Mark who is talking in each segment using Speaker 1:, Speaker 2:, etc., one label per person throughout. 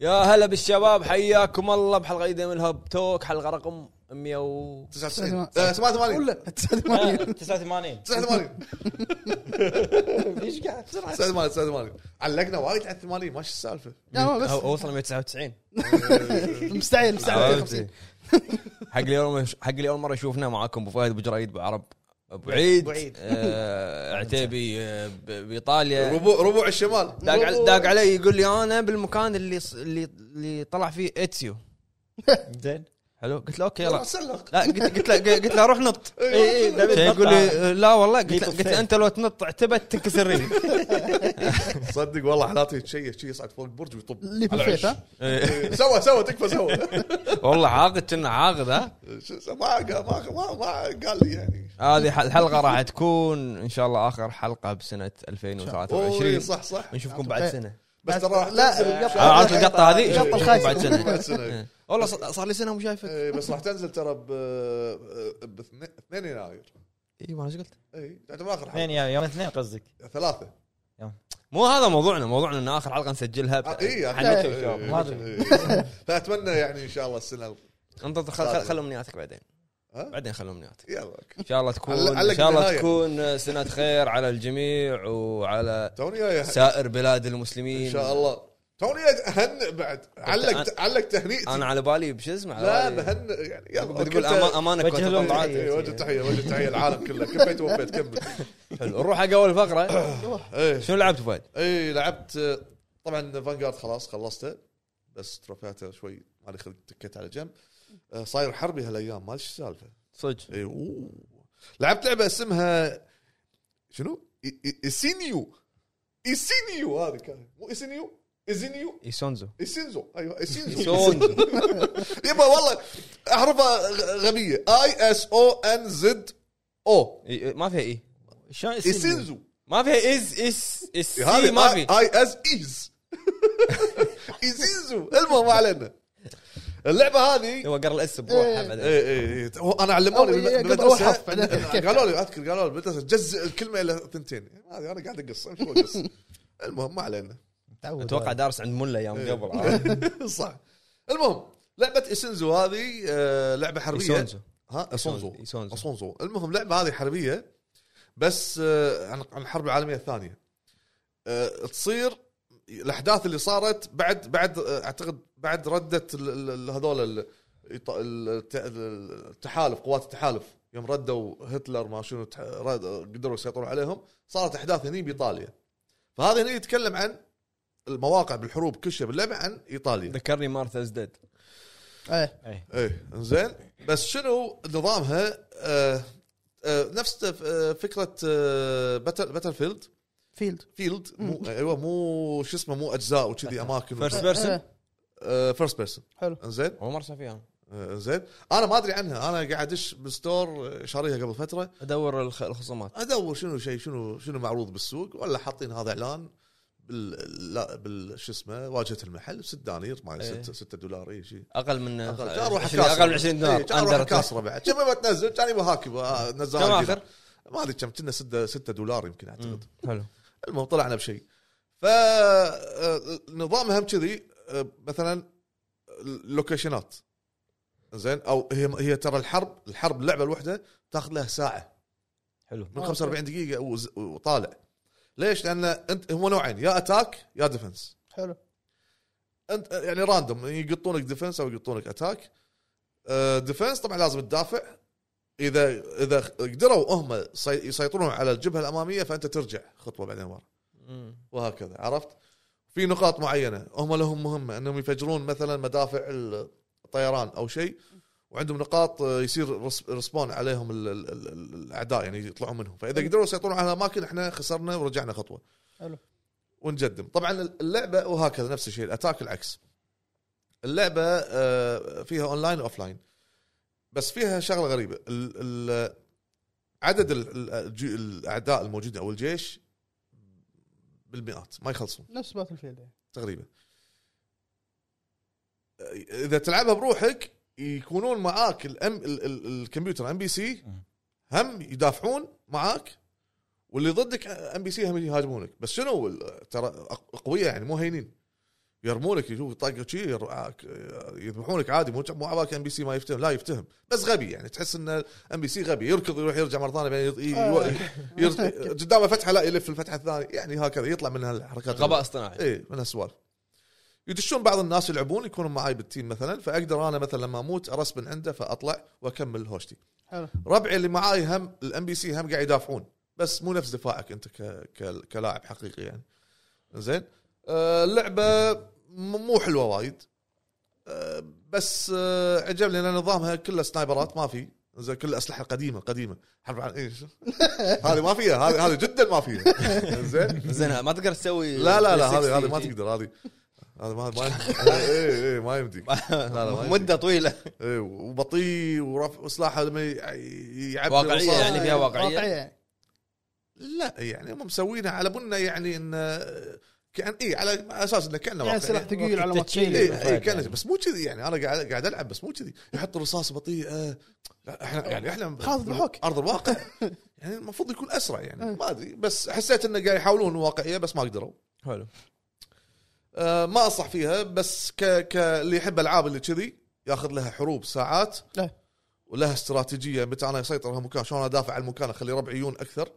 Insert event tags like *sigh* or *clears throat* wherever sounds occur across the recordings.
Speaker 1: يا هلا بالشباب حياكم الله بحلقه جديده من الهب توك حلقه رقم 100
Speaker 2: *laughs*
Speaker 1: و
Speaker 3: 99 آه، 87 *laughs*
Speaker 2: 89
Speaker 3: 89
Speaker 2: ايش قاعد بسرعه
Speaker 3: 89 89 علقنا وايد على 80 ما شو السالفه
Speaker 4: لا ما بس
Speaker 1: أو- وصل 199
Speaker 4: مستعجل مستعجل
Speaker 1: عرفتي؟ حق اللي اول مش- حق اللي اول مره يشوفنا معاكم ابو فهد ابو جرايد ابو عرب ابو عيد
Speaker 2: أبو عيد.
Speaker 1: آه، عتيبي آه، ب- بايطاليا
Speaker 3: ربوع ربوع الشمال
Speaker 1: داق علي داق علي يقول لي انا بالمكان اللي ص- اللي اللي طلع فيه اتسيو
Speaker 2: زين
Speaker 1: حلو قلت له اوكي يلا
Speaker 3: سلق
Speaker 1: لا قلت قلت له قلت له روح
Speaker 3: *laughs*
Speaker 1: نط
Speaker 3: أيوه.
Speaker 2: إي، نبي
Speaker 1: شي
Speaker 2: نط
Speaker 1: يقول لي لا والله قلت له
Speaker 2: نط
Speaker 1: قلت له
Speaker 2: فين؟
Speaker 1: انت لو تنط عتبت تنكسر رجلك
Speaker 3: صدق والله حالاتي تشيش شي يصعد فوق البرج ويطب *laughs*
Speaker 4: اللي في الفيت ها
Speaker 3: سوا سوا تكفى سوا
Speaker 1: *laughs* والله عاقد كنا عاقد ها
Speaker 3: *laughs* شو اسمه؟ ما قال- ما ما ما قال لي يعني
Speaker 1: هذه ح- الحلقه راح تكون ان شاء الله اخر حلقه بسنه
Speaker 3: اوه
Speaker 1: 2023
Speaker 3: إيه، صح صح
Speaker 1: نشوفكم بعد سنه
Speaker 3: بس ترى راح
Speaker 4: لا،
Speaker 3: تنزل-
Speaker 4: القطعة.
Speaker 1: آه، عرفت القطه هذه إيه.
Speaker 4: القطة
Speaker 1: نشوفكم
Speaker 4: الخايسة.
Speaker 1: بعد سنه
Speaker 3: بعد
Speaker 1: *laughs*
Speaker 3: سنة.
Speaker 1: والله ص- صار لي سنه مو شايفك
Speaker 3: إيه، بس راح تنزل ترى ب ب 2 يناير
Speaker 1: اي إيه، ما أنا ايش قلت
Speaker 3: اي تعتبر اخر
Speaker 2: اثنين
Speaker 3: حلقه
Speaker 2: يا يوم اثنين قصدك
Speaker 3: ثلاثه
Speaker 1: مو هذا موضوعنا موضوعنا ان اخر حلقه نسجلها ب-
Speaker 3: اي
Speaker 1: حنكتب الشباب.
Speaker 3: إيه،
Speaker 2: ما أدري.
Speaker 3: فاتمنى يعني ان شاء الله السنه الق-
Speaker 1: انت خل- خل- خل امنياتك بعدين
Speaker 3: ها؟
Speaker 1: بعدين خل امنياتك
Speaker 3: يلا أوكي.
Speaker 1: ان شاء الله تكون
Speaker 3: علق- علق
Speaker 1: ان شاء الله
Speaker 3: بالنهاية.
Speaker 1: تكون سنه خير على الجميع وعلى
Speaker 3: توني جاي
Speaker 1: سائر بلاد المسلمين
Speaker 3: ان شاء الله توني جاي اهنئ بعد علق علق تهنئتي
Speaker 1: انا على بالي بشو اسمه على
Speaker 3: لا
Speaker 1: بالي.
Speaker 3: بهنئ يعني يلا
Speaker 1: بتقول
Speaker 3: أوكي، أنت-
Speaker 1: أما- امانك
Speaker 2: وجه لهم
Speaker 1: وتطلعات
Speaker 2: تحية.
Speaker 3: إيه، وجه تحيه وجه تحيه العالم كله كفيت ووفيت كمل
Speaker 1: *laughs* حلو نروح حق اول فقره
Speaker 3: ايه
Speaker 1: شنو لعبت فهد؟
Speaker 3: اي لعبت آه، طبعا فانجارد خلاص خلصته بس تروفياته شوي مالي خلق تكت على جنب آه، صاير حربي هالايام ما ادري شو السالفه
Speaker 1: صدق
Speaker 3: اي إيه، أوه. لعبت لعبه اسمها شنو؟ إي- إي- اسينيو اسينيو هذه كان مو اسينيو اسينيو
Speaker 1: ايسونزو
Speaker 3: اسينزو ايوه اسينزو
Speaker 1: ايسونزو
Speaker 3: *laughs* يبا والله احرفها غ- غبيه اي اس او ان زد او
Speaker 1: إي- ما فيها اي
Speaker 2: شلون يصير؟
Speaker 3: اسينزو
Speaker 1: ما فيها از اس اس سي
Speaker 3: هذه آه،
Speaker 1: ما في
Speaker 3: اي اس *laughs* ايز ايزيزو المهم ما علينا اللعبه هذه
Speaker 1: هو قرا الاس بروحه
Speaker 4: إيه.
Speaker 1: بعدين
Speaker 3: اي اي انا علموني
Speaker 4: أو- إيه، قبل
Speaker 3: بالمدرسه
Speaker 4: أوحف بعدين. كيف؟
Speaker 3: آه، قالوا لي اذكر قالوا لي بالمدرسه جزء الكلمه الى ثنتين هذه انا قاعد اقص شو اقص *laughs* المهم ما علينا
Speaker 4: تعود.
Speaker 1: اتوقع دارس عند ملا ايام
Speaker 3: إيه.
Speaker 1: قبل *laughs* عرفت؟
Speaker 3: *laughs* صح المهم لعبه اسنزو هذه آه، لعبه حربيه
Speaker 1: ايسونزو
Speaker 3: ها اسونزو
Speaker 1: إيسونزو.
Speaker 3: اسونزو المهم اللعبه هذه حربيه بس آه، عن عن الحرب العالميه الثانيه آه، تصير الاحداث اللي صارت بعد بعد آه، اعتقد بعد رده ال- ال- ال- هذول ال- الت- الت- التحالف قوات التحالف يوم ردوا هتلر ما شنو تح- رد- قدروا يسيطرون عليهم صارت احداث هني بايطاليا فهذا هني يتكلم عن المواقع بالحروب كل شيء باللعبه عن ايطاليا
Speaker 1: ذكرني مارثاز ديد
Speaker 3: إيه.
Speaker 4: ايه
Speaker 2: إيه.
Speaker 3: ايه زين بس شنو نظامها آه آه نفس تف- آه، فكره آه باتل باتل فيلد
Speaker 4: فيلد
Speaker 3: فيلد مو ايوه مو شو اسمه مو اجزاء وكذي آه، اماكن
Speaker 1: فيرست بيرسون
Speaker 4: إيه.
Speaker 3: فيرست بيرسون
Speaker 4: حلو.
Speaker 3: زين
Speaker 1: اول مره أسمع فيها
Speaker 3: زين انا آه، ما ادري عنها انا قاعد ادش بالستور آه، شاريها قبل فتره
Speaker 1: ادور الخ- الخصومات
Speaker 3: ادور شنو شيء شنو شنو معروض بالسوق ولا حاطين هذا اعلان بال لا بال شو اسمه واجهه المحل ست دنانير ما
Speaker 1: إيه.
Speaker 3: 6 6 دولار اي شيء
Speaker 1: اقل من
Speaker 3: اقل كان روح
Speaker 1: 20 اقل من 20 دولار
Speaker 3: كان
Speaker 1: أندر
Speaker 3: روح كاسره بعد كم ما تنزل كان يبغى هاكي آه، نزل
Speaker 1: كم
Speaker 3: هاكي.
Speaker 1: آخر؟
Speaker 3: ما ادري كم كنا 6 6 دولار يمكن اعتقد
Speaker 1: حلو
Speaker 3: المهم طلعنا بشيء ف نظامها هم كذي آه، مثلا اللوكيشنات زين او هي هي ترى الحرب الحرب اللعبه الواحده تاخذ لها ساعه
Speaker 2: حلو
Speaker 3: من 45 دقيقه وز- وطالع ليش؟ لان انت هم نوعين يا اتاك يا ديفنس
Speaker 4: حلو
Speaker 3: انت يعني راندوم يقطونك ديفنس او يقطونك اتاك آه، ديفنس طبعا لازم تدافع اذا اذا قدروا هم سي- يسيطرون على الجبهه الاماميه فانت ترجع خطوه بعدين ورا وهكذا عرفت في نقاط معينه هم لهم مهمه انهم يفجرون مثلا مدافع الطيران او شيء وعندهم نقاط آه، يصير رس- رسبون عليهم ال- ال- ال- ال- الاعداء يعني يطلعون منهم فاذا قدروا يسيطرون على الاماكن احنا خسرنا ورجعنا خطوه
Speaker 4: حلو.
Speaker 3: ونجدم طبعا اللعبه وهكذا نفس الشيء الاتاك العكس اللعبه آه، فيها اونلاين واوفلاين بس فيها شغله غريبه ال- ال- عدد ال- ال- الجي- الاعداء الموجودين او الجيش بالمئات ما يخلصون
Speaker 4: نفس باتل فيلد
Speaker 3: تقريبا اذا تلعبها بروحك يكونون معاك الام ال- ال- الكمبيوتر ام بي سي هم يدافعون معاك واللي ضدك ام بي سي هم يهاجمونك بس شنو ال- ترى أق- قويه يعني مو هينين يرمونك يشوف طاقه شي ير- عاك- يذبحونك عادي مو مو عبالك ام بي سي ما يفتهم لا يفتهم بس غبي يعني تحس ان ام بي سي غبي يركض يروح يرجع مره ثانيه بعدين يط-
Speaker 4: آه.
Speaker 3: ي- ير- قدامه فتحه لا يلف الفتحه الثانيه يعني هكذا يطلع من هالحركات
Speaker 1: غباء اصطناعي
Speaker 3: اي إيه، من هالسوالف يدشون بعض الناس يلعبون يكونوا معاي بالتيم مثلا فاقدر انا مثلا لما اموت ارس من عنده فاطلع واكمل هوشتي
Speaker 4: حلو
Speaker 3: ربعي اللي معاي هم الام بي سي هم قاعد يدافعون بس مو نفس دفاعك انت ك... ك... كلاعب حقيقي يعني زين آه اللعبه م- مو حلوه وايد آه بس آه عجبني لان نظامها كله سنايبرات ما في زين كل الاسلحه القديمه قديمه حرب عن ايش *laughs* هذه ما فيها هذه هذه جدا ما فيها *laughs* زين
Speaker 1: زين ما تقدر تسوي
Speaker 3: لا لا
Speaker 1: 360
Speaker 3: لا هذه هذه ما
Speaker 1: جي.
Speaker 3: تقدر هذه هذا ما
Speaker 1: *laughs*
Speaker 3: ما اي اي ما يمديك لا لا ما يمديك.
Speaker 1: مده طويله
Speaker 3: إيه، وبطيء ورفع وسلاحه لما ي- يعبي
Speaker 1: واقعية
Speaker 3: الرصاص.
Speaker 1: يعني فيها واقعية؟
Speaker 4: يعني
Speaker 3: لا يعني هم مسوينها على بنا يعني ان كان اي على اساس انه كانه
Speaker 4: يعني
Speaker 3: واقعي.
Speaker 4: سلاح تقيل على ما
Speaker 2: التسجيل.
Speaker 4: تشيل
Speaker 3: اي اي
Speaker 2: يعني.
Speaker 3: إيه، كان بس مو كذي يعني انا قاعد قاعد العب بس مو كذي يحط الرصاص بطيئه لا، احنا يعني احنا
Speaker 4: خلاص ذبحوك.
Speaker 3: ارض الواقع يعني المفروض يكون اسرع يعني ما ادري بس حسيت انه قاعد يحاولون واقعيه بس ما قدروا
Speaker 1: حلو
Speaker 3: آه، ما انصح فيها بس ك ك اللي يحب العاب اللي كذي ياخذ لها حروب ساعات
Speaker 4: لا.
Speaker 3: ولها استراتيجيه متى انا اسيطر على المكان شلون ادافع عن المكان اخلي ربعي يجون اكثر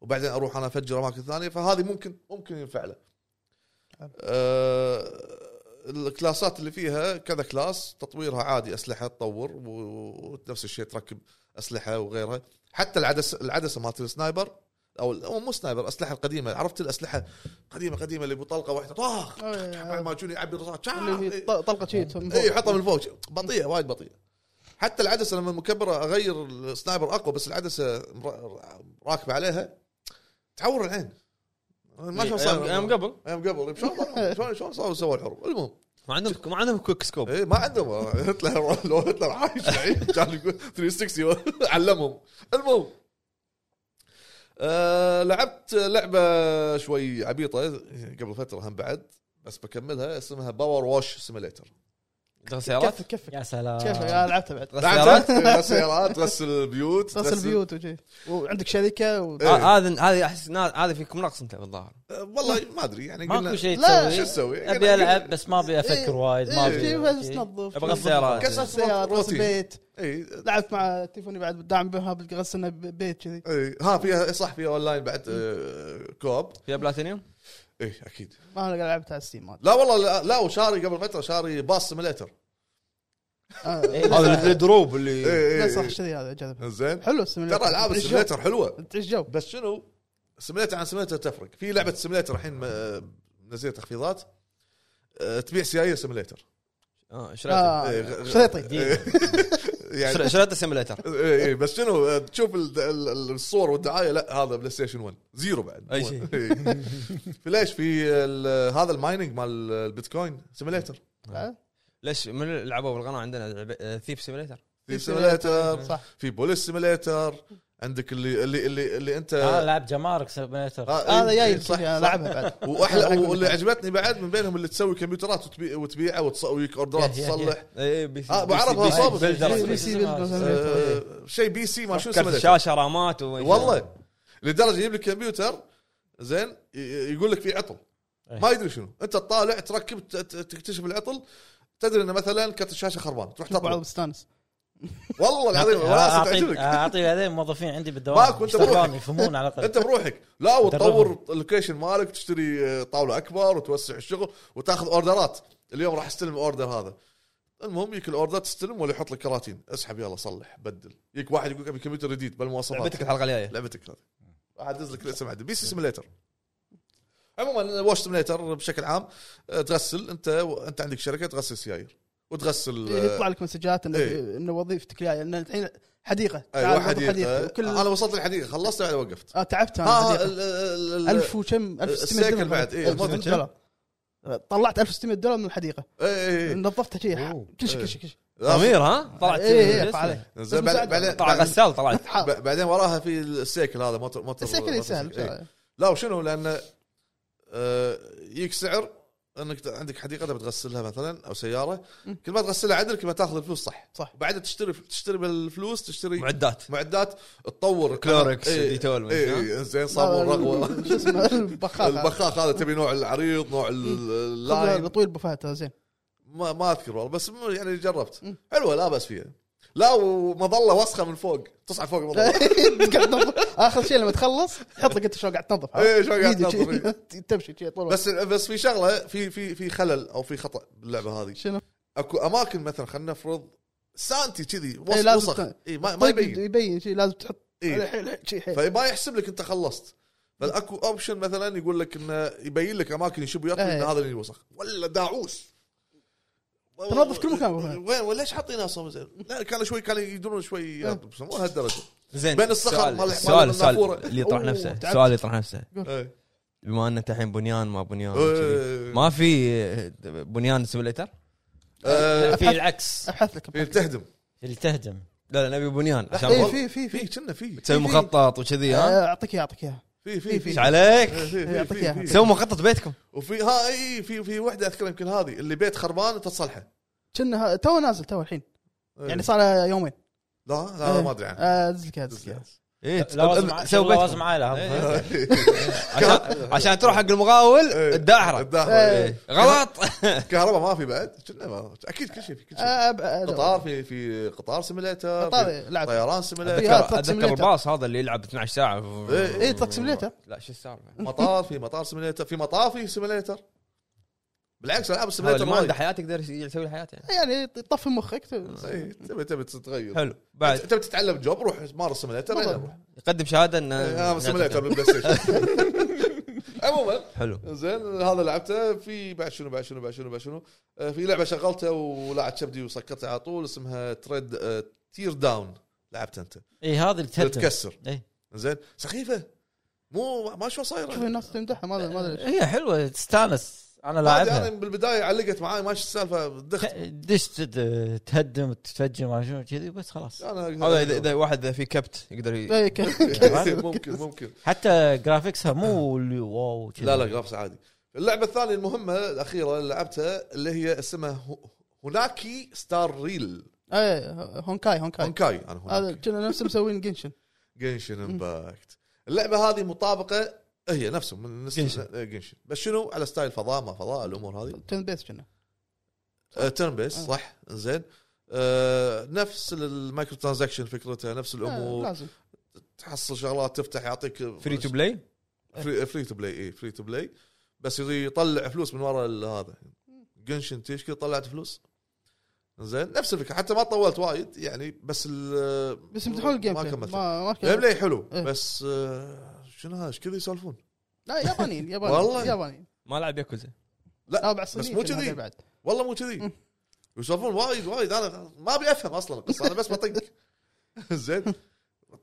Speaker 3: وبعدين اروح انا افجر اماكن ثانيه فهذه ممكن ممكن ينفع له. آه الكلاسات اللي فيها كذا كلاس تطويرها عادي اسلحه تطور و- ونفس الشيء تركب اسلحه وغيرها حتى العدسه العدسه مالت السنايبر او أو مو سنايبر الاسلحه القديمه عرفت الاسلحه قديمه قديمه اللي بطلقه واحده طاخ بعد
Speaker 4: آه،
Speaker 3: ما يجوني يعبي الرصاص
Speaker 4: اللي في ط- طلقه شيت
Speaker 3: اي إيه، يحطها من فوق بطيئه وايد بطيئه حتى العدسه لما مكبره اغير السنايبر اقوى بس العدسه مرا- راكبه عليها تعور العين ما شلون صار
Speaker 1: ايام إيه، قبل
Speaker 3: ايام قبل شلون شلون شلون صاروا سووا الحروب المهم
Speaker 1: ما عندهم ما عندهم كويك سكوب
Speaker 3: اي ما عندهم هتلر لو هتلر عايش يعني كان يقول 360 علمهم المهم آه لعبت لعبه شوي عبيطه قبل فتره هم بعد بس بكملها اسمها باور واش سيميليتر
Speaker 1: تغسل سيارات
Speaker 4: كفك كفك
Speaker 2: يا سلام
Speaker 4: كيف انا لعبتها بعد
Speaker 1: تغسل سيارات
Speaker 3: لعبت غسل سيارات غسل البيوت
Speaker 4: تصل البيوت وشي وعندك شركه و...
Speaker 3: إيه.
Speaker 1: آه، هذا هذه احس نا- هذا فيكم نقص انت بالظاهر
Speaker 3: آه، والله ما ادري يعني
Speaker 2: ماكو
Speaker 3: قلنا
Speaker 2: شيء
Speaker 4: لا،
Speaker 3: شو
Speaker 2: تسوي
Speaker 3: نسوي؟
Speaker 2: ابي العب بس ما ابي افكر وايد ما
Speaker 4: إيه، شي بس
Speaker 2: ابي
Speaker 4: تنظف
Speaker 1: أبغى السيارات.
Speaker 4: غسل السيارات غسل
Speaker 3: روتين.
Speaker 4: البيت
Speaker 3: اي
Speaker 4: لعبت مع تيفوني بعد دعم بها غسلنا بيت كذي
Speaker 3: إي، ها فيها صح فيها اونلاين بعد آه، كوب
Speaker 1: فيها بلاتينيوم
Speaker 3: اي اكيد
Speaker 4: ما انا لعبتها على ستيم هذا
Speaker 3: لا والله لا, لا وشاري قبل فتره شاري باص سيميليتر
Speaker 4: آه،
Speaker 1: الدروب
Speaker 3: اي
Speaker 1: إيه، اللي
Speaker 3: اي
Speaker 4: لا صح
Speaker 3: إي.
Speaker 4: كذي هذا جذب
Speaker 3: زين
Speaker 4: حلو السيميليتر
Speaker 3: ترى العاب
Speaker 4: تعيش جو.
Speaker 3: السيميليتر حلوه
Speaker 4: تعيش جو
Speaker 3: بس شنو سيميليتر عن سيميليتر تفرق في لعبه سيميليتر الحين م- منزله تخفيضات آه، تبيع سيايه سيميليتر
Speaker 1: اه شريته
Speaker 4: آه،
Speaker 3: إيه، غ- غ-
Speaker 4: شريطي
Speaker 2: جديد.
Speaker 3: يعني
Speaker 1: شر- شريته سيميليتر
Speaker 3: اي اي بس شنو آه، تشوف ال- ال- ال- الصور والدعايه لا هذا بلاي ستيشن 1 زيرو بعد
Speaker 1: أي
Speaker 3: *laughs*
Speaker 1: شيء.
Speaker 3: إي. في ليش في ال- هذا المايننج مال البيتكوين سيميليتر
Speaker 4: آه،
Speaker 1: ليش من اللي لعبوا بالقناه عندنا ثيف سيميليتر
Speaker 3: في
Speaker 1: آه.
Speaker 3: سيميليتر
Speaker 4: صح
Speaker 3: في بوليس سيميليتر عندك اللي اللي اللي, اللي انت
Speaker 2: اه لعب جمارك سيميليتر
Speaker 3: آه،
Speaker 4: هذا
Speaker 3: إي،
Speaker 4: جاي
Speaker 3: إي، صح
Speaker 4: كذي، أنا
Speaker 3: صح.
Speaker 4: لعبها
Speaker 3: *laughs*
Speaker 4: بعد
Speaker 3: واحلى
Speaker 4: *laughs* أقول
Speaker 3: واللي
Speaker 4: لك.
Speaker 3: عجبتني بعد من بينهم اللي تسوي كمبيوترات وتبيع وتبيعها وتسويك اوردرات
Speaker 2: يه- يه-
Speaker 4: *laughs*
Speaker 3: تصلح
Speaker 1: اي إيه، بي سي
Speaker 3: آه، أبو عرب
Speaker 2: إيه،
Speaker 3: هو صابر.
Speaker 1: إيه،
Speaker 4: بي سي بالبزنة.
Speaker 3: آه، شيء بي سي ما شو اسمه
Speaker 1: كرت
Speaker 3: ذا؟
Speaker 1: شاشه رامات وما شابه.
Speaker 3: والله لدرجه يجيب لك كمبيوتر زين ي- يقول لك في عطل
Speaker 2: إيه.
Speaker 3: ما يدري شنو انت تطالع تركب ت- ت- تكتشف العطل تدري انه مثلا كرت الشاشه خربان تروح
Speaker 4: بعض
Speaker 3: تطلع
Speaker 4: مستانس
Speaker 3: والله العظيم
Speaker 2: آه،
Speaker 3: وناسه تعجبك
Speaker 2: اعطي هذين الموظفين عندي بالدوام
Speaker 3: ماكو، أنت بروحك.
Speaker 2: يشتغلون يفهمون على
Speaker 3: انت
Speaker 2: الاقل
Speaker 3: بروحك لا وتطور اللوكيشن مالك تشتري آه، طاوله اكبر وتوسع الشغل وتاخذ اوردرات اليوم راح استلم اوردر هذا المهم يجيك الاوردر تستلم ولا يحط لك كراتين اسحب يلا صلح بدل يجيك واحد يقول لك ابي كمبيوتر جديد بالمواصفات
Speaker 1: لعبتك الحلقه الجايه
Speaker 3: لعبتك هذه راح ادز لك الاسم عدل بي سي سيميليتر عموما واش سيميليتر بشكل عام آه، تغسل انت انت عندك شركه تغسل سياير وتغسل آه،
Speaker 4: يطلع لك مسجات انه
Speaker 3: إيه.
Speaker 4: انه وظيفتك جايه لان الحين حديقه
Speaker 3: ايوه
Speaker 4: تعال نوظف
Speaker 3: حديقه
Speaker 4: وكل
Speaker 3: انا وصلت الحديقه خلصت بعد وقفت
Speaker 4: آه تعبت انا
Speaker 3: ها
Speaker 4: حديقة.
Speaker 3: آه، ال- ال- ال-
Speaker 4: ألف وكم ألف وستمية
Speaker 3: السيكل
Speaker 4: دولار
Speaker 3: بعد، إيه،
Speaker 4: ألف وستمية
Speaker 3: الموظف
Speaker 4: دولار طلعت 1600 دولار من الحديقه
Speaker 3: إيه، إيه، إيه.
Speaker 4: نظفتها شيء
Speaker 2: أوه.
Speaker 4: كل شيء
Speaker 3: إيه.
Speaker 4: كل شيء كل شيء
Speaker 1: ضمير
Speaker 3: آه.
Speaker 1: ها طلعت
Speaker 4: اي
Speaker 1: جسمه.
Speaker 4: اي
Speaker 3: زين،
Speaker 4: بس
Speaker 3: إيه، بعد-
Speaker 4: مساعدة.
Speaker 3: بعدين
Speaker 1: طلع
Speaker 3: بعدين-
Speaker 1: غسال طلعت
Speaker 3: ب- بعدين وراها في السيكل هذا موتور إيه. موتور
Speaker 4: السيكل
Speaker 3: موتور- إيه.
Speaker 4: يسهل
Speaker 3: لا وشنو لان آه، يجيك سعر انك ت- عندك حديقه بتغسلها مثلا او سياره كل ما تغسلها عدل كل ما تاخذ الفلوس صح
Speaker 4: صح.
Speaker 3: وبعدها تشتري تشتري بالفلوس تشتري
Speaker 1: معدات
Speaker 3: معدات تطور
Speaker 1: كلوركس،
Speaker 3: إيه،
Speaker 1: ديتول،
Speaker 3: إيه،
Speaker 1: ها؟
Speaker 3: إيه، زين صابون رغوه
Speaker 4: *laughs* شو اسمه البخاخ البخاخ
Speaker 3: *laughs* البخاخ هذا تبي نوع العريض نوع ال- اللاين
Speaker 4: طويل بفاته زين
Speaker 3: ما, ما اذكر والله بس م- يعني جربت
Speaker 4: مم.
Speaker 3: حلوه لا باس فيها لا ومظله وسخه من فوق تصعد فوق
Speaker 4: *laughs*
Speaker 3: المظله
Speaker 4: تقعد تنظف اخر شيء لما تخلص حط لك انت شو قاعد تنظف
Speaker 3: إيه، شو قاعد
Speaker 4: إيدك
Speaker 3: تنظف،
Speaker 4: شي- تمشي شي طول الوقت.
Speaker 3: بس بس في شغله في في في خلل او في خطا باللعبه هذه
Speaker 4: شنو؟
Speaker 3: اكو اماكن مثلا خلينا نفرض سانتي كذي وس-
Speaker 4: إيه، لازم
Speaker 3: وسخ
Speaker 4: ت-
Speaker 3: اي ما, ما
Speaker 4: طيب
Speaker 3: يبين
Speaker 4: يبين شيء لازم تحط
Speaker 3: إيه.
Speaker 4: شيء حيل
Speaker 3: فما يحسب لك انت خلصت بل اكو اوبشن مثلا يقول لك انه يبين لك اماكن يشب ويطلع ان
Speaker 4: إيه.
Speaker 3: هذا اللي وسخ ولا داعوس
Speaker 4: تنظف كل مكان أبو فهد.
Speaker 3: وين وليش حاطينها صوب زين؟ لا كانوا شوي كانوا يقدرون شوي
Speaker 4: إيه.
Speaker 3: يربصون، مو
Speaker 4: *laughs*
Speaker 3: هالدرجه
Speaker 1: زين
Speaker 3: بين الصخر
Speaker 1: سؤال-
Speaker 3: مال- مال
Speaker 1: سؤال
Speaker 3: النافورة.
Speaker 1: سؤال اللي يطرح
Speaker 4: أوه،
Speaker 1: نفسه
Speaker 4: تعبت.
Speaker 1: سؤال يطرح نفسه
Speaker 3: إيه.
Speaker 1: بما ان انت الحين بنيان ما بنيان وكذي.
Speaker 3: إيه.
Speaker 1: آه، ما في آه، بنيان سيميليتر؟
Speaker 3: آه،
Speaker 2: في العكس
Speaker 4: ابحث لك
Speaker 3: في تهدم
Speaker 2: اللي تهدم
Speaker 1: لا لا نبي بنيان عشان
Speaker 4: اي
Speaker 1: والله
Speaker 4: إيه، في في
Speaker 3: في
Speaker 4: في
Speaker 3: كنا في
Speaker 1: تسوي
Speaker 4: في-
Speaker 1: مخطط وكذي ها؟
Speaker 4: آه، اعطيك اياها اعطيك اياها
Speaker 3: في في
Speaker 4: في-
Speaker 3: في
Speaker 1: ايش
Speaker 3: إيه،
Speaker 4: في.
Speaker 1: عليك؟
Speaker 3: في- في-
Speaker 4: يعطيك
Speaker 3: في-
Speaker 4: إياها.
Speaker 3: في.
Speaker 1: سووا مخطط بيتكم
Speaker 3: وفي ها اي في في وحده اذكر يمكن هذه اللي بيت خربان انت تصلحه
Speaker 4: كنا تو نازل تو الحين
Speaker 3: إيه.
Speaker 4: يعني صار لها يومين
Speaker 3: لا لا ما يعني. ادري
Speaker 4: *laughs*
Speaker 3: عنها
Speaker 4: آه، ادز لك إياها، ادز لك إياها.
Speaker 1: ايه
Speaker 2: لوازم ع-
Speaker 1: سووا بيتكم
Speaker 2: لوازم عائله هذا.
Speaker 1: إيه. عشان عشان تروح حق المغاول *laughs*
Speaker 3: *laughs* إيه.
Speaker 1: الداحره
Speaker 3: الداحرة،
Speaker 4: إيه.
Speaker 1: إيه. غلط
Speaker 3: *laughs* كهرباء ما في بعد كنا ما اكيد كل شيء في كل شيء طيب.
Speaker 4: آه، ب- آه،
Speaker 3: قطار في في قطار سيميليتر في
Speaker 4: قطار إيه. لعب
Speaker 3: طيران سيميليتر
Speaker 4: في
Speaker 1: اتذكر
Speaker 4: هذا تراك
Speaker 1: اتذكر
Speaker 4: سيميليتر.
Speaker 1: الباص هذا اللي يلعب 12 ساعه
Speaker 3: إيه،
Speaker 4: إيه، تراك سيميليتر.
Speaker 1: لا شو السالفه؟
Speaker 3: مطار في مطار سيميليتر في مطار في سيميليتر بالعكس العاب
Speaker 1: هذا اللي
Speaker 3: السيميليتر
Speaker 1: ما عنده
Speaker 3: وايد.
Speaker 1: حياه يقدر يسوي حياته يعني.
Speaker 4: يعني طفي مخك
Speaker 3: إيه، تبي تبي تتغير
Speaker 1: حلو بعد
Speaker 3: تبي تتعلم جوب روح مارس سيميليتر
Speaker 4: بالضبط.
Speaker 3: يلا روح
Speaker 1: يقدم شهاده انه
Speaker 3: آه، سيميليتر بالبلاي ستيشن عموما
Speaker 1: حلو
Speaker 3: زين هذا لعبته في بعد شنو بعد شنو بعد شنو بعد شنو آه، في لعبه شغلتها ولعت شبدي وسكرتها على طول اسمها تريد آه، تير داون لعبتها انت
Speaker 2: اي هذا اللي تهدم
Speaker 3: تكسر
Speaker 2: إيه.
Speaker 3: زين سخيفه مو ما شو صايره
Speaker 4: شوف الناس تمدحها ما ادري ما ادري
Speaker 2: هي حلوه تستانس انا
Speaker 3: عادي، انا
Speaker 2: لاعبها
Speaker 3: بالبدايه علقت معاي ما شو السالفه دخت
Speaker 2: دش تد- تهدم تفجر ما شنو كذي بس خلاص
Speaker 3: انا
Speaker 1: هذا
Speaker 3: *laughs*
Speaker 1: اذا إذا واحد اذا في كبت يقدر ي-
Speaker 4: إيه، ك-
Speaker 3: ممكن ممكن
Speaker 2: حتى جرافيكسها مو اللي واو كذي.
Speaker 3: أه. لا لا جرافس عادي اللعبه الثانيه المهمه الاخيره اللي لعبتها اللي هي اسمها هو- هناكي ستار ريل
Speaker 1: طيب.
Speaker 4: إيه، هونكاي هونكاي
Speaker 3: هونكاي انا هوناكي
Speaker 4: هذا كنا نفس مسوين جنشن
Speaker 3: جنشن امباكت اللعبه هذه مطابقه هي نفسهم من إيه،
Speaker 2: Genshin.
Speaker 3: جنشن بس شنو على ستايل فضاء ما فضاء الامور هذه
Speaker 4: كان بيس كنا
Speaker 3: آه، تيرن بيس صح زين آه، نفس المايكرو ترانزاكشن فكرتها نفس
Speaker 4: آه،
Speaker 3: الامور
Speaker 4: لازم
Speaker 3: تحصل شغلات تفتح يعطيك
Speaker 1: فري تو بلاي
Speaker 3: بلاي فري تو بلاي اي فري تو بلاي بس يضي- يطلع فلوس من ورا ال- هذا جنشن تيش كذا طلعت فلوس زين نفس الفكره حتى ما طولت وايد يعني بس ال-
Speaker 4: بس يمدحون الجيم
Speaker 3: ما
Speaker 4: بلاي
Speaker 3: كملت
Speaker 4: ما ما
Speaker 3: الجيم
Speaker 4: كملت.
Speaker 3: بلاي حلو
Speaker 4: إيه.
Speaker 3: بس آه، شنو هذا ايش كذا يسولفون
Speaker 4: لا
Speaker 3: *laughs*
Speaker 4: يابانيين يابانيين
Speaker 3: والله.
Speaker 4: يابانيين
Speaker 1: ما لعب ياكوزا
Speaker 4: تابع
Speaker 3: بس مو كذي. والله مو كذي يسولفون وايد وايد انا ما ابي افهم اصلا القصه انا بس بطق *laughs* زين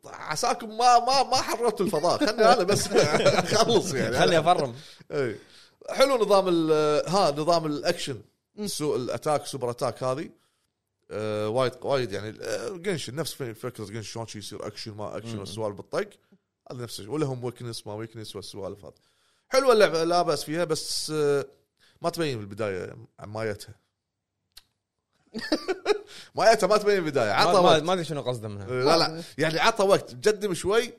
Speaker 3: عساكم ما ما ما حررتوا الفضاء خلني انا بس *laughs* اخلص يعني
Speaker 1: خلي افرم
Speaker 3: إي. إيه. حلو نظام ال ها نظام الاكشن سو الاتاك سوبر اتاك هذه آه وايد وايد يعني آه، جنشن نفس في- فكره جنشن شلون شي يصير اكشن ما اكشن والسوالف بالطق هذا نفس الشيء ولهم ويكنس ما ويكنس والسوالف هذه حلوه اللعبه لا باس فيها بس آه ما تبين بالبدايه مايتها *laughs* مايتها ما تبين بالبدايه عطى
Speaker 1: ما- ما
Speaker 3: وقت
Speaker 1: ما ادري شنو قصده منها
Speaker 3: آه، لا لا يعني عطى وقت جدم شوي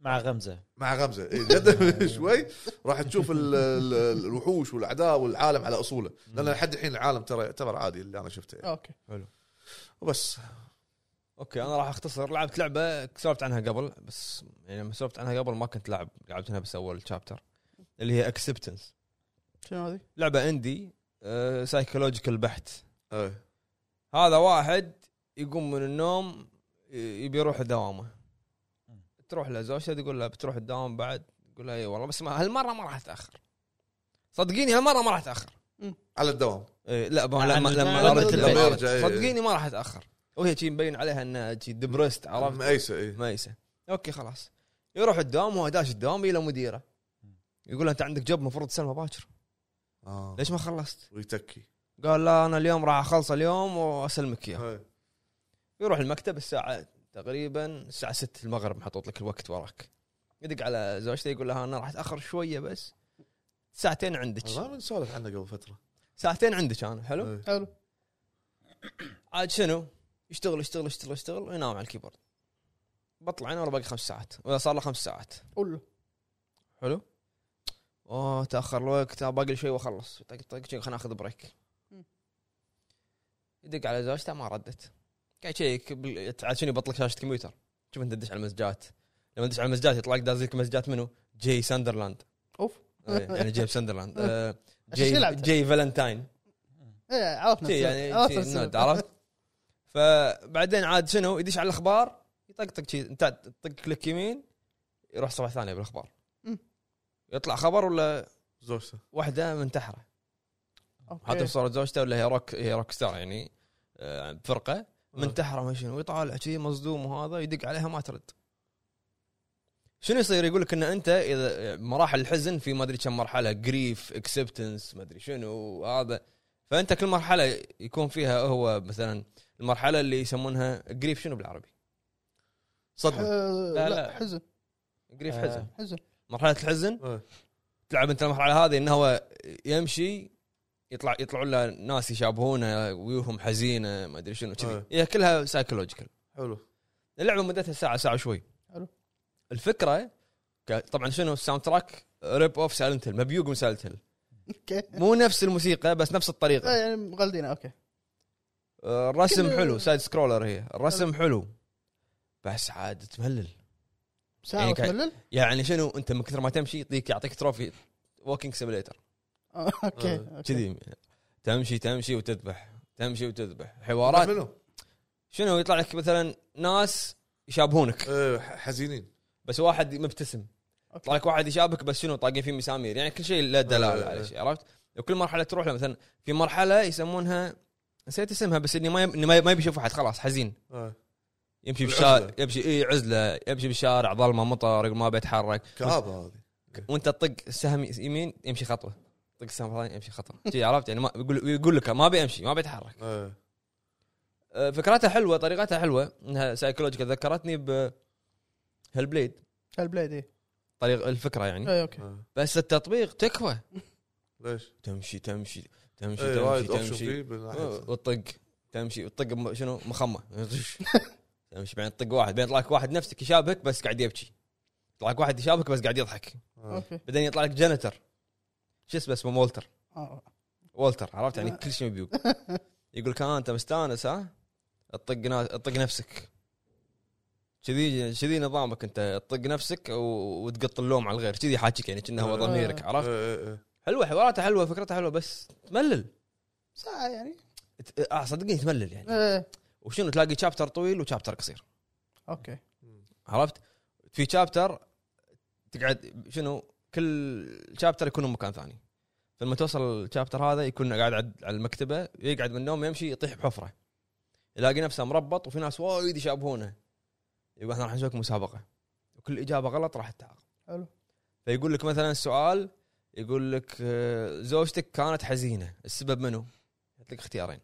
Speaker 2: مع غمزه
Speaker 3: مع غمزه إيه، جد *laughs* شوي راح تشوف ال- ال- الوحوش والاعداء والعالم على اصوله لان لحد الحين العالم ترى يعتبر عادي اللي انا شفته يعني.
Speaker 4: اوكي
Speaker 3: وبس
Speaker 1: اوكي انا راح اختصر لعبت لعبه سولفت عنها قبل بس يعني لما سولفت عنها قبل ما كنت لاعب لعبتها بس اول شابتر اللي هي اكسبتنس
Speaker 4: شنو هذه؟
Speaker 1: لعبه عندي آه، سايكولوجيكال بحت
Speaker 3: إيه.
Speaker 1: هذا واحد يقوم من النوم ي- يبي يروح دوامه تروح له زوجته تقول له بتروح الدوام بعد تقول له اي والله بس ما هالمره ما راح اتاخر صدقيني هالمره ما راح اتاخر
Speaker 3: على الدوام
Speaker 1: إيه لا ما-
Speaker 2: عن
Speaker 1: لما لما
Speaker 2: الدوام.
Speaker 1: ردت
Speaker 2: لما
Speaker 1: البيت.
Speaker 3: يرجع، إيه.
Speaker 1: صدقيني ما راح اتاخر وهي شي مبين عليها انها شي دبرست عرفت
Speaker 3: مأيسه اي
Speaker 1: ميسه اوكي خلاص يروح الدوام وهو داش الدوام الى مديره يقول له انت عندك جوب المفروض تسلمه باكر
Speaker 3: آه.
Speaker 1: ليش ما خلصت؟
Speaker 3: ويتكي
Speaker 1: قال لا انا اليوم راح اخلصه اليوم واسلمك اياه
Speaker 3: إيه.
Speaker 1: يروح المكتب الساعة تقريبا الساعة 6 المغرب محطوط لك الوقت وراك يدق على زوجته يقول لها انا راح اتاخر شوية بس ساعتين عندك
Speaker 3: ما بنسولف عنه قبل فتره
Speaker 1: ساعتين عندك انا حلو
Speaker 3: إيه.
Speaker 4: حلو
Speaker 1: عاد شنو؟ يشتغل يشتغل يشتغل يشتغل وينام على الكيبورد بطلع انا ورا باقي خمس ساعات ولا صار له خمس ساعات
Speaker 4: قول له
Speaker 1: حلو اوه تاخر الوقت آه، باقي لي شوي واخلص طق طق شي، خلنا ناخذ بريك
Speaker 4: مم.
Speaker 1: يدق على زوجته ما ردت قاعد يشيك بال- تعال شنو يبطلك شاشه كمبيوتر شوف انت تدش على المسجات لما تدش على المسجات يطلع لك دازلك مسجات منو؟ جي ساندرلاند
Speaker 4: اوف
Speaker 1: آه، يعني جيب
Speaker 4: *laughs*
Speaker 1: ساندرلاند آه،
Speaker 4: عشان شي
Speaker 1: جي
Speaker 4: يلعب.
Speaker 1: جي فالنتاين
Speaker 4: ايه عرفنا
Speaker 1: شي
Speaker 4: السبب.
Speaker 1: يعني
Speaker 4: عرفنا
Speaker 1: شي
Speaker 4: السبب.
Speaker 1: نود، عرفت؟ فبعدين عاد شنو يدش على الاخبار يطقطق شي انت تطق كليك يمين يروح صفحه ثانيه بالاخبار
Speaker 4: مم.
Speaker 1: يطلع خبر ولا
Speaker 3: زوجته
Speaker 1: واحده منتحره
Speaker 4: *laughs* أوكي.
Speaker 1: حاطه بصوره زوجته ولا هي روك هي روك ستار يعني آه، فرقه منتحره ما شنو ويطالع شي مصدوم وهذا يدق عليها ما ترد شنو يصير يقول لك ان انت اذا آه، مراحل الحزن في ما ادري كم مرحله جريف اكسبتنس ما ادري شنو هذا فانت كل مرحله يكون فيها هو مثلا المرحله اللي يسمونها جريف شنو بالعربي؟
Speaker 3: صدمه
Speaker 1: لا، لا.
Speaker 4: لا, لا حزن
Speaker 1: جريف
Speaker 2: آه.
Speaker 1: حزن *laughs*
Speaker 4: حزن
Speaker 1: مرحله الحزن
Speaker 3: إيه.
Speaker 1: تلعب انت المرحله هذه انه هو يمشي يطلع يطلعوا له ناس يشابهونه ويوهم حزينه ما ادري شنو كذي
Speaker 3: أي.
Speaker 1: هي كلها سايكولوجيكال
Speaker 3: حلو
Speaker 1: اللعبه مدتها ساعه ساعه شوي
Speaker 4: حلو.
Speaker 1: الفكره ك- طبعا شنو الساوند تراك ريب اوف سايلنت هيل مبيوق من سايلنت هيل
Speaker 4: اوكي
Speaker 1: مو نفس الموسيقى بس نفس
Speaker 4: لا،
Speaker 1: الطريقه
Speaker 4: يعني مغلدينه اوكي
Speaker 1: آه، الرسم
Speaker 4: كله-
Speaker 1: حلو سايد سكرولر هي الرسم حلو بس عاد تملل
Speaker 4: ساعه
Speaker 1: يعني كا-
Speaker 4: وتملل
Speaker 1: يعني شنو انت من كثر ما تمشي يعطيك يعطيك تروفي ووكينج سيميليتر
Speaker 4: آه، اوكي
Speaker 3: آه،
Speaker 4: أوكي.
Speaker 1: كذي تمشي تمشي وتذبح تمشي وتذبح
Speaker 3: مرات
Speaker 1: حوارات
Speaker 3: منو؟
Speaker 1: شنو يطلع لك مثلا ناس يشابهونك
Speaker 3: إيه، ح- حزينين
Speaker 1: بس واحد مبتسم
Speaker 4: أوكي.
Speaker 1: يطلع لك واحد يشابهك بس شنو طاقين فيه مسامير يعني كل شيء له دلاله
Speaker 3: إيه.
Speaker 1: على شيء عرفت وكل مرحله تروح له مثلا في مرحله يسمونها نسيت اسمها بس اني ما يب... إني ما ما يبي يشوف احد خلاص حزين
Speaker 3: إيه.
Speaker 1: يمشي
Speaker 3: بالعزلة.
Speaker 1: بالشارع يمشي اي عزله يمشي بالشارع ظلمه مطر ما بيتحرك
Speaker 3: كآبة هذه
Speaker 1: وانت تطق السهم يمين يمشي خطوه طق السهم الثاني يمشي خطوه شي عرفت يعني ما يقول يقول لك ما بيمشي ما بيتحرك
Speaker 3: إيه.
Speaker 1: آه، فكرتها حلوه طريقتها حلوه انها سايكولوجيكال ذكرتني ب هالبليد
Speaker 4: البليد اي
Speaker 1: طريق الفكره يعني
Speaker 4: اي اوكي
Speaker 3: إيه.
Speaker 1: بس التطبيق تكفى
Speaker 3: ليش؟
Speaker 1: تمشي تمشي تمشي
Speaker 3: إيه،
Speaker 1: تمشي
Speaker 3: وايد اوبشن فيه
Speaker 1: تمشي
Speaker 3: بالناحية.
Speaker 1: آه، وتطق تمشي وتطق م- شنو مخمه *laughs* تمشي بعدين تطق واحد بعدين يطلع لك واحد نفسك يشابهك بس قاعد يبكي يطلع لك واحد يشابهك بس قاعد يضحك
Speaker 3: إيه.
Speaker 4: اوكي
Speaker 1: بعدين يطلع لك جنتر شو اسمه اسمه والتر
Speaker 4: آه.
Speaker 1: والتر عرفت يعني كل شيء مبيوق يقول لك ها انت مستانس ها اطق نا- اطق نفسك كذي كذي نظامك انت تطق نفسك و- وتقط اللوم على الغير كذي حاكيك يعني كأنه هو ضميرك عرفت
Speaker 3: إيه، إيه، إيه.
Speaker 1: حلوه حواراتها حلوه فكرتها حلوه بس تملل
Speaker 4: ساعه يعني
Speaker 1: ت- اه صدقني تملل يعني
Speaker 4: ايه
Speaker 1: وشنو تلاقي شابتر طويل وشابتر قصير
Speaker 4: اوكي
Speaker 1: عرفت في شابتر تقعد شنو كل شابتر يكون مكان ثاني فلما توصل الشابتر هذا يكون قاعد عد- على المكتبه يقعد من النوم يمشي يطيح بحفره يلاقي نفسه مربط وفي ناس وايد يشابهونه يقول احنا راح نسوي مسابقه وكل اجابه غلط راح تعاقب
Speaker 4: حلو.
Speaker 1: فيقول لك مثلا السؤال يقول لك آه، زوجتك كانت حزينه السبب منو؟ يعطيك لك اختيارين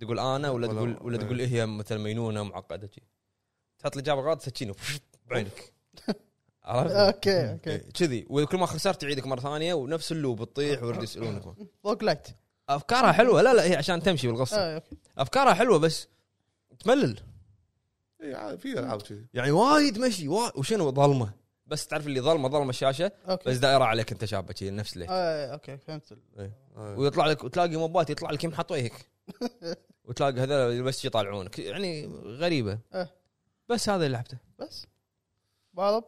Speaker 1: تقول انا ولا
Speaker 3: ولا-
Speaker 1: تقول ولا تقول إيه هي مثلا مينونه معقده شي. تحط الاجابه غلط سكينه بعينك طيب. *laughs* عرفت؟ *laughs*
Speaker 4: اوكي اوكي
Speaker 1: إيه، كذي وكل ما خسرت يعيدك مره ثانيه ونفس اللوب تطيح ويرد يسالونك
Speaker 4: فوق لايت
Speaker 1: افكارها حلوه لا لا هي عشان تمشي بالقصه
Speaker 4: آه، اوكي
Speaker 1: افكارها حلوه بس تملل
Speaker 3: إيه، عاد في العاب كذي
Speaker 1: يعني وايد مشي وا... وشنو ظلمه بس تعرف اللي ظلمه ظلمه الشاشه بس
Speaker 4: اوكي
Speaker 1: دائره عليك انت شابه شي نفس الليل
Speaker 4: آه، اوكي فهمت ال-
Speaker 3: إيه.
Speaker 1: ويطلع لك وتلاقي موبات يطلع لك يمحط
Speaker 4: *laughs*
Speaker 1: وجهك وتلاقي هذول بس يطالعونك يعني غريبه
Speaker 4: إيه.
Speaker 1: بس هذا اللي لعبته
Speaker 4: بس بعرب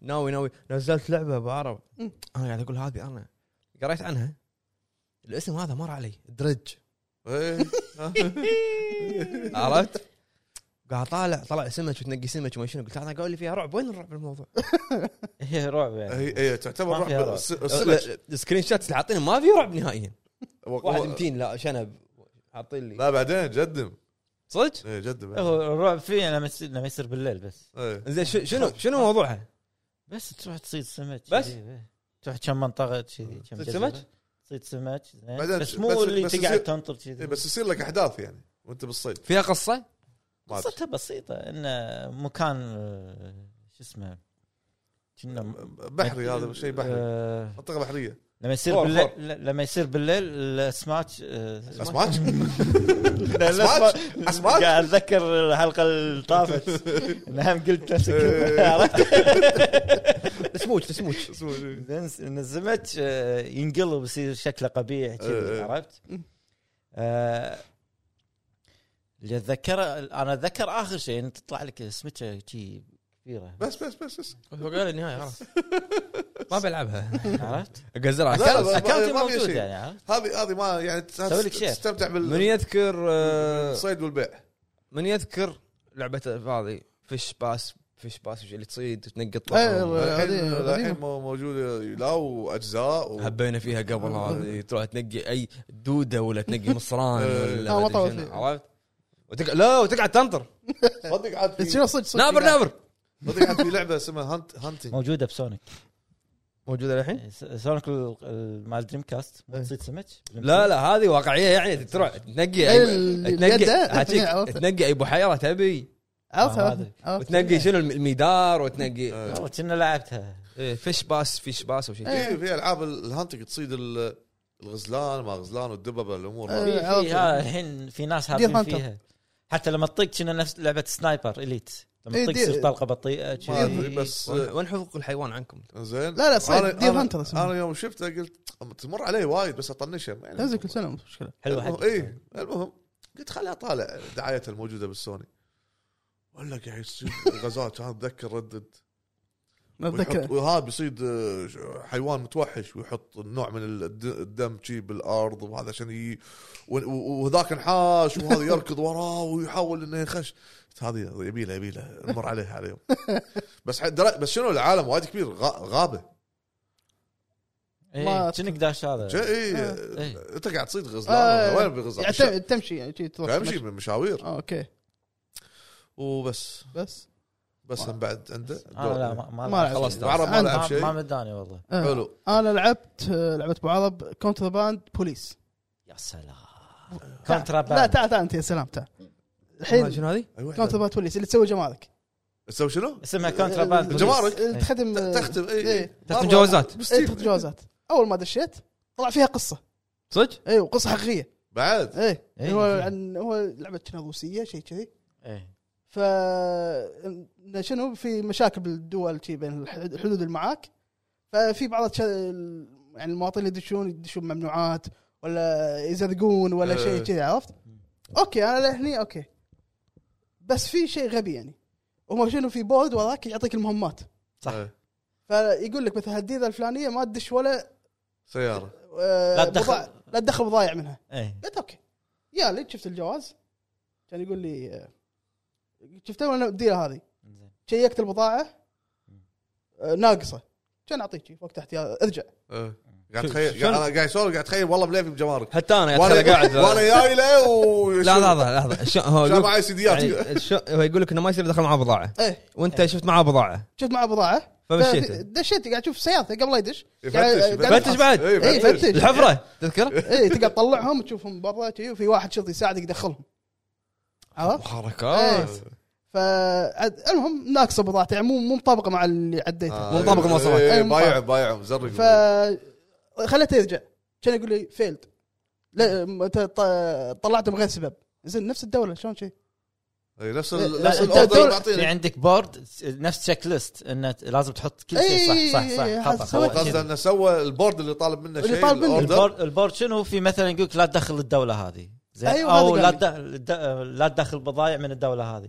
Speaker 1: ناوي ناوي نزلت لعبه بعرب
Speaker 4: مم.
Speaker 1: انا قاعد اقول هذه انا قريت عنها الاسم هذا مر علي
Speaker 3: *laughs*
Speaker 1: درج
Speaker 3: إيه. ها؟
Speaker 1: عرفت؟ قاعد طالع طلع سمك وتنقي سمك وما شنو قلت انا قالوا لي فيها رعب وين الرعب بالموضوع؟
Speaker 2: هي رعب يعني
Speaker 3: هي هي تعتبر
Speaker 2: ما
Speaker 3: رعب
Speaker 2: فيها رعب.
Speaker 3: الس- السمك
Speaker 1: السكرين شوتس اللي حاطينه ما في رعب نهائيا واحد
Speaker 3: و-
Speaker 1: متين لا شنب حاطين لي
Speaker 3: لا بعدين جدم
Speaker 1: صدق؟
Speaker 3: ايه جدم
Speaker 2: هو الرعب فيه لما يصير- لما يصير بالليل بس
Speaker 3: إيه.
Speaker 1: زين شو-
Speaker 3: *laughs*
Speaker 1: شنو شنو موضوعها؟
Speaker 2: بس تروح تصيد سمك
Speaker 1: بس؟
Speaker 2: كذي، إيه. تروح كم منطقه كذي كم
Speaker 1: تصيد
Speaker 2: جزيرة.
Speaker 1: سمك؟
Speaker 2: تصيد سمك زين.
Speaker 3: أه. بعدين-
Speaker 2: بس مو
Speaker 3: بس-
Speaker 2: اللي
Speaker 3: بس
Speaker 2: تقعد
Speaker 3: يصير-
Speaker 2: تنطر
Speaker 3: إيه،
Speaker 2: كذي
Speaker 3: بس يصير لك احداث يعني وانت بالصيد
Speaker 1: فيها قصه؟
Speaker 3: ما أدري.
Speaker 2: قصتها بسيطه انه مكان آه، شو اسمه كنا
Speaker 3: بحري هذا شيء بحري
Speaker 2: آه،
Speaker 3: منطقه بحريه
Speaker 2: لما يصير
Speaker 1: فور،
Speaker 2: بالليل
Speaker 1: فور.
Speaker 2: ل- لما يصير بالليل الاسماك آه، *laughs*
Speaker 3: اسماك
Speaker 2: لا،
Speaker 3: أسماك؟
Speaker 2: الأسماك-
Speaker 3: أسماك؟
Speaker 2: قاعد اتذكر الحلقه اللي
Speaker 3: *laughs*
Speaker 2: طافت انا هم قلت نفس الكلمة، *laughs* عرفت؟
Speaker 1: السموج السموج
Speaker 3: إيه.
Speaker 2: نز- إن الزمج آه، ينقلب يصير شكله قبيح كذي
Speaker 3: إيه.
Speaker 2: عرفت؟ آه، اللي اتذكره انا اتذكر اخر شيء إن تطلع لك سمكه شي
Speaker 3: *laughs*
Speaker 2: كبيره
Speaker 3: بس بس بس بس
Speaker 1: هو قال النهايه *laughs* خلاص ما بلعبها
Speaker 2: عرفت؟
Speaker 1: اقزرها
Speaker 3: لا، لا،
Speaker 1: كلب.
Speaker 3: ما-
Speaker 2: اكونتي
Speaker 3: ما في
Speaker 2: موجود
Speaker 3: شيء.
Speaker 2: يعني عرفت؟
Speaker 3: هذه هذه ما يعني تس-
Speaker 2: سوي لك شير.
Speaker 3: تستمتع
Speaker 1: من
Speaker 3: بال-
Speaker 1: يذكر آه،
Speaker 3: بالصيد والبيع
Speaker 1: من يذكر لعبه هذه فيش باس فيش باس وش اللي تصيد تنقط
Speaker 4: أيوة.
Speaker 3: الحين
Speaker 4: هذه-
Speaker 3: الحين مو- موجوده لا واجزاء و...
Speaker 1: هبينا فيها قبل هذه تروح تنقي اي دوده ولا تنقي مصران ولا
Speaker 4: آه،
Speaker 1: ما
Speaker 4: مطوة
Speaker 1: أدري شنو،
Speaker 4: فيه.
Speaker 1: عرفت؟ وتقعد لا وتقعد تنطر
Speaker 3: صدق عاد في-
Speaker 4: شنو صدق صدق
Speaker 1: نابر نابر
Speaker 3: صدق عاد في لعبه اسمها هانت
Speaker 2: *laughs*
Speaker 3: هانتنج
Speaker 2: موجوده بسونيك
Speaker 1: موجوده الحين؟
Speaker 3: إيه.
Speaker 2: س- سونيك ال- ال- مال دريم كاست مو تصيد سمك
Speaker 1: لا لا هذه واقعيه يعني تروح تنقي
Speaker 4: إيه،
Speaker 1: أي-
Speaker 4: ال-
Speaker 1: تنقي
Speaker 4: اليد. إيه،
Speaker 1: هاتيك- تنقي اي بحيره تبي
Speaker 4: عرفت
Speaker 2: آه،
Speaker 4: عرفت
Speaker 2: هذه.
Speaker 4: عرفت.
Speaker 1: وتنقي شنو الم- المدار وتنقي
Speaker 3: آه.
Speaker 2: والله كنا لعبتها
Speaker 1: إيه، فيش باس فيش باس وشيء
Speaker 4: إيه.
Speaker 3: في في العاب ال- الهانتنج تصيد ال- الغزلان ما غزلان والدببه الامور
Speaker 4: أه.
Speaker 3: هذه.
Speaker 2: في-
Speaker 4: عرفت.
Speaker 2: في ها الحين في ناس
Speaker 4: دير
Speaker 2: هابين
Speaker 4: هانتر.
Speaker 2: فيها حتى لما تطيق كنا نفس لعبه سنايبر اليت لما
Speaker 4: إيه،
Speaker 2: تطيق
Speaker 4: دير-
Speaker 2: تصير طلقه بطيئه
Speaker 3: ما
Speaker 2: كذي.
Speaker 3: ادري بس آه،
Speaker 1: وين حقوق الحيوان عنكم؟
Speaker 3: زين
Speaker 4: لا، لا، صيد.
Speaker 3: أنا-
Speaker 4: دير
Speaker 3: أنا-
Speaker 4: هانتر اسمه.
Speaker 3: انا يوم شفته قلت تمر علي وايد بس اطنشه يعني
Speaker 4: تنزل كل سنه مش مشكله
Speaker 2: حلوه حق
Speaker 4: إيه،
Speaker 3: اي المهم قلت خليني اطالع دعايتها الموجوده بالسوني ولا قاعد يصيد غازات كان اتذكر
Speaker 4: *laughs*
Speaker 3: ردد ويحط-
Speaker 4: اتذكر
Speaker 3: وهذا بيصيد آه، ش- حيوان متوحش ويحط نوع من الد- الدم شي بالارض وهذا عشان ي... و- و- وذاك انحاش وهذا يركض وراه ويحاول انه يخش قلت هذه يبيله يبيله نمر عليها
Speaker 4: *laughs*
Speaker 3: على يوم بس ح- درا- بس شنو العالم وايد كبير غا- غابه
Speaker 4: ما-
Speaker 2: إيه، كأنك داش هذا
Speaker 3: جا- إيه،
Speaker 4: آه.
Speaker 3: آه، انت قاعد تصيد
Speaker 4: آه.
Speaker 3: غزلان وين بغزلان؟
Speaker 4: يعني تم- تمشي يعني شي تروح
Speaker 3: تمشي
Speaker 4: تمشي.
Speaker 3: مشاوير
Speaker 4: آه، اوكي
Speaker 3: وبس
Speaker 4: بس
Speaker 3: بس هم بعد عنده
Speaker 2: انا آه، لا ما- ما
Speaker 4: ما
Speaker 2: لعبت.
Speaker 4: لعبت.
Speaker 1: خلاص
Speaker 3: ما عرب ما
Speaker 4: أنا
Speaker 3: لعب
Speaker 2: ما- ما
Speaker 3: شيء
Speaker 2: مداني والله
Speaker 4: آه.
Speaker 3: حلو
Speaker 4: انا لعبت آه، لعبه ابو عرب كونترباند بوليس
Speaker 2: يا سلام
Speaker 4: لا
Speaker 2: كونتراباند
Speaker 4: تعال تعال انت يا سلام تعال الحين
Speaker 1: شنو هذه؟
Speaker 3: أي واحدة.
Speaker 4: كونترباند بوليس اللي تسوي جمارك
Speaker 3: أيوة. تسوي شنو؟
Speaker 2: اسمها
Speaker 4: إيه،
Speaker 2: كونتراباند
Speaker 3: جمارك.
Speaker 4: اللي تخدم آه،
Speaker 3: تختم اي
Speaker 4: إيه.
Speaker 1: تاخذ جوازات
Speaker 4: إيه، تاخذ جوازات اول ما دشيت طلع فيها قصه
Speaker 1: صدق؟
Speaker 4: ايوه قصه حقيقيه
Speaker 3: بعد
Speaker 4: ايه
Speaker 2: إيه،
Speaker 4: هو
Speaker 2: إيه.
Speaker 4: عن هو لعبه كنا روسيه شيء كذي
Speaker 2: إيه.
Speaker 4: ف إن شنو في مشاكل بالدول شي بين الحد- الحدود اللي معاك ففي بعض الش- ال- يعني المواطنين اللي يدشون يدشون ممنوعات ولا يزرقون ولا
Speaker 3: إيه.
Speaker 4: شيء كذا عرفت؟ اوكي انا لهني اوكي بس في شيء غبي يعني هم شنو في بورد وراك يعطيك المهمات
Speaker 2: صح.
Speaker 3: إيه.
Speaker 4: فيقول لك مثلا هالديره الفلانيه ما تدش ولا
Speaker 3: سياره
Speaker 4: آه،
Speaker 2: لا تدخل.
Speaker 4: بضاع- لا تدخل بضايع منها
Speaker 2: إيه.
Speaker 4: قلت اوكي يا لي شفت الجواز كان يقول لي آه، شفت انا الديره هذه
Speaker 2: زين.
Speaker 4: شيكت البضاعه آه، ناقصه كان اعطيك شي وقت احتياج ارجع
Speaker 3: إيه. قاعد
Speaker 1: شو-
Speaker 3: تخيل
Speaker 1: شو-
Speaker 3: انا قاعد اسولف قاعد اتخيل والله مليفي بجمارك
Speaker 1: حتى انا
Speaker 3: وانا
Speaker 1: أتخيل قاعد
Speaker 3: وانا جاي له و
Speaker 1: لا لحظه لحظه شو- هو
Speaker 3: شو
Speaker 1: يقول-
Speaker 3: معي سيديات
Speaker 1: يعني شو- هو يقول لك انه ما يصير يدخل معاه بضاعه
Speaker 4: ايه
Speaker 1: وانت شفت معاه بضاعه
Speaker 4: شفت معه بضاعه
Speaker 1: فمشيته
Speaker 4: دشيت قاعد اشوف سيارته قبل لا يدش
Speaker 3: يفتش،
Speaker 4: قاعد-
Speaker 3: يفتش.
Speaker 4: قاعد-
Speaker 1: فتش بعد
Speaker 3: إيه،
Speaker 4: إيه،
Speaker 3: فتش.
Speaker 4: فتش.
Speaker 1: الحفره تذكر؟
Speaker 4: ايه تقعد تطلعهم تشوفهم برا شي، وفي واحد شرطي يساعدك يدخلهم عرفت؟ إيه.
Speaker 1: وحركات
Speaker 4: ف المهم ناقصه بضاعته يعني مو مو مطابقه مع اللي عديته
Speaker 3: آه،
Speaker 1: مو مطابق
Speaker 3: إيه،
Speaker 1: المصرف.
Speaker 3: إيه،
Speaker 4: إيه،
Speaker 3: بايع بايع مزرق
Speaker 4: ف خليته يرجع كان يقول لي فيلد لا م- ت- ط- طلعته بغير سبب زين نفس الدوله شلون شي؟
Speaker 3: إيه، نفس
Speaker 4: لا،
Speaker 3: ال-
Speaker 4: لا،
Speaker 3: نفس
Speaker 4: أنت
Speaker 3: الاوردر
Speaker 4: دول-
Speaker 3: اللي
Speaker 2: في
Speaker 3: معطيني
Speaker 2: عندك بورد نفس تشيك ليست انه لازم تحط كل شيء
Speaker 4: إيه،
Speaker 2: صح صح
Speaker 4: إيه،
Speaker 2: صح
Speaker 4: هذا
Speaker 2: خطأ، خطأ.
Speaker 4: سويت.
Speaker 3: قصده انه سوى البورد اللي طالب منه
Speaker 4: اللي
Speaker 3: شيء
Speaker 4: طالب منه.
Speaker 3: الاوردر
Speaker 2: البورد البورد شنو في مثلا يقولك لا تدخل الدوله هذه زين
Speaker 4: أيوة،
Speaker 2: او
Speaker 4: هذا
Speaker 2: لا
Speaker 4: قال
Speaker 2: تدخل لا تدخل بضايع من الدوله هذه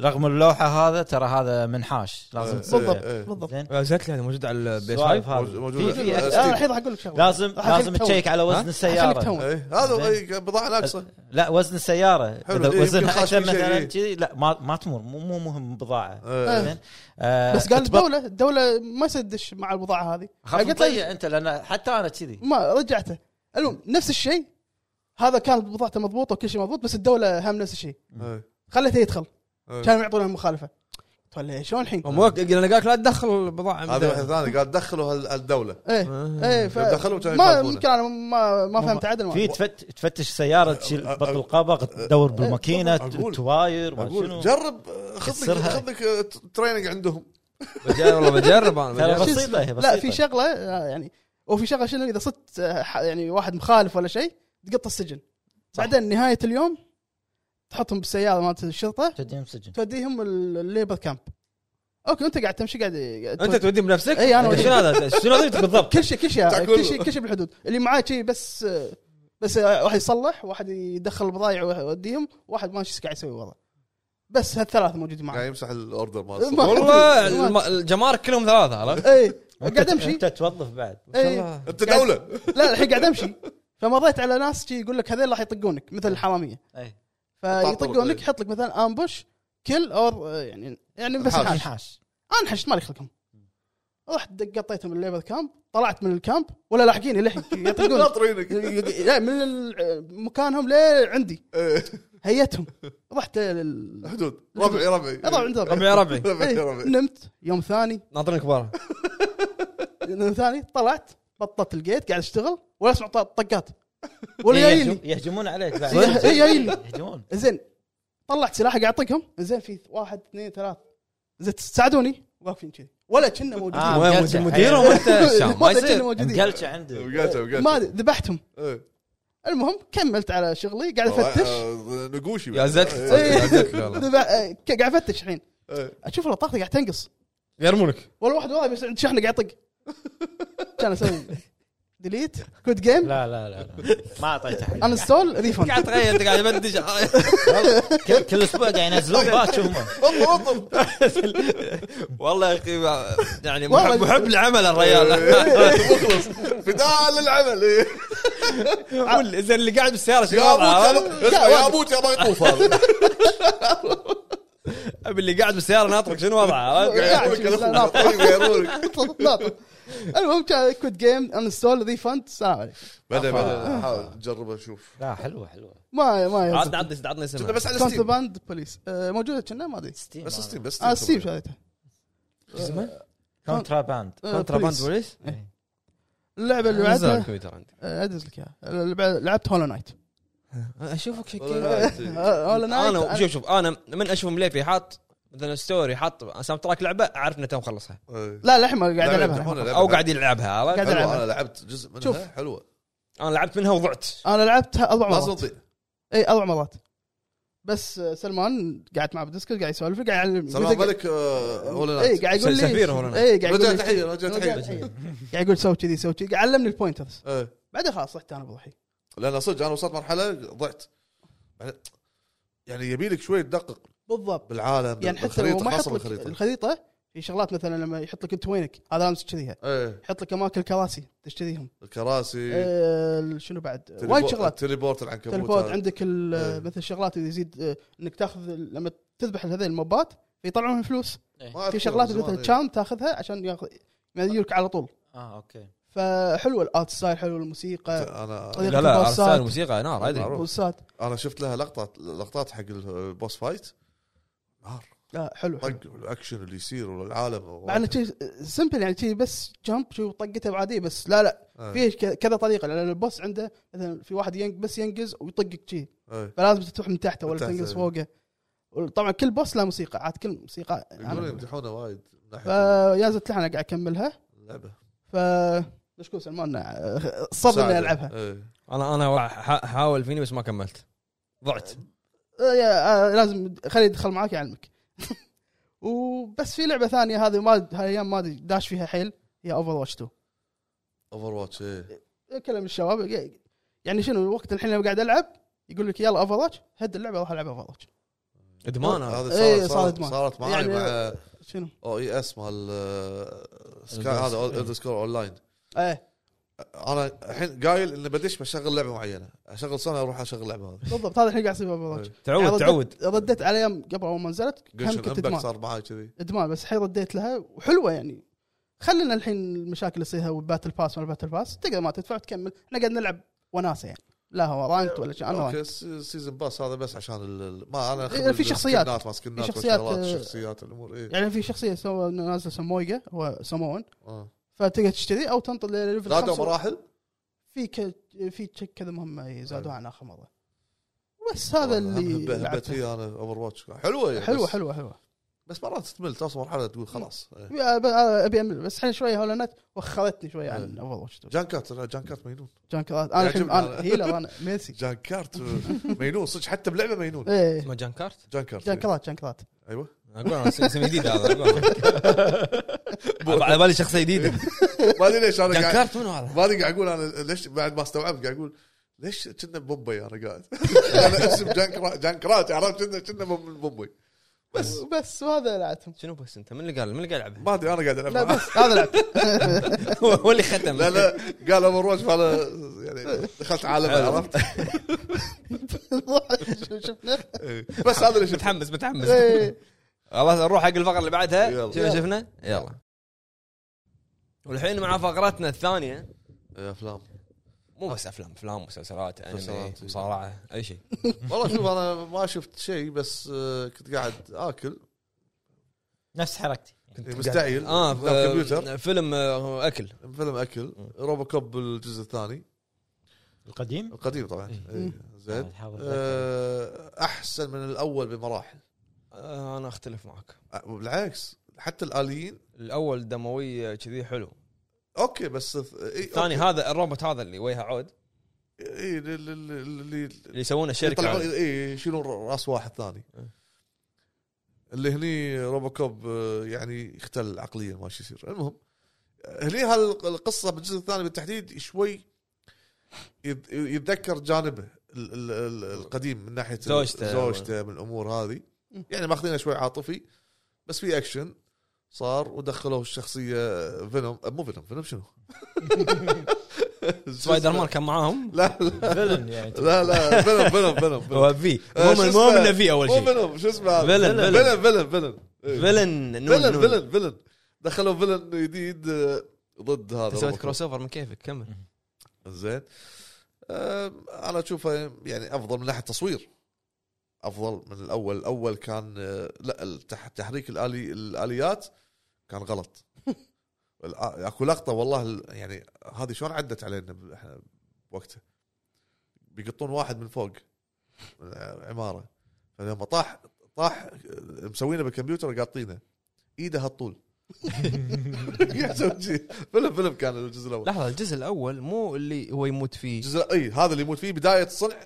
Speaker 2: رغم اللوحه هذا ترى هذا منحاش لازم
Speaker 3: إيه،
Speaker 2: تسوي.
Speaker 4: بالضبط
Speaker 3: إيه.
Speaker 4: بالضبط
Speaker 2: زين
Speaker 1: شكله هذا آه، يعني موجود على البي اس
Speaker 2: سوالف
Speaker 1: 5
Speaker 2: هذه.
Speaker 3: موجود- موجود.
Speaker 2: في- في
Speaker 3: آه،
Speaker 2: أك-
Speaker 4: انا الحين راح اقول لك شغله
Speaker 2: لازم
Speaker 4: راح أخليك
Speaker 2: لازم
Speaker 4: تو.
Speaker 2: تشيك على
Speaker 1: ها؟
Speaker 2: وزن
Speaker 4: خليك
Speaker 2: السياره
Speaker 4: تو.
Speaker 3: إيه، هذا
Speaker 2: زين.
Speaker 3: إيه، بضاعه ناقصه
Speaker 2: لا وزن السياره
Speaker 3: حلو، إيه،
Speaker 2: اذا
Speaker 3: يمكن
Speaker 2: وزنها
Speaker 3: خاش
Speaker 2: اكثر
Speaker 3: في شيء،
Speaker 2: مثلا
Speaker 3: إيه.
Speaker 2: كذي لا ما ما تمر مو مو مهم بضاعه
Speaker 4: أه.
Speaker 3: إيه.
Speaker 2: زين آه،
Speaker 4: بس قال
Speaker 2: تبط-
Speaker 4: الدوله الدوله ما تدش مع البضاعه هذه
Speaker 2: خاف
Speaker 4: قلت له-
Speaker 2: تضيع انت لان حتى انا كذي
Speaker 4: ما رجعته المهم نفس الشيء هذا كان بضاعته مضبوطه وكل شيء مضبوط بس الدوله هم نفس الشيء
Speaker 3: إيه،
Speaker 4: خلته يدخل
Speaker 2: أه.
Speaker 3: إيه.
Speaker 4: كانوا يعطونه مخالفه قلت له "إيه، شلون الحين؟
Speaker 1: مو انا قالك لا تدخل البضاعه
Speaker 3: هذا واحد ثاني قال دخلوا هال- هالدوله
Speaker 4: ايه
Speaker 1: آه.
Speaker 4: ايه ف...
Speaker 3: دخلوا وكانوا
Speaker 4: ما
Speaker 3: يطالبونه.
Speaker 4: يمكن انا ما ما فهمت عدل
Speaker 2: في
Speaker 4: ما
Speaker 2: تفت... تفتش سياره تشيل
Speaker 3: أ- أ-
Speaker 2: بطل قبق تدور بالماكينه
Speaker 3: أه، أقول.
Speaker 2: تواير ما
Speaker 3: اقول
Speaker 2: شنو
Speaker 3: جرب آه، خذ لك
Speaker 2: كسرها.
Speaker 3: خذ لك آه، تريننج عندهم
Speaker 1: بجرب والله بجرب انا
Speaker 2: ترى
Speaker 1: بجرب.
Speaker 2: بسيطه هي بسيطه
Speaker 4: لا في شغله آه، يعني وفي شغله شنو اذا صدت آه، ح- يعني واحد مخالف ولا شيء تقط السجن
Speaker 2: صح.
Speaker 4: بعدين نهايه اليوم تحطهم بالسياره مالت الشرطه
Speaker 2: تديهم سجن
Speaker 4: توديهم ال- الليبر كامب اوكي انت قاعد تمشي قاعد
Speaker 1: انت تودي بنفسك؟
Speaker 2: إيه،
Speaker 4: إي، أنا
Speaker 1: أنت
Speaker 4: ودي.
Speaker 1: شنو هذا؟ شنو هذا بالضبط؟
Speaker 4: كل شيء كل شيء
Speaker 3: تاكل.
Speaker 4: كل شيء كل شيء بالحدود اللي معاه شيء بس بس واحد يصلح واحد يدخل البضائع ويوديهم واحد ماشي قاعد يسوي وضع بس هالثلاث موجودين
Speaker 3: قاعد
Speaker 4: معاه
Speaker 3: يمسح الاوردر
Speaker 4: ما- *laughs*
Speaker 3: مال
Speaker 1: والله الم- الجمارك كلهم ثلاثه عرفت؟
Speaker 4: اي
Speaker 2: وأنت-
Speaker 4: إيه، قاعد امشي
Speaker 2: انت توظف بعد
Speaker 4: اي
Speaker 1: والله.
Speaker 3: انت دوله
Speaker 4: لا الحين قاعد امشي فمريت على ناس شي يقول لك هذول راح يطقونك مثل الحراميه
Speaker 2: اي
Speaker 4: فيطقونك يحط لك مثلا امبوش كل اور آه، يعني يعني بس
Speaker 3: انحاش.
Speaker 4: انحاش
Speaker 2: انحاش
Speaker 4: انا انحشت مالي خلقهم رحت دق- قطيتهم الليبر كامب طلعت من الكامب ولا لاحقيني لحق
Speaker 3: *laughs*
Speaker 4: يطقوني
Speaker 3: ناطرينك
Speaker 4: لا من ال- مكانهم ليه عندي
Speaker 3: إيه،
Speaker 4: هيتهم رحت لل...
Speaker 3: حدود ربعي ربعي
Speaker 4: طبعا عندي ربع.
Speaker 1: ربعي ربعي
Speaker 3: ربعي
Speaker 4: إيه،
Speaker 3: ربعي
Speaker 4: نمت يوم ثاني
Speaker 1: ناطرينك برا
Speaker 4: يوم ثاني طلعت بطلت الجيت قاعد اشتغل ولا اسمع ط- طقات ولا
Speaker 2: يهجم-
Speaker 4: جاييني
Speaker 2: يهجمون عليك بعد
Speaker 4: صدق؟ إي، جايين.
Speaker 2: يهجمون
Speaker 4: زين طلعت سلاحي قاعد اطقهم زين في واحد اثنين ثلاث زين تساعدوني واقفين كذي ولا كنا موجودين
Speaker 2: آه،
Speaker 1: وين
Speaker 2: مقلشة.
Speaker 1: مديرهم
Speaker 4: *laughs*
Speaker 1: انت الشام ما
Speaker 4: ولا كنا
Speaker 1: يصير
Speaker 4: موجودين
Speaker 2: مقلشه عنده
Speaker 3: وقاته وقاته
Speaker 4: ما أدري، ذبحتهم
Speaker 3: إيه.
Speaker 4: المهم كملت على شغلي قاعد افتش
Speaker 3: آه، نقوشي
Speaker 1: يا زلت يا زلت والله.
Speaker 4: ذبح- آه، ك- قاعد افتش الحين
Speaker 3: إيه.
Speaker 4: اشوف إن طاقتي قاعد تنقص
Speaker 1: يرمونك
Speaker 4: ولا واحد والله بس عند شحنه قاعد يطق كان اسوي ديليت كود جيم
Speaker 2: لا لا لا لا. ما اعطيته حق
Speaker 4: انستول ريفند
Speaker 1: قاعد تغير انت قاعد تبدش
Speaker 2: كل- كل اسبوع قاعد ينزلون باتش هم
Speaker 3: انطر
Speaker 4: *laughs*
Speaker 3: انطر
Speaker 1: والله يا اخي ما- يعني
Speaker 4: والله.
Speaker 1: محب محب العمل الرجال *laughs*
Speaker 3: مخلص فداء للعمل إيه.
Speaker 1: وال- زين اللي قاعد بالسياره شو
Speaker 3: يا
Speaker 1: وضعه؟
Speaker 3: ابوك يا- اسمع، يا ابوك يا ما يطوف هذا
Speaker 1: ابي اللي قاعد بالسياره ناطرك شنو وضعه؟
Speaker 3: قاعد يقولك يا أخوي، طيب يا أبوك.
Speaker 4: المهم كان كود جيم انستول ريفند السلام عليكم
Speaker 3: بعدين بعدين حاول جرب اشوف
Speaker 2: لا حلوه حلوه
Speaker 4: ما ما
Speaker 1: عطني
Speaker 4: يزبط.
Speaker 1: عطني عطني اسمها
Speaker 3: كنا بس على ستيم
Speaker 4: كونترباند بوليس آه، موجوده كنا ما ادري
Speaker 2: ستيم
Speaker 3: بس ستيم بس
Speaker 4: اه ستيف شريتها
Speaker 1: اسمه؟
Speaker 2: كونتراباند إيه.
Speaker 4: آه،
Speaker 1: كونتراباند
Speaker 4: بوليس.
Speaker 1: بوليس؟
Speaker 4: اللعبه اللي
Speaker 1: نزل
Speaker 4: بعدها
Speaker 1: الكمبيوتر عندي
Speaker 4: آه، ادز لك اياها اللي بعد- لعبت هولو نايت
Speaker 1: اشوفك شك-
Speaker 3: ستيم
Speaker 4: آه، هولو نايت
Speaker 1: انا
Speaker 4: أنا-
Speaker 1: شوف شوف انا من اشوف مليفي حاط مثلا ستوري حاط ساوند تراك لعبه اعرف انه تو مخلصها
Speaker 4: لا للحين ما قاعد العبها
Speaker 1: او
Speaker 3: او
Speaker 1: قاعد يلعبها
Speaker 4: قاعد
Speaker 1: عرفت؟
Speaker 4: ألعبها.
Speaker 3: انا لعبت جزء منها
Speaker 4: شوف. آه.
Speaker 3: حلوه
Speaker 1: انا لعبت منها وضعت
Speaker 4: انا لعبتها اربع
Speaker 3: لازم
Speaker 4: مرات
Speaker 3: تضيع
Speaker 4: اي اربع مرات بس آه، سلمان قعدت معه بالديسكورد قاعد يسولف قاعد يعلم
Speaker 3: سلام عليك آه، هولو
Speaker 4: اي
Speaker 3: نايت
Speaker 4: إيه، قاعد يقول لي
Speaker 1: سفير هولو نايت.
Speaker 4: اي قاعد
Speaker 3: رجع
Speaker 4: يقول لي
Speaker 3: تحيه رجع
Speaker 4: رجع
Speaker 3: تحيه
Speaker 4: تحية. قاعد يقول سوي كذي سوي كذي قاعد علمني البوينترز
Speaker 3: إيه.
Speaker 4: بعدين خلاص رحت انا بروحي
Speaker 3: لان صدق انا وصلت مرحله ضعت بعدين- يعني يبي لك شوي تدقق
Speaker 4: بالضبط
Speaker 3: بالعالم
Speaker 4: يعني حتى لو
Speaker 3: بالخريطه
Speaker 4: ما
Speaker 3: خاصه
Speaker 4: يحط لك
Speaker 3: بالخريطه
Speaker 4: الخريطه في شغلات مثلا لما يحط لك انت وينك هذا امسك كذيها
Speaker 3: ايه
Speaker 4: يحط لك اماكن الكراسي تشتريهم
Speaker 3: الكراسي
Speaker 4: آه، شنو بعد
Speaker 3: تليبو-
Speaker 4: وايد شغلات
Speaker 3: التليبورت العنكبوت
Speaker 4: تلفون
Speaker 3: هذا.
Speaker 4: عندك ال-
Speaker 3: إيه.
Speaker 4: مثل الشغلات اللي يزيد آه، انك تاخذ ال- لما تذبح هذين الموبات فيطلعون فلوس
Speaker 3: ما أذكر
Speaker 4: في شغلات
Speaker 3: من زمان،
Speaker 4: مثل
Speaker 3: إيه.
Speaker 4: تشام تاخذها عشان ياخذ ما يجيك على طول
Speaker 2: اه اوكي
Speaker 4: فحلو الارت ستايل حلو الموسيقى
Speaker 3: انا
Speaker 4: طريقة
Speaker 1: لا لا
Speaker 4: البوسات.
Speaker 1: ارسال موسيقى نار ادري
Speaker 3: معروف.
Speaker 4: بوسات
Speaker 3: انا شفت لها لقطات لقطات حق البوس فايت نار
Speaker 4: لا حلو حلو
Speaker 3: طق الاكشن اللي يصير والعالم
Speaker 4: مع انه شيء سمبل يعني شيء بس جمب شو طقته عاديه بس لا لا
Speaker 3: آه.
Speaker 4: في ك- كذا طريقه لان البوس عنده مثلا في واحد ين- بس ينقز ويطقك شيء
Speaker 3: إيه.
Speaker 4: فلازم تروح من تحته ولا
Speaker 3: من تحته.
Speaker 4: تنقز فوقه طبعا كل بوس له موسيقى عاد كل موسيقى
Speaker 3: يقولون
Speaker 4: يعني
Speaker 3: يمدحونه وايد من ناحيه
Speaker 4: فيازت لحن قاعد اكملها
Speaker 3: اللعبه
Speaker 4: ف مشكور سلمان آه، صبر اني
Speaker 3: مساعدة.
Speaker 4: العبها
Speaker 3: إيه.
Speaker 1: انا انا وا- حا- حاول فيني بس ما كملت ضعت
Speaker 4: آه، يا- آه، لازم خليه يدخل معاك يعلمك *laughs* وبس في لعبه ثانيه هذه ما هالايام ما أدري داش فيها حيل هي اوفر واتش 2
Speaker 3: اوفر واتش ايه
Speaker 4: اكلم إيه، الشباب يعني شنو الوقت الحين لما قاعد العب يقول لك يلا اوفر واتش هد اللعبه راح العب اوفر واتش
Speaker 1: ادمان هذا
Speaker 4: إيه،
Speaker 3: هذا صار-
Speaker 4: صار
Speaker 3: صارت
Speaker 4: إدمان.
Speaker 3: صارت معي
Speaker 4: يعني-
Speaker 3: مع
Speaker 4: شنو؟
Speaker 3: او اي اس مال آه، سكاي هذا
Speaker 2: إيه.
Speaker 3: اولدر سكور اون لاين
Speaker 4: ايه
Speaker 3: انا الحين قايل اني بدش بشغل لعبه معينه اشغل سنه اروح اشغل لعبه هذه إيه.
Speaker 4: بالضبط هذا الحين قاعد يصير اوفر واتش يعني
Speaker 1: تعود تعود
Speaker 4: رديت على ايام قبل اول ما نزلت هم
Speaker 3: جنشن
Speaker 4: كنت
Speaker 3: امباكت
Speaker 4: ادمان
Speaker 3: صار معي كذي
Speaker 4: ادمان بس الحين رديت لها وحلوه يعني خلينا الحين المشاكل اللي تصير وباتل باس ما باتل باس تقدر ما تدفع وتكمل احنا قاعد نلعب وناسه يعني لا هو رانكت ولا شيء انا رانكت
Speaker 3: اوكي سيزون باس هذا بس عشان ال- ال- ما انا
Speaker 4: إيه، في شخصيات.
Speaker 3: السكنات ما سكنات
Speaker 4: في شخصيات،
Speaker 3: والشغلات،
Speaker 4: آه،
Speaker 3: الشخصيات الامور ايه
Speaker 4: يعني في شخصيه سو نازل سمويقه هو سمون
Speaker 3: آه.
Speaker 4: فتقدر تشتري او تنطر لليفل
Speaker 3: زادوا
Speaker 4: خمسة.
Speaker 3: مراحل
Speaker 4: في ك... في تشك كذا مهمه زادوها عن اخر مره بس
Speaker 3: والله
Speaker 4: هذا اللي
Speaker 3: هبت- هبت
Speaker 4: لعبته.
Speaker 3: فيها انا اوفر واتش حلوه يعني
Speaker 4: حلوه
Speaker 3: بس
Speaker 4: حلوه حلوه
Speaker 3: بس مرات تمل توصل مرحله تقول خلاص
Speaker 4: *laughs*
Speaker 3: إيه.
Speaker 4: أبي- أبي- ابي امل بس الحين شوي هولو نايت وخرتني شوي عن اوفر واتش
Speaker 3: جان كارت لا، جان كارت مجنون
Speaker 4: جان كرات انا الحين
Speaker 3: إيه. يعجبني
Speaker 4: انا
Speaker 3: هذا.
Speaker 4: هيلر انا ميسي
Speaker 3: جان كارت مجنون صدق حتى بلعبه مجنون
Speaker 4: ايه
Speaker 1: اسمه جان كارت
Speaker 3: جان كارت
Speaker 4: جان كرات جان كرات
Speaker 3: ايوه
Speaker 1: اقول أنا اسم اسم جديد هذا *laughs* أقول. على بالي شخصيه *laughs* جديده
Speaker 3: ما ادري ليش انا
Speaker 1: جان
Speaker 3: قاعد
Speaker 1: كارت منو هذا؟
Speaker 3: ما ادري قاعد اقول انا ليش بعد ما استوعبت قاعد اقول ليش كنا بمبي انا قاعد *laughs* انا اسم جان كرا- جان كرات عرفت كنا كنا من بمبي
Speaker 4: بس بس
Speaker 3: *laughs*
Speaker 4: وهذا لعبتهم
Speaker 1: شنو بس انت من اللي قال من اللي قال يلعبها؟
Speaker 3: ما ادري انا قاعد
Speaker 4: لا
Speaker 3: العب
Speaker 4: بس هذا لعبته
Speaker 1: *laughs*
Speaker 4: *laughs*
Speaker 1: هو اللي ختم
Speaker 3: لا لا قال اوفر واتش فانا يعني دخلت عالم عرفت
Speaker 4: شفنا
Speaker 3: *laughs* إيه. بس هذا اللي شفته
Speaker 1: *laughs* متحمس متحمس
Speaker 4: إيه.
Speaker 1: خلاص نروح حق الفقره اللي بعدها
Speaker 3: يلا.
Speaker 1: شنو شفنا؟ يلا والحين مع فقرتنا الثانيه
Speaker 3: افلام
Speaker 1: مو بس افلام افلام مسلسلات إيه، انمي
Speaker 3: مسلسلات.
Speaker 1: مصارعه اي شيء
Speaker 3: والله شوف انا ما شفت شيء بس آه، كنت قاعد اكل
Speaker 2: نفس حركتي
Speaker 3: مستعجل
Speaker 1: اه
Speaker 3: قدام الكمبيوتر
Speaker 1: ف- فيلم آه، اكل
Speaker 3: فيلم اكل روبو كوب الجزء الثاني *laughs*
Speaker 2: القديم
Speaker 3: القديم طبعا إيه، زين
Speaker 2: حاول
Speaker 3: آه، احسن من الاول بمراحل
Speaker 1: آه، انا اختلف معك
Speaker 3: آه، بالعكس حتى الاليين
Speaker 1: الاول دموي كذي حلو
Speaker 3: اوكي بس إيه، الثاني
Speaker 1: الثاني هذا الروبوت هذا اللي وجهه عود
Speaker 3: اي اللي- اللي اللي- اللي
Speaker 1: اللي يسوونه شركه
Speaker 3: يطلعون
Speaker 1: هذا.
Speaker 3: اي يشيلون راس واحد ثاني إيه. اللي هني روبوكوب آه، يعني اختل العقليه ما شو يصير المهم هني هالقصه بالجزء الثاني بالتحديد شوي يت- يتذكر جانبه ال- ال- ال- القديم من ناحيه
Speaker 1: زوجته.
Speaker 3: زوجته من الامور هذه يعني ماخذينها شوي عاطفي بس في اكشن صار ودخلوا الشخصيه فينوم آه، مو فينوم فينوم شنو؟
Speaker 1: *laughs* سبايدر مان كان معاهم
Speaker 3: لا لا
Speaker 2: فيلن يعني
Speaker 3: لا لا فينوم فينوم فينوم فينوم
Speaker 1: هو في
Speaker 3: آه، شو
Speaker 1: المهم
Speaker 3: اسمه؟
Speaker 1: المهم انه في اول
Speaker 3: مو
Speaker 1: شيء
Speaker 3: فيلم شو اسمه هذا؟
Speaker 1: فيلن،
Speaker 3: فيلن فيلن فيلن إيه.
Speaker 1: فيلن نون،
Speaker 3: فيلن
Speaker 1: نون.
Speaker 3: فيلن فيلن دخلوا فيلن جديد آه، ضد هذا
Speaker 1: أنت سويت
Speaker 3: روبوكوب.
Speaker 1: كروس اوفر من كيفك كمل
Speaker 3: زين آم، انا اشوفه يعني افضل من ناحيه تصوير افضل من الاول الاول كان آه، لا التح- التحريك الالي الاليات كان غلط الآ- اكو لقطه والله ال- يعني هذه شلون عدت علينا ب- احنا بوقتها بيقطون واحد من فوق من عماره فلما طاح طاح آه، مسوينه بالكمبيوتر قاطينه ايده هالطول *laughs* فيلم فيلم كان الجزء الاول
Speaker 1: لحظه الجزء الاول مو اللي هو يموت فيه
Speaker 3: الجزء اي هذا اللي يموت فيه بدايه صنع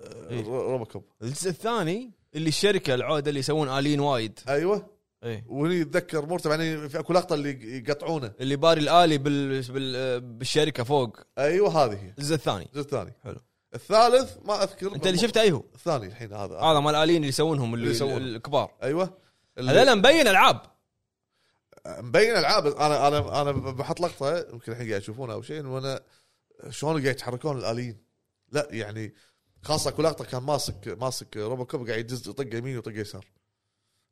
Speaker 3: آه،
Speaker 1: إي.
Speaker 3: رو- روبوكوب
Speaker 1: الجزء الثاني اللي الشركه العوده اللي يسوون الين وايد
Speaker 3: ايوه
Speaker 1: اي
Speaker 3: وهني يتذكر مرتب يعني في اكو لقطه اللي يقطعونه
Speaker 1: اللي باري الالي بال... بال... بالشركه فوق
Speaker 3: ايوه هذه هي
Speaker 1: الجزء الثاني
Speaker 3: الجزء الثاني
Speaker 1: حلو.
Speaker 3: الثالث ما اذكر
Speaker 1: انت اللي شفته اي هو
Speaker 3: الثاني الحين هذا
Speaker 1: هذا مال الالين اللي يسوونهم آه. اللي,
Speaker 3: اللي
Speaker 1: اللي
Speaker 3: يسوونهم.
Speaker 1: الكبار
Speaker 3: ايوه اللي-
Speaker 1: هذول مبين العاب
Speaker 3: مبين العاب انا انا انا بحط لقطه يمكن الحين قاعد يشوفونها او شيء وانا شلون قاعد يتحركون الاليين لا يعني خاصه اكو لقطه كان ماسك ماسك روبوكوب قاعد يدز يطق يمين ويطق يسار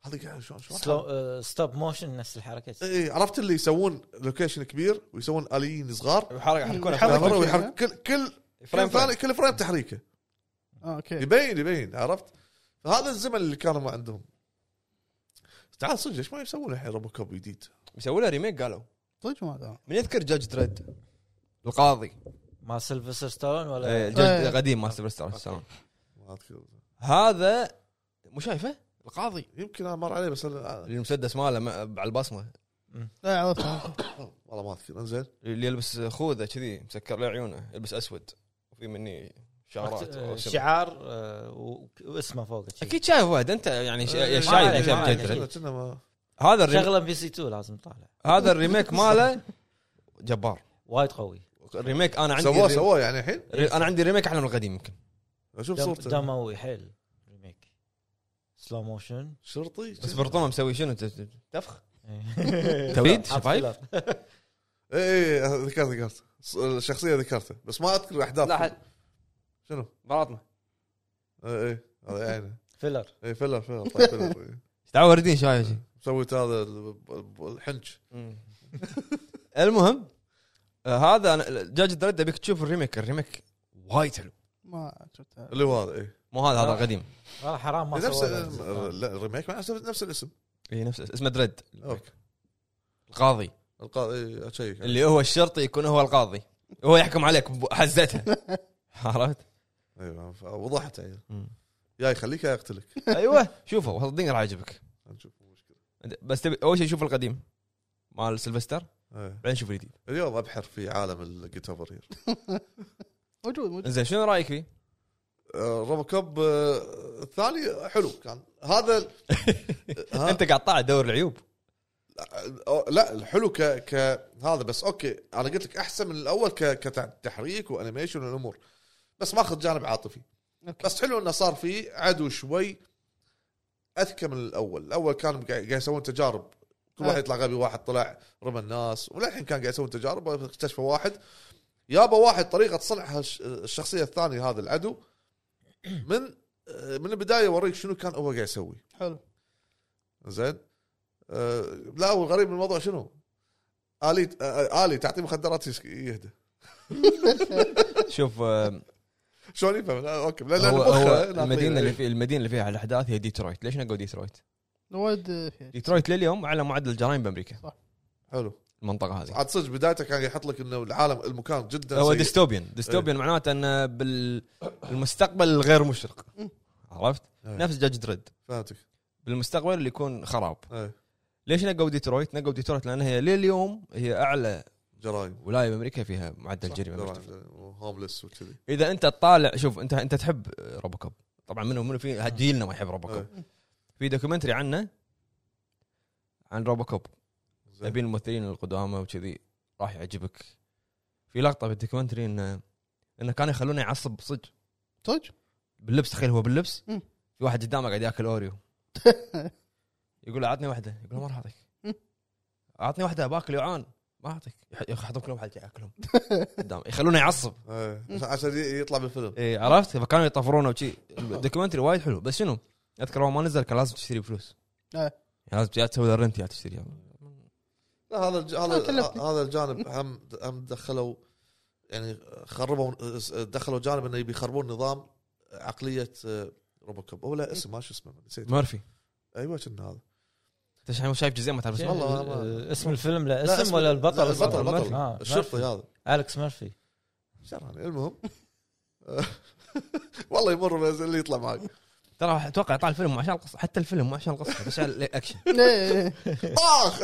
Speaker 3: هذا قاعد شلون شلون
Speaker 2: سلو آه، ستوب موشن نفس الحركه
Speaker 3: اي إيه، عرفت اللي يسوون لوكيشن كبير ويسوون اليين صغار
Speaker 4: يحرك
Speaker 3: كاميرا
Speaker 4: كل شيء.
Speaker 3: ويحرك كل كل
Speaker 1: فريم
Speaker 3: فريم
Speaker 1: فريم.
Speaker 3: كل فريم تحريكه
Speaker 4: اوكي
Speaker 3: يبين يبين عرفت فهذا الزمن اللي كانوا ما عندهم تعال صدق ليش ما يسوون الحين روبو كوب جديد؟
Speaker 1: يسووا له ريميك قالوا
Speaker 4: صدق ما أدري.
Speaker 1: من يذكر جاج دريد القاضي
Speaker 2: ما سيلفستر ستالون
Speaker 1: إيه،
Speaker 2: ولا
Speaker 1: جاج قديم ما سيلفستر ستالون.
Speaker 3: ما أذكر.
Speaker 1: هذا مو شايفه القاضي
Speaker 3: يمكن انا مر عليه بس أنا- آه،
Speaker 1: اللي المسدس ماله م- على البصمه
Speaker 4: لا عرفت
Speaker 3: والله ما اذكر انزين
Speaker 1: اللي يلبس خوذه كذي مسكر له عيونه يلبس اسود وفي مني شعرات
Speaker 2: آه،
Speaker 1: أو سم.
Speaker 2: شعار آه، و- واسمه فوق شي.
Speaker 1: اكيد شايف واحد انت يعني ش- يا
Speaker 2: أه، ما
Speaker 1: شايف
Speaker 2: عليه،
Speaker 1: يا
Speaker 2: ما
Speaker 1: شايف
Speaker 2: عليه.
Speaker 1: جاج دريد.
Speaker 3: كنا- كنا ما
Speaker 1: هذا الريميك
Speaker 2: شغله بي سي 2 لازم طالع
Speaker 1: هذا الريميك ماله جبار
Speaker 2: وايد قوي
Speaker 1: الريميك انا عندي
Speaker 3: سووه
Speaker 1: الريميك-
Speaker 3: سووه يعني الحين
Speaker 1: ري- انا عندي ريميك احلى من القديم يمكن
Speaker 3: اشوف
Speaker 2: دم-
Speaker 3: صورته
Speaker 2: دموي حيل ريميك سلو موشن
Speaker 3: شرطي
Speaker 1: بس برطمان مسوي شنو ت- ت- تفخ تويد؟
Speaker 2: تويد
Speaker 1: شفايف؟
Speaker 3: اي اي ذكرت ذكرت الشخصيه ذكرتها بس ما اذكر الاحداث
Speaker 1: لا حد
Speaker 3: شنو؟
Speaker 1: براطمه
Speaker 3: اي اي هذا يعني
Speaker 2: فيلر
Speaker 3: اي فيلر فيلر طيب فيلر إي.
Speaker 1: تعال وردين شايف شي
Speaker 3: سويت هذا ال- ال- الحنش
Speaker 1: *laughs* المهم آه، هذا انا جاج دريد ابيك تشوف الريميك الريميك وايد حلو
Speaker 4: ما شفتها
Speaker 3: اللي هو هذا اي
Speaker 1: مو هذا هذا
Speaker 2: آه.
Speaker 1: القديم
Speaker 2: والله حرام ما
Speaker 3: نفس آه،
Speaker 2: سووه.
Speaker 3: لا الريميك مع نفس نفس الاسم
Speaker 1: اي إيه، نفس اسمه دريد
Speaker 3: اوكي
Speaker 1: القاضي
Speaker 3: القاضي اشيك
Speaker 1: اللي هو الشرطي يكون هو القاضي هو يحكم عليك بحزتها *laughs* عرفت؟
Speaker 3: ايوه ف- وضحت يعني
Speaker 1: *laughs* مم.
Speaker 3: يا يخليك يا يقتلك
Speaker 1: أيوة. ايوه شوفه صدقني راح يعجبك
Speaker 3: نشوف مشكله
Speaker 1: بس تبي اول شيء شوف القديم مال سيلفستر
Speaker 3: إيه.
Speaker 1: بعدين شوف الجديد
Speaker 3: اليوم ابحر في عالم الجيت اوفر هير
Speaker 4: موجود موجود
Speaker 1: زين شنو رايك *laughs* فيه؟
Speaker 3: روبو كوب آه، الثاني حلو كان هذا ال- ها؟
Speaker 1: انت قاعد طالع تدور العيوب
Speaker 3: أو- آه، لا الحلو ك ك هذا بس اوكي انا قلت لك احسن من الاول ك كتحريك وانيميشن والامور بس ماخذ جانب عاطفي
Speaker 4: أوكي.
Speaker 3: بس حلو انه صار في عدو شوي اذكى من الاول الاول كانوا قاعد قاعد يسوون تجارب كل واحد
Speaker 4: أي.
Speaker 3: يطلع غبي واحد طلع رمى الناس وللحين كان قاعد يسوون تجارب اكتشفوا واحد يابا واحد طريقه صنع هالش- الشخصيه الثانيه هذا العدو من آه، من البدايه اوريك شنو كان هو قاعد يسوي *laughs*
Speaker 4: حلو
Speaker 3: زين آه لا والغريب من الموضوع شنو؟ الي آه الي تعطيه مخدرات يس- يهدى
Speaker 1: شوف آه،
Speaker 3: شلون يفهم؟ لا، اوكي لا *laughs* لا
Speaker 1: هو,
Speaker 3: مخه
Speaker 1: هو
Speaker 3: ناطية.
Speaker 1: المدينه اللي في المدينه اللي فيها الاحداث هي ديترويت ليش نقوا ديترويت؟
Speaker 4: وايد آه، فيها شيء.
Speaker 1: ديترويت لليوم اعلى معدل الجرائم بامريكا
Speaker 3: حلو
Speaker 1: المنطقه هذه
Speaker 3: عاد صدق بدايته كان يحط لك انه العالم المكان جدا
Speaker 1: هو
Speaker 3: سيء.
Speaker 1: ديستوبيان ديستوبيان معناته انه بالمستقبل الغير مشرق
Speaker 4: مم.
Speaker 1: عرفت؟
Speaker 3: إيه،
Speaker 1: نفس جاج دريد
Speaker 3: فهمتك
Speaker 1: بالمستقبل اللي يكون خراب
Speaker 3: إيه،
Speaker 1: ليش نقوا ديترويت؟ نقوا ديترويت لان هي لليوم هي اعلى
Speaker 3: جرايم
Speaker 1: ولايه بامريكا فيها معدل جريمه مرتفع
Speaker 3: هوملس وكذي
Speaker 1: اذا انت تطالع شوف انت انت تحب روبوكوب طبعا منو منو في جيلنا ما يحب روبوكوب
Speaker 3: إيه،
Speaker 1: في دوكيومنتري عنه عن روبوكوب
Speaker 3: زين.
Speaker 1: تبين الممثلين القدامى وكذي راح يعجبك في لقطه بالدوكيومنتري انه انه كانوا يخلونه يعصب صدق
Speaker 4: صدق
Speaker 1: باللبس تخيل هو باللبس
Speaker 4: مم.
Speaker 1: في واحد قدامه قاعد ياكل اوريو يقول له عطني واحده يقول له ما راح اعطيك
Speaker 4: مم.
Speaker 1: اعطني واحده باكل جوعان ما اعطيك يح- يحطون كلهم حد ياكلهم قدامه يخلونه يعصب
Speaker 3: إيه، عشان- عشان ي- يطلع بالفيلم
Speaker 1: إيه عرفت فكانوا يطفرونه وشي الدوكيومنتري وايد حلو بس شنو اذكر اول ما نزل كان لازم تشتري بفلوس
Speaker 4: إيه.
Speaker 1: يعني لازم يا تسوي رنت يا تشتري
Speaker 3: لا هذا الج- هذا
Speaker 4: كلفني.
Speaker 3: هذا الجانب هم هم دخلوا يعني خربوا دخلوا جانب انه يبي يخربون نظام عقليه آه، روبوكوب هو لا اسم ما شو اسمه نسيت
Speaker 1: مورفي
Speaker 3: ايوه كنا هذا
Speaker 1: انت شايف- شايف جزئين ما تعرف اسمه
Speaker 3: والله.
Speaker 2: آه، اسم الفيلم لا
Speaker 3: لا،
Speaker 2: اسم ولا البطل
Speaker 3: لا، البطل
Speaker 2: ميرفي.
Speaker 3: البطل
Speaker 2: آه،
Speaker 3: الشرطي
Speaker 2: ميرفي.
Speaker 3: هذا
Speaker 2: اليكس ميرفي
Speaker 3: شرعني المهم *laughs* والله يمر بس اللي يطلع معي
Speaker 1: ترى اتوقع يطلع الفيلم مو عشان القصه حتى الفيلم مو عشان القصه بس عشان *laughs* الاكشن
Speaker 4: إيه.
Speaker 3: طاخ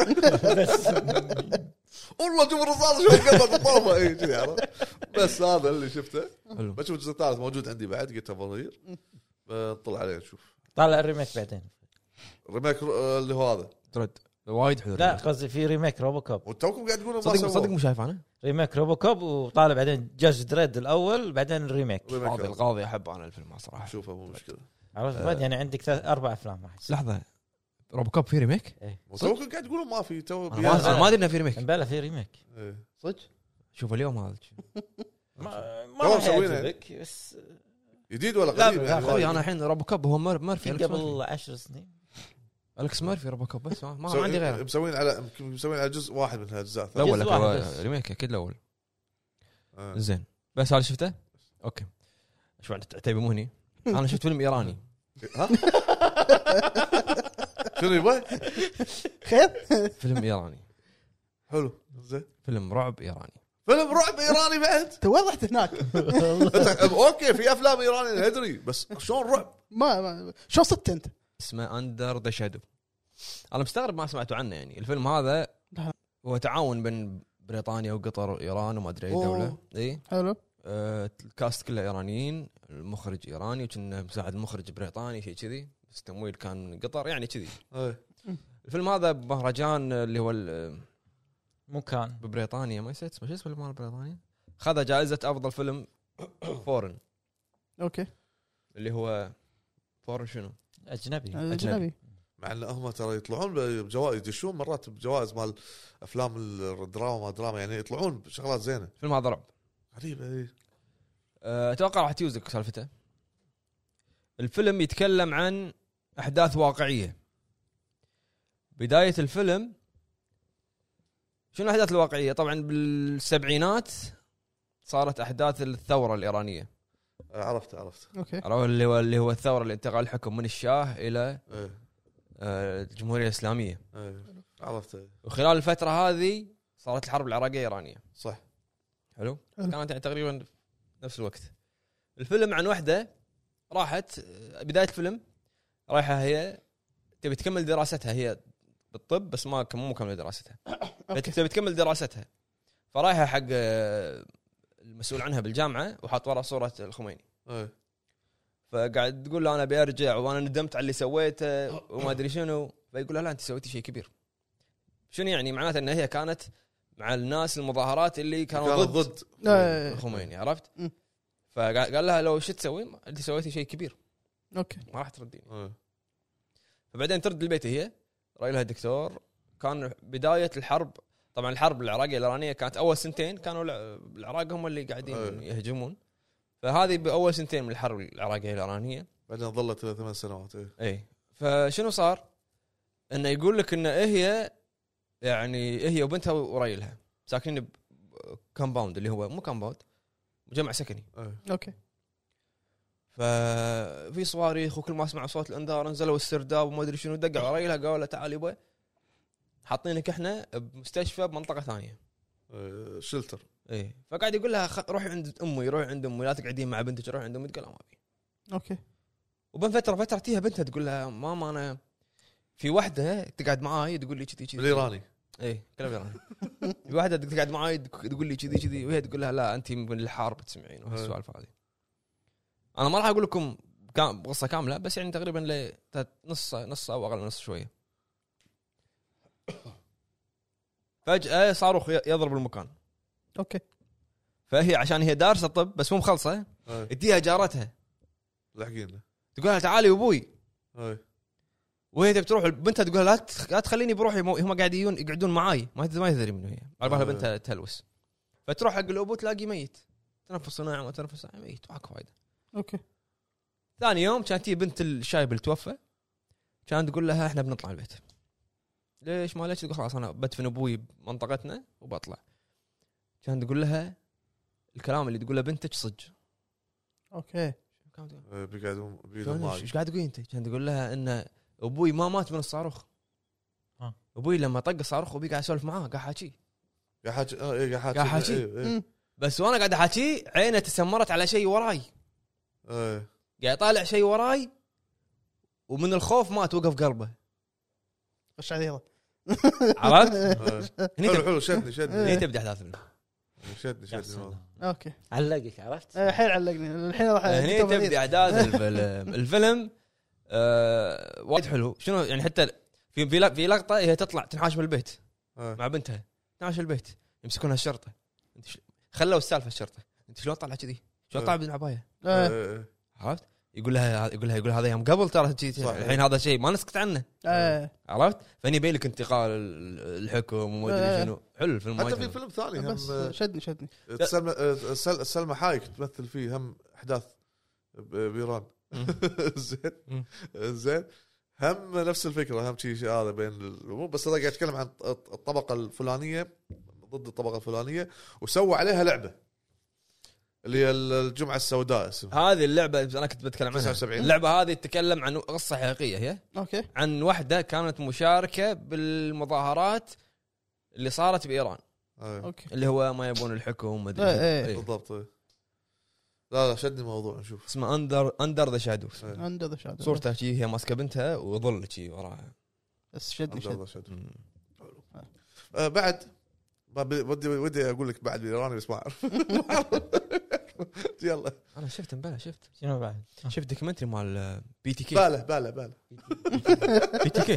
Speaker 3: والله شوف الرصاص شو قطعت الطرفه اي إيه، كذي عرفت بس هذا اللي شفته
Speaker 1: حلو
Speaker 3: بشوف الجزء الثالث موجود عندي بعد قلت ابغى طلع عليه نشوف
Speaker 2: طالع الريميك بعدين
Speaker 3: ريميك رو- اللي هو هذا
Speaker 1: ترد وايد حلو
Speaker 2: لا
Speaker 1: لا
Speaker 2: قصدي في ريميك روبو كوب
Speaker 3: وتوكم قاعد تقولون ما
Speaker 1: صدق صدق
Speaker 3: سووا
Speaker 1: مو شايف انا
Speaker 2: ريميك روبو كوب وطالع بعدين جاج دريد الاول بعدين الريميك
Speaker 3: ريميك
Speaker 1: القاضي
Speaker 3: هذا.
Speaker 1: القاضي احب انا الفيلم صراحه
Speaker 3: شوفه مو مشكله
Speaker 2: عرفت بعد يعني عندك ثلاث اربع افلام واحد
Speaker 1: لحظه روبوكوب في ريميك؟
Speaker 2: إيه.
Speaker 3: وتوكم قاعد تقولون ما في تو
Speaker 1: انا ما- أنا ما ادري انه في ريميك
Speaker 2: امبلا في ريميك
Speaker 3: إيه.
Speaker 4: صدق
Speaker 1: شوف اليوم هذا
Speaker 2: ما ما
Speaker 3: تو
Speaker 2: راح
Speaker 3: مسوينه.
Speaker 2: يعجبك بس
Speaker 3: جديد ولا
Speaker 2: لا،
Speaker 3: قديم
Speaker 2: لا،
Speaker 3: يعني
Speaker 1: اخوي
Speaker 3: وايد.
Speaker 1: انا الحين روبوكوب هو مير- ميرفي
Speaker 2: في
Speaker 1: أليكس ميرفي.
Speaker 2: قبل عشر سنين
Speaker 1: الكس ميرفي روبوكوب بس ما, ما
Speaker 3: مسوي-
Speaker 1: عندي غيره
Speaker 3: مسوين على مسوين على جزء واحد من آه. الاجزاء الثانية.
Speaker 1: الاول
Speaker 2: واحد
Speaker 1: أكيد
Speaker 2: بس.
Speaker 1: ريميك اكيد الاول
Speaker 3: آه.
Speaker 1: زين بس هذا شفته؟ اوكي شو عندك عتيبي مو هني انا شفت فيلم ايراني
Speaker 3: ها؟
Speaker 4: إيه.
Speaker 3: *laughs* شنو يبغى؟
Speaker 4: خير *laughs*
Speaker 1: فيلم ايراني
Speaker 3: حلو زين
Speaker 1: فيلم رعب ايراني
Speaker 3: فيلم رعب ايراني بعد
Speaker 4: انت وين رحت *laughs* هناك؟
Speaker 3: أنت- *laughs* اوكي في افلام ايراني أنا ادري بس شلون رعب؟
Speaker 4: ما, ما شو صدت انت؟
Speaker 1: اسمه اندر ذا شادو انا مستغرب ما سمعتوا عنه يعني الفيلم هذا
Speaker 4: لا.
Speaker 1: هو تعاون بين بريطانيا وقطر وايران وما ادري اي
Speaker 3: أوه.
Speaker 1: دوله اي
Speaker 4: حلو
Speaker 1: آه، الكاست كله ايرانيين المخرج ايراني وكنا مساعد مخرج بريطاني شيء كذي بس التمويل كان من قطر يعني كذي
Speaker 3: إيه.
Speaker 1: الفيلم هذا بمهرجان آه، اللي هو ال-
Speaker 2: مو كان
Speaker 1: ببريطانيا ما نسيت اسمه شو اسمه مال بريطانيا خذ جائزه افضل فيلم *coughs* فورن
Speaker 4: اوكي
Speaker 1: إيه، اللي هو فورن شنو؟
Speaker 2: اجنبي
Speaker 4: اجنبي
Speaker 3: مع ان هم ترى يطلعون بجوائز يدشون مرات بجوائز مال افلام الدراما ما دراما يعني يطلعون بشغلات زينه
Speaker 1: فيلم هذا رعب
Speaker 3: غريبه إيه.
Speaker 1: أه، اتوقع راح تيوزك سالفته الفيلم يتكلم عن احداث واقعيه بدايه الفيلم شنو الاحداث الواقعيه؟ طبعا بالسبعينات صارت احداث الثوره الايرانيه
Speaker 3: آه، عرفت عرفت
Speaker 4: اوكي
Speaker 1: عرفوا اللي هو اللي هو الثوره اللي انتقل الحكم من الشاه الى
Speaker 3: إيه.
Speaker 1: أه، الجمهوريه الاسلاميه
Speaker 3: إيه. عرفت إيه.
Speaker 1: وخلال الفتره هذه صارت الحرب العراقيه ايرانيه
Speaker 3: صح
Speaker 1: حلو
Speaker 4: حلو.
Speaker 1: كانت يعني تقريبا نفس الوقت الفيلم عن وحده راحت بدايه الفيلم رايحه هي تبي تكمل دراستها هي بالطب بس ما كم- مو مكمله دراستها تبي تكمل دراستها فرايحه حق آه، المسؤول عنها بالجامعه وحاط ورا صوره الخميني
Speaker 3: إيه.
Speaker 1: فقاعد تقول له انا ابي ارجع وانا ندمت على اللي سويته وما ادري شنو فيقول لها لا انت سويتي شيء كبير شنو يعني معناته ان هي كانت مع الناس المظاهرات اللي كانوا
Speaker 3: كانوا
Speaker 1: ضد
Speaker 3: ضد
Speaker 4: لا،
Speaker 1: الخميني عرفت؟
Speaker 4: مم.
Speaker 1: فقال لها لو شو تسوي؟ ما- انت سويتي شيء كبير
Speaker 4: اوكي
Speaker 1: ما راح ترديني
Speaker 3: إيه.
Speaker 1: فبعدين ترد البيت هي راي لها دكتور كان بدايه الحرب طبعا الحرب العراقيه الايرانيه كانت اول سنتين كانوا الع- العراق هم اللي قاعدين
Speaker 3: أي.
Speaker 1: يهجمون فهذه باول سنتين من الحرب العراقيه الايرانيه
Speaker 3: بعدين ظلت الى ثمان سنوات إيه.
Speaker 1: اي فشنو صار؟ انه يقول لك انه إيه هي يعني إيه هي وبنتها وريلها ساكنين بكمباوند اللي هو مو كمباوند مجمع سكني
Speaker 3: إيه.
Speaker 4: اوكي
Speaker 1: ففي صواريخ وكل ما سمعوا صوت الانذار نزلوا السرداب وما ادري شنو دقوا على رجلها قالوا له تعال يبا حاطينك احنا بمستشفى بمنطقه ثانيه
Speaker 3: إيه. شلتر
Speaker 1: اي فقاعد يقول لها خ... روحي عند امي روحي عند امي لا تقعدين مع بنتك روحي عند امي تقول لا ما ابي
Speaker 4: اوكي
Speaker 1: وبين فتره فتره تيها بنتها تقول لها ماما انا في وحده تقعد معاي تقول لي كذي كذي
Speaker 3: الايراني
Speaker 1: اي إيه، كلام ايراني في واحده تقعد معاي تقول لي كذي كذي وهي تقول لها لا انت من الحرب تسمعين وهالسوالف هذه انا ما راح اقول لكم كام- قصه كامله بس يعني تقريبا ل تلات- نص نص او اقل من نص شويه فجاه صاروخ ي- يضرب المكان
Speaker 4: اوكي
Speaker 1: فهي عشان هي دارسه طب بس مو مخلصه
Speaker 3: إيه.
Speaker 1: تجيها جارتها
Speaker 3: لاحقين له
Speaker 1: تقول لها تعالي يا ابوي
Speaker 3: إيه.
Speaker 1: وهي تبي تروح بنتها تقول لها لا تخ- لا تخليني بروحي مو- هم قاعد يجون يقعدون معاي ما تد- ما يدري منو هي على بالها
Speaker 3: آه.
Speaker 1: بنتها تهلوس فتروح حق الابو تلاقي ميت تنفس صناعي ما تنفس صناعي ميت ماكو فايده
Speaker 4: اوكي
Speaker 1: ثاني يوم كانت هي بنت الشايب اللي توفى كانت تقول لها احنا بنطلع البيت ليش ما ليش تقول خلاص انا بدفن ابوي بمنطقتنا وبطلع كانت تقول لها الكلام اللي تقوله بنتك صج
Speaker 4: اوكي
Speaker 1: كانت تقول-
Speaker 3: إيه. بيقعدون بيدهم
Speaker 1: شلون
Speaker 3: معي
Speaker 1: ايش قاعد تقول انت؟ كان تقول لها ان ابوي ما مات من الصاروخ.
Speaker 2: ها.
Speaker 1: ابوي لما طق الصاروخ ابوي قاعد اسولف معاه قاعد حاكي
Speaker 3: يا حاج آه، إيه، يا حاج
Speaker 1: يا حاج.
Speaker 3: إيه، إيه.
Speaker 4: مم.
Speaker 1: بس وانا قاعد احاكي عينه تسمرت على شيء وراي
Speaker 3: إيه.
Speaker 1: قاعد يطالع شيء وراي ومن الخوف مات وقف قلبه
Speaker 4: خش عليه يلا
Speaker 1: عرفت؟
Speaker 3: إيه.
Speaker 1: هني
Speaker 3: حلو
Speaker 1: تب-
Speaker 3: حلو شدني
Speaker 1: هني
Speaker 3: شدني
Speaker 1: تبدا احداث الفيلم.
Speaker 3: شدني
Speaker 2: يا
Speaker 3: شدني
Speaker 2: سلام.
Speaker 4: اوكي
Speaker 2: علقك عرفت؟
Speaker 4: آه، الحين علقني الحين راح
Speaker 1: آه،
Speaker 3: آه،
Speaker 1: هني
Speaker 4: دكتور
Speaker 1: تبدا
Speaker 4: بليد.
Speaker 3: *laughs*
Speaker 1: احداث الفيلم الفيلم آه، وايد حلو شنو يعني حتى في في لق- في لقطه هي تطلع تنحاش من البيت
Speaker 3: إيه.
Speaker 1: مع بنتها تنحاش البيت يمسكونها الشرطه انت ش... خلوا السالفه الشرطه انت شلون طالعه كذي؟ شلون طالعه بالعبايه؟
Speaker 4: آه،
Speaker 3: إيه، إيه.
Speaker 1: عرفت؟ يقول لها يقول لها يقول لها هذا يوم قبل ترى جي-
Speaker 3: صح.
Speaker 1: الحين هذا شيء ما نسكت عنه
Speaker 4: آه،
Speaker 1: عرفت؟ فاني يبين لك انتقال ال- الحكم وما
Speaker 4: آه.
Speaker 1: ادري شنو حلو الفيلم
Speaker 3: حتى
Speaker 1: وايد
Speaker 3: في
Speaker 1: حلو.
Speaker 3: فيلم ثاني هم
Speaker 4: بس شدني شدني
Speaker 3: آه، سلمى آه، سل- سلمى حايك تمثل فيه هم احداث ب- بايران
Speaker 1: مم.
Speaker 3: *laughs* زين
Speaker 1: مم.
Speaker 3: زين هم نفس الفكره هم شيء شيء هذا بين ال- مو بس انا قاعد اتكلم عن الط- الطبقه الفلانيه ضد الطبقه الفلانيه وسووا عليها لعبه اللي هي ال- الجمعه السوداء اسمها
Speaker 1: هذه اللعبه انا كنت بتكلم عنها
Speaker 3: 79.
Speaker 1: اللعبه هذه تتكلم عن قصه حقيقيه هي
Speaker 4: اوكي
Speaker 1: عن واحده كانت مشاركه بالمظاهرات اللي صارت بايران
Speaker 3: أيوة.
Speaker 4: اوكي
Speaker 1: اللي هو ما يبون الحكم وما ادري
Speaker 4: إيه،
Speaker 1: شنو.
Speaker 4: إيه.
Speaker 1: إيه.
Speaker 3: بالضبط إيه. لا لا شدني الموضوع نشوف
Speaker 1: اسمه اندر اندر ذا شادو
Speaker 3: إيه.
Speaker 4: اندر ذا شادو
Speaker 1: صورتها شي هي ماسكه بنتها وظل شي وراها
Speaker 4: بس شدني
Speaker 3: عبد
Speaker 4: شدني
Speaker 3: الله شد. آه، بعد ما ب- ودي ودي اقول لك بعد بالايراني بس ما اعرف *laughs* يلا
Speaker 1: انا شفت مبلا شفت
Speaker 2: شنو بعد؟
Speaker 1: شفت دوكيومنتري مال بي تي كي
Speaker 3: باله باله باله
Speaker 1: بي تي كي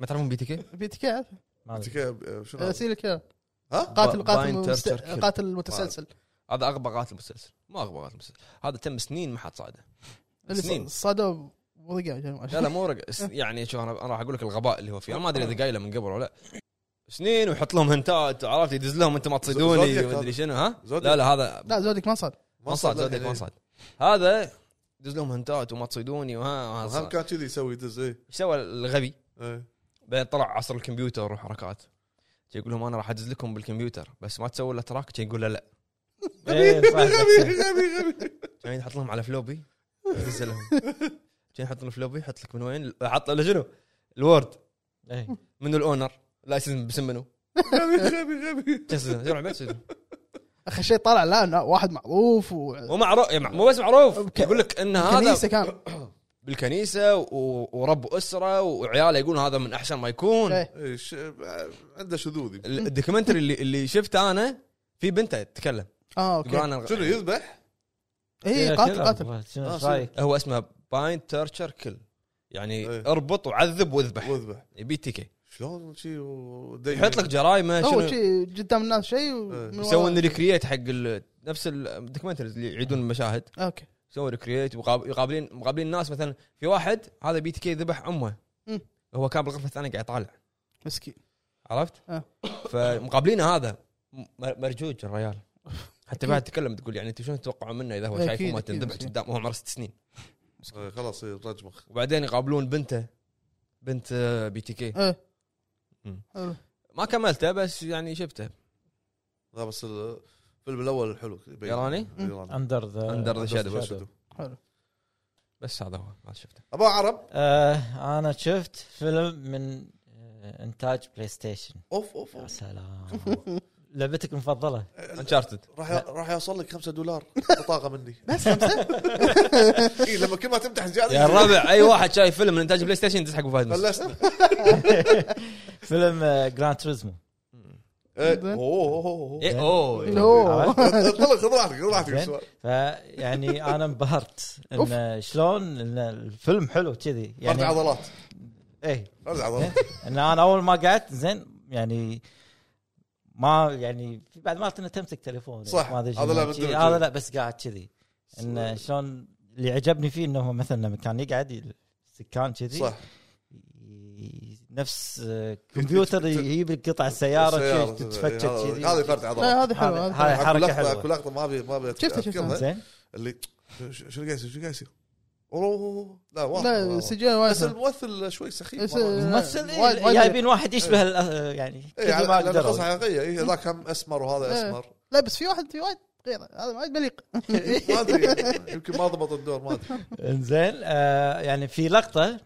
Speaker 1: ما تعرفون بي تي كي؟
Speaker 4: بي تي كي
Speaker 2: ما
Speaker 3: أنت
Speaker 2: أدري.
Speaker 3: كيف- آه، شنو هذا؟
Speaker 4: اسيلك يا
Speaker 3: ها
Speaker 4: آه، قاتل
Speaker 1: با-
Speaker 4: قاتل
Speaker 1: باين
Speaker 4: مست-
Speaker 1: ترتر كيل.
Speaker 4: قاتل متسلسل
Speaker 1: هذا اغبى قاتل مسلسل ما اغبى قاتل مسلسل هذا تم سنين ما حد صاده سنين.
Speaker 4: اللي صادوا وضيقه جماعة.
Speaker 1: لا لا مو رق... *laughs* س- يعني شوف انا أنا راح اقول لك الغباء اللي هو فيه انا ما ادري اذا قايله من قبل ولا لا سنين ويحط لهم هنتات عرفت يدز لهم انت ما تصيدوني
Speaker 3: زودياك
Speaker 1: وما ادري شنو ها
Speaker 3: زودياك.
Speaker 1: لا لا هذا
Speaker 4: لا زودك ما صاد
Speaker 1: ما صاد
Speaker 3: له
Speaker 1: زودك
Speaker 3: يعني.
Speaker 1: ما صاد هذا دز لهم هنتات وما تصيدوني وها وها
Speaker 3: هم
Speaker 1: صاد.
Speaker 3: كان كذي يسوي دز ايه
Speaker 1: ايش سوى الغبي؟
Speaker 3: إيه.
Speaker 1: بعدين طلع عصر الكمبيوتر وحركات جاي يقول لهم انا راح ادز لكم بالكمبيوتر بس ما تسوي الا تراك جاي يقول له لا
Speaker 2: إيه، صح، صح.
Speaker 3: غبي غبي
Speaker 1: كان يحط لهم على فلوبي يدز *laughs* لهم كان يحط لهم فلوبي يحط لك من وين حط له شنو؟ الوورد
Speaker 2: إيه.
Speaker 1: منو الاونر؟ لايسنس باسم منو؟
Speaker 3: غبي غبي غبي
Speaker 1: شو اسمه؟ يروح البيت شو اسمه؟
Speaker 4: اخر شيء طالع لا لا، واحد معروف و
Speaker 1: هو معروف يعني مو بس معروف يقول لك ان هذا
Speaker 4: كنيسه كان
Speaker 1: بالكنيسه و- ورب اسره وعياله يقولون هذا من احسن ما يكون
Speaker 4: إيه.
Speaker 3: إيه، ش- آه، عنده شذوذ
Speaker 1: ال- الدوكيومنتري اللي اللي شفته انا في بنته تتكلم
Speaker 4: اه
Speaker 1: يقول
Speaker 4: اوكي
Speaker 1: انا
Speaker 3: شنو يذبح؟
Speaker 4: اي إيه، قاتل قاتل
Speaker 2: إيه، شنو
Speaker 3: آه،
Speaker 2: إيش رايك؟
Speaker 1: هو اسمه باين ترشر كل يعني
Speaker 3: إيه.
Speaker 1: اربط وعذب واذبح
Speaker 3: واذبح
Speaker 1: يبي تيكي
Speaker 3: شلون شي و-
Speaker 1: يحط لك جرايمه
Speaker 4: هو
Speaker 1: شنو
Speaker 4: شيء قدام الناس شيء ومن
Speaker 1: يسوون
Speaker 4: ورا-
Speaker 1: ريكرييت حق ال- نفس الدوكيومنتريز اللي يعيدون المشاهد
Speaker 4: اوكي
Speaker 1: سووا ريكرييت يقابلين مقابلين ناس مثلا في واحد هذا بي تي كي ذبح امه
Speaker 4: مم.
Speaker 1: هو كان بالغرفه الثانيه قاعد يطالع
Speaker 4: مسكين
Speaker 1: عرفت؟
Speaker 4: آه.
Speaker 1: فمقابلينه هذا م- مرجوج
Speaker 4: *laughs*
Speaker 1: الريال حتى بعد تكلم تقول يعني انتم شلون تتوقعوا منه اذا هو
Speaker 4: أكيد،
Speaker 1: شايف امه
Speaker 4: أكيد،
Speaker 1: تنذبح
Speaker 4: أكيد.
Speaker 1: قدام وهو عمره ست سنين
Speaker 3: آه، خلاص رجمخ
Speaker 1: وبعدين يقابلون بنته بنت آه، بي تي كي
Speaker 4: ايه
Speaker 1: مم.
Speaker 4: حلو.
Speaker 1: ما كملته بس يعني شفته
Speaker 3: لا بس ال- الفيلم الاول حلو يبين. إيه،
Speaker 1: إيراني؟
Speaker 3: إيراني.
Speaker 2: اندر ذا
Speaker 1: Under the Shadow.
Speaker 3: شادو.
Speaker 4: حلو
Speaker 1: بس هذا هو ما شفته
Speaker 3: ابو عرب
Speaker 2: آه انا شفت فيلم من آه انتاج بلاي ستيشن
Speaker 3: اوف اوف
Speaker 2: يا
Speaker 3: اوف
Speaker 2: سلام لعبتك المفضله
Speaker 1: انشارتد
Speaker 3: راح راح يوصل لك
Speaker 1: *laughs*
Speaker 3: 5 دولار بطاقه مني
Speaker 4: بس خمسه
Speaker 3: *laughs* إيه، لما كل ما تمدح زياده
Speaker 1: يا الربع اي واحد شايف فيلم من انتاج بلاي ستيشن يدز حق أبو فهد مسلم.
Speaker 4: *laughs*
Speaker 3: بلشنا
Speaker 2: فيلم آه، جراند تريزمو
Speaker 3: إيه، أوه، اوه *laughs* أوه،
Speaker 1: إيه، اوه إيه.
Speaker 4: هو
Speaker 3: أوه. انطلق خذ راحتك خذ راحتك
Speaker 2: زين.
Speaker 3: سؤال. *laughs*
Speaker 2: فيعني انا انبهرت ان شلون ان الفيلم حلو كذي
Speaker 3: فرد
Speaker 2: يعني
Speaker 3: عضلات
Speaker 2: ايه
Speaker 3: فرد عضلات
Speaker 2: ان انا اول ما قعدت زين يعني ما يعني في بعد مرات انه تمسك تليفون يعني
Speaker 3: صح،
Speaker 2: ما أدري
Speaker 3: هذا
Speaker 2: شنو.
Speaker 3: لا بس
Speaker 2: شي-
Speaker 3: كذي.
Speaker 2: هذا لا بس قاعد كذي انه شلون اللي عجبني فيه انه هو مثلا لما كان يقعد سكان كذي
Speaker 3: صح
Speaker 2: ي-
Speaker 3: *laughs*
Speaker 2: نفس آه، كمبيوتر يجيب لك قطع السياره
Speaker 3: السيارة،
Speaker 2: شي تتفتت
Speaker 3: هذا-
Speaker 2: كذي
Speaker 3: هذه فرد
Speaker 4: لا
Speaker 3: عضلات
Speaker 4: هذه حلوه هذه
Speaker 2: هاي
Speaker 3: أكو
Speaker 2: حركه
Speaker 3: لقطة- اكو
Speaker 2: حلوه
Speaker 3: لقطه ما ابي ما ابي أتك-
Speaker 4: شفتها، شفتها.
Speaker 3: أذكرها.
Speaker 2: زين
Speaker 3: اللي ش- شنو قاعد يسوي شنو قاعد يسوي؟ أوه، أوه، أوه. لا واضح
Speaker 4: لا
Speaker 3: لا
Speaker 4: سجل وايد
Speaker 3: بس
Speaker 4: حلو.
Speaker 3: الممثل شوي سخيف
Speaker 4: بس- آه،
Speaker 3: مرة.
Speaker 2: ممثل إيه،
Speaker 4: وايد- وايد-
Speaker 2: جايبين واحد يشبه ال- آه، يعني
Speaker 3: اي
Speaker 2: كذي
Speaker 3: إيه. على
Speaker 2: ما
Speaker 3: على قصص
Speaker 2: قدروا
Speaker 3: حقيقيه إيه، هذاك هم اسمر وهذا
Speaker 4: إيه. *laughs*
Speaker 3: اسمر
Speaker 4: لا بس في واحد في وايد غيره هذا وايد مليق
Speaker 3: ما ادري يعني، يمكن ما ضبط الدور ما
Speaker 4: *laughs*
Speaker 3: ادري
Speaker 2: انزين آه يعني في لقطه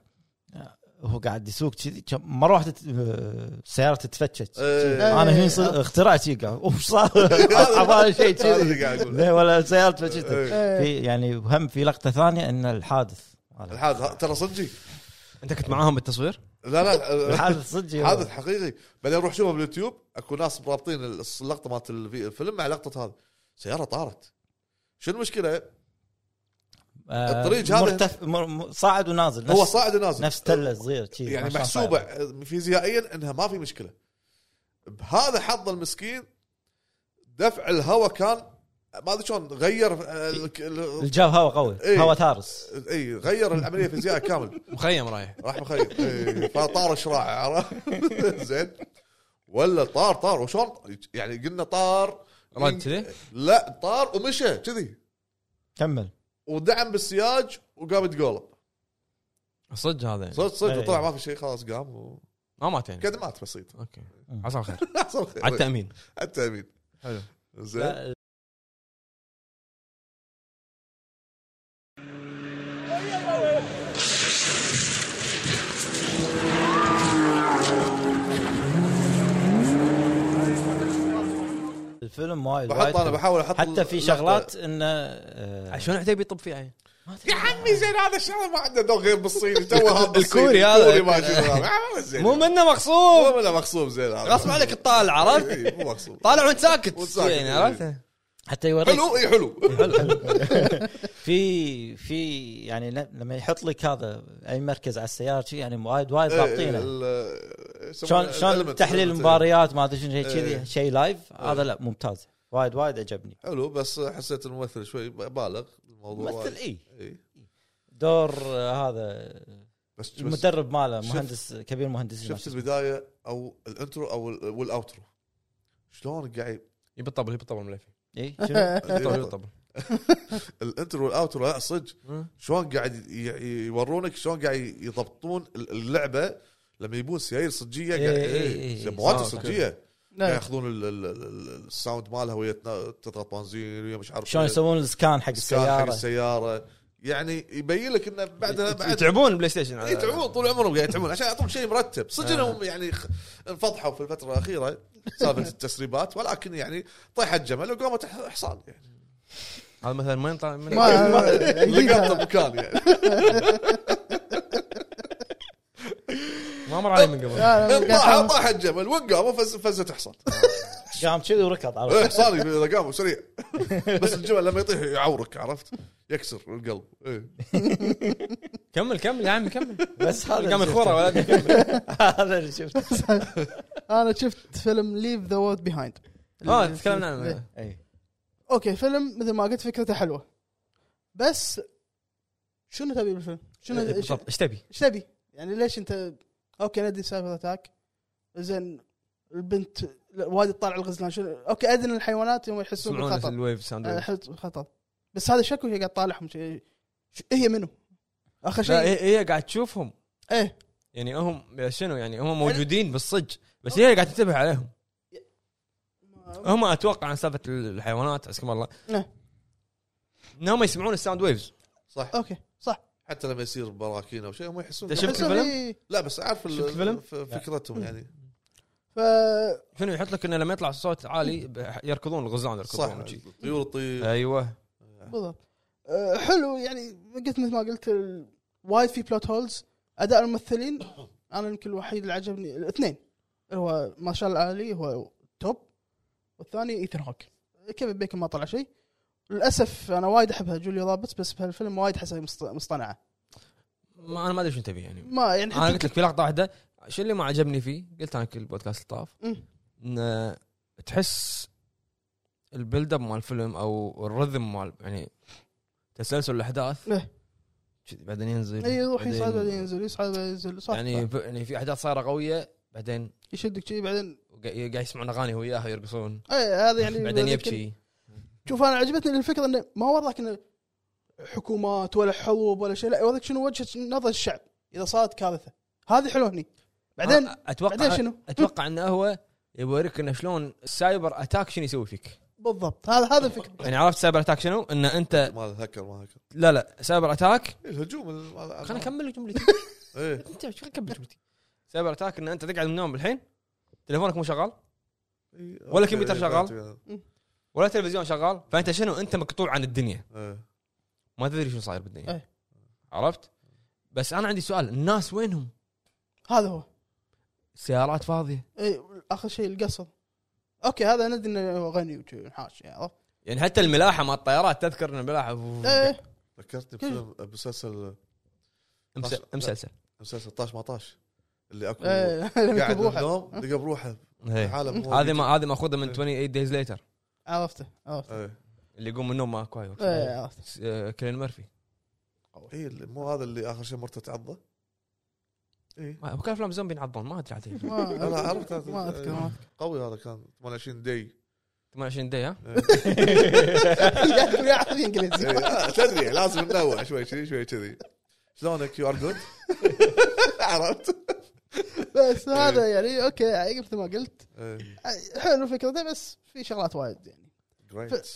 Speaker 2: آه، هو قاعد يسوق كذي كم- مره واحده ت- آه، السياره تتفتت
Speaker 3: إيه.
Speaker 2: انا هنا ص- اخترعت شي قاعد اوف
Speaker 3: *laughs*
Speaker 2: صار *laughs* عبالي شيء
Speaker 3: هذا اللي
Speaker 2: كذي
Speaker 3: قاعد اقول
Speaker 2: ليه ولا السياره تفتت
Speaker 3: إيه.
Speaker 2: في يعني وهم في لقطه ثانيه ان الحادث
Speaker 3: الحادث ه- ترى صدقي
Speaker 1: انت كنت معاهم بالتصوير؟
Speaker 3: لا لا
Speaker 2: الحادث صدق هو.
Speaker 3: حادث حقيقي بعدين روح شوفه باليوتيوب اكو ناس رابطين الس- اللقطه مالت الفي- الفيلم مع لقطه هذا سياره طارت شو المشكله؟
Speaker 2: آه،
Speaker 3: الطريق هذا-
Speaker 2: مرتف... مر... م- صعد ونازل نفس
Speaker 3: هو صاعد ونازل
Speaker 2: نفس تله صغير كذي
Speaker 3: يعني محسوبه فيزيائيا انها ما في مشكله بهذا حظ المسكين دفع الهواء كان ما ادري شلون غير آه، الك- ال-
Speaker 2: الجو هواء قوي
Speaker 3: إيه.
Speaker 2: هواء ثارس
Speaker 3: اي غير العمليه الفيزيائيه كامل
Speaker 1: مخيم رايح
Speaker 3: راح إيه، مخيم إي، فطار شراع عرفت؟ *laughs* زين ولا طار طار وشلون يعني قلنا طار
Speaker 1: رد كذي
Speaker 3: لا طار ومشى كذي
Speaker 2: كمل
Speaker 3: ودعم بالسياج وقام يتقولب
Speaker 1: صدق هذا يعني.
Speaker 3: صدق صدق
Speaker 2: إي.
Speaker 3: وطلع ما في شيء خلاص قام و-
Speaker 1: ما مات يعني
Speaker 3: كدمات *laughs* بسيطه
Speaker 1: اوكي عسى
Speaker 3: *laughs*
Speaker 1: الخير
Speaker 3: حصل خير.
Speaker 1: على التامين
Speaker 3: على التامين
Speaker 1: حلو
Speaker 3: زين
Speaker 2: الفيلم وايد
Speaker 3: بحط
Speaker 2: وايد
Speaker 3: انا
Speaker 2: حلو.
Speaker 3: بحاول احط
Speaker 2: حتى في
Speaker 3: اللقطة.
Speaker 2: شغلات انه آه،
Speaker 1: عشان عتيبي يطب فيها
Speaker 2: ما أدري.
Speaker 3: يا عمي زين هذا الشغل ما عنده ذوق غير بالصيني
Speaker 1: *laughs*
Speaker 3: تو هذا بالصيني.
Speaker 1: الكوري هذا.
Speaker 3: الكوري ما
Speaker 1: *laughs*
Speaker 3: شنو هذا. آه، زين.
Speaker 1: مو منه مغصوب
Speaker 3: مو ولا مغصوب زين هذا
Speaker 1: غصب عليك تطالع عرفت؟
Speaker 3: إي، مو مغصوب
Speaker 1: طالع وانت ساكت
Speaker 3: وأنت إيه. ساكت، إيه.
Speaker 1: يعني
Speaker 3: إي.
Speaker 1: عرفت؟
Speaker 2: حتى يوريك
Speaker 3: حلو اي حلو
Speaker 2: في في يعني ل- لما يحط لك هذا اي مركز على السياره شي يعني وايد وايد
Speaker 3: إيه،
Speaker 2: ضابطينه شلون شلون تحليل
Speaker 3: المباريات
Speaker 2: المباريات ما ادري شنو شيء
Speaker 3: إيه.
Speaker 2: كذي شيء لايف هذا لا ممتاز وايد وايد عجبني
Speaker 3: حلو بس حسيت الممثل شوي بالغ بالموضوع
Speaker 2: ممثل إيه.
Speaker 3: وايد.
Speaker 2: اي
Speaker 3: إي.
Speaker 2: دور آه، هذا
Speaker 3: بس بس
Speaker 2: المدرب ماله
Speaker 3: شفت-
Speaker 2: مهندس كبير مهندس
Speaker 3: شفت البدايه او الانترو او ال- والاوترو شلون قاعد
Speaker 2: إيه،
Speaker 1: يبي الطبل يبي الطبل مليفي
Speaker 2: اي إيه،
Speaker 4: *laughs* إيه.
Speaker 2: شنو؟
Speaker 1: الطبل
Speaker 3: إيه.
Speaker 1: يبي الطبل
Speaker 3: الانترو والاوترو لا صدق
Speaker 1: مم.
Speaker 3: شلون قاعد ي- يورونك شلون قاعد يضبطون ال- اللعبه لما يبون سيايير صجيه قاعد
Speaker 2: إيه، إيه، إيه،
Speaker 3: إيه،
Speaker 2: إيه.
Speaker 3: سماوات
Speaker 1: صار
Speaker 3: صجيه قاعد
Speaker 4: لا،
Speaker 3: ياخذون ال- ال- ال- الساوند مالها وهي تنا- تضغط بنزين وهي مش عارف
Speaker 2: شلون
Speaker 3: إيه،
Speaker 2: يسوون السكان حق
Speaker 3: سكان حق
Speaker 2: السياره
Speaker 3: السياره يعني يبين لك انه بعدها بعد إيه،
Speaker 1: يتعبون بلاي ستيشن على-
Speaker 3: يتعبون طول عمرهم قاعد يتعبون عشان يعطون شيء مرتب
Speaker 1: آه.
Speaker 3: صدق انهم يعني خ- انفضحوا في
Speaker 1: *laughs* *laughs*
Speaker 3: الفتره الاخيره سالفه التسريبات ولكن يعني طيحت جمل وقامت ح- حصان يعني
Speaker 1: هذا مثلا ما ينطلع *laughs* منه
Speaker 4: ما- ما-
Speaker 3: لقطه بمكان
Speaker 1: *laughs*
Speaker 3: يعني
Speaker 1: ما مر علي من
Speaker 3: آه.
Speaker 1: قبل
Speaker 4: لا، لا،
Speaker 3: طاح
Speaker 4: قاعد- *laughs*
Speaker 3: طاح الجبل وقع مو فز فزت حصان
Speaker 2: قام كذي وركض عرفت
Speaker 3: *laughs* إيه، حصان اذا
Speaker 1: *laughs*
Speaker 3: قام سريع بس الجبل لما يطيح يعورك عرفت يكسر القلب إيه.
Speaker 1: كمل كمل يا عمي كمل
Speaker 2: بس هذا
Speaker 1: قام
Speaker 2: اللي
Speaker 1: الخوره
Speaker 2: شفته.
Speaker 1: ولدي كمل
Speaker 2: *laughs* هذا اللي شفته
Speaker 4: انا شفت فيلم ليف ذا وورد بيهايند
Speaker 3: إيه.
Speaker 1: اه تكلمنا عنه
Speaker 2: إي.
Speaker 4: اوكي إيه. فيلم مثل ما قلت فكرته حلوه بس شنو تبي بالفيلم؟ شنو ايش
Speaker 1: إيه، بالضبط ايش تبي؟
Speaker 4: ايش تبي؟ يعني ليش انت اوكي ندري سالفه اتاك زين البنت لا، وايد تطالع الغزلان شنو اوكي ادري إن الحيوانات يوم يحسون
Speaker 1: يسمعون
Speaker 4: بالخطر
Speaker 1: الويف ساوند
Speaker 4: آه،
Speaker 1: ويف.
Speaker 4: يحس بالخطر بس هذا شكو هي قاعد تطالعهم شي- ش- هي منو؟ اخر
Speaker 3: إيه.
Speaker 1: لا
Speaker 4: شيء
Speaker 1: هي هي قاعد تشوفهم
Speaker 4: ايه
Speaker 1: يعني هم شنو يعني هم موجودين بالصج بس هي قاعد تنتبه عليهم هم اتوقع عن سالفه الحيوانات عسكم الله
Speaker 4: نعم.
Speaker 1: انهم يسمعون الساوند ويفز
Speaker 3: صح
Speaker 4: اوكي صح
Speaker 3: حتى لما يصير براكين او شيء هم يحسون
Speaker 1: أنت شفت
Speaker 4: يحسون
Speaker 1: الفيلم؟
Speaker 4: هي-
Speaker 3: لا بس اعرف ال-
Speaker 1: شفت الفيلم؟
Speaker 3: ف- فكرتهم يعني
Speaker 4: ف
Speaker 1: شنو يحط لك انه لما يطلع صوت عالي ب- يركضون الغزلان
Speaker 3: صح
Speaker 1: يركضون وشي.
Speaker 3: الطيور تطير
Speaker 1: ايوه
Speaker 4: بالضبط أه، حلو يعني قلت مثل ما قلت ال- وايد في بلوت هولز اداء الممثلين انا يمكن الوحيد اللي عجبني الاثنين هو ما شاء الله علي هو توب والثاني ايثن هوك كيفن بيكن ما طلع شيء للاسف انا وايد احبها جوليا رابتس بس بهالفيلم وايد احسها مصط- مصطنعه
Speaker 1: ما انا ما ادري شنو تبي يعني
Speaker 4: ما يعني
Speaker 1: انا
Speaker 4: حتى
Speaker 1: قلت لك في لقطه واحده شو اللي ما عجبني فيه قلت انا كل بودكاست الطاف
Speaker 4: مم.
Speaker 1: ان تحس البيلد اب مال الفيلم او الرذم مال يعني تسلسل الاحداث
Speaker 4: إيه.
Speaker 1: شي- بعدين ينزل
Speaker 4: اي يروح
Speaker 1: بعدين-
Speaker 4: يصعد بعدين ينزل يصعد بعدين ينزل صح
Speaker 1: يعني
Speaker 4: يعني
Speaker 1: ف- يعني في احداث صايره قويه بعدين
Speaker 4: يشدك شيء بعدين
Speaker 1: قا- قاعد يسمعون اغاني هو وياها يرقصون
Speaker 4: اي هذا يعني
Speaker 1: بعدين
Speaker 4: يمكن-
Speaker 1: يبكي
Speaker 4: شوف انا عجبتني الفكره انه ما وراك انه حكومات ولا حروب ولا شيء لا وراك شنو وجهه نظر الشعب اذا صارت كارثه هذه حلوه هني بعدين
Speaker 1: أ- اتوقع
Speaker 4: بعدين شنو؟
Speaker 1: اتوقع انه هو يوريك انه شلون السايبر اتاك شنو يسوي فيك
Speaker 4: بالضبط هذا هذا الفكره
Speaker 1: يعني عرفت سايبر اتاك شنو؟ ان انت
Speaker 3: مال هكر ما هكر
Speaker 1: لا لا سايبر
Speaker 4: *laughs*
Speaker 1: اتاك
Speaker 3: إيه، الهجوم ال-
Speaker 1: خليني اكمل جملتي *laughs*
Speaker 3: إيه.
Speaker 1: انت شو كمل جملتي سايبر اتاك ان انت تقعد من النوم بالحين تليفونك مو شغال
Speaker 3: إيه،
Speaker 1: ولا
Speaker 3: أوكي،
Speaker 1: كمبيوتر
Speaker 3: إيه،
Speaker 1: شغال؟
Speaker 3: فهمت،
Speaker 1: ولا تلفزيون شغال فانت شنو انت مقطوع عن الدنيا
Speaker 3: إيه.
Speaker 1: ما تدري شنو صاير بالدنيا
Speaker 4: إيه.
Speaker 1: عرفت بس انا عندي سؤال الناس وينهم
Speaker 4: هذا هو
Speaker 1: السيارات فاضيه
Speaker 4: إي، اخر شيء القصر اوكي هذا ندري انه هو غني وحاش عرفت؟
Speaker 1: يعني حتى الملاحه مال الطيارات تذكر ان الملاحه
Speaker 4: إيه،
Speaker 3: ذكرتني
Speaker 4: كيف؟
Speaker 3: بفيلم بمسلسل
Speaker 1: امسل- مسلسل
Speaker 3: مسلسل طاش ما طاش اللي اكو قاعد
Speaker 4: إيه، لما يكون بروحه.
Speaker 3: بالنوم لقى بروحه
Speaker 1: إيه.
Speaker 3: عالم هو
Speaker 1: هذه ما هذه ماخوذه من 28 دايز ليتر
Speaker 4: عرفته عرفته
Speaker 3: ايه
Speaker 1: اللي يقوم من النوم ما كواي
Speaker 4: إيه، عرفته
Speaker 1: كلين آه، ميرفي
Speaker 3: إيه، اللي- مو هذا اللي اخر شيء مرته تعضه ايه
Speaker 1: ما- وكان افلام زومبي ينعضون ما ادري عليه
Speaker 4: ما
Speaker 3: أنا عرفت هذا.
Speaker 4: ما اذكر ما أذكر.
Speaker 3: قوي هذا كان 28 داي
Speaker 1: 28 داي ها
Speaker 4: *laughs* ياكل يعرف
Speaker 3: *laughs*
Speaker 4: انجليزي
Speaker 3: إيه، آه، تدري لازم ننوع شوي شوي شوي كذي شلونك يو ار
Speaker 4: *laughs*
Speaker 3: جود عرفت
Speaker 4: بس هذا يعني اوكي مثل ما قلت
Speaker 3: إيه.
Speaker 4: حلو الفكره ده بس في شغلات وايد يعني
Speaker 3: Great. Ah,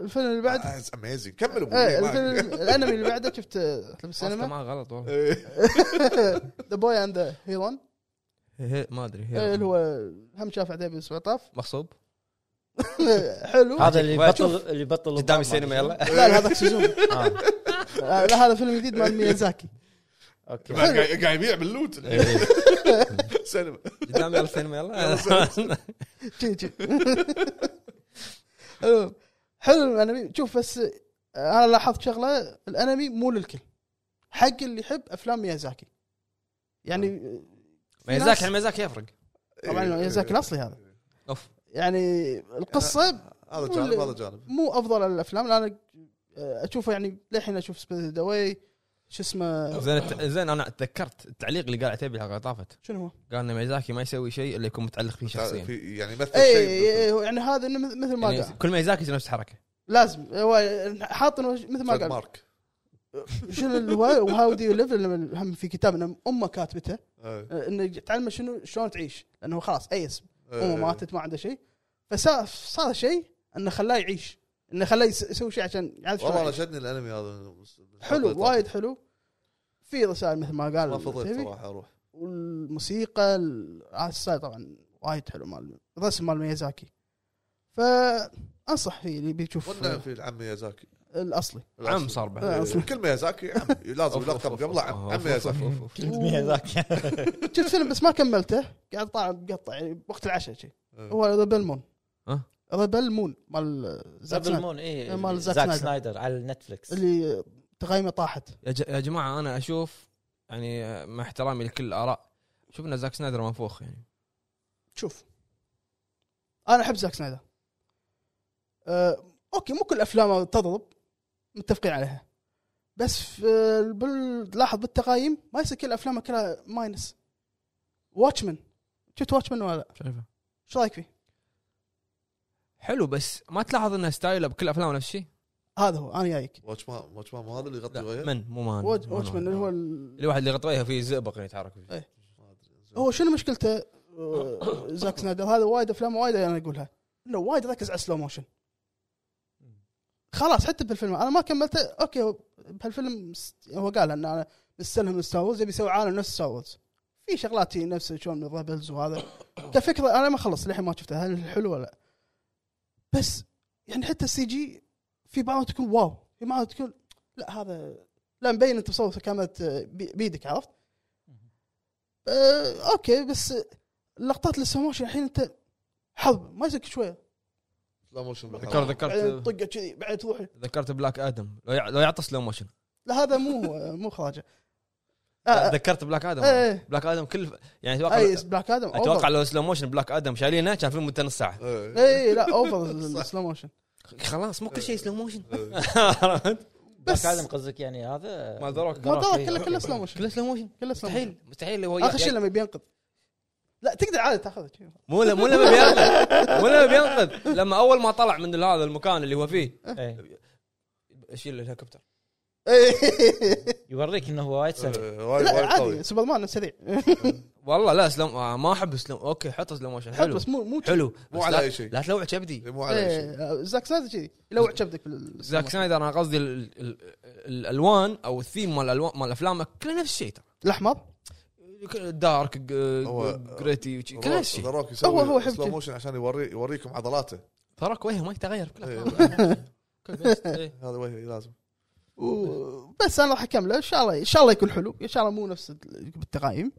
Speaker 4: الفيلم اللي بعد
Speaker 3: اتس اميزنج كملوا بالله،
Speaker 4: ايه
Speaker 3: آه، ما-
Speaker 4: الفيلم *laughs* الانمي اللي بعده شفته في
Speaker 1: أصلاً
Speaker 4: *laughs* السينما
Speaker 1: ما غلط والله
Speaker 3: إيه.
Speaker 4: ذا بوي اند ذا هيرون
Speaker 1: هي- ما ادري هي
Speaker 4: إيه، اللي هو هم شاف عتيبي بن سعطاف
Speaker 1: مغصوب
Speaker 4: *laughs* حلو
Speaker 2: هذا اللي
Speaker 1: واجد.
Speaker 2: بطل اللي بطل
Speaker 1: قدام السينما يلا
Speaker 4: لا لا، هذا سيزون
Speaker 2: *laughs* آه.
Speaker 4: لا لا، هذا فيلم جديد مال ميازاكي
Speaker 2: اوكي
Speaker 3: بعد قاعد قاعد يبيع باللوت *laughs*
Speaker 2: إيه.
Speaker 3: سينما
Speaker 1: قدام يلا السينما يلا
Speaker 4: شي- شي. *laughs* حلو حلو الانمي شوف بس آه، انا لاحظت شغله الانمي مو للكل حق اللي يحب افلام ميازاكي يعني
Speaker 1: ميزاك يعني ميزاك يفرق
Speaker 4: طبعا
Speaker 3: إيه.
Speaker 4: ميازاكي الاصلي هذا
Speaker 1: اوف
Speaker 4: يعني القصه
Speaker 3: هذا جانب هذا جانب
Speaker 4: مو افضل الافلام لأن انا اشوفه يعني للحين اشوف سبيس دواي شو اسمه
Speaker 1: زين الت- زين انا تذكرت التعليق اللي قال عتيبي الحلقه اللي طافت
Speaker 4: شنو هو؟
Speaker 1: قال ان ميزاكي ما يسوي شيء الا يكون متعلق فيه شخصيا
Speaker 3: في- يعني مثل
Speaker 4: اي
Speaker 3: شيء
Speaker 4: إي، هو يعني هذا انه مثل مثل ما
Speaker 1: يعني
Speaker 4: قال
Speaker 1: كل ميزاكي نفس الحركه
Speaker 4: لازم هو حاط إنه مثل ما
Speaker 3: تريد
Speaker 4: قال
Speaker 3: مارك
Speaker 4: شنو اللي هو وهاو دو يو ليف هم في كتاب انه امه كاتبته
Speaker 3: إيه.
Speaker 4: انه تعلمه شنو شلون تعيش لانه هو خلاص ايس امه
Speaker 3: إيه.
Speaker 4: ماتت ما عنده شيء فصار صار شيء انه خلاه يعيش انه خلاه يس- يسوي شيء عشان يعرف شلون
Speaker 3: والله انا
Speaker 4: يعيش.
Speaker 3: شدني الانمي هذا
Speaker 4: حلو وايد حلو في رسائل مثل ما قال
Speaker 3: ما فضيت
Speaker 4: تيبي.
Speaker 3: صراحه اروح
Speaker 4: آه، والموسيقى ال- الستايل طبعا وايد حلو مال الرسم مال ميازاكي ف فانصح فيه اللي بيشوف
Speaker 3: والنعم في العم ميازاكي
Speaker 4: الاصلي
Speaker 1: عم صار بعد
Speaker 4: آه، أصلاً.
Speaker 3: كل ميازاكي عم لازم
Speaker 1: أوف،
Speaker 3: يلقب
Speaker 1: أوف،
Speaker 3: قبله
Speaker 1: أوف،
Speaker 3: عم
Speaker 1: أوف،
Speaker 3: عم
Speaker 1: أوف،
Speaker 3: ميازاكي
Speaker 1: أوف، أوف.
Speaker 2: كنت *laughs* ميازاكي
Speaker 4: شفت فيلم بس ما كملته قاعد طالع مقطع يعني وقت العشاء شيء
Speaker 3: إيه.
Speaker 4: هو ذا بيل مون
Speaker 3: أه؟
Speaker 1: ها؟
Speaker 4: ذا بيل مون مال زاك
Speaker 2: دبل
Speaker 4: سنايدر
Speaker 2: مون اي
Speaker 4: مال زاك
Speaker 2: إيه. زاك
Speaker 4: سنايدر.
Speaker 2: سنايدر على نتفلكس
Speaker 4: اللي تقييمه طاحت
Speaker 1: يا ج- يا جماعه انا اشوف يعني آه، مع احترامي لكل الاراء شفنا زاك سنايدر منفوخ يعني
Speaker 4: شوف انا احب زاك سنايدر أه اوكي مو كل افلامه تضرب متفقين عليها بس في بال... تلاحظ بالتقايم ما يصير كل افلامه كلها ماينس واتشمان شفت واتشمان ولا لا؟
Speaker 1: شايفه
Speaker 4: ايش رايك فيه؟
Speaker 1: حلو بس ما تلاحظ ان ستايله بكل افلامه نفس الشيء
Speaker 4: هذا هو انا جايك
Speaker 3: واتش مان واتش مان هذا اللي يغطي
Speaker 1: لا
Speaker 3: وجهه
Speaker 1: من مو مان
Speaker 4: واتش- واتشمان اللي هو ال...
Speaker 1: الواحد اللي غطيها فيه زئبق يعني يتحرك فيه.
Speaker 3: ما أدري. زين.
Speaker 4: هو شنو مشكلته آه، زاك سنايدر هذا وايد افلامه وايد انا اقولها انه وايد ركز على السلو موشن خلاص حتى بالفيلم انا ما كملته اوكي هو بهالفيلم س- هو قال ان انا مستلهم من ستار وورز يبي يسوي عالم نفس ستار وورز في شغلات هي نفس شلون من الريبلز وهذا كفكره انا ما خلصت للحين ما شفتها هل حلوه ولا لا بس يعني حتى السي جي في بعضها تكون واو في بعضها تكون لا هذا لا مبين انت مصور كانت بيدك عرفت آه، اوكي بس لقطات السموش الحين انت حظ ما يصير شويه
Speaker 3: لا موشن
Speaker 1: ذكرت
Speaker 4: بعدين
Speaker 1: ذكرت
Speaker 4: طقه كذي بعدين تروح
Speaker 1: ذكرت بلاك ادم لو يع- لو يعطس لو موشن
Speaker 4: لا هذا مو *laughs* مو خراجه آه، آه، إيه،
Speaker 1: ذكرت بلاك ادم
Speaker 4: ايه
Speaker 1: بلاك ادم كل يعني
Speaker 4: اي
Speaker 1: اتوقع
Speaker 4: بلاك ادم
Speaker 1: اتوقع لو سلو موشن بلاك ادم شايلينه كان فيلم مدته نص ساعه
Speaker 4: اي إيه، لا اوفر
Speaker 3: إيه. *laughs* صح. إيه.
Speaker 4: السلو موشن
Speaker 1: خلاص مو كل شيء سلو موشن
Speaker 4: بس
Speaker 2: بس عالم قصدك يعني
Speaker 3: آه.
Speaker 2: هذا
Speaker 1: ما دراك
Speaker 4: ما
Speaker 1: دراك.
Speaker 4: دراك كله كله سلو موشن
Speaker 1: كله طيب، يعني سلو موشن
Speaker 4: كله سلو موشن
Speaker 1: طيب. مستحيل مستحيل هو
Speaker 4: اخر شيء لما بينقذ لا تقدر عادي تاخذه شي.
Speaker 1: مو ل- مو لما بينقذ مو لما بينقذ لما اول ما طلع من هذا المكان اللي هو فيه
Speaker 2: إيه.
Speaker 1: شيل الهليكوبتر
Speaker 4: إيه.
Speaker 2: يوريك انه هو وايد سريع
Speaker 3: إيه، وايد
Speaker 4: *laughs* لا
Speaker 3: وايد قوي
Speaker 4: عادي سوبرمان سريع
Speaker 1: والله لا سلو آه، ما احب سلو اوكي حط سلو موشن
Speaker 4: حلو
Speaker 1: حلو
Speaker 4: *laughs* بس مو مو
Speaker 1: حلو بس
Speaker 3: على
Speaker 1: لا-
Speaker 3: أي شيء.
Speaker 1: لا تلوع كبدي
Speaker 3: مو على أي شيء
Speaker 4: إيه، زاك سنايدر كذي يلوع كبدك بال-
Speaker 1: زاك سنايدر انا قصدي ال- ال- ال- الالوان او الثيم مال الالوان مال افلامه كله نفس الشيء ترى
Speaker 4: الاحمر
Speaker 1: دارك
Speaker 3: هو-
Speaker 1: جريتي كله نفس الشيء
Speaker 3: ذروك يسوي
Speaker 4: هو- هو يحب
Speaker 3: سلو
Speaker 4: كذي.
Speaker 3: موشن عشان يوري يوريكم عضلاته
Speaker 1: تراك وجهه ما يتغير بكل
Speaker 3: إيه.
Speaker 1: أفلامه. *laughs* كل نفس- إيه.
Speaker 3: هذا وجهي لازم
Speaker 4: بس انا راح اكمله ان شاء الله ان شاء الله يكون حلو ان شاء الله مو نفس ال- بالتقايم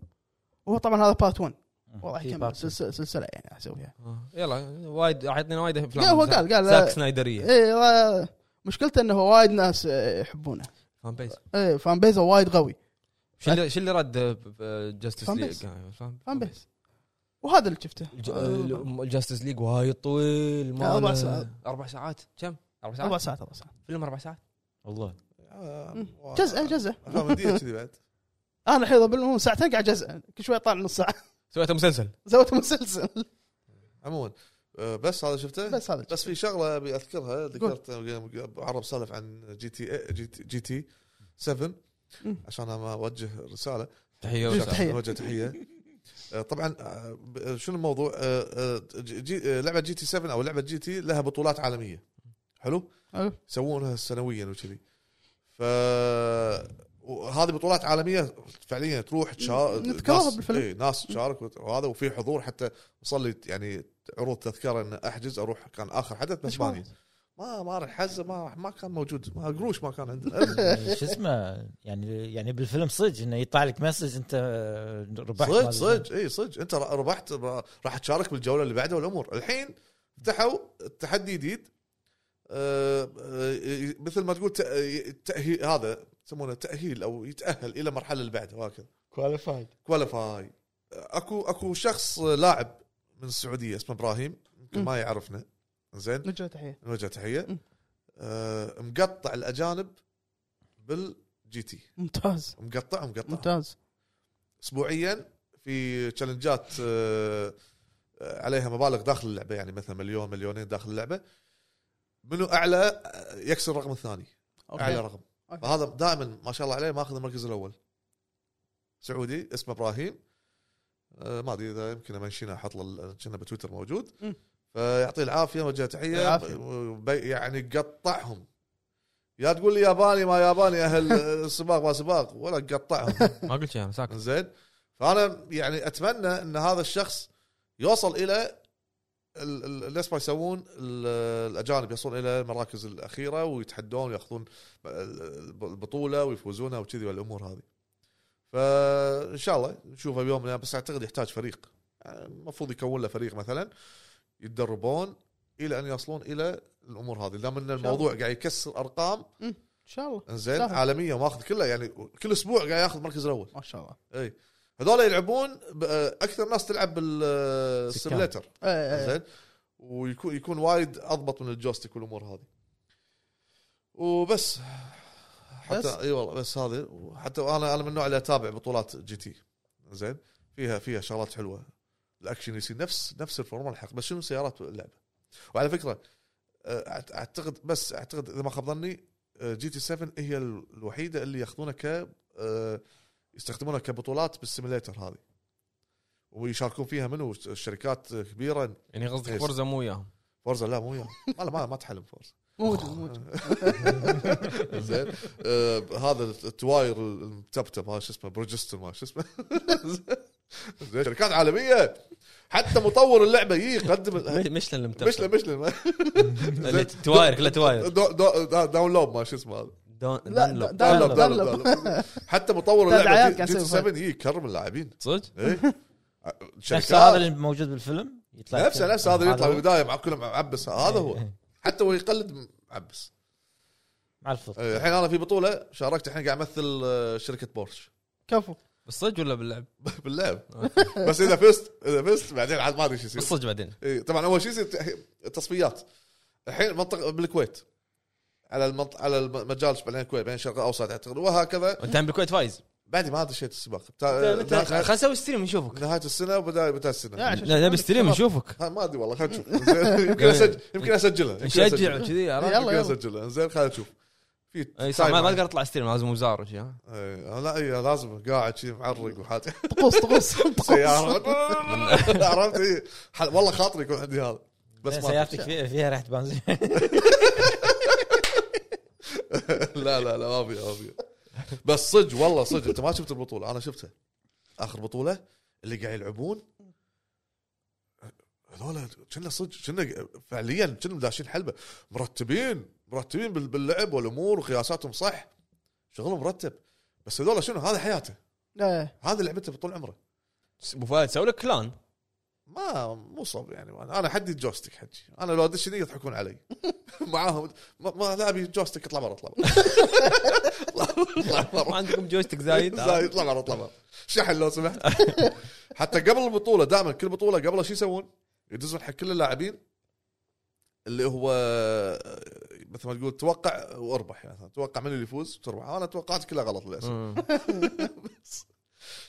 Speaker 4: وهو طبعا هذا بارت 1 وراح
Speaker 2: في
Speaker 4: يكمل
Speaker 2: بارت.
Speaker 4: سلس- سلسله يعني اسويها
Speaker 1: آه. يلا وايد اعطني وايد افلام
Speaker 4: لا، هو
Speaker 1: زاك-
Speaker 4: قال- قال-
Speaker 1: زاك إيه. سنايدريه
Speaker 4: اي را- مشكلته انه وايد ناس آه، يحبونه
Speaker 1: فان بيس
Speaker 4: ايه فان بيزه وايد قوي
Speaker 1: شو اللي شو اللي رد جاستس
Speaker 4: فان
Speaker 1: ليج
Speaker 4: بيس. فان بيس وهذا اللي شفته آه،
Speaker 1: الجاستس ليج وايد طويل ما
Speaker 4: أربع
Speaker 1: له-
Speaker 4: ساعات.
Speaker 1: اربع ساعات كم؟ اربع
Speaker 4: اربع
Speaker 1: ساعات
Speaker 4: ساعات اربع ساعات
Speaker 1: فيلم اربع ساعات
Speaker 3: *laughs*
Speaker 2: والله
Speaker 3: آه،
Speaker 4: مم.
Speaker 3: واو.
Speaker 4: جزءه جزءه
Speaker 3: افلام هنديه كذي بعد
Speaker 4: انا الحين هو ساعتين قاعد جزءه كل شوي طالع نص ساعه
Speaker 1: سويته مسلسل
Speaker 4: *laughs* زودت مسلسل
Speaker 3: عموما آه، بس هذا شفته
Speaker 4: بس هذا
Speaker 3: بس في شغله ابي اذكرها ذكرت عرب سالف عن جي تي إيه، جي تي, جي تي 7
Speaker 4: مم.
Speaker 3: عشان أنا ما اوجه رساله
Speaker 1: تحيه
Speaker 4: جزء
Speaker 1: وشكر.
Speaker 4: تحية.
Speaker 3: نوجه تحيه آه، طبعا آه، ب- شنو الموضوع آه، آه، جي- جي- آه، لعبه جي تي 7 او لعبه جي تي لها بطولات عالميه حلو
Speaker 4: حلو.
Speaker 3: يسوونها سنويا وكذي ف وهذه بطولات عالميه فعليا تروح تشارك
Speaker 4: نذكرها بالفيلم.
Speaker 3: اي ناس تشارك وت- وهذا وفي حضور حتى وصل لي يعني عروض تذكره ان احجز اروح كان اخر حدث
Speaker 4: ليش ما
Speaker 3: باسبانيا ما ما راح حزه ما ما كان موجود ما قروش ما كان عندنا
Speaker 2: شو اسمه يعني يعني بالفيلم صدق انه يطلع لك مسج انت ربحت
Speaker 3: صدق
Speaker 2: مال-
Speaker 3: صدق اي صدق انت ر- ربحت ر- راح تشارك بالجوله اللي بعدها والامور الحين فتحوا تحدي جديد آه، آه، ي- مثل ما تقول تأ- ي- تاهيل هذا يسمونه تاهيل او يتاهل الى المرحله اللي بعدها وهكذا
Speaker 2: كواليفايد
Speaker 3: كواليفاي اكو اكو شخص لاعب من السعوديه اسمه ابراهيم يمكن ما يعرفنا زين
Speaker 4: نوجه تحيه
Speaker 3: نوجه تحيه
Speaker 4: مم.
Speaker 3: آه، مقطع الاجانب بالجي تي
Speaker 4: ممتاز
Speaker 3: مقطع مقطع
Speaker 4: ممتاز
Speaker 3: اسبوعيا في تشالنجات آه، آه، عليها مبالغ داخل اللعبه يعني مثلا مليون مليونين داخل اللعبه منو اعلى آه، يكسر الرقم الثاني اعلى
Speaker 4: اوكي
Speaker 3: رقم
Speaker 4: أوكي.
Speaker 3: فهذا دائما ما شاء الله عليه ماخذ المركز الاول سعودي اسمه ابراهيم آه، ما ادري اذا يمكن منشينا احط له كنا بتويتر موجود
Speaker 4: مم.
Speaker 3: فيعطيه العافيه وجه تحيه
Speaker 4: العافية.
Speaker 3: بي- يعني قطعهم يا تقول لي ياباني ما ياباني اهل سباق ما سباق ولا
Speaker 4: *laughs*
Speaker 3: قطعهم
Speaker 1: ما قلت شيء انا ساكت
Speaker 3: زين فانا يعني اتمنى ان هذا الشخص يوصل الى ال- ال- الناس ما يسوون ال- الاجانب يصلون الى المراكز الاخيره ويتحدون وياخذون ال- البطوله ويفوزونها وكذي والامور هذه. فان شاء الله نشوفه بيوم من الأيام، بس اعتقد يحتاج فريق يعني المفروض يكون له فريق مثلا يتدربون الى ان يصلون الى الامور هذه دام ان الموضوع قاعد يكسر ارقام
Speaker 4: ان شاء الله
Speaker 3: زين
Speaker 4: سهل.
Speaker 3: عالميه وماخذ كله يعني كل اسبوع قاعد ياخذ المركز الاول
Speaker 4: ما شاء الله
Speaker 3: اي هذول يلعبون ب- اكثر ناس تلعب
Speaker 2: سكان.
Speaker 3: بالسيميليتر
Speaker 4: إيه، إيه.
Speaker 3: زين ويكون يكون وايد اضبط من الجوستيك والامور هذه وبس
Speaker 4: بس؟
Speaker 3: حتى اي والله بس هذا وحتى انا انا من النوع اللي اتابع بطولات جي تي زين فيها فيها شغلات حلوه الاكشن يصير نفس نفس الفورمولا الحق بس شنو سيارات اللعبه وعلى فكره أه، أعت- اعتقد بس اعتقد اذا ما خاب ظني آه، جي تي 7 هي ال- الوحيده اللي ياخذونها ك أه، يستخدمونها كبطولات بالسيميليتر هذه ويشاركون فيها منو الشركات كبيره
Speaker 1: يعني قصدك
Speaker 3: إيش؟
Speaker 1: فرزه مو وياهم
Speaker 3: فورزا لا مو وياه ما لا، ما ما تحلم فورزا
Speaker 4: موجود موجود
Speaker 3: *laughs* آه، زين آه، هذا التواير المتبتب هذا شو اسمه بروجستر ما شو اسمه *laughs* زين شركات عالميه حتى مطور اللعبه يجي يقدم ال-
Speaker 1: *laughs* مش للمتفق
Speaker 3: مشلة مشلة
Speaker 1: *laughs* لا، تواير كله تواير
Speaker 3: دو- دو- دا- داونلود ما شو اسمه هذا
Speaker 1: دون-
Speaker 4: لا
Speaker 1: دونلوب.
Speaker 4: دا-
Speaker 3: داونلود
Speaker 4: دانلوب
Speaker 3: داونلوب
Speaker 4: دانلوب
Speaker 3: داونلوب. حتى *laughs* مطور اللعبه
Speaker 4: العيال
Speaker 3: جي-
Speaker 4: قاعد
Speaker 3: جي تي
Speaker 4: يسوي
Speaker 3: 7 يجي يكرم إيه، اللاعبين
Speaker 1: صدق
Speaker 3: إيه.
Speaker 2: نفس هذا
Speaker 3: شركات
Speaker 2: اللي موجود بالفيلم يطلع
Speaker 3: نفسه
Speaker 2: كذا.
Speaker 3: نفسه هذا اللي يطلع
Speaker 2: هو.
Speaker 3: بالبدايه مع كلهم معبس هذا
Speaker 1: *laughs*
Speaker 3: هو حتى هو يقلد معبس
Speaker 2: مع الفطر
Speaker 3: إيه، الحين انا في بطوله شاركت الحين قاعد امثل آه، شركه بورش *laughs*
Speaker 4: كفو
Speaker 3: آه،
Speaker 1: بالصدق ولا باللعب؟
Speaker 3: باللعب بس اذا فزت اذا فزت بعدين عاد ما ادري شو يصير
Speaker 1: بالصدق بعدين
Speaker 3: إيه، طبعا اول شيء يصير تح- تصفيات الحين منطقه بالكويت على المنط... على المجال بعدين الكويت بعدين الشرق الاوسط اعتقد يعني وهكذا
Speaker 1: انت عم بالكويت فايز
Speaker 3: بعدين ما دشيت السباق
Speaker 1: انت-
Speaker 3: بتاع...
Speaker 1: انت- خلنا نسوي ستريم نشوف
Speaker 3: نهايه السنه وبدايه بدايه السنه
Speaker 4: يا عشان
Speaker 1: لا نبي ستريم نشوفك
Speaker 3: ها، ما ادري والله خلينا نشوف زين، *laughs* يمكن اسجل يمكن اسجلها يمكن
Speaker 1: نشجع
Speaker 3: اسجلها
Speaker 1: كذي عرفت؟
Speaker 4: يلا،
Speaker 3: يمكن
Speaker 4: يلا.
Speaker 3: اسجلها زين خلينا نشوف في
Speaker 1: اي إيه، صح ما ما
Speaker 3: تايم-
Speaker 1: اقدر اطلع ستريم لازم وزاره شي ها
Speaker 3: إيه، لا إيه، لازم قاعد شي معرق وحاط
Speaker 4: طقوس طقوس طقوس
Speaker 3: سياره *laughs* عرفت إيه؟ حل- والله خاطري يكون عندي هذا بس
Speaker 2: بس
Speaker 3: ما
Speaker 2: إيه، سيارتك في- فيها ريحه بنزين
Speaker 3: *laughs* لا لا لا ما في ما في بس صدق والله صدق انت ما شفت البطوله انا شفتها اخر بطوله اللي قاعد يلعبون هذول كنا صدق كنا فعليا كنا داشين حلبه مرتبين مرتبين بال- باللعب والامور وقياساتهم صح شغلهم مرتب بس هذول شنو هذا حياته
Speaker 4: إيه.
Speaker 3: هذا لعبته بطول عمره
Speaker 1: ابو فهد سوي لك كلان
Speaker 3: ما مو صعب يعني انا أنا حدي الجوستيك حجي انا لو ادش هني يضحكون علي *laughs* معاهم ما, ما لا ابي جوستيك اطلع برا اطلع برا اطلع
Speaker 1: ما
Speaker 3: برا
Speaker 1: عندكم جويستيك *laughs* زايد
Speaker 3: *laughs* زايد، اطلع برا اطلع برا شحن لو سمحت حتى قبل البطوله دائما كل بطوله قبل شو يسوون؟ يدزون حق كل اللاعبين اللي هو مثل ما تقول توقع واربح يعني مثلا توقع من اللي يفوز تربح انا توقعت كلها غلط للاسف
Speaker 1: آه. مم.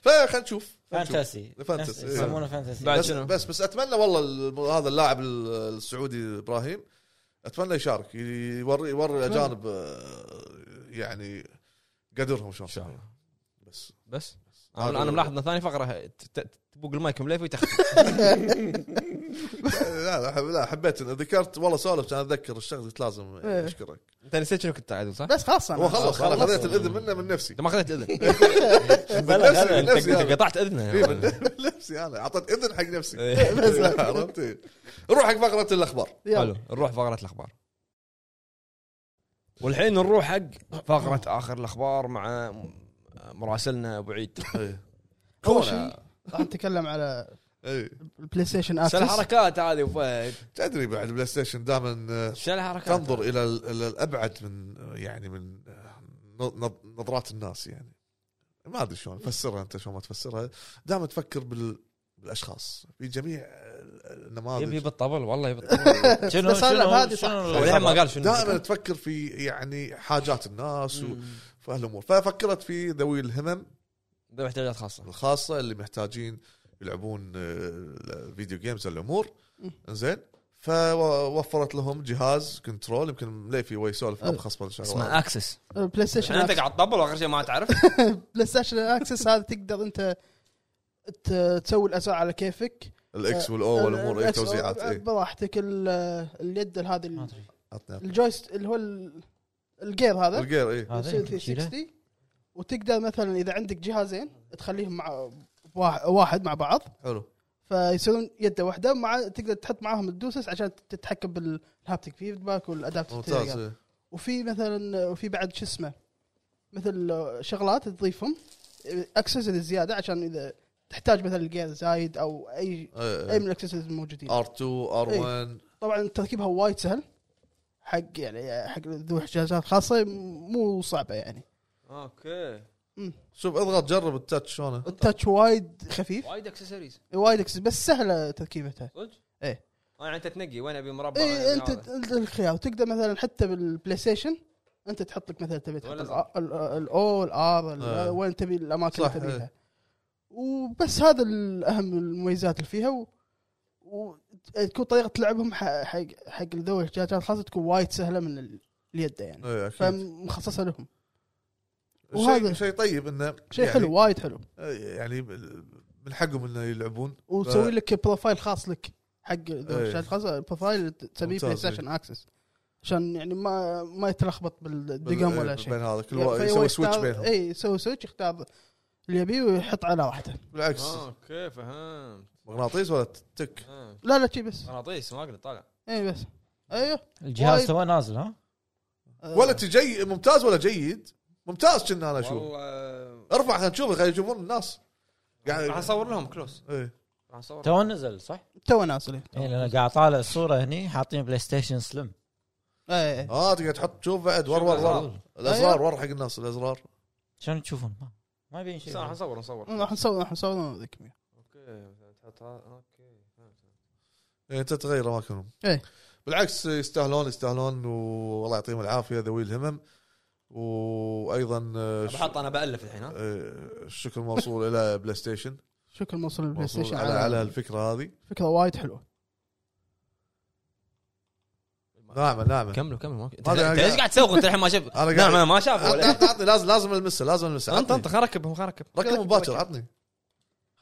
Speaker 3: فخلنا نشوف خلنا نشوف.
Speaker 2: فانتسي
Speaker 3: فانتسي.
Speaker 2: يسمونه فانتسي
Speaker 1: بعد
Speaker 3: بس
Speaker 1: شنو؟
Speaker 3: بس بس اتمنى والله ال- هذا اللاعب ال- السعودي ابراهيم اتمنى يشارك يوري يوري الاجانب آه، يعني قدرهم شلون
Speaker 1: ان شاء الله
Speaker 3: بس
Speaker 1: بس انا أنا ملاحظ ان ثاني فقره ت- ت- تبوق المايك مليفي *laughs* تخ
Speaker 3: *laughs* لا لا، حب- لا حبيت إن ذكرت والله سولف كان اتذكر الشخص قلت لازم
Speaker 4: إيه.
Speaker 3: اشكرك
Speaker 1: انت نسيت شنو كنت عدل صح؟
Speaker 4: بس خلاص
Speaker 3: هو
Speaker 4: انا
Speaker 3: خلص انا
Speaker 2: خلص.
Speaker 3: خذيت الاذن منه من
Speaker 1: *laughs*
Speaker 3: نفسي *laughs*
Speaker 1: انت ما اخذت اذن
Speaker 2: بلا
Speaker 3: نفسي-
Speaker 1: انت
Speaker 2: بلا.
Speaker 3: نفسي
Speaker 1: أنت
Speaker 3: أنا.
Speaker 1: قطعت اذنه
Speaker 3: إيه،
Speaker 1: *laughs*
Speaker 3: من
Speaker 1: يعني.
Speaker 3: من نفسي انا اعطيت اذن حق نفسي *laughs*
Speaker 1: إيه. *laughs*
Speaker 3: عرفت إيه. نروح حق فقره الاخبار
Speaker 1: حلو نروح فقره الاخبار والحين نروح حق فقره اخر الاخبار مع مراسلنا ابو *laughs* عيد
Speaker 4: اول شيء راح نتكلم على
Speaker 3: اي
Speaker 4: البلاي ستيشن
Speaker 1: شو
Speaker 4: اكسس
Speaker 1: الحركات هذه ابو فهد
Speaker 3: إيه. تدري بعد البلاي ستيشن دائما آه،
Speaker 1: شو الحركات
Speaker 3: تنظر الى ال- الى الابعد من يعني من نظ- نظرات الناس يعني ما ادري شلون تفسرها انت شلون ما تفسرها دائما تفكر بال بالاشخاص في جميع *laughs*
Speaker 1: يبي
Speaker 3: النماذج
Speaker 1: بالطبل والله *laughs* يبي بالطبل
Speaker 2: شنو
Speaker 4: بس هلا
Speaker 2: شنو
Speaker 4: بهذه صح.
Speaker 1: وللحين
Speaker 2: شنو
Speaker 1: ما قال شنو
Speaker 3: دائما تفكر في يعني حاجات الناس و- في هالامور ففكرت في ذوي الهمم
Speaker 1: ذوي احتياجات خاصه
Speaker 3: الخاصه اللي محتاجين يلعبون آه، فيديو جيمز الامور زين فوفرت لهم جهاز كنترول يمكن مليفي هو
Speaker 1: أه.
Speaker 3: يسولف خاصه
Speaker 1: اسمه اكسس
Speaker 4: البلاي ستيشن
Speaker 1: يعني انت قاعد تطبل واخر شيء ما *laughs* تعرف
Speaker 4: بلاي ستيشن اكسس هذا تقدر انت ت- تسوي الاسعار على كيفك
Speaker 3: الاكس والاو والامور اي
Speaker 4: الأكس-
Speaker 3: إيه، توزيعات اي
Speaker 4: براحتك ال- اليد هذه
Speaker 2: ما
Speaker 3: عطني
Speaker 2: ادري
Speaker 3: إيه. عطني.
Speaker 4: الجويست اللي هو ال- الجير هذا
Speaker 3: الجير اي
Speaker 2: هذا
Speaker 4: يصير 360 وتقدر مثلا اذا عندك جهازين تخليهم مع واحد- واحد مع بعض
Speaker 3: حلو
Speaker 4: ف- فيصيرون يده واحده مع تقدر تحط معاهم الدوسس عشان تتحكم بالهابتك فيدباك والادابتف
Speaker 3: ممتاز إيه.
Speaker 4: وفي مثلا وفي بعد شو اسمه مثل شغلات تضيفهم اكسسوارز زياده عشان اذا تحتاج مثلا الجير زايد او
Speaker 3: إيه.
Speaker 4: اي
Speaker 3: آه،
Speaker 4: اي من الاكسسوارز الموجودين
Speaker 3: ار 2 ار 1
Speaker 4: طبعا تركيبها وايد سهل حق يعني حق ذو احتياجات خاصه مو صعبه يعني
Speaker 1: اوكي
Speaker 3: شوف اضغط جرب التاتش شلونه
Speaker 4: التاتش وايد خفيف
Speaker 1: وايد اكسسوارز
Speaker 4: وايد أكس- بس سهله تركيبتها
Speaker 1: صدق؟
Speaker 4: إيه.
Speaker 1: آه، يعني انت تنقي وين ابي مربع
Speaker 4: اي
Speaker 1: وين
Speaker 4: انت
Speaker 1: أبي هذا. آه،
Speaker 4: انت الخيار تقدر مثلا حتى بالبلاي ستيشن انت تحط لك مثلا تبي تحط
Speaker 1: ولا
Speaker 4: الأ- ال- الاو الار ال-
Speaker 3: آه.
Speaker 4: وين تبي الاماكن
Speaker 3: صح، إيه.
Speaker 4: اللي تبيها وبس هذا الاهم المميزات اللي فيها و- وتكون طريقه لعبهم ح- حق حق ذوي الاحتياجات الخاصه تكون وايد سهله من ال- اليد يعني
Speaker 3: إيه، أكيد.
Speaker 4: فمخصصه لهم
Speaker 3: شيء
Speaker 4: وهذا-
Speaker 3: شيء طيب انه
Speaker 4: شيء
Speaker 3: يعني-
Speaker 4: حلو وايد حلو
Speaker 3: يعني من حقهم انه يلعبون
Speaker 4: وتسوي
Speaker 3: ف-
Speaker 4: لك بروفايل خاص لك حق ذوي
Speaker 3: إيه.
Speaker 4: الاحتياجات الخاصه بروفايل تسميه
Speaker 3: ممتاز، إيه.
Speaker 4: بلاي ستيشن اكسس عشان يعني ما ما يتلخبط بالدقم ولا شيء
Speaker 3: إيه، بين هذا كل
Speaker 4: يعني
Speaker 3: واحد
Speaker 4: فهو
Speaker 3: يسوي سويتش
Speaker 4: يختار-
Speaker 3: بينهم
Speaker 4: اي يسوي سويتش يختار اللي يبيه ويحط على واحده
Speaker 3: بالعكس
Speaker 1: آه، اوكي فهمت
Speaker 3: مغناطيس ولا
Speaker 4: آه.
Speaker 3: تك
Speaker 1: فهمت.
Speaker 4: لا لا شي بس
Speaker 1: قراطيس ما اقدر طالع
Speaker 4: اي بس ايوه
Speaker 2: الجهاز
Speaker 4: وايد.
Speaker 2: تو نازل ها
Speaker 4: آه.
Speaker 3: ولا تجي ممتاز ولا جيد ممتاز كنا انا اشوف
Speaker 1: والله آه،
Speaker 3: ارفع خلينا نشوف خلينا يشوفون الناس
Speaker 1: راح
Speaker 3: قاعد
Speaker 1: اصور لهم كلوز
Speaker 3: إيه.
Speaker 1: راح اصور
Speaker 2: تو نزل صح؟
Speaker 4: تو نازل إيه، إي.
Speaker 2: اي لان قاعد طالع الصوره هني حاطين بلاي ستيشن سليم
Speaker 4: اي اي
Speaker 3: اه تقعد تحط تشوف بعد ور
Speaker 1: شوف
Speaker 3: ور
Speaker 1: الأزرار.
Speaker 3: ور الازرار ور حق الناس الازرار
Speaker 2: شنو تشوفون؟ ما- ما يبين
Speaker 1: بس راح
Speaker 2: شيء
Speaker 1: نصور نصور
Speaker 4: راح نسوي راح نسوي لنا ذيك مية.
Speaker 1: اوكي تحط هذا اوكي آه، فهمت.
Speaker 3: إيه، انت تغير اماكنهم
Speaker 4: إيه.
Speaker 3: بالعكس يستاهلون يستاهلون والله يعطيهم العافيه ذوي الهمم وايضا آه، ش-
Speaker 1: بحط انا بالف الحين ها
Speaker 3: آه، الشكر موصول الى بلاي ستيشن
Speaker 4: شكرا موصل البلاي
Speaker 3: موصول
Speaker 4: ستيشن
Speaker 3: على على الفكره هذه
Speaker 4: فكره وايد حلوه
Speaker 3: ناعمه ناعمه
Speaker 1: كملوا كملوا ما- انت
Speaker 3: هذا
Speaker 1: أنت
Speaker 3: أنا
Speaker 1: ليش قاعد تسوق انت الحين ما شف
Speaker 3: قاعد-
Speaker 1: نعم أنا ما شافه
Speaker 3: عطني
Speaker 1: ولا
Speaker 3: عطني عطني لازم لازم المسه لازم المسه
Speaker 1: انت انت
Speaker 3: عطني.
Speaker 1: خل ركبهم خل إيه. ركب
Speaker 3: ركب مباشر عطني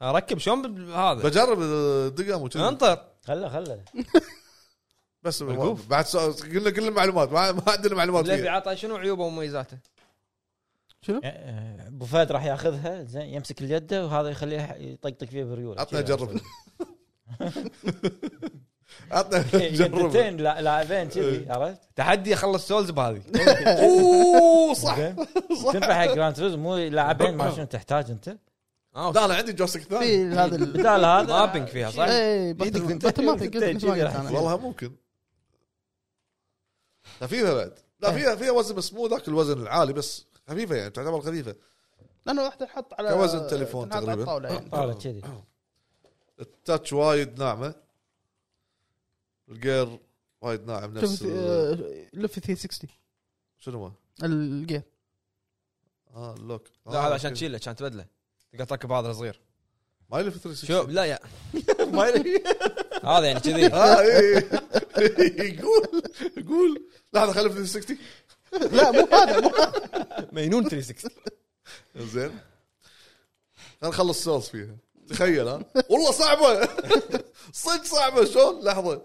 Speaker 1: ركب شلون بال- هذا
Speaker 3: بجرب الدقم وكذا
Speaker 1: انطر
Speaker 2: خله خله
Speaker 3: بس
Speaker 1: بالقوف.
Speaker 3: بعد سؤال- قلنا كل المعلومات ما ما عندنا معلومات
Speaker 1: ليبي
Speaker 3: فيها.
Speaker 1: عطى شنو عيوبه ومميزاته
Speaker 4: شنو؟
Speaker 2: آه، ابو فهد راح ياخذها زين يمسك اليد وهذا يخليه يطقطق فيها بريوله
Speaker 3: عطنا
Speaker 2: كذا.
Speaker 3: *laughs* اجرب
Speaker 2: *laughs*
Speaker 3: عطنا جرب
Speaker 2: إيه،
Speaker 3: إيه.
Speaker 2: يدتين لا- لاعبين كذي عرفت؟
Speaker 1: تحدي اخلص سولز *laughs* بهذه
Speaker 3: اوه *laughs* صح
Speaker 2: زين؟ تنفع حق جراند تريز مو لاعبين ما شنو تحتاج انت
Speaker 1: آه،
Speaker 3: لا انا عندي جوستيك ثاني
Speaker 4: في هذا ال-
Speaker 2: *laughs* بدال هذا
Speaker 1: مابينج فيها صح؟
Speaker 4: اي
Speaker 2: يدك
Speaker 4: بطل-
Speaker 2: تنتهي-
Speaker 4: بطل ما تقلت
Speaker 2: تنتهي
Speaker 4: مثل ما
Speaker 2: كذي
Speaker 4: قلت
Speaker 2: راح
Speaker 4: أنا.
Speaker 3: والله ممكن خفيفه بعد لا
Speaker 2: إيه.
Speaker 3: فيها فيها وزن بس مو ذاك الوزن العالي بس خفيفه يعني تعتبر خفيفه
Speaker 4: لانه راح تنحط على
Speaker 3: كوزن تليفون
Speaker 4: تنحط على
Speaker 3: تقريباً.
Speaker 4: الطاوله يعني
Speaker 2: طالع كذي
Speaker 3: التاتش وايد ناعمه الجير وايد ناعم نفس
Speaker 4: شوف
Speaker 3: ال-
Speaker 4: آه، لف 360
Speaker 3: شنو هو؟ *laughs*
Speaker 4: الجيم
Speaker 3: اه اللوك
Speaker 1: لا
Speaker 3: آه،
Speaker 1: هذا عشان
Speaker 3: أوكي.
Speaker 1: تشيله عشان تبدله تقدر تركب هذا الصغير
Speaker 3: ما يلف 360
Speaker 1: شوف لا *laughs* يا *laughs* هذا يعني كذي
Speaker 3: اه إيه. *laughs* قول قول لحظه خلف 360
Speaker 4: لا *laughs* مو هذا مو
Speaker 1: *laughs* مينون 360
Speaker 3: زين خلينا نخلص سولز فيها تخيل ها والله صعبه صدق صعبه شلون لحظه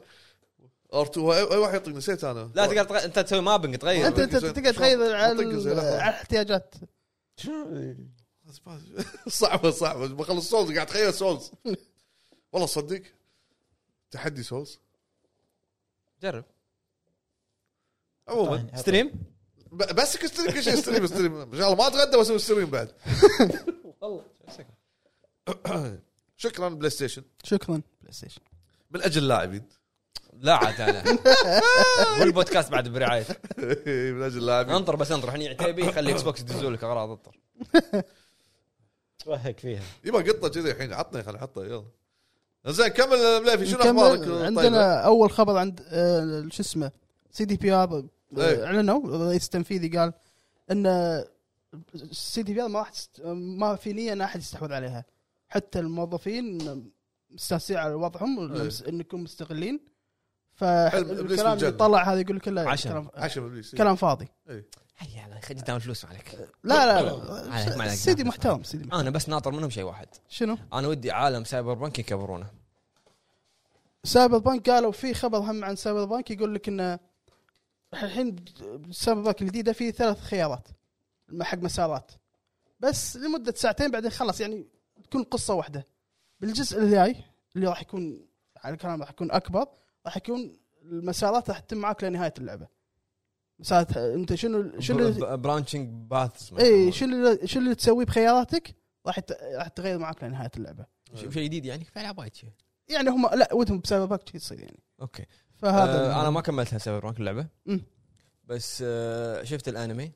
Speaker 3: ار 2 اي واحد يعطيك نسيت انا
Speaker 1: لا تقدر تغ... انت تسوي مابنج تغير
Speaker 4: انت انت تقدر تغير على
Speaker 3: منطقي زي لحظة.
Speaker 4: على الاحتياجات
Speaker 3: صعبه صعبه بخلص سولز قاعد اتخيل سولز والله صدق تحدي سولز
Speaker 1: جرب
Speaker 3: عموما
Speaker 1: طيب، يعني ستريم
Speaker 3: ب- بس استريم كل شيء استريم استريم ان شاء الله ما اتغدى واسوي استريم بعد شكرا بلاي ستيشن
Speaker 4: شكرا بلاي ستيشن
Speaker 3: من اجل
Speaker 1: *laughs*
Speaker 3: اللاعبين
Speaker 1: لا عاد *laughs* انا والبودكاست بعد برعايه
Speaker 3: من اجل اللاعبين
Speaker 1: انطر بس انطر هني عتيبي خلي اكس بوكس يدزوا لك اغراض انطر
Speaker 4: *laughs*
Speaker 2: توهق فيها
Speaker 3: يبا قطه كذي الحين عطني خل احطه يلا زين كمل مليفي شنو طيب،
Speaker 4: نكمل.
Speaker 3: اخبارك طيبة؟
Speaker 4: عندنا اول خبر عند آه، شو اسمه سي دي بي ار
Speaker 3: إيه.
Speaker 4: اعلنوا الرئيس التنفيذي قال ان السي دي بي ار ما راح تست- ما في نيه ان احد يستحوذ عليها حتى الموظفين مستانسين على وضعهم وإن- انكم مستغلين
Speaker 3: حلم إبليس
Speaker 4: فالكلام اللي
Speaker 3: بالجنة.
Speaker 4: طلع هذا يقول لك لا
Speaker 1: عشان.
Speaker 4: كلام
Speaker 3: عشان ابليس
Speaker 4: كلام فاضي
Speaker 1: هيا خلي داون فلوس ما عليك
Speaker 4: لا لا
Speaker 1: عليك، ما
Speaker 4: لا
Speaker 1: عليك.
Speaker 4: سيدي محترم سيدي محترم.
Speaker 1: انا بس ناطر منهم شيء واحد
Speaker 4: شنو؟
Speaker 1: انا ودي عالم سايبر بانك يكبرونه
Speaker 4: سايبر بانك قالوا في خبر هم عن سايبر بانك يقول لك انه الحين سايبر بانك الجديده في ثلاث خيارات م- حق مسارات بس لمده ساعتين بعدين خلاص يعني تكون قصه واحده بالجزء الجاي اللي راح يكون على كلام راح يكون اكبر راح يكون المسارات راح تتم معاك لنهايه اللعبه مسارات انت شنو شنو
Speaker 1: برانشنج باث
Speaker 4: اي شنو اللي- شنو اللي تسويه بخياراتك راح يت- راح تغير معاك لنهايه اللعبه
Speaker 1: شيء جديد يعني في العاب وايد شي.
Speaker 4: يعني هم لا ودهم بسبب باك شي يصير يعني
Speaker 1: اوكي
Speaker 4: فهذا
Speaker 1: آه انا ما كملتها سايبر بانك اللعبه
Speaker 4: مم.
Speaker 1: بس آه شفت الانمي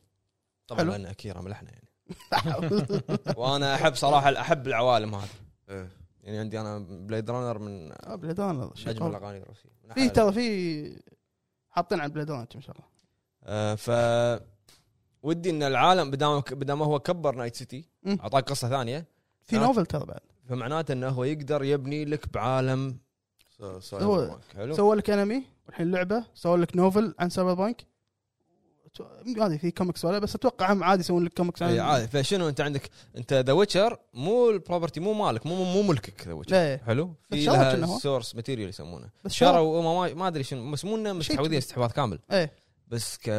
Speaker 1: طبعا
Speaker 4: حلو.
Speaker 1: لان اكيرا ملحنا يعني وانا احب صراحه احب العوالم هذه
Speaker 3: إيه.
Speaker 1: يعني عندي انا بليد رانر من
Speaker 4: آه، بليد رانر شيء
Speaker 1: نجم
Speaker 4: قوي.
Speaker 1: الاغاني الروسيه من
Speaker 4: في
Speaker 1: أحلى
Speaker 4: ترى في حاطين على بليد رانر ان شاء الله
Speaker 1: آه، ف ودي ان العالم بدام بدام هو كبر نايت سيتي
Speaker 4: مم.
Speaker 1: اعطاك قصه ثانيه
Speaker 4: في
Speaker 1: آه.
Speaker 4: نوفل ترى بعد
Speaker 1: فمعناته انه هو يقدر يبني لك بعالم
Speaker 3: سا- سا-
Speaker 4: هو-
Speaker 1: سايبر بانك. حلو
Speaker 4: سوى لك انمي والحين لعبه سووا لك نوفل عن سايبر بانك أتو- عادي في كوميكس ولا بس اتوقع هم عادي يسوون لك كوميكس
Speaker 1: اي
Speaker 4: عن-
Speaker 1: عادي إيه، فشنو انت عندك انت ذا ويتشر مو البروبرتي مو مالك مو مو ملكك ذا ويتشر
Speaker 4: لا
Speaker 1: حلو في
Speaker 4: شرط إيه. إنه
Speaker 1: لها
Speaker 4: هو.
Speaker 1: سورس ماتيريال يسمونه
Speaker 4: بس شرط
Speaker 1: شروا ما, ما ادري شنو بس مو انه مستحوذين استحواذ كامل
Speaker 4: ايه
Speaker 1: بس ك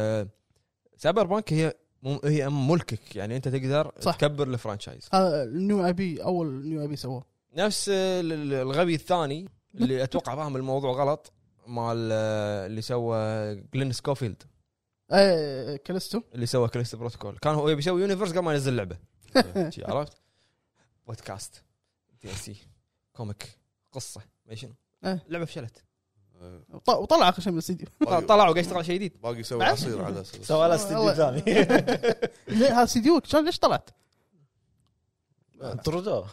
Speaker 1: سايبر بانك هي مو هي ملكك يعني انت تقدر
Speaker 4: صح.
Speaker 1: تكبر الفرانشايز
Speaker 4: هذا النيو اي بي اول نيو اي بي سووه
Speaker 1: نفس ال- ال- الغبي الثاني اللي اتوقع فاهم الموضوع غلط مال آه، اللي سوى جلين سكوفيلد
Speaker 4: ايه كاليستو
Speaker 1: اللي سوى كريست بروتوكول كان هو يبي يسوي يونيفرس قبل ما ينزل
Speaker 4: *laughs*
Speaker 1: لعبه شي عرفت بودكاست دي ال سي كوميك قصه ما شنو
Speaker 4: إيه. أيوه.
Speaker 1: لعبه فشلت
Speaker 3: إيه.
Speaker 4: وط- وطلع اخر شيء من الاستديو
Speaker 3: باقي-
Speaker 1: طلعوا قاعد يشتغل على شيء جديد
Speaker 3: باقي يسوي
Speaker 4: بعد؟
Speaker 3: عصير على اساس
Speaker 2: سوى له استديو ثاني
Speaker 4: *laughs* ليه *laughs* هذا استديوك شلون ليش طلعت؟
Speaker 1: *laughs*
Speaker 2: طردوه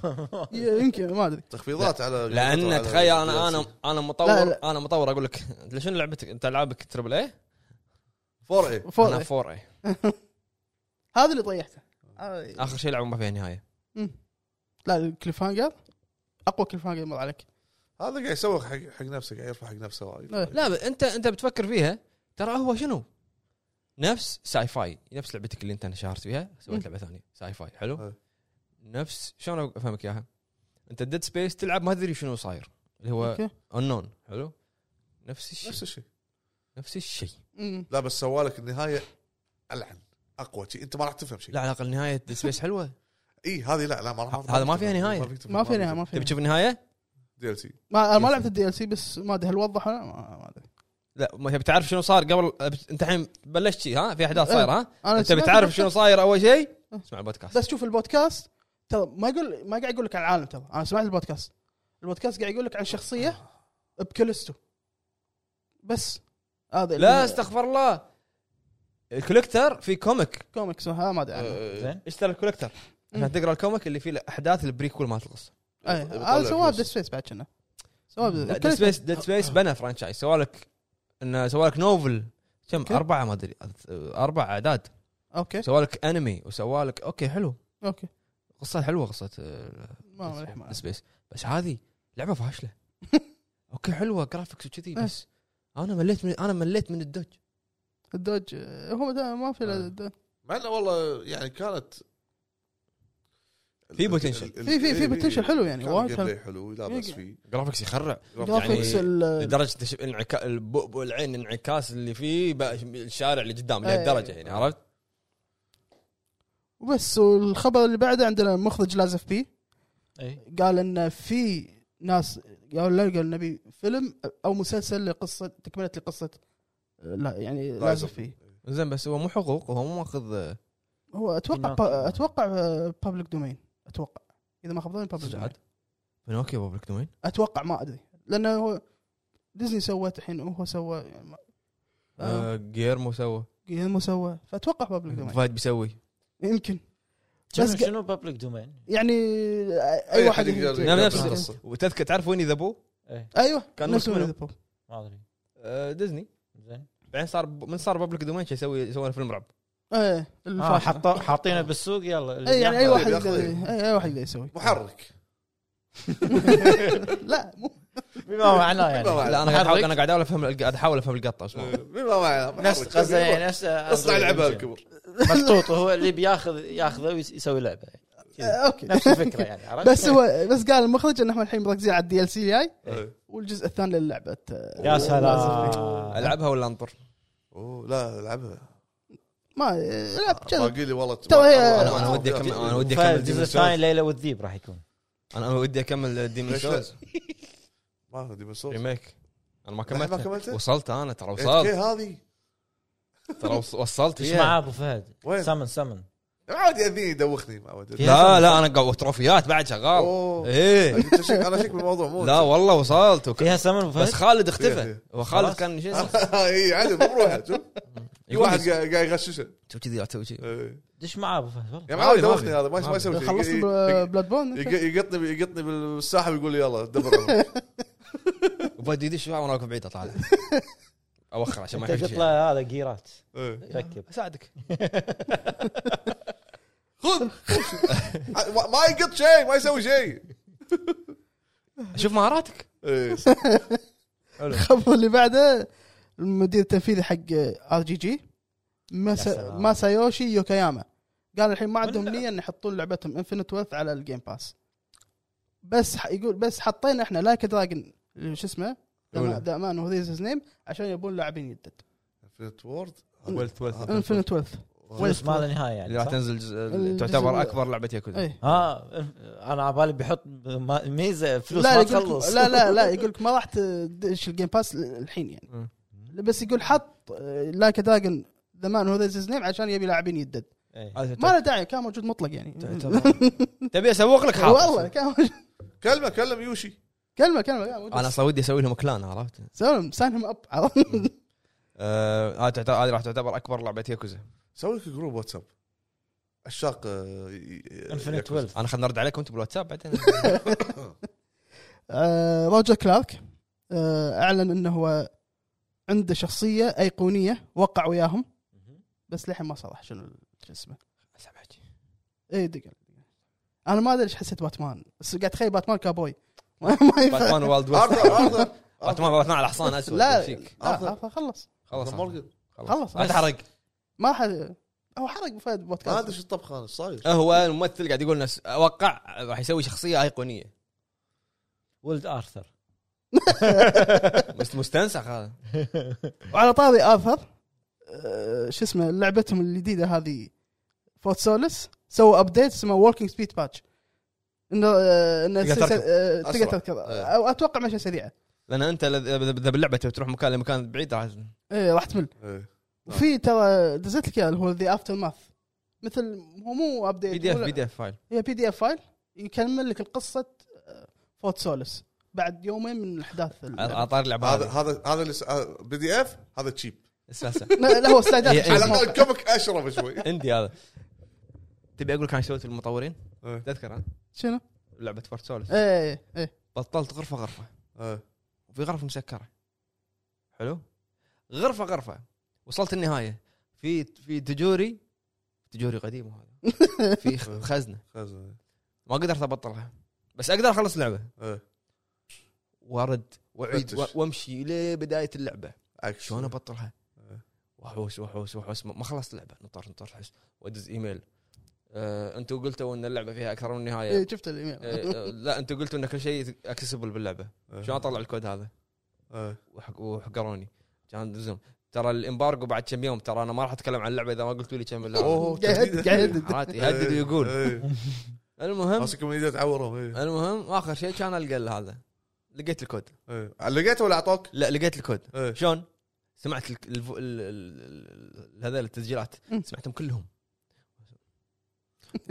Speaker 4: ي- يمكن ما ادري
Speaker 3: تخفيضات على على
Speaker 1: لان تخيل انا انا
Speaker 3: DLC.
Speaker 1: انا مطور
Speaker 4: لا،
Speaker 1: لا
Speaker 4: لا.
Speaker 1: لا. انا مطور اقول لك ليش لعبتك انت العابك تربل اي؟
Speaker 3: فور اي
Speaker 4: فور
Speaker 1: انا
Speaker 4: إيه.
Speaker 1: 4 اي
Speaker 4: هذا اللي طيحته هذا-
Speaker 1: اخر شيء لعبه ما فيها نهايه
Speaker 4: لا الكليف هانجر اقوى كليف هانجر مر عليك
Speaker 3: هذا قاعد يسوي حق حق نفسه قاعد يرفع حق نفسه وايد
Speaker 4: إيه.
Speaker 1: لا ب- انت انت بتفكر فيها ترى هو شنو؟ نفس ساي فاي نفس لعبتك اللي انت انشهرت فيها
Speaker 4: مم.
Speaker 1: سويت لعبه ثانيه ساي فاي حلو؟
Speaker 3: أي.
Speaker 1: نفس شلون افهمك اياها؟ انت ديد سبيس تلعب ما تدري شنو صاير اللي هو
Speaker 4: اوكي
Speaker 1: انون حلو؟ نفس
Speaker 3: نفس
Speaker 1: الشيء
Speaker 3: الشيء
Speaker 1: نفس الشيء
Speaker 4: أمم.
Speaker 3: لا بس سوالك النهايه العن اقوى شيء انت ما راح تفهم شيء
Speaker 1: لا على الاقل نهايه ديد سبيس
Speaker 4: *laughs*
Speaker 1: حلوه
Speaker 3: اي هذه لا لا ما راح
Speaker 1: هذا ما فيها نهاية.
Speaker 4: ما في نهايه ما في
Speaker 1: تبي
Speaker 4: نهاية.
Speaker 1: تشوف النهايه؟
Speaker 3: دي ال سي
Speaker 4: ما أنا ما لعبت الدي ال سي بس ما ادري هل وضح ولا ما ما ادري
Speaker 1: لا ما تبي تعرف شنو صار قبل انت الحين بلشت شي، ها في احداث
Speaker 4: إيه.
Speaker 1: صايره ها؟
Speaker 4: انا
Speaker 1: انت
Speaker 4: سمعت
Speaker 1: بتعرف شنو
Speaker 4: البودكاست،
Speaker 1: صاير اول شيء
Speaker 4: إيه.
Speaker 1: اسمع البودكاست
Speaker 4: بس شوف البودكاست ترى ما يقول ما قاعد يقول لك عن العالم ترى انا سمعت البودكاست البودكاست قاعد يقول لك عن شخصيه بكلستو بس هذا
Speaker 1: لا
Speaker 4: استخدم
Speaker 1: استغفر الله الكوليكتر في كوميك
Speaker 4: كوميكس ها ما ادري عنه
Speaker 2: زين
Speaker 1: اشترى الكوليكتر عشان تقرا الكوميك اللي فيه احداث البريكول مالت القصه
Speaker 4: إيه،
Speaker 3: يطلع
Speaker 4: هذا سواه
Speaker 3: فلوس.
Speaker 4: بديد سبيس بعد كنا سواه
Speaker 1: ديد
Speaker 4: بديد
Speaker 1: سبيس ديد سبيس بنى فرانشايز سوالك انه سوالك نوفل كم
Speaker 4: أوكي.
Speaker 1: اربعه ما ادري اربع اعداد
Speaker 4: اوكي
Speaker 1: سوالك انمي وسوالك اوكي حلو
Speaker 4: اوكي
Speaker 1: قصه حلوه قصه
Speaker 4: ما ما يلحق معه.
Speaker 1: سبيس آه، بس هذه لعبه فاشله اوكي حلوه جرافيكس وكذي بس انا مليت من انا مليت من الدوج
Speaker 4: الدوج آه، هو دا ما
Speaker 3: آه.
Speaker 4: في إلا الدوج.
Speaker 3: مع انه والله يعني كانت
Speaker 1: في potential.
Speaker 4: في- في- في potential حلو يعني، وايد
Speaker 3: وايد
Speaker 4: حلو.
Speaker 3: حلو حلو لا باس فيه
Speaker 1: جرافيكس يخرع
Speaker 4: جرافيكس ال-
Speaker 1: لدرجه تش- انعكا... البؤبؤ العين انعكاس اللي فيه بقى الشارع اللي قدام لهالدرجه يعني عرفت؟
Speaker 4: وبس والخبر اللي بعده عندنا مخرج لازف بي
Speaker 2: اي
Speaker 4: قال ان في ناس قالوا لا قالوا نبي فيلم او مسلسل لقصه تكمله لقصه لا يعني
Speaker 3: Lies
Speaker 4: لازم
Speaker 3: of-
Speaker 4: فيه
Speaker 1: زين بس هو مو حقوق هو مو ماخذ آه،
Speaker 4: هو اتوقع
Speaker 2: Pinocchio.
Speaker 4: با اتوقع بابليك دومين اتوقع اذا ما خبرني بابليك دومين
Speaker 1: سعد بنوكيو بابليك دومين
Speaker 4: اتوقع ما ادري لانه هو ديزني سوت الحين وهو سوى يعني ما- آه.
Speaker 1: آه، جيرمو سوى
Speaker 4: جيلمو سوى فاتوقع بابليك دومين
Speaker 1: فهد بيسوي
Speaker 4: يمكن
Speaker 2: شنو
Speaker 4: بس-
Speaker 2: شنو بابليك دومين؟
Speaker 4: يعني آه، اي
Speaker 3: أي
Speaker 4: واحد
Speaker 3: حد يقدر-
Speaker 4: يمكن.
Speaker 1: نعم،
Speaker 3: يقدر
Speaker 1: نفس
Speaker 3: يقص.
Speaker 1: وتذكر تعرف وين ذا بو
Speaker 2: ايه
Speaker 4: ايوه
Speaker 1: كان
Speaker 4: نفس
Speaker 1: ملك
Speaker 4: ولد
Speaker 1: منو؟
Speaker 4: بوب.
Speaker 2: ما ادري
Speaker 1: آه، ديزني
Speaker 2: زين
Speaker 1: بعدين صار من صار بابليك دومين شي يسوي يسوون فيلم رعب
Speaker 4: ايه
Speaker 2: آه
Speaker 4: الفاشل
Speaker 2: حطوا حاطينه بالسوق يلا اللي
Speaker 4: اي يعني اي
Speaker 2: بياخذه.
Speaker 4: واحد
Speaker 3: بياخذ-
Speaker 4: يقدر اي أي واحد يقدر
Speaker 2: *laughs*
Speaker 4: يسوي *laughs*
Speaker 3: محرك *laughs*
Speaker 4: لا مو
Speaker 2: *laughs* بما معناه يعني
Speaker 3: بما
Speaker 1: لا انا قاعد أحاول- انا قاعد احاول افهم قاعد احاول افهم القطه بس
Speaker 3: آه.
Speaker 1: ما-
Speaker 3: بما معناه
Speaker 2: نفس قصدي يعني نفس
Speaker 3: اصنع لعبه الكبر
Speaker 2: مخطوط وهو اللي بياخذ ياخذه ويسوي لعبه يعني.
Speaker 4: آه، اوكي
Speaker 2: نفس الفكره يعني عرفت؟
Speaker 4: *laughs* بس هو بس قال المخرج ان احنا الحين مركزين على الدي ال سي جاي
Speaker 3: إيه.
Speaker 4: والجزء الثاني آه، للعبه
Speaker 2: يا
Speaker 4: سلام.
Speaker 2: سلام
Speaker 1: العبها ولا انطر
Speaker 3: اوه لا العبها
Speaker 4: ما
Speaker 2: آه،
Speaker 4: العب كذا
Speaker 3: باقي لي والله
Speaker 4: تو هي-
Speaker 1: انا انا ودي اكمل انا ودي اكمل
Speaker 2: الجزء
Speaker 1: Demon's Souls.
Speaker 2: الثاني ليلى والذيب راح يكون
Speaker 1: انا ودي اكمل ديمون
Speaker 3: ليش لا؟
Speaker 1: سولز
Speaker 3: اه ديمون سولز
Speaker 1: ريميك انا ما
Speaker 3: ما
Speaker 1: كملت
Speaker 3: كملته؟ إيه،
Speaker 1: وصلت انا ترى
Speaker 3: اوكي
Speaker 1: وصلت
Speaker 3: هذه
Speaker 1: ترى وص- وصلت
Speaker 2: ايش
Speaker 1: هي.
Speaker 2: معاه ابو فهد؟
Speaker 3: وين؟
Speaker 2: سمن سمن
Speaker 3: ما عاد ياذيني يدوخني ما عاد يأذيني.
Speaker 1: لا لا انا قاعد تروفيات بعد شغال
Speaker 3: أوه.
Speaker 1: ايه
Speaker 3: أنت شك- انا شك بالموضوع *laughs* مو
Speaker 1: لا والله وصلت وك...
Speaker 2: فيها سمن ابو
Speaker 1: بس
Speaker 2: فهد؟
Speaker 1: خالد
Speaker 3: فيها.
Speaker 1: اختفى
Speaker 2: خلاص.
Speaker 1: وخالد كان شو اسمه
Speaker 3: اي عادي إيه، مو بروحه شوف في
Speaker 1: يقول
Speaker 3: واحد
Speaker 1: لي
Speaker 3: قاعد قاعد يغششه
Speaker 1: سوي كذي اسوي كذي
Speaker 3: إيه.
Speaker 2: دش معاه ابو فهد والله
Speaker 3: يا معود
Speaker 1: ما في- ما
Speaker 3: دوخني
Speaker 1: في.
Speaker 3: هذا يعني ما
Speaker 1: ما
Speaker 3: ما
Speaker 1: في.
Speaker 3: يسوي شيء
Speaker 4: خلصت
Speaker 3: ي-
Speaker 4: ب- بلاد بون
Speaker 3: يق- يقطني يقطني بالساحب يقول لي يلا دبر *laughs* أمرك.
Speaker 1: وبدي يدش وانا واقف بعيد اطالع اوخر عشان ما
Speaker 2: انت
Speaker 1: يحب
Speaker 2: قلت
Speaker 1: شيء
Speaker 2: له هذا جيرات
Speaker 3: إيه.
Speaker 2: ركب
Speaker 1: اساعدك
Speaker 3: خذ ما ما يقط شيء ما يسوي شيء
Speaker 1: شوف مهاراتك
Speaker 3: إيه.
Speaker 4: الخبر اللي بعده المدير التنفيذي حق ار جي جي
Speaker 2: يا سلام.
Speaker 4: ماسايوشي يوكاياما قال الحين ما عندهم
Speaker 2: ولا-
Speaker 4: نيه ان يحطون لعبتهم انفنت ويلث على الجيم باس بس ح- يقول بس حطينا احنا لايك دراجون شو اسمه
Speaker 1: أولى.
Speaker 4: ذا مان وذيز هيز نيم عشان يبون لاعبين يدد
Speaker 3: انفنت وورد
Speaker 1: ولت
Speaker 4: *laughs*
Speaker 1: ولت
Speaker 4: انفنت ويلث
Speaker 2: فلوس ما له نهايه
Speaker 1: اللي
Speaker 2: يعني
Speaker 1: راح
Speaker 2: صح؟
Speaker 1: تنزل جزء-
Speaker 4: الجزء
Speaker 1: تعتبر
Speaker 4: الأول.
Speaker 1: اكبر لعبه ياكوزا
Speaker 4: اي
Speaker 2: ها انا على بالي بيحط ما- ميزه فلوس
Speaker 4: لا
Speaker 2: ما
Speaker 4: يقولك-
Speaker 2: تخلص
Speaker 4: لا لا لا يقول لك ما راح تدش الجيم باس الحين يعني بس يقول حط آه، لايك دراجون ذا مان وذيز هيز نيم عشان يبي لاعبين يدد
Speaker 2: *laughs* إيه.
Speaker 1: هذا
Speaker 4: ما له داعي كان موجود مطلق يعني
Speaker 1: تعتبر- تبي اسوق لك حاضر
Speaker 4: والله كان موجود.
Speaker 3: كلمه كلم يوشي
Speaker 4: كلمه كلمه كان موجود.
Speaker 1: انا اصلا ودي اسوي لهم كلان عرفت
Speaker 4: سلم سانهم اب عرفت؟
Speaker 1: آه، هذه تعتبر- هذه راح تعتبر اكبر لعبه ياكوزا
Speaker 3: سوي لك جروب واتساب عشاق آه، ي- ي-
Speaker 2: انفنت
Speaker 3: ياكوزا. *laughs*
Speaker 2: ويلث
Speaker 1: انا خلنا نرد عليكم انتم بالواتساب
Speaker 4: *laughs*
Speaker 1: بعدين
Speaker 4: آه، روجر كلارك آه، اعلن انه هو عنده شخصيه ايقونيه وقع وياهم بس للحين ما صرح شنو شو اسمه إيه،
Speaker 1: سامحك
Speaker 4: اي دقيقه انا ما ادري ايش حسيت باتمان بس قاعد اتخيل باتمان كابوي *laughs* ما ما ينفع
Speaker 1: باتمان وايلد ويست
Speaker 3: ارثر ارثر
Speaker 1: باتمان نعم، باتمان على حصان اسود
Speaker 4: لا
Speaker 1: يمشيك.
Speaker 4: لا، خلص
Speaker 1: خلاص
Speaker 3: مورجن
Speaker 4: خلص.
Speaker 1: خلص لا تحرق
Speaker 4: ما ح... هو حرق فهد
Speaker 3: ما ادري
Speaker 4: بودكاست
Speaker 3: شو الطبخ انا ايش صاير
Speaker 1: هو الممثل قاعد يقول ناس اوقع راح يسوي شخصيه ايقونيه
Speaker 4: *laughs*
Speaker 2: ولد ارثر
Speaker 1: مست- مستنسخ هذا
Speaker 4: وعلى طاري اثر آه، شو اسمه لعبتهم الجديده هذه فوت سولس سووا ابديت اسمه وركينج سبيد باتش انه آه، انه
Speaker 1: تقدر
Speaker 4: السلسلة-
Speaker 1: تركض.
Speaker 4: آه، تقدر
Speaker 3: أسرع.
Speaker 4: تركض
Speaker 3: إيه.
Speaker 4: او اتوقع مشى سريعه
Speaker 1: لان انت لذ- اذا إذا باللعبه تبي تروح مكان لمكان بعيد راح
Speaker 4: ايه راح
Speaker 1: آه.
Speaker 4: تمل
Speaker 3: إيه.
Speaker 4: وفي ترى دزيت لك اياه اللي هو ذا افتر ماث مثل هو مو ابديت
Speaker 1: بي دي اف
Speaker 4: هو-
Speaker 1: بي دي اف فايل
Speaker 4: هي بي دي اف فايل يكمل لك القصه آه، فوت سولس بعد يومين من الاحداث ال-
Speaker 1: على على طار اللعبه
Speaker 3: هذا
Speaker 1: هذا
Speaker 3: هذا هذا اللي آه، بي دي اف هذا تشيب
Speaker 1: اساسا
Speaker 3: *laughs*
Speaker 4: لا لا، هو سلايدات
Speaker 1: هي-
Speaker 3: على
Speaker 1: هي-
Speaker 3: الاقل كوميك اشرب
Speaker 1: *laughs*
Speaker 3: شوي
Speaker 1: عندي هذا تبي اقول لك انا سويت المطورين
Speaker 3: إيه.
Speaker 1: تذكر أنا؟
Speaker 4: شنو؟
Speaker 1: لعبه فورت سولز
Speaker 4: ايه ايه
Speaker 1: بطلت غرفه غرفه
Speaker 3: إيه.
Speaker 1: وفي غرفه مسكره حلو غرفه غرفه وصلت النهايه في في تجوري تجوري قديم
Speaker 3: *laughs*
Speaker 1: هذا في خ- خزنه
Speaker 3: خزنة.
Speaker 1: ما قدرت ابطلها بس اقدر اخلص اللعبه
Speaker 3: إيه.
Speaker 1: وارد واعيد
Speaker 3: فتش.
Speaker 1: و- وامشي لبدايه اللعبه
Speaker 3: عكس.
Speaker 1: شلون ابطلها؟
Speaker 3: إيه.
Speaker 1: واحوس واحوس واحوس ما ما خلصت اللعبه نطر نطر حس وادز ايميل آه، انتم قلتوا ان اللعبه فيها اكثر من
Speaker 4: إيه،
Speaker 1: نهايه
Speaker 4: شفت الايميل
Speaker 1: آه، لا انتم قلتوا ان كل شيء اكسسبل باللعبه
Speaker 3: إيه.
Speaker 1: شلون اطلع الكود هذا؟
Speaker 3: إيه.
Speaker 1: وحق- وحقروني كان زم ترى الامبارجو بعد كم يوم ترى انا ما راح اتكلم عن اللعبه اذا ما قلتوا لي كم اللعبه
Speaker 3: اوه
Speaker 4: *laughs* قاعد
Speaker 3: تهديد.
Speaker 4: قاعد
Speaker 1: *laughs* عاد يهدد
Speaker 3: *laughs* إيه.
Speaker 1: ويقول
Speaker 3: إيه.
Speaker 1: *laughs* المهم
Speaker 3: ماسكهم ايده تعورهم إيه.
Speaker 1: المهم اخر شيء كان القى له هذا لقيت الكود
Speaker 3: إيه. لقيته ولا اعطوك؟
Speaker 1: لا لقيت الكود
Speaker 3: إيه.
Speaker 1: شلون؟ سمعت ال- الف- ال- ال- ال- هذول التسجيلات
Speaker 4: مم.
Speaker 1: سمعتهم
Speaker 3: *laughs*
Speaker 1: كلهم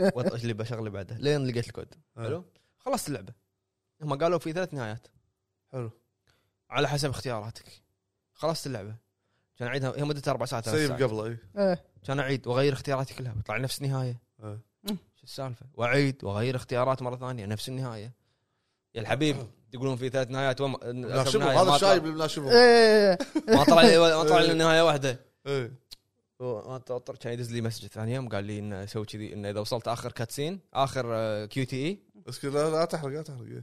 Speaker 1: وطش اللي بشغله بعده لين لقيت الكود
Speaker 3: إيه.
Speaker 1: حلو خلصت اللعبه هم قالوا في ثلاث نهايات
Speaker 3: حلو
Speaker 1: على حسب اختياراتك خلصت اللعبه كان اعيدها هي مدتها اربع ساعات ثلاث
Speaker 3: سيف
Speaker 1: ساعات.
Speaker 3: قبله إيه.
Speaker 4: إيه.
Speaker 1: كان اعيد واغير اختياراتي كلها بيطلع نفس النهايه
Speaker 3: إيه.
Speaker 1: شو السالفه واعيد واغير اختيارات مره ثانيه نفس النهايه يا الحبيب يقولون في ثلاث نهايات وما
Speaker 3: لا
Speaker 1: آخر
Speaker 3: شوفوا
Speaker 1: نهاية
Speaker 3: هذا
Speaker 1: ما
Speaker 3: الشايب
Speaker 1: طلع-
Speaker 3: اللي لا شوفوا
Speaker 4: ايه
Speaker 1: ما طلع لي ما طلع
Speaker 3: *laughs*
Speaker 1: لي نهايه واحده
Speaker 3: إيه.
Speaker 1: هو ما توتر كان يدز لي مسج ثاني يوم قال لي انه سوي كذي انه اذا وصلت اخر كاتسين اخر كيو تي اي
Speaker 3: بس كذا لا لا تحرق لا تحرق إيه.
Speaker 1: E.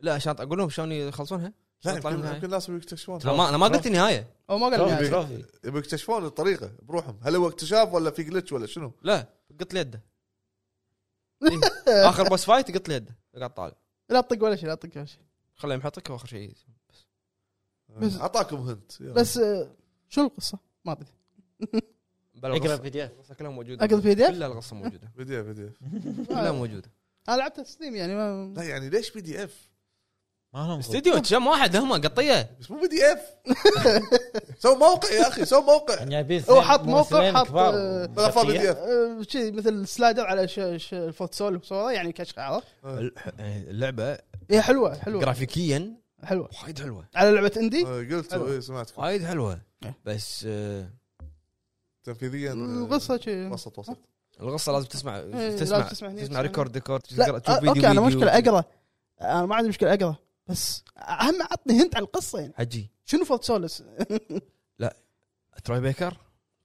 Speaker 1: لا عشان اقول لهم شلون يخلصونها شلون
Speaker 3: لا
Speaker 1: يطلعون
Speaker 3: يمكن
Speaker 1: النهاية؟
Speaker 3: يمكن الناس بيكتشفون
Speaker 1: أنا ما انا ما قلت النهايه
Speaker 4: هو ما قال
Speaker 2: تروفي
Speaker 4: يعني.
Speaker 2: تروفي
Speaker 3: بيكتشفون الطريقه بروحهم هل هو اكتشاف ولا في جلتش ولا شنو؟
Speaker 1: لا قلت لي يده إيه. اخر بوس فايت قلت لي يده قاعد طالع
Speaker 4: لا تطق ولا شيء لا تطق ولا شيء
Speaker 1: خليه يحطك واخر شيء
Speaker 4: بس-
Speaker 3: اعطاكم هنت إيه. يلا.
Speaker 4: بس آه، شو القصه؟ ما ادري
Speaker 1: بلا
Speaker 2: اقرا
Speaker 1: القصة-
Speaker 2: بي دي اف
Speaker 1: القصه كلها موجوده
Speaker 4: اقل بي دي اف
Speaker 1: كلها القصه موجوده
Speaker 3: *laughs* بي اف بي دي اف
Speaker 1: كلها موجوده
Speaker 4: انا لعبتها ستيم يعني ما
Speaker 3: لا يعني ليش بي دي اف؟
Speaker 2: ما لهم ضد.
Speaker 1: استديو كم واحد هم قطيه
Speaker 3: بس مو بي
Speaker 4: *laughs*
Speaker 3: دي اف سووا موقع يا اخي سووا موقع
Speaker 1: *laughs*
Speaker 2: يعني جايبين
Speaker 4: هو
Speaker 2: اثنين
Speaker 4: حط موقع،
Speaker 2: ممثلين
Speaker 4: حط،
Speaker 2: كبار
Speaker 4: آه،
Speaker 3: ملفات بي
Speaker 2: وذكية.
Speaker 3: دي اف
Speaker 4: أه، شي مثل سلايدر على ش... ش... الفوتسول وصوره يعني إيه، كشخ عرفت؟
Speaker 1: إيه، اللعبه
Speaker 4: هي حلوه حلوه
Speaker 1: جرافيكيا
Speaker 4: حلوه
Speaker 1: وايد حلوه
Speaker 4: على لعبه اندي
Speaker 3: قلت
Speaker 4: حلو.
Speaker 3: إيه، سمعتكم
Speaker 1: وايد حلوه
Speaker 4: إيه.
Speaker 1: بس آه،
Speaker 3: تنفيذيا آه،
Speaker 4: القصه شي
Speaker 3: وسط وسط
Speaker 1: القصه لازم تسمع
Speaker 4: إيه،
Speaker 1: تسمع
Speaker 4: لازم تسمع هني،
Speaker 1: تسمع
Speaker 4: تسمع
Speaker 1: ريكورد ريكورد
Speaker 4: لا
Speaker 1: تقرأ-
Speaker 4: أه، اوكي انا مشكله اقرا انا ما عندي مشكله اقرا بس اهم عطني هنت على القصه يعني
Speaker 1: حجي
Speaker 4: شنو فولت سولس؟
Speaker 1: تروي بيكر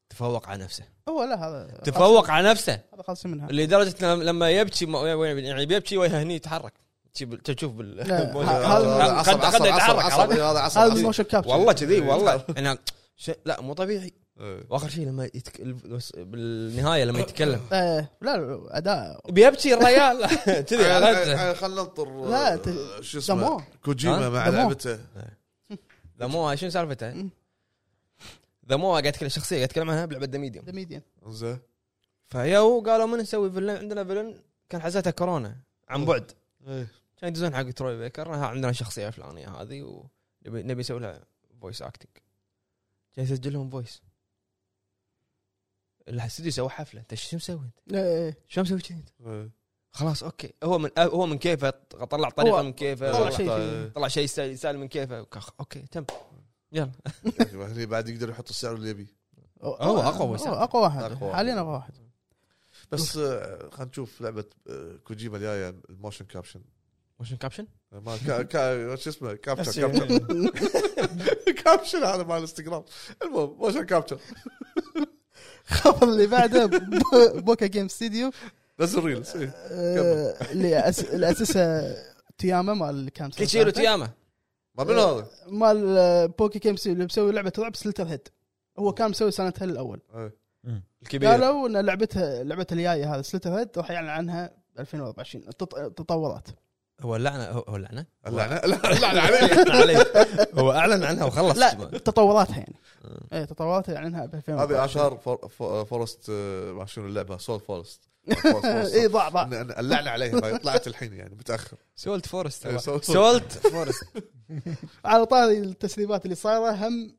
Speaker 1: تفوق على نفسه
Speaker 4: هو لا هذا
Speaker 1: تفوق على نفسه
Speaker 4: هذا
Speaker 1: *laughs*
Speaker 4: خالص منها
Speaker 1: لدرجه إنه لما يبكي ما- يعني بيبكي وجهه هني يتحرك تشوف بال- تشوف *laughs* بال
Speaker 4: لا،
Speaker 1: موجة.
Speaker 4: هذا- هذا-
Speaker 3: عصب
Speaker 1: خد- خد
Speaker 3: عصب عصب
Speaker 1: يتحرك
Speaker 3: عصب
Speaker 1: عرفت؟
Speaker 3: إيه، هذا عصب *laughs*
Speaker 4: هذا
Speaker 3: عصب.
Speaker 4: موشن كابتشر
Speaker 1: والله كذي والله
Speaker 4: *laughs*
Speaker 3: إيه.
Speaker 1: انا شيء لا مو طبيعي
Speaker 3: إيه.
Speaker 1: واخر شيء لما يتك... الف- بالنهايه لما يتكلم
Speaker 4: إيه، لا لا اداء
Speaker 1: بيبكي
Speaker 4: *laughs*
Speaker 1: الريال كذي
Speaker 3: يعني-
Speaker 1: عرفت؟
Speaker 3: يعني خلنا ننطر
Speaker 4: لا، ت-
Speaker 3: آه، شو
Speaker 4: دموه.
Speaker 3: اسمه كوجيما
Speaker 1: ها؟
Speaker 3: مع
Speaker 4: دموه.
Speaker 3: لعبته
Speaker 1: ذا مو شنو سالفته؟
Speaker 4: أمم.
Speaker 1: ذا مو قاعد يتكلم شخصيه قاعد يتكلم عنها بلعبه ذا ميديوم
Speaker 4: ذا ميديان
Speaker 3: زين
Speaker 1: فيو قالوا من نسوي فيلن عندنا فيلن كان حزتها كورونا عن بعد كان يدزون حق تروي بيكر ها عندنا شخصيه فلانيه هذه ونبي نبي نسوي لها فويس اكتنج كان يسجل لهم فويس الاستديو سوى حفله انت شو مسوي انت؟
Speaker 4: إيه،
Speaker 1: شو مسوي كذي انت؟
Speaker 3: إيه.
Speaker 1: خلاص اوكي هو من هو من كيفه طلع طريقه
Speaker 4: هو
Speaker 1: من كيفه
Speaker 4: طلع
Speaker 1: طلع
Speaker 4: شيء
Speaker 3: إيه.
Speaker 1: طلع شيء سهل سهل من كيفه كخ- اوكي تم يلا
Speaker 3: هني يعني بعد يقدر يحط السعر اللي يبيه
Speaker 1: هو أقوى
Speaker 4: هو
Speaker 1: واحد.
Speaker 4: اقوى واحد
Speaker 3: أقوى واحد.
Speaker 4: حاليا اقوى واحد
Speaker 3: بس آه، خلينا نشوف لعبه آه، كوجيما الجايه الموشن كابشن آه،
Speaker 1: موشن كابشن
Speaker 4: *laughs*
Speaker 3: ما كا كا شو اسمه
Speaker 2: بس
Speaker 3: كابتشر كابتشر كابشن *laughs* هذا مال الانستغرام المهم موشن كابتشر
Speaker 4: خبر اللي بعده بو- بوكا جيم ستوديو
Speaker 3: نزل ريلز إيه.
Speaker 4: آه، اللي أس- اللي اسسها إيه، تياما مال كام سنه
Speaker 1: كيتشيرو
Speaker 4: فاتت.
Speaker 1: تياما
Speaker 3: ما من هذا
Speaker 4: مال آه، بوكا جيم ستوديو اللي مسوي لعبه رعب سلتر هيد هو كان مسوي سنه هل الاول *laughs*
Speaker 3: إيه.
Speaker 1: الكبير
Speaker 4: قالوا ان لعبتها لعبتها الجايه هذا سلتر هيد راح يعلن عنها 2024 التط- تطورات
Speaker 1: هو اللعنه هو هو اللعنه
Speaker 3: اللعنه اللعنه عليه
Speaker 1: عليه هو اعلن عنها وخلص
Speaker 4: لا تطوراتها يعني
Speaker 1: آه.
Speaker 4: ايه تطوراتها يعلنها ب 2024
Speaker 3: هذه اشهر فور- فو- فورست آه، ما شنو اللعبه سول
Speaker 4: *laughs*
Speaker 3: فورست
Speaker 4: اي إيه، ضاع ضاع
Speaker 3: اللعنه عليها هاي طلعت الحين يعني
Speaker 4: *laughs*
Speaker 3: متاخر
Speaker 1: سولت فورست
Speaker 3: إيه، سولت.
Speaker 1: سولت
Speaker 3: *laughs*
Speaker 1: فورست
Speaker 4: على طاري التسريبات اللي صايره هم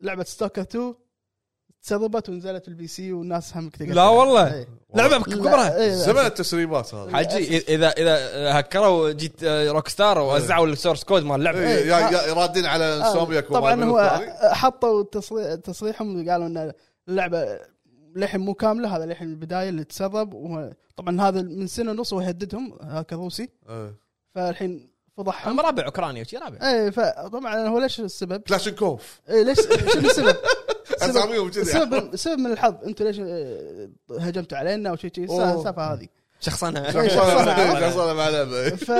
Speaker 4: لعبه ستوكر 2 تسربت ونزلت البي سي والناس هم إيه. كتبت
Speaker 1: لا والله. لعبه بكبرها
Speaker 4: إيه،
Speaker 3: زمن التسريبات هذا
Speaker 1: حجي اذا اذا هكروا جيت روك ستار ووزعوا السورس كود مال اللعبه
Speaker 3: إيه، يا- يا- رادين على انسومياك
Speaker 4: طبعا
Speaker 3: وما
Speaker 4: آه، هو
Speaker 3: بالثاني.
Speaker 4: حطوا تصري- تصريحهم قالوا ان اللعبه للحين مو كامله هذا للحين البدايه اللي تسرب وهو- طبعا هذا من سنه ونص ويهددهم هاكر روسي
Speaker 3: إيه.
Speaker 4: فالحين فضحهم
Speaker 1: هم رابع اوكراني وشي رابع
Speaker 4: ايه فطبعا هو ليش السبب؟
Speaker 3: كلاشنكوف
Speaker 4: إيه ليش شنو السبب؟ السبب
Speaker 3: اساميهم كذي *laughs*
Speaker 4: سبب سبب من الحظ انتم ليش آه، هجمتوا علينا او شيء شيء
Speaker 3: أوه.
Speaker 4: السالفه هذه
Speaker 1: شخصنا
Speaker 4: إيه، شخصنا.
Speaker 3: شخصنا معلبة
Speaker 4: ف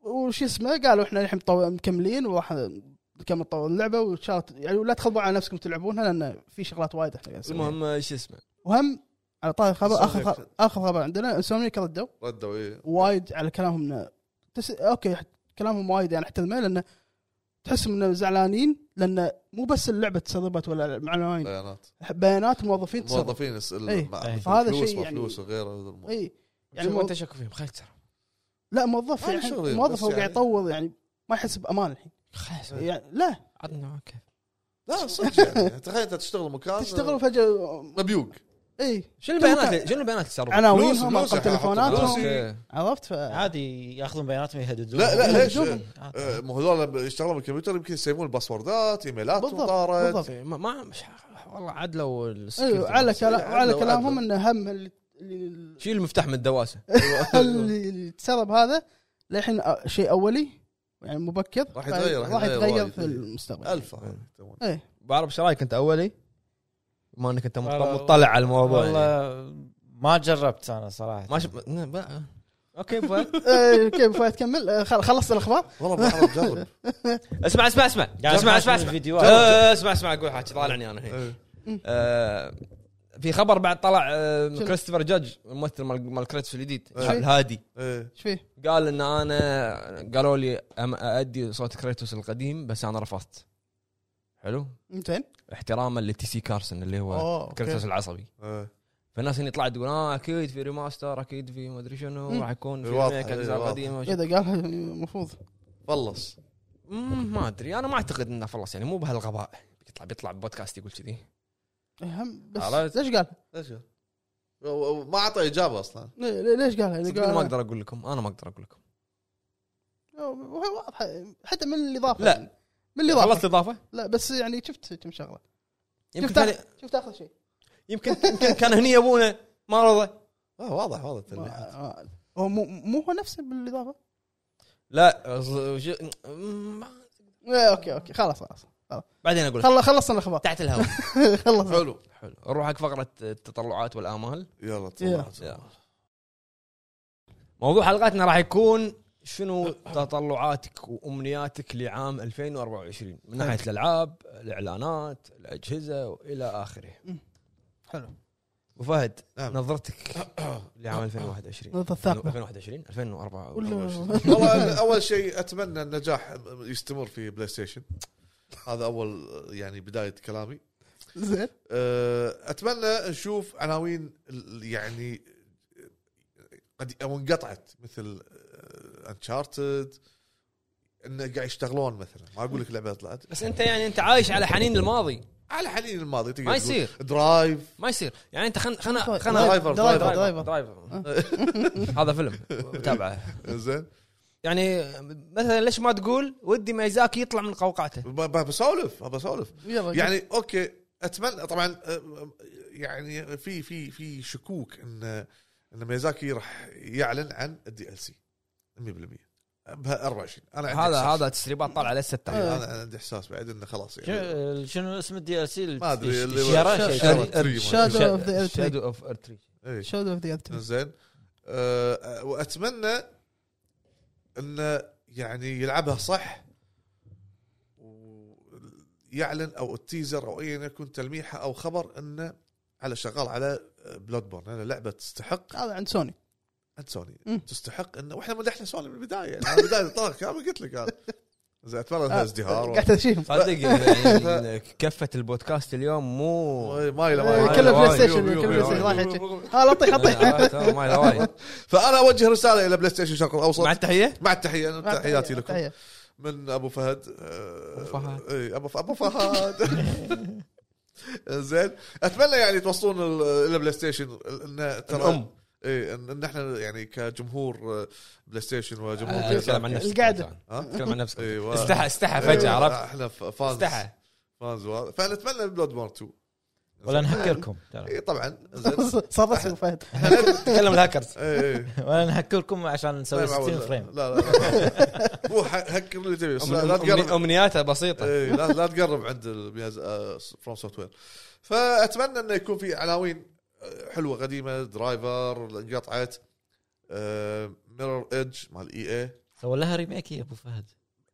Speaker 4: وش اسمه قالوا احنا الحين مطو- مكملين وراح نكمل نطور اللعبه وان شاء الله يعني ولا تخبوا على نفسكم تلعبونها لان في شغلات وايد احنا قاعدين نسويها.
Speaker 1: المهم آه، شو اسمه
Speaker 4: وهم على طاري الخبر اخر
Speaker 3: Insomniac.
Speaker 4: خبر اخر خبر عندنا انسومنيك ردوا
Speaker 3: ردوا ايه
Speaker 4: وايد على كلامهم إنه تس... اوكي كلامهم وايد يعني احترمه لان تحسهم انه زعلانين لان مو بس اللعبه تسربت ولا معلومات
Speaker 3: بيانات
Speaker 4: بيانات الموظفين تسربت
Speaker 3: موظفين يس- ال-
Speaker 4: إيه.
Speaker 3: مع-
Speaker 2: إيه.
Speaker 3: فلوس
Speaker 4: فهذا شيء
Speaker 3: ما
Speaker 4: يعني-
Speaker 3: فلوس وغيره هذا الموضوع.
Speaker 4: اي يعني
Speaker 1: يعني
Speaker 4: مو-
Speaker 1: ما انت شاكو فيهم خليك ترى
Speaker 4: لا موظف
Speaker 3: هذا
Speaker 4: يعني
Speaker 3: شغل
Speaker 4: موظف
Speaker 3: بس
Speaker 4: هو قاعد
Speaker 3: يعني. إيه.
Speaker 4: يطور يعني ما يحس بامان الحين
Speaker 1: خلاص
Speaker 4: يعني لا
Speaker 1: عطنا اوكي
Speaker 3: لا صدق يعني تخيل انت تشتغل مكان
Speaker 4: تشتغل فجاه
Speaker 3: مبيوق
Speaker 4: اي
Speaker 1: شنو البيانات شنو البيانات اللي صاروا؟
Speaker 3: فلوس-
Speaker 4: عناوينهم
Speaker 3: فلوس
Speaker 4: ارقام
Speaker 3: يحطوا
Speaker 4: تليفوناتهم
Speaker 3: فلوس.
Speaker 1: اوكي
Speaker 4: عرفت ف
Speaker 2: عادي ياخذون بياناتهم يهددون
Speaker 3: لا لا ليش؟
Speaker 4: يهددون.
Speaker 3: آه، ما هذول لما يشتغلون بالكمبيوتر يمكن يسيبون الباسوردات ايميلات
Speaker 4: بالضبط،
Speaker 1: *laughs*
Speaker 3: وطارت *laughs*
Speaker 4: بالضبط.
Speaker 1: ما ما مش والله عدلوا
Speaker 4: ايوه
Speaker 1: السكيورتي
Speaker 4: على كلام
Speaker 3: عدلوا-
Speaker 4: على
Speaker 3: عدلوا.
Speaker 4: كلامهم ان هم اللي- اللي
Speaker 1: شيل المفتاح من الدواسه
Speaker 4: اللي اللي تسرب هذا للحين أ- شيء اولي يعني مبكر
Speaker 3: راح يتغير،
Speaker 4: راح
Speaker 3: راح يتغير
Speaker 4: يتغير
Speaker 3: وايد.
Speaker 4: في المستقبل إيه.
Speaker 3: الف
Speaker 1: بعرف ايش رايك انت اولي؟ ما انك انت مط-
Speaker 2: والله-
Speaker 1: مطلع على الموضوع يعني.
Speaker 2: والله ما جربت يعني انا صراحه
Speaker 1: ما شف... ن- بقى. اوكي
Speaker 2: *laughs*
Speaker 1: فهد.
Speaker 4: إيه، كيف فهد تكمل آه، خل- خلصت الاخبار
Speaker 3: والله بعرف جرب
Speaker 1: اسمع اسمع اسمع
Speaker 2: قاعد
Speaker 1: اسمع
Speaker 2: أسمع
Speaker 1: اسمع
Speaker 2: من
Speaker 1: اسمع
Speaker 2: الفيديوهات.
Speaker 1: آه، اسمع اسمع اقول حكي طالعني انا الحين
Speaker 3: إيه.
Speaker 1: آه، في خبر بعد طلع آه،
Speaker 4: شنو؟
Speaker 1: كريستوفر جاج الممثل مال مال كريتس الجديد
Speaker 3: إيه.
Speaker 1: الهادي
Speaker 3: إيه.
Speaker 4: ايش فيه؟
Speaker 1: قال ان انا قالوا لي أم- اادي صوت كريتوس القديم بس انا رفضت حلو
Speaker 4: زين
Speaker 1: احتراما لتي سي كارسن اللي هو
Speaker 4: اوه
Speaker 3: آه،
Speaker 1: كريتوس
Speaker 4: أوكي.
Speaker 1: العصبي
Speaker 3: إيه.
Speaker 1: فالناس هنا طلعت تقول اه اكيد في ريماستر اكيد في ما ادري شنو
Speaker 4: مم.
Speaker 1: راح يكون في
Speaker 3: واضح،
Speaker 1: ريميك
Speaker 3: إيه،
Speaker 1: اجزاء
Speaker 3: واضح.
Speaker 4: اذا
Speaker 1: قديمه
Speaker 4: قالها المفروض
Speaker 3: خلص
Speaker 1: مم، ما ادري انا ما اعتقد انه خلاص يعني مو بهالغباء بيطلع بيطلع بودكاست يقول كذي
Speaker 4: إيه، هم بس
Speaker 1: عرفت؟
Speaker 4: ليش قال؟
Speaker 3: ليش؟ و- و- ما اعطى اجابه اصلا
Speaker 4: لي- لي- إيه، ليش قالها؟ إذا
Speaker 1: صدقني ما
Speaker 4: قال-
Speaker 1: اقدر اقول لكم انا ما اقدر اقول لكم
Speaker 4: وهي واضحه حتى من الاضافه
Speaker 1: لا.
Speaker 4: يعني. من الاضافه
Speaker 1: خلصت الاضافه
Speaker 4: لا بس يعني شفت كم شغله
Speaker 1: يمكن
Speaker 4: شفت
Speaker 1: كان
Speaker 4: آخر- شفت اخر شيء
Speaker 1: يمكن يمكن كان هني يبونه ما رضى
Speaker 3: اه واضح واضح التلميحات
Speaker 4: ما- آه، هو مو مو هو نفسه بالاضافه؟
Speaker 1: لا أصل- وش- مم،
Speaker 4: آه، اوكي اوكي خلاص خلاص
Speaker 1: بعدين اقول لك.
Speaker 4: خل- خلصنا الاخبار *laughs*
Speaker 1: تحت الهواء
Speaker 4: خلصنا
Speaker 3: حلو
Speaker 1: حلو نروح حق فقره التطلعات والامال
Speaker 3: يلا
Speaker 4: يلا.
Speaker 3: تفضل.
Speaker 1: موضوع حلقتنا راح يكون شنو تطلعاتك وامنياتك لعام 2024 من ناحيه الالعاب، الاعلانات، الاجهزه والى اخره.
Speaker 4: حلو
Speaker 1: ابو فهد
Speaker 3: نعم.
Speaker 1: نظرتك لعام 2021
Speaker 4: نقطه الثاقبه
Speaker 1: 2021 2024
Speaker 4: ولا-
Speaker 3: والله اول شيء اتمنى النجاح يستمر في بلاي ستيشن هذا اول يعني بدايه كلامي
Speaker 4: *laughs* زين
Speaker 3: أه، اتمنى نشوف عناوين ال- يعني قد او انقطعت مثل انشارتد انه قاعد يشتغلون مثلا ما اقول لك لعبه طلعت
Speaker 1: بس انت يعني انت عايش على حنين الماضي
Speaker 3: على حنين الماضي تقدر
Speaker 1: ما
Speaker 3: تقول.
Speaker 1: يصير.
Speaker 3: درايف
Speaker 1: ما يصير يعني انت خلنا خلنا
Speaker 4: طيب.
Speaker 1: خلنا
Speaker 3: درايفر
Speaker 4: درايفر.
Speaker 3: درايفر
Speaker 1: درايفر درايفر. *laughs*
Speaker 4: آه.
Speaker 1: هذا فيلم متابعه
Speaker 3: زين
Speaker 1: يعني مثلا ليش ما تقول ودي ميزاكي يطلع من قوقعته
Speaker 3: ب- ب- بسولف بسولف
Speaker 4: يلا
Speaker 3: يعني اوكي اتمنى طبعا أه، يعني في في في شكوك ان ان ميزاكي راح يعلن عن الدي ال سي 100% بها 24 انا عندي
Speaker 1: *laughs* هذا
Speaker 3: إحساس.
Speaker 1: هذا تسريبات طالعه لسه
Speaker 4: إيه.
Speaker 1: التعليق.
Speaker 3: انا طيب، أنا عندي احساس بعد انه خلاص يعني
Speaker 2: شنو- شنو اسم الدي ال سي
Speaker 3: ما أدري، اللي-
Speaker 2: الشيارة
Speaker 3: شنو- تري ما-
Speaker 4: شادو اوف ذا
Speaker 1: شادو اوف ارتري
Speaker 3: إيه.
Speaker 4: شادو اوف ذا
Speaker 3: زين أه، واتمنى انه يعني يلعبها صح ويعلن او التيزر او ايا يكون تلميحه او خبر انه على شغال على بلاد بورن انا لعبه تستحق
Speaker 4: هذا عند سوني
Speaker 3: انت سوني
Speaker 4: مم.
Speaker 3: تستحق انه واحنا مدحنا سوني من البدايه يعني من البدايه طلع كلام قلت لك انا زين اتمنى انها ازدهار و-
Speaker 4: آه، قاعد تشيهم
Speaker 1: *laughs* صدق يعني كفه البودكاست اليوم مو
Speaker 3: ما يلا
Speaker 4: إيه،
Speaker 3: ما
Speaker 1: كله بلاي
Speaker 4: ستيشن، كله بلاي ستيشن، واحد شيء.
Speaker 3: واحد
Speaker 4: ها لا طيح طيح
Speaker 1: عرفت؟ *laughs* آه، ما له *laughs* وايد.
Speaker 3: فانا اوجه رساله الى بلاي ستيشن الشرق الاوسط
Speaker 1: مع التحيه
Speaker 3: مع التحيه
Speaker 4: *laughs*
Speaker 3: أنا تحياتي لكم
Speaker 4: تحية.
Speaker 3: من ابو فهد آه،
Speaker 1: أبو فهد.
Speaker 3: اي ابو ف- ابو فهد *laughs* زين اتمنى يعني توصلون ال- الى بلاي ستيشن ان ترى
Speaker 1: الأم.
Speaker 3: اي ان إن احنا يعني كجمهور آه، بلاي ستيشن وجمهور
Speaker 1: آه،
Speaker 3: بلاي
Speaker 1: اتكلم عن
Speaker 3: ستيشن
Speaker 1: نفسك
Speaker 4: القعدة.
Speaker 3: ها؟
Speaker 1: اتكلم عن نفسك إيه،
Speaker 3: ايوه
Speaker 1: استحى استحى فجاه
Speaker 3: أيوة،
Speaker 1: عرفت
Speaker 3: احنا ف- فانز
Speaker 1: استحى
Speaker 3: فانز وهذا فنتمنى بلود بورن 2 *laughs*
Speaker 2: ولا نحكركم ترى
Speaker 3: اي طبعا زين
Speaker 1: *laughs*
Speaker 4: صرت ابو فهد
Speaker 2: تكلم الهاكرز
Speaker 3: اي اي
Speaker 2: ولا نحكركم عشان
Speaker 3: طيب،
Speaker 2: نسوي 60 فريم
Speaker 3: إيه. لا لا لا.
Speaker 1: *laughs*
Speaker 3: مو ح- هكر اللي تبي بس لا لا
Speaker 1: أمني-
Speaker 3: تقرب
Speaker 1: امنياته بسيطه
Speaker 3: إيه، لا لا تقرب عند آه، المياز فروم سوفت وير فاتمنى انه يكون في عناوين آه، حلوه قديمه درايفر انقطعت ميرور ايدج آه، مال اي اي
Speaker 2: سوى لها ريميك يا ابو فهد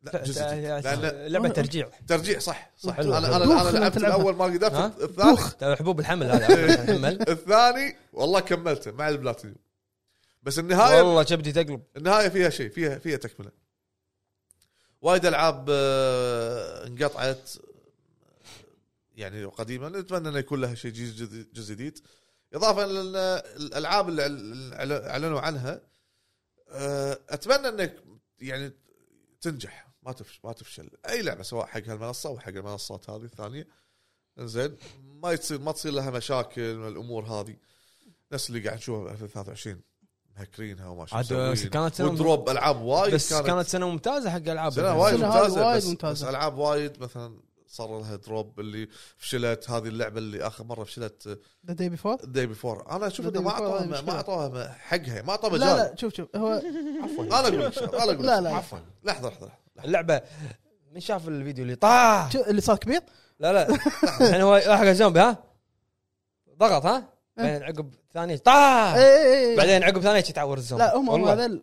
Speaker 3: لا جزء جديد. لان
Speaker 1: لعبه ترجيع
Speaker 3: ترجيع صح صح
Speaker 1: حلو.
Speaker 3: انا انا
Speaker 4: دوخ
Speaker 3: انا
Speaker 4: لما
Speaker 3: لعبت
Speaker 4: تلعبها.
Speaker 3: الاول ما
Speaker 1: ها؟
Speaker 3: قدرت الثاني
Speaker 1: ترى حبوب الحمل هذا
Speaker 3: *laughs*
Speaker 1: الحمل
Speaker 3: الثاني والله كملته مع البلاتينيوم بس النهايه
Speaker 1: والله كبدي تقلب
Speaker 3: النهايه فيها شيء فيها فيها تكمله وايد العاب آه، انقطعت يعني قديمه نتمنى انه يكون لها شيء جزء جديد- جزء جديد اضافه لان الالعاب اللي عل- اللي اعلنوا عنها آه، اتمنى انك يعني تنجح ما تفشل ما تفشل اي لعبه سواء حق هالمنصه وحق المنصات هذه الثانيه زين ما تصير ما تصير لها مشاكل من الامور هذه نفس اللي قاعد نشوفها ب 2023 مهكرينها وما شو
Speaker 1: عاد
Speaker 3: مسوين.
Speaker 1: كانت سنة-
Speaker 3: ودروب العاب وايد
Speaker 1: بس كانت سنه ممتازه حق العاب
Speaker 3: سنة وايد
Speaker 4: سنة
Speaker 3: ممتازة,
Speaker 4: وايد
Speaker 3: بس,
Speaker 4: ممتازة.
Speaker 3: ممتازة بس العاب وايد مثلا صار لها دروب اللي فشلت هذه اللعبه اللي اخر مره فشلت
Speaker 4: ذا داي بيفور
Speaker 3: داي بيفور انا اشوف
Speaker 4: The Day
Speaker 3: انه ما
Speaker 4: Before
Speaker 3: اعطوها
Speaker 4: هذه
Speaker 3: ما
Speaker 4: مشكلة.
Speaker 3: اعطوها حقها ما اعطوها
Speaker 4: لا
Speaker 3: مجال
Speaker 4: لا شوف شوف هو
Speaker 3: انا اقول لك شغلة، انا اقول
Speaker 4: لا لا
Speaker 1: عفوا
Speaker 3: لحظه لحظه لحظة.
Speaker 1: اللعبه من شاف الفيديو اللي طاح
Speaker 4: شو اللي صار كبير
Speaker 1: لا لا الحين هو راح حق زومبي ها ضغط ها بعدين عقب ثانيه طاح
Speaker 4: إي إي إي.
Speaker 1: بعدين عقب ثانيه تعور الزومبي
Speaker 4: إيه. لا هم هم
Speaker 1: والله.
Speaker 4: هذول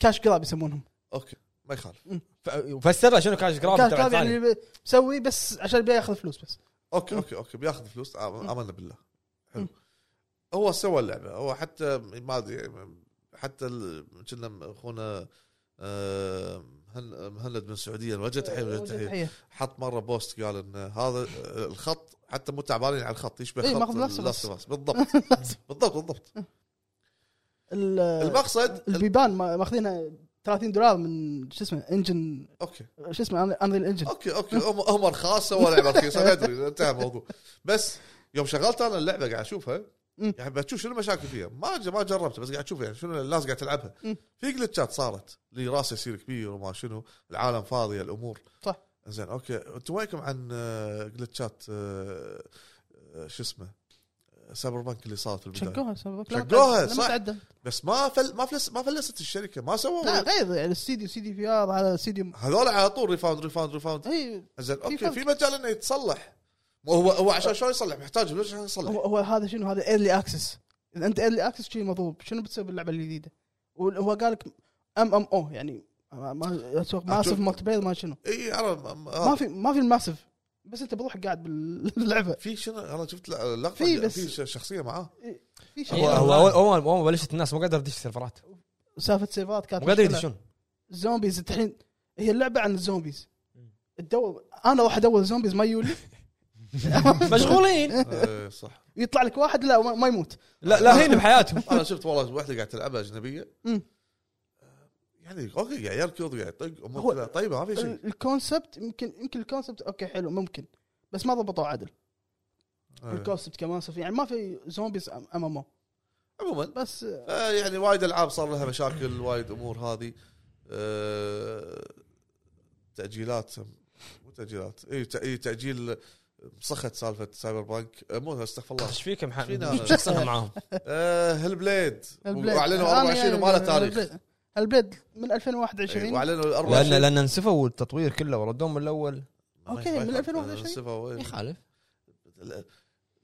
Speaker 4: كاش جراب يسمونهم
Speaker 3: اوكي ما يخالف
Speaker 1: ف- وفسر له شنو كاش جراب
Speaker 4: كاش
Speaker 1: تبع
Speaker 4: جراب
Speaker 1: الثاني.
Speaker 4: يعني ب- مسوي بس عشان يبي ياخذ فلوس بس
Speaker 3: اوكي اوكي اوكي بياخذ فلوس آم- امنا بالله حلو هو سوى اللعبه هو حتى ما ادري حتى ال- كنا اخونا آه، مهند مهند من السعوديه الوجه تحيه وجه تحيه حط مره بوست قال ان هذا آه، الخط حتى مو تعبانين على الخط يشبه
Speaker 4: إيه،
Speaker 3: خط
Speaker 4: ماخذ
Speaker 3: ال-
Speaker 4: نفس بس.
Speaker 3: Last of Us. بالضبط
Speaker 4: *laughs*
Speaker 3: بالضبط بالضبط
Speaker 4: ال-
Speaker 3: المقصد ال-
Speaker 4: البيبان ما- ماخذينها 30 دولار من شو اسمه انجن
Speaker 3: اوكي
Speaker 4: شو اسمه انريل انجن
Speaker 3: اوكي اوكي هم هم رخاصه ولا لعبه رخيصه انا ادري انتهى الموضوع بس يوم شغلت انا اللعبه قاعد اشوفها
Speaker 4: مم.
Speaker 3: يعني بتشوف شنو المشاكل فيها ما ج- ما جربتها بس قاعد اشوفها يعني شنو الناس قاعد تلعبها
Speaker 4: مم.
Speaker 3: في جلتشات صارت لي راسي يصير كبير وما شنو العالم فاضيه الامور
Speaker 4: صح.
Speaker 3: زين اوكي انتم وينكم عن آه، جلتشات آه، آه، شو اسمه سايبر بانك اللي صارت في البدايه
Speaker 4: شقوها
Speaker 3: شقوها، صح.
Speaker 4: تعدل
Speaker 3: بس ما فل ما فلس ما فلست الشركه ما
Speaker 4: لا
Speaker 3: سووا
Speaker 4: غير يعني السيديو سي دي في ار على سيديو
Speaker 3: هذول على طول ريفاوند ريفاوند ريفاوند
Speaker 4: اي
Speaker 3: زين اوكي
Speaker 4: فرق.
Speaker 3: في مجال انه يتصلح مو هو هو عشان شلون يصلح محتاج فلوس عشان يصلح
Speaker 4: هو, هو هذا شنو هذا ايرلي اكسس اذا انت ايرلي اكسس شيء مضروب شنو بتسوي باللعبه الجديده؟ وهو قال لك ام ام او يعني ما ما ماسف مالتي بلاير ما شنو
Speaker 3: اي انا ما-
Speaker 4: ما
Speaker 3: ما
Speaker 4: في ما في الماسف بس انت بروحك قاعد باللعبه
Speaker 3: في شنو انا شفت ل- لقطه
Speaker 4: في
Speaker 3: في
Speaker 4: بس-
Speaker 3: بس في شخصيه *laughs* معاه
Speaker 4: في
Speaker 1: هو
Speaker 4: شيء
Speaker 1: هو اول اول أول ما بلشت الناس ما قادر يدش سيرفرات
Speaker 4: سالفه سيفات كانت
Speaker 1: ما قادر
Speaker 4: مشكلة.
Speaker 1: يدشون
Speaker 4: الزومبيز انت الحين هي اللعبه عن الزومبيز
Speaker 2: مم.
Speaker 4: تدور انا راح ادور زومبيز ما يولي
Speaker 1: مشغولين
Speaker 3: إيه، صح
Speaker 4: يطلع لك واحد لا ما- ما يموت
Speaker 1: لا لاهين بحياتهم
Speaker 3: انا شفت والله واحده قاعد تلعبها اجنبيه
Speaker 4: مم.
Speaker 3: يعني اوكي قاعد يركض قاعد يطق امور
Speaker 4: هو-
Speaker 3: كذا طيبه ما في شيء
Speaker 4: ال- الكونسبت يمكن يمكن الكونسبت اوكي حلو ممكن بس ما ضبطوه عدل
Speaker 3: إيه.
Speaker 4: الكونسبت كمان صفي يعني ما في زومبيز ام ام
Speaker 3: عموما
Speaker 4: بس آه،
Speaker 3: آه، يعني وايد العاب صار لها مشاكل وايد امور هذه آه، تاجيلات مو تاجيلات اي تأ- إي، تاجيل مسخت سالفه سايبر بانك آه، مو استغفر
Speaker 2: *laughs*
Speaker 3: الله
Speaker 1: ايش فيك يا
Speaker 3: إيش فينا
Speaker 1: محمد؟
Speaker 3: هذا؟
Speaker 1: ايش شخصنا معاهم؟
Speaker 3: آه، هالبليد
Speaker 4: البليد.
Speaker 3: واعلنوا
Speaker 4: أنا
Speaker 3: 24 وما له
Speaker 4: يعني
Speaker 3: تاريخ
Speaker 4: البليد- البليد من
Speaker 3: إيه،
Speaker 4: 2021
Speaker 3: واعلنوا 24
Speaker 1: لان لان انسفوا التطوير كله وردوهم من الاول
Speaker 4: أوكي،
Speaker 3: ما يخ-
Speaker 4: من
Speaker 3: ما يخ-
Speaker 4: 2021.
Speaker 3: صفة وين.
Speaker 1: يخالف
Speaker 3: لا-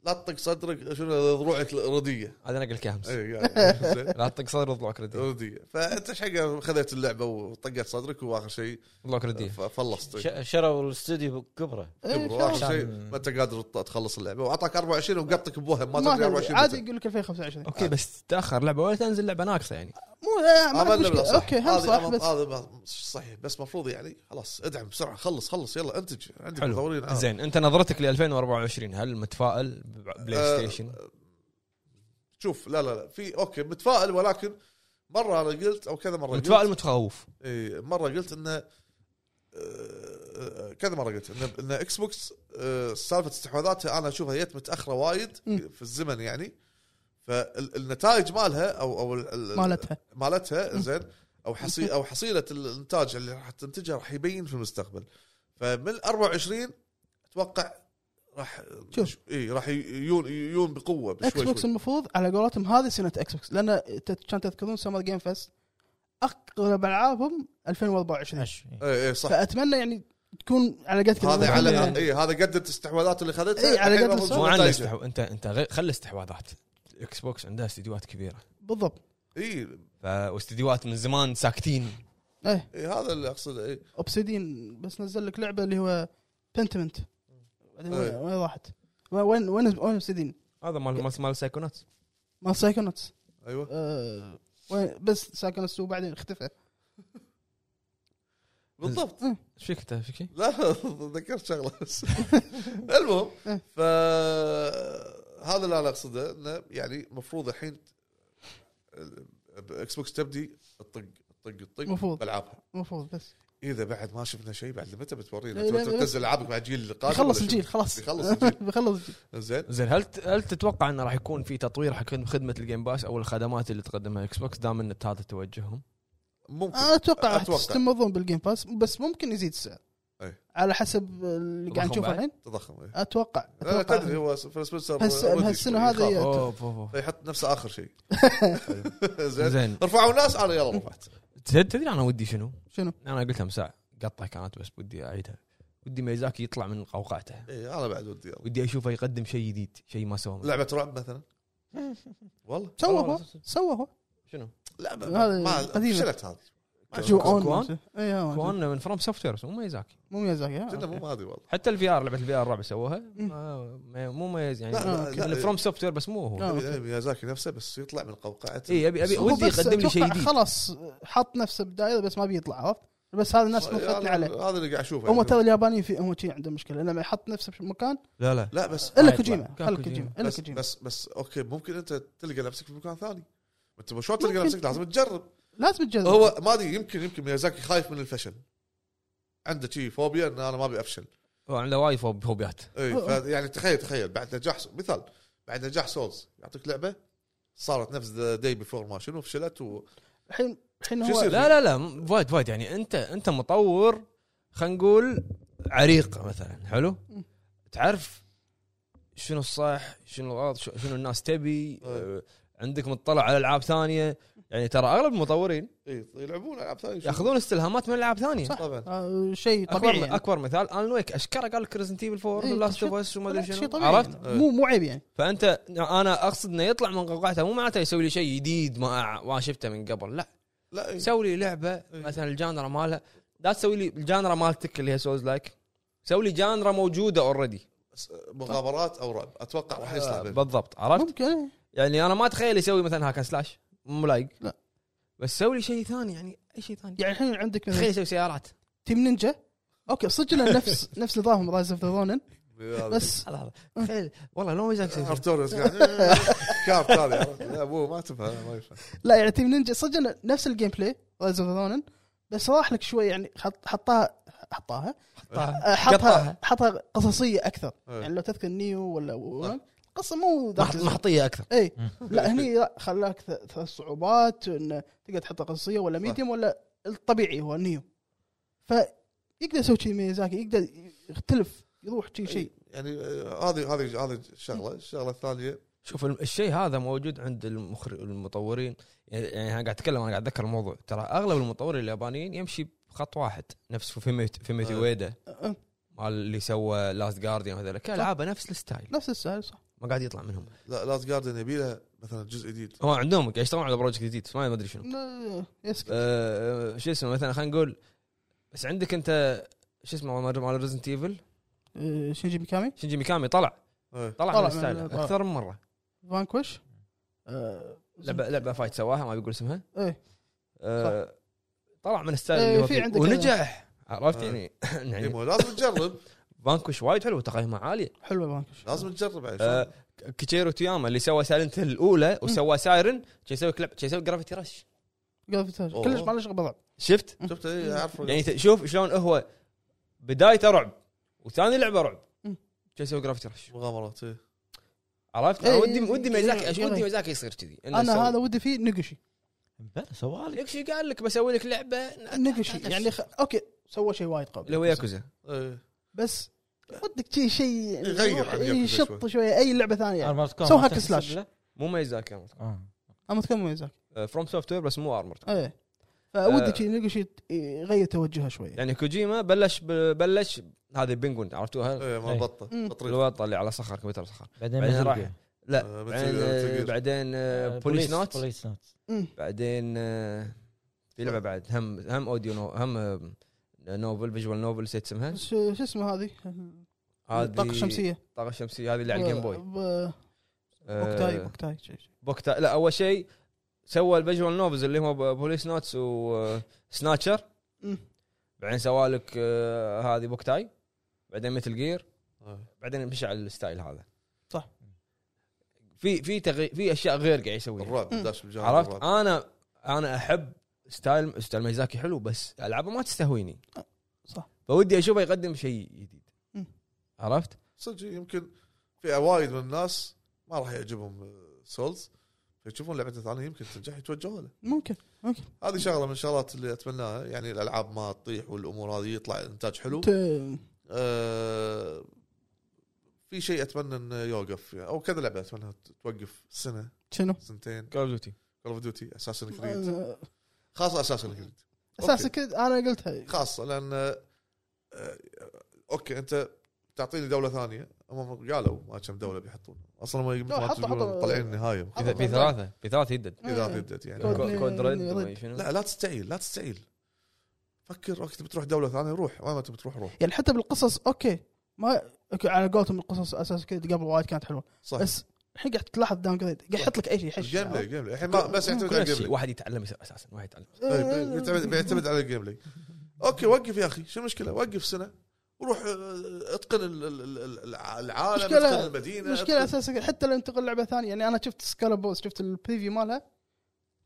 Speaker 3: لا تطق صدرك شنو ضروعك رديه
Speaker 1: هذا انا قلت امس
Speaker 3: إيه،
Speaker 4: *laughs*
Speaker 3: يعني زين.
Speaker 1: لا تطق صدر وطلع كرديه
Speaker 3: رديه فانت ايش حق خذيت اللعبه وطقت صدرك واخر شيء
Speaker 1: طلع كرديه
Speaker 3: ف- فلصت
Speaker 2: ش- شروا الاستوديو كبره
Speaker 4: إيه،
Speaker 3: كبر.
Speaker 4: خلاص.
Speaker 3: اخر شيء
Speaker 2: عشان-
Speaker 3: ما انت قادر تط- تخلص اللعبه واعطاك 24 ومقطك بوهم ما
Speaker 4: ما
Speaker 3: تدري
Speaker 4: أدري،
Speaker 3: 24
Speaker 4: عادي
Speaker 3: عادي
Speaker 4: يقول
Speaker 1: *laughs*
Speaker 4: لك 2025
Speaker 1: اوكي بس تاخر لعبه ولا تنزل لعبه ناقصه يعني
Speaker 4: مو لا،
Speaker 3: آه،
Speaker 4: ما عندي مشكلة.
Speaker 3: هذا
Speaker 4: اوكي هم صح
Speaker 3: هذا-
Speaker 4: بس
Speaker 3: هذا ما- صحيح بس مفروض يعني خلاص ادعم بسرعه خلص خلص يلا انتج عندك
Speaker 1: حلو.
Speaker 3: مطورين آه.
Speaker 1: زين انت نظرتك ل 2024 هل متفائل بلاي
Speaker 3: آه،
Speaker 1: ستيشن؟
Speaker 3: شوف لا لا لا في اوكي متفائل ولكن مره انا قلت او كذا مره قلت-
Speaker 1: متفائل متخوف
Speaker 3: إيه، مره قلت انه آه، آه، كذا مره قلت ان ان اكس بوكس آه، سالفه استحواذاتها انا اشوفها جت متاخره وايد
Speaker 4: مم.
Speaker 3: في الزمن يعني فالنتائج مالها او او ال- ال-
Speaker 4: مالتها *laughs*
Speaker 3: مالتها زين او حصي او حصيله الانتاج اللي راح تنتجها راح يبين في المستقبل فمن 24 اتوقع راح
Speaker 4: شوف.
Speaker 3: اي راح يجون يجون بقوه
Speaker 4: اكس
Speaker 3: بشوي
Speaker 4: بوكس
Speaker 3: شوي
Speaker 4: المفروض على قولتهم هذه سنه اكس بوكس لان ت- كان تذكرون سمر جيم فيست اغلب العابهم
Speaker 3: طيب.
Speaker 4: 2024
Speaker 2: عشرين.
Speaker 3: اي اي إيه، صح
Speaker 4: فاتمنى يعني تكون على قد كذا
Speaker 3: هذا على
Speaker 4: يعني-
Speaker 3: اي هذا قد الاستحواذات اللي خذتها
Speaker 4: إيه، على
Speaker 3: الحين
Speaker 4: قد
Speaker 3: راح
Speaker 4: الصوت.
Speaker 3: نشوف
Speaker 1: مو عن
Speaker 3: نتائجها.
Speaker 1: الاستحو... انت انت غير خلي استحواذات اكس بوكس عندها استديوهات كبيره
Speaker 4: بالضبط
Speaker 3: اي
Speaker 1: ف... واستديوهات من زمان ساكتين
Speaker 4: ايه
Speaker 3: اي إيه، هذا اللي اقصده اي
Speaker 4: اوبسيدين بس نزل لك لعبه اللي هو بنتمنت وين
Speaker 3: إيه.
Speaker 4: وين راحت؟ وين وين وين اوبسيدين؟
Speaker 1: هذا مال مال مال سايكونات
Speaker 4: مال سايكونوتس
Speaker 3: ايوه
Speaker 4: آه وين بس سايكونوتس وبعدين اختفى
Speaker 3: بالضبط
Speaker 1: ايش فيك انت ايش فيك؟
Speaker 3: لا ذكرت شغله بس *laughs* المهم
Speaker 4: إيه.
Speaker 3: ف هذا اللي انا اقصده انه يعني المفروض الحين اكس بوكس تبدي تطق تطق تطق
Speaker 4: مفروض.
Speaker 3: بالعابها
Speaker 4: المفروض بس
Speaker 3: اذا بعد ما شفنا شيء بعد متى بتورينا
Speaker 4: لا، لا، لا.
Speaker 3: أنت تنزل العابك بعد الجيل القادم
Speaker 4: يخلص
Speaker 3: ولا
Speaker 4: الجيل
Speaker 3: شنو؟
Speaker 4: خلاص
Speaker 3: يخلص طيب، الجيل
Speaker 4: *laughs* بيخلص الجيل
Speaker 3: زين
Speaker 1: زين هل ت... هل تتوقع انه راح يكون في تطوير حق خدمة- خدمه الجيم باس او الخدمات اللي تقدمها اكس بوكس دام ان هذا توجههم؟
Speaker 3: ممكن
Speaker 4: انا اتوقع راح
Speaker 3: أتوقع.
Speaker 4: تستمرون بالجيم باس بس ممكن يزيد السعر
Speaker 3: إيه.
Speaker 4: على حسب اللي قاعد
Speaker 1: تضخم
Speaker 4: نشوفه
Speaker 1: بعد؟
Speaker 4: الحين
Speaker 3: تضخم إيه.
Speaker 4: اتوقع
Speaker 3: لا لا،
Speaker 4: أتوقع.
Speaker 3: تدري هو فيل سبنسر
Speaker 4: بهالس-
Speaker 3: ودي
Speaker 4: بهالسنة
Speaker 3: شوي
Speaker 4: هذه
Speaker 3: يخاف.
Speaker 4: هي.
Speaker 1: اوف اوف
Speaker 3: فيحط نفسه اخر
Speaker 4: *laughs*
Speaker 3: شيء زين
Speaker 1: زين
Speaker 3: رفعوا ناس انا يلا رفعت
Speaker 1: تد- تدري انا ودي شنو؟
Speaker 4: شنو؟
Speaker 1: انا قلتها من ساعه قطه كانت بس ودي اعيدها ودي ميزاكي يطلع من قوقعته
Speaker 3: اي انا إيه، بعد ودي يلا
Speaker 1: ودي اشوفه يقدم شيء جديد شيء ما سواه من-
Speaker 3: لعبه رعب
Speaker 4: *laughs*
Speaker 3: مثلا والله
Speaker 4: سوى هو
Speaker 1: والله.
Speaker 4: سوى هو
Speaker 1: شنو؟
Speaker 3: لعبه
Speaker 4: هذه
Speaker 3: ما
Speaker 4: قديمة.
Speaker 3: شلت هذه ما
Speaker 4: جو
Speaker 3: شلت.
Speaker 1: كوان؟
Speaker 4: اون اي آه،
Speaker 1: كوان من فروم سوفت وير مو ميزاكي
Speaker 4: مو ميازاكي آه،
Speaker 3: كنا مو
Speaker 4: أوكي.
Speaker 3: ما ادري والله
Speaker 1: حتى الفي ار لعبه الفي ار الرعب سووها ما- ما- مو ميز يعني
Speaker 3: لا، لا، لا.
Speaker 1: فروم سوفت وير بس مو هو
Speaker 4: آه.
Speaker 3: أبي- أبي ميازاكي نفسه بس يطلع من قوقعته
Speaker 4: إيه،
Speaker 1: اي ابي ابي
Speaker 4: هو
Speaker 1: ودي
Speaker 4: بس
Speaker 1: يقدم لي شيء
Speaker 4: أتوقع
Speaker 1: جديد
Speaker 4: خلاص حط نفسه بداية بس ما بيطلع عرفت بس هذا الناس
Speaker 3: هذا-
Speaker 4: مفتني عليه
Speaker 3: هذا اللي قاعد اشوفه
Speaker 4: هم
Speaker 3: يعني.
Speaker 4: تو اليابانيين في هم شي عندهم مشكله لما يحط نفسه في مكان
Speaker 1: لا لا
Speaker 3: لا بس
Speaker 2: ما
Speaker 4: الا
Speaker 2: يطلع.
Speaker 4: كوجيما
Speaker 1: كان
Speaker 4: خلي
Speaker 1: كوجيما.
Speaker 4: كوجيما الا
Speaker 3: بس,
Speaker 4: كوجيما
Speaker 3: بس بس اوكي ممكن انت تلقى نفسك في مكان ثاني انت شلون
Speaker 4: ممكن.
Speaker 3: تلقى نفسك لازم تجرب
Speaker 4: لازم تجرب
Speaker 3: هو ما ادري يمكن يمكن ميازاكي خايف من الفشل عنده شي فوبيا ان انا ما ابي افشل
Speaker 1: هو عنده وايد فوب- فوبيات
Speaker 3: اي
Speaker 4: أه.
Speaker 3: ف- يعني تخيل تخيل بعد نجاح س- مثال بعد نجاح سولز يعطيك لعبه صارت نفس ذا داي بيفور ما شنو فشلت و...
Speaker 4: الحين الحين
Speaker 3: شو
Speaker 4: هو
Speaker 3: يصير؟
Speaker 1: لا لا لا م- وايد وايد يعني انت انت مطور خلينا نقول عريق مثلا حلو
Speaker 4: مم.
Speaker 1: تعرف شنو الصح شنو الغلط شو- شنو الناس تبي آه، عندك مطلع على العاب ثانيه يعني ترى اغلب المطورين
Speaker 3: اي إيه، يلعبون العاب ثانيه
Speaker 1: ياخذون استلهامات من العاب ثانيه
Speaker 4: صح.
Speaker 3: طبعا
Speaker 4: آه، شيء
Speaker 1: اكبر
Speaker 4: طبيعي يعني.
Speaker 1: اكبر مثال ان ويك اشكره قال لك ريزنت ايفل 4
Speaker 4: إيه،
Speaker 1: لاست
Speaker 4: شيء-
Speaker 1: اوف اس وما
Speaker 4: لا،
Speaker 1: ادري
Speaker 4: شيء
Speaker 1: شنو
Speaker 4: طبيعي
Speaker 1: عرفت
Speaker 4: يعني. مو مو عيب يعني
Speaker 1: فانت انا اقصد انه يطلع من قوقعته مو معناته يسوي لي شيء جديد ما ما شفته من قبل لا
Speaker 3: لا إيه، إي.
Speaker 1: سوي لي لعبه مثلا الجانرا مالها لا تسوي لي الجانرا مالتك اللي هي سوز لايك سوي لي جانرا موجوده اوريدي
Speaker 3: س- آه، مغامرات او رعب اتوقع راح يصلح *laughs* بينهم.
Speaker 1: آه، بالضبط عرفت
Speaker 4: ممكن
Speaker 1: يعني انا ما اتخيل يسوي مثلا هاكن سلاش مو لايق
Speaker 4: لا.
Speaker 1: بس سوي لي شيء ثاني يعني اي شيء ثاني
Speaker 4: يعني الحين عندك مثلا
Speaker 1: تخيل يسوي سيارات
Speaker 4: تيم نينجا اوكي صدق إنه نفس نفس نظامهم رايز اوف ذا رونن بس
Speaker 1: لحظه لحظة. تخيل والله لو ميزاك يسوي شيء.
Speaker 3: ارتورس قاعد
Speaker 1: *laughs*
Speaker 3: كاب ثاني عرفت؟ لا مو ما تفهم ما يفهم
Speaker 4: لا يعني تيم نينجا صدق إنه نفس الجيم بلاي رايز اوف ذا رونن بس راح لك شوي يعني حط حطها حطها *laughs*
Speaker 1: طيب.
Speaker 4: آه، حطها
Speaker 1: قطعها.
Speaker 4: حطها قصصيه اكثر
Speaker 3: إيه.
Speaker 4: يعني لو تذكر نيو ولا ولا- قصه مو ذاك
Speaker 1: محط- محطيه اكثر
Speaker 4: اي لا هني لا خلاك ث- ثلاث صعوبات انه تقدر تحطها قصصيه ولا ميديوم ولا الطبيعي هو نيو فيقدر يسوي شيء ميزاكي يقدر يختلف يروح شيء شيء
Speaker 3: يعني آه، هذه هذه هذه شغله الشغله الثانيه
Speaker 1: شوف الم- الشيء هذا موجود عند المخر... المطورين يعني يعني انا قاعد اتكلم انا قاعد اتذكر الموضوع ترى اغلب المطورين اليابانيين يمشي بخط واحد نفس فيميت فيميت
Speaker 3: أه.
Speaker 1: ويدا
Speaker 4: أه،
Speaker 1: مال اللي سوى لاست جارديان وهذول العابه نفس الستايل
Speaker 4: نفس السؤال صح
Speaker 1: ما قاعد يطلع منهم
Speaker 3: لا لاست جاردن يبي لها مثلا جزء جديد
Speaker 1: هو عندهم قاعد يشتغلون على بروجكت جديد بس ما ادري شنو
Speaker 4: لا، يسكت
Speaker 1: أه شو اسمه مثلا خلينا نقول بس عندك انت شو اسمه مال- مال ريزنت ايفل
Speaker 4: أه، شينجي ميكامي
Speaker 1: شنجي ميكامي طلع
Speaker 3: إيه.
Speaker 1: طلع
Speaker 4: طلع
Speaker 1: من
Speaker 4: من-
Speaker 1: الستايل
Speaker 4: طلع.
Speaker 1: اكثر من مره
Speaker 4: فانكوش
Speaker 3: آه،
Speaker 4: أه،
Speaker 1: لعبه لعبه فايت سواها ما بيقول اسمها
Speaker 4: ايه
Speaker 1: أه، طلع من الستايل
Speaker 4: إيه،
Speaker 1: اللي هو
Speaker 4: في
Speaker 1: فيه.
Speaker 4: عندك-
Speaker 1: ونجح عرفت
Speaker 3: أه.
Speaker 1: يعني *coughs* يعني
Speaker 3: ايوه لازم تجرب
Speaker 1: بانكوش وايد حلوه تقييمها عاليه
Speaker 4: حلوه فانكوش
Speaker 3: لازم تجرب يعني
Speaker 1: آه،
Speaker 3: شلون؟
Speaker 1: كيتشيرو تياما اللي سوى سايلنت هيل الاولى وسوى سايرن شي يسوي لعبه شي يسوي جرافيتي رش
Speaker 4: قال
Speaker 3: أوه.
Speaker 4: كلش ما له شغل بالرعب
Speaker 1: شفت
Speaker 3: شفت إيه، اي اعرف
Speaker 1: يعني ت- شوف شلون هو بدايته رعب وثاني لعبه رعب
Speaker 4: مم.
Speaker 1: شي يسوي جرافيتي رش
Speaker 3: مغامرات إيه.
Speaker 1: عرفت انا
Speaker 4: إيه،
Speaker 1: ودي
Speaker 4: إيه،
Speaker 1: ودي
Speaker 4: إيه،
Speaker 1: ميزاكي أش-
Speaker 4: إيه.
Speaker 1: ودي ميزاكي يصير كذي إنه يسوي-
Speaker 4: انا هذا ودي فيه نقشي
Speaker 2: بلى سوالي
Speaker 1: يكشي قال لك بسوي لك لعبه
Speaker 3: *laughs*
Speaker 4: نقشي يعني خ... اوكي سوى شيء وايد قوي
Speaker 1: اللي هو ياكوزا
Speaker 3: إيه.
Speaker 4: بس ودك شيء شيء
Speaker 3: يغير عن ياكوزا
Speaker 4: يشط
Speaker 3: شوي.
Speaker 4: شويه اي لعبه ثانيه يعني.
Speaker 2: أرمرت كومبات
Speaker 4: سو هاك
Speaker 2: تحسب
Speaker 4: سلاش.
Speaker 2: له؟
Speaker 1: مو ميزاكي
Speaker 2: آه.
Speaker 4: انا متكلم ميزاكي
Speaker 1: فروم سوفت وير آه، بس مو ارمر
Speaker 4: ايه فودك
Speaker 3: آه.
Speaker 4: شيء نقشي يغير توجهها شويه
Speaker 1: يعني كوجيما بلش بلش هذه بينجون عرفتوها
Speaker 3: ايه ما
Speaker 2: إيه.
Speaker 3: بطه
Speaker 4: مم.
Speaker 3: بطريق
Speaker 1: الوطه اللي على صخر كمبيوتر صخر
Speaker 2: بعدين
Speaker 1: بعدين
Speaker 2: Metal
Speaker 1: راح.
Speaker 2: Gear.
Speaker 1: لا
Speaker 3: آه، مثل-
Speaker 1: بعدين
Speaker 3: مثل-
Speaker 1: بعدين
Speaker 2: آه،
Speaker 1: بوليس نوت
Speaker 2: بوليس نوت
Speaker 4: مم.
Speaker 1: بعدين آه، في لعبه بعد هم هم اوديو نو هم آه، نوفل فيجوال نوفل نسيت اسمها
Speaker 4: ش- شو اسمه هذه؟
Speaker 1: هذه
Speaker 4: الطاقه الشمسيه
Speaker 1: الطاقه الشمسيه هذه اللي على الجيم بوي
Speaker 4: ب-
Speaker 1: آه،
Speaker 4: بوكتاي بوكتاي شيء شيء.
Speaker 1: بوكتا لا اول شيء سوى الفيجوال نوفلز اللي هم بوليس نوتس وسناتشر
Speaker 4: مم.
Speaker 1: آه، بعدين سوى لك آه، هذه بوكتاي بعدين مثل جير
Speaker 3: آه.
Speaker 1: بعدين مشى على الستايل هذا
Speaker 4: صح.
Speaker 1: في في تغي... في اشياء غير قاعد يسويها
Speaker 3: الرعب
Speaker 4: مم.
Speaker 3: داش بالجانب
Speaker 1: عرفت
Speaker 3: الرعب.
Speaker 1: انا انا احب ستايل ستايل ميزاكي حلو بس العابه ما تستهويني
Speaker 4: أه، صح.
Speaker 1: فودي اشوفه يقدم شيء جديد
Speaker 4: مم.
Speaker 1: عرفت
Speaker 3: صدق يمكن في وايد من الناس ما راح يعجبهم آه، سولز فيشوفون لعبه ثانيه يمكن تنجح يتوجهوا له
Speaker 4: ممكن
Speaker 3: هذه شغله من الشغلات اللي اتمناها يعني الالعاب ما تطيح والامور هذه يطلع انتاج حلو
Speaker 4: ت-
Speaker 3: آه، في شيء اتمنى انه يوقف او كذا لعبه اتمنى توقف سنه
Speaker 4: شنو؟
Speaker 3: سنتين
Speaker 1: كول اوف ديوتي
Speaker 3: كول اوف ديوتي اساسن
Speaker 4: آه.
Speaker 3: كريد خاصه اساسن كريد
Speaker 4: اساسا كنت انا قلتها
Speaker 3: خاصه لان آه، اوكي انت تعطيني دوله ثانيه هم قالوا ما كم دوله بيحطون اصلا ما مثل
Speaker 4: لا،
Speaker 3: ما
Speaker 4: حطوا- حطوا-
Speaker 3: تقولون طالعين النهايه
Speaker 4: حطوا
Speaker 1: في ثلاثه في ثلاثه يدد
Speaker 3: اذا
Speaker 4: إيه.
Speaker 3: بدت يعني
Speaker 4: كود-
Speaker 1: كو- كود ريد وما شنو.
Speaker 3: لا لا تستعيل لا تستعيل فكر اوكي تبي تروح دوله ثانيه روح وين ما تبي تروح روح
Speaker 4: يعني حتى بالقصص اوكي ما اوكي على قولتهم القصص اساسا كنت قبل وايد كانت حلوه
Speaker 3: صح
Speaker 4: بس يعني؟ الحين قاعد تلاحظ داون جريد قاعد يحط لك اي شيء حش
Speaker 3: طيب. الجيم بلاي الجيم بلاي الحين ما- بس يعتمد على
Speaker 1: كل شيء
Speaker 3: الجيم بلاي طيب،
Speaker 4: إيه،
Speaker 1: واحد يتعلم يس- اساسا واحد يتعلم
Speaker 3: إيه، بيعتمد بيعتمد على الجيم بلاي اوكي وقف يا اخي شو المشكله وقف سنه وروح آه، اتقن ال- ال- ال- الع- العالم
Speaker 4: مشكلة-
Speaker 3: اتقن المدينه
Speaker 4: المشكله
Speaker 3: أتقن-
Speaker 4: اساسا حتى لو انتقل لعبه ثانيه يعني انا شفت سكالابوس شفت البريفيو مالها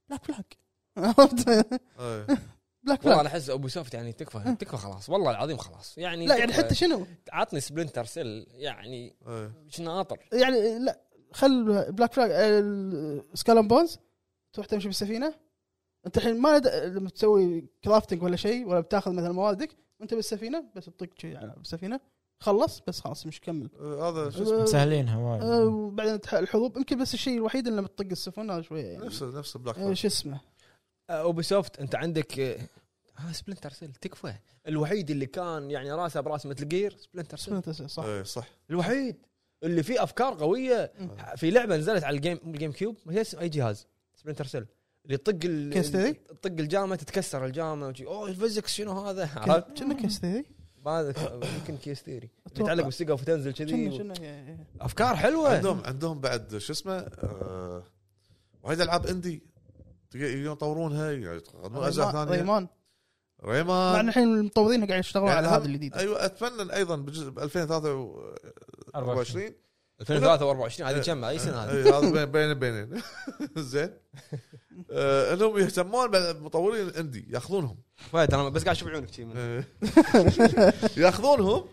Speaker 4: بلاك فلاك *laughs* عرفت؟
Speaker 3: إيه.
Speaker 1: والله
Speaker 4: بلاك فلاك
Speaker 1: انا احس ابو سوفت يعني تكفى تكفى خلاص والله العظيم خلاص يعني
Speaker 4: لا يعني
Speaker 1: تكفى.
Speaker 4: حتى شنو
Speaker 1: عطني سبلنتر سيل يعني
Speaker 3: إيه.
Speaker 1: ايش ناطر
Speaker 4: يعني لا خل آه، بلاك فلاج سكالون بونز تروح تمشي بالسفينه انت الحين ما لد- لما تسوي كرافتنج ولا شيء ولا بتاخذ مثلا موادك وانت بالسفينه بس تطق شيء يعني بالسفينه خلص بس خلاص مش كمل
Speaker 3: آه، هذا شو اسمه
Speaker 4: آه،
Speaker 2: مسهلينها
Speaker 4: آه،
Speaker 2: وايد
Speaker 4: وبعدين تح- الحروب يمكن بس الشيء الوحيد اللي لما تطق السفن هذا شويه يعني
Speaker 3: نفس نفس بلاك
Speaker 4: آه،
Speaker 3: فلاج
Speaker 4: شو اسمه
Speaker 1: اوبي أه، سوفت انت عندك آه، ها سبلنتر سيل تكفى الوحيد اللي كان يعني راسه براس مثل جير سبلنتر سيل
Speaker 4: اسمه تسع، صح
Speaker 3: إيه، صح
Speaker 1: الوحيد اللي فيه افكار قويه
Speaker 4: مم.
Speaker 1: في لعبه نزلت على الجيم الجيم كيوب ما هي اسم اي جهاز سبلنتر سيل اللي تطق ال-
Speaker 4: كيس ثيري؟
Speaker 1: تطق الجامه تتكسر الجامه وشي، اوه الفيزكس شنو هذا عرفت؟
Speaker 4: كنا- كنا كيس ثيري
Speaker 1: ما أدري، يمكن كيس ثيري
Speaker 4: أتوقع.
Speaker 1: تعلق بالسقف وتنزل
Speaker 4: كنا-
Speaker 1: كذي
Speaker 4: كنا- إيه، إيه.
Speaker 1: افكار حلوه
Speaker 3: عندهم عندهم بعد شو اسمه آه، وايد العاب اندي تق- يقدرون يعني يطورونها يقدمون اجزاء
Speaker 4: ريمان-
Speaker 3: ثانيه
Speaker 4: ريمان مع
Speaker 3: ريمان
Speaker 4: ان الحين المطورين قاعد يشتغلون
Speaker 3: آه. يعني
Speaker 4: على
Speaker 3: هم-
Speaker 4: هذا الجديد
Speaker 3: ايوه اتمنى ايضا ب 2023
Speaker 2: 24
Speaker 1: 2023 هذه كم اي سنه هذه؟ *laughs*
Speaker 3: إي، إيه، هذا بين بين *laughs* بينين زين آه، انهم يهتمون بالمطورين الاندي ياخذونهم *laughs*
Speaker 1: فهد انا بس قاعد اشوف عيونك شي من-
Speaker 3: آه، ياخذونهم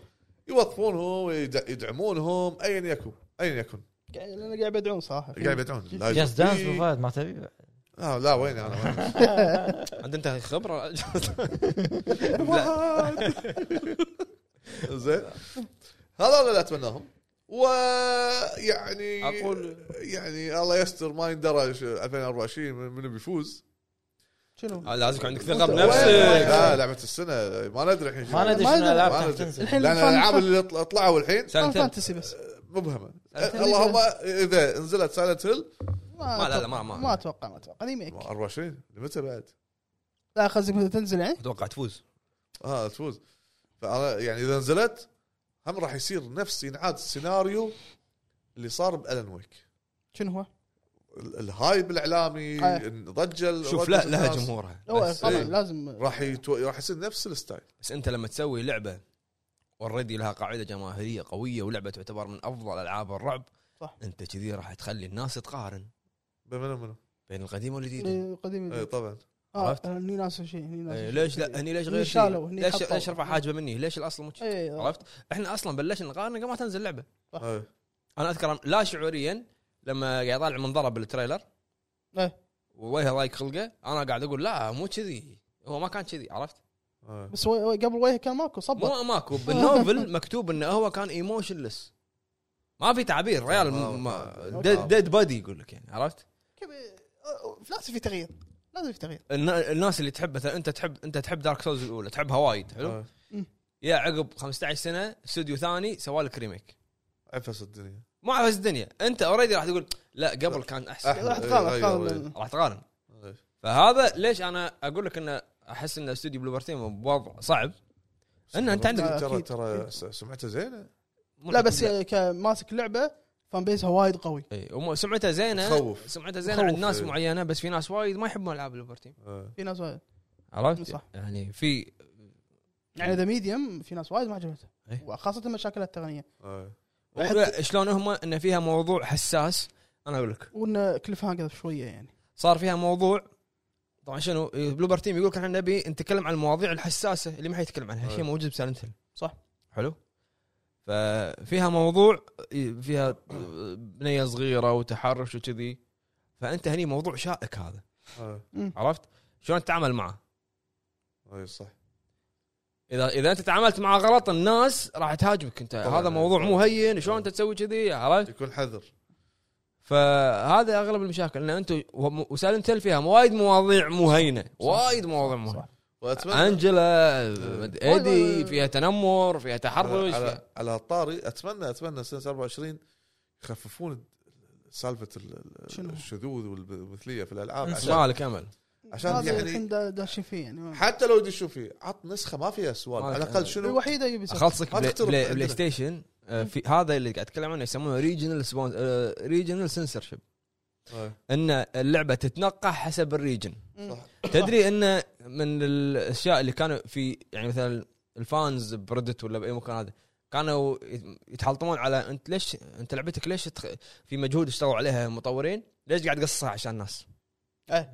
Speaker 3: يوظفونهم ويدع- يدعمونهم ايا يكن ايا يكن
Speaker 4: قاعد- لأن قاعد يبدعون صراحه
Speaker 3: قاعد يبيعون لا
Speaker 2: جاست
Speaker 3: يوتيوب.
Speaker 2: دانس فهد ما تبي
Speaker 3: آه، لا وين انا وين؟
Speaker 1: عند انت *laughs* خبره
Speaker 3: *laughs* زين هذول اللي اتمناهم ويعني
Speaker 1: أقول-
Speaker 3: يعني الله يستر ما يندرى ش- 2024 من- منو بيفوز
Speaker 4: شنو
Speaker 1: لازم يكون عندك ثقه
Speaker 4: وين-
Speaker 1: بنفسك
Speaker 3: لا لعبه السنه ما ندري الحين شو.
Speaker 2: ما ندري
Speaker 4: ما
Speaker 2: شنو
Speaker 4: ندري.
Speaker 3: ما
Speaker 2: الالعاب
Speaker 3: ندري.
Speaker 2: تنزل
Speaker 4: الحين
Speaker 3: لان
Speaker 4: فان-
Speaker 3: الالعاب
Speaker 4: فان-
Speaker 3: اللي طل- طلعوا الحين
Speaker 4: فان
Speaker 1: سنتين
Speaker 4: فانتسي بس
Speaker 3: مبهمه
Speaker 1: Silent Hill.
Speaker 3: اللهم اذا نزلت سايلنت هيل
Speaker 1: ما- لا-
Speaker 4: أتوقع-
Speaker 1: لا، ما- ما-
Speaker 4: ما اتوقع ما اتوقع ريميك
Speaker 3: 24 متى بعد؟
Speaker 4: لا قصدي متى تنزل يعني
Speaker 1: اتوقع تفوز
Speaker 3: اه تفوز فانا يعني اذا نزلت هم راح يصير نفس ينعاد السيناريو اللي صار بالن ويك
Speaker 4: شنو هو؟
Speaker 3: ال- الهايب الاعلامي
Speaker 4: آه.
Speaker 3: الضجه
Speaker 1: شوف
Speaker 3: لا
Speaker 1: لا لها جمهورها
Speaker 4: هو
Speaker 1: بس,
Speaker 4: طبعا
Speaker 3: إيه.
Speaker 4: لازم
Speaker 3: راح يتو... راح يصير نفس الستايل
Speaker 1: بس انت لما تسوي لعبه اوريدي لها قاعده جماهيريه قويه ولعبه تعتبر من افضل العاب الرعب
Speaker 4: صح.
Speaker 1: انت كذي راح تخلي الناس تقارن
Speaker 3: منو منو
Speaker 1: بين القديم والجديد
Speaker 4: إيه، قديم
Speaker 3: اي طبعا
Speaker 4: اه
Speaker 1: عرفت؟
Speaker 4: هني ناس شيء هني ناس
Speaker 1: إيه،
Speaker 4: شيء.
Speaker 1: ليش لا هني ليش غير
Speaker 4: هني
Speaker 1: شيء؟
Speaker 4: شالوا، هني
Speaker 1: ليش
Speaker 4: حطوا.
Speaker 1: ليش رفع حاجبه مني ليش الاصل مو كذي؟
Speaker 4: إيه،
Speaker 1: عرفت؟ احنا اصلا بلشنا نقارن قبل ما تنزل لعبه
Speaker 4: صح.
Speaker 3: إيه.
Speaker 1: انا اذكر أنا لا شعوريا لما قاعد اطالع منظره بالتريلر
Speaker 4: إيه.
Speaker 1: وجهه ضايق خلقه انا قاعد اقول لا مو كذي هو ما كان كذي عرفت؟
Speaker 3: إيه.
Speaker 4: بس هو- هو قبل وجهه كان ماكو صبر
Speaker 1: مو ماكو بالنوفل مكتوب انه هو كان ايموشنلس ما في تعبير ريال م- ما- ديد, ديد بادي يقول لك يعني عرفت؟
Speaker 4: كيف- آه، لازم في تغيير لازم في تغيير
Speaker 1: النا- الناس اللي تحب مثلا انت تحب انت تحب دارك سولز الاولى تحبها وايد حلو؟
Speaker 3: إيه.
Speaker 1: يا عقب 15 سنه استوديو ثاني سوالك ريميك
Speaker 3: عفس الدنيا
Speaker 1: ما عرفت الدنيا انت اوريدي راح تقول لا قبل كان احسن
Speaker 3: أحلى.
Speaker 4: راح
Speaker 3: إيه،
Speaker 4: تقارن
Speaker 1: أيوة،
Speaker 3: غيروا،
Speaker 4: تقارن
Speaker 1: راح تقارن
Speaker 3: إيه.
Speaker 1: فهذا ليش انا اقول لك انه احس ان استوديو بلوبرتين بوضع صعب انه انت عندك
Speaker 3: ترى
Speaker 4: أكيد.
Speaker 3: ترى س- سمعته زينه
Speaker 4: لا بس آه، كماسك لعبه فان بيزها وايد قوي
Speaker 1: اي وم- سمعته زينه
Speaker 3: تخوف.
Speaker 1: سمعته زينه
Speaker 4: تخوف.
Speaker 1: عند ناس
Speaker 3: إيه.
Speaker 1: معينه بس في ناس وايد ما يحبون العاب البلوبرتين
Speaker 3: إيه.
Speaker 4: في ناس وايد
Speaker 1: عرفت؟
Speaker 4: صح.
Speaker 1: يعني في
Speaker 4: يعني ذا ميديوم في ناس وايد ما عجبتها
Speaker 1: إيه.
Speaker 4: وخاصه مشاكلها التقنيه
Speaker 3: إيه.
Speaker 1: ولا شلون هم ان فيها موضوع حساس انا اقول لك
Speaker 4: وان كليف هانجر شويه يعني
Speaker 1: صار فيها موضوع طبعا شنو بلوبر تيم يقول لك احنا نبي نتكلم عن المواضيع الحساسه اللي ما حد يتكلم عنها
Speaker 3: أي.
Speaker 1: شيء موجود بسالنت هيل
Speaker 4: صح.
Speaker 1: حلو ففيها موضوع فيها بنيه صغيره وتحرش وكذي فانت هني موضوع شائك هذا
Speaker 3: إيه.
Speaker 1: عرفت شلون تتعامل معه
Speaker 3: إيه، صح
Speaker 1: اذا اذا انت تعاملت معه غلط الناس راح تهاجمك انت
Speaker 3: طبعاً.
Speaker 1: هذا موضوع مو هين شلون انت تسوي كذي عرفت
Speaker 3: يكون حذر
Speaker 1: فهذا اغلب المشاكل ان انتم وسالنت هيل فيها وايد مواضيع مو هينه وايد مواضيع مو هينة.
Speaker 3: واتمنى
Speaker 1: انجلا
Speaker 4: وايد- وايد-
Speaker 1: ايدي فيها تنمر فيها
Speaker 3: آه. على
Speaker 1: تحرش فيها-
Speaker 3: على- على الطاري اتمنى اتمنى سنه 24 يخففون سالفه ال- ال-
Speaker 4: شنو؟
Speaker 3: الشذوذ والمثليه في الالعاب
Speaker 2: انسى.
Speaker 3: عشان
Speaker 1: ما لك امل
Speaker 3: عشان
Speaker 4: هذا
Speaker 3: يعني-
Speaker 4: الحين دا- داشين فيه يعني ما-
Speaker 3: حتى لو يدشوا فيه عط نسخه ما فيها سوالف
Speaker 1: ما
Speaker 3: على
Speaker 1: لك
Speaker 3: الاقل
Speaker 1: أمل.
Speaker 3: شنو
Speaker 4: الوحيده يبي
Speaker 1: اخلصك
Speaker 3: ما
Speaker 1: بلاي,
Speaker 3: تخترب
Speaker 1: بلاي,
Speaker 3: عندنا.
Speaker 1: بلاي ستيشن آه، في هذا اللي قاعد اتكلم عنه يسمونه آه، ريجنال ريجنال سنسور شيب
Speaker 3: إيه.
Speaker 1: ان اللعبه تتنقى حسب الريجن
Speaker 3: صح.
Speaker 1: تدري ان من الاشياء اللي كانوا في يعني مثلا الفانز بريدت ولا باي مكان هذا كانوا يتحلطمون على انت ليش انت لعبتك ليش تخ... في مجهود اشتغلوا عليها المطورين ليش قاعد تقصها عشان الناس عرفت؟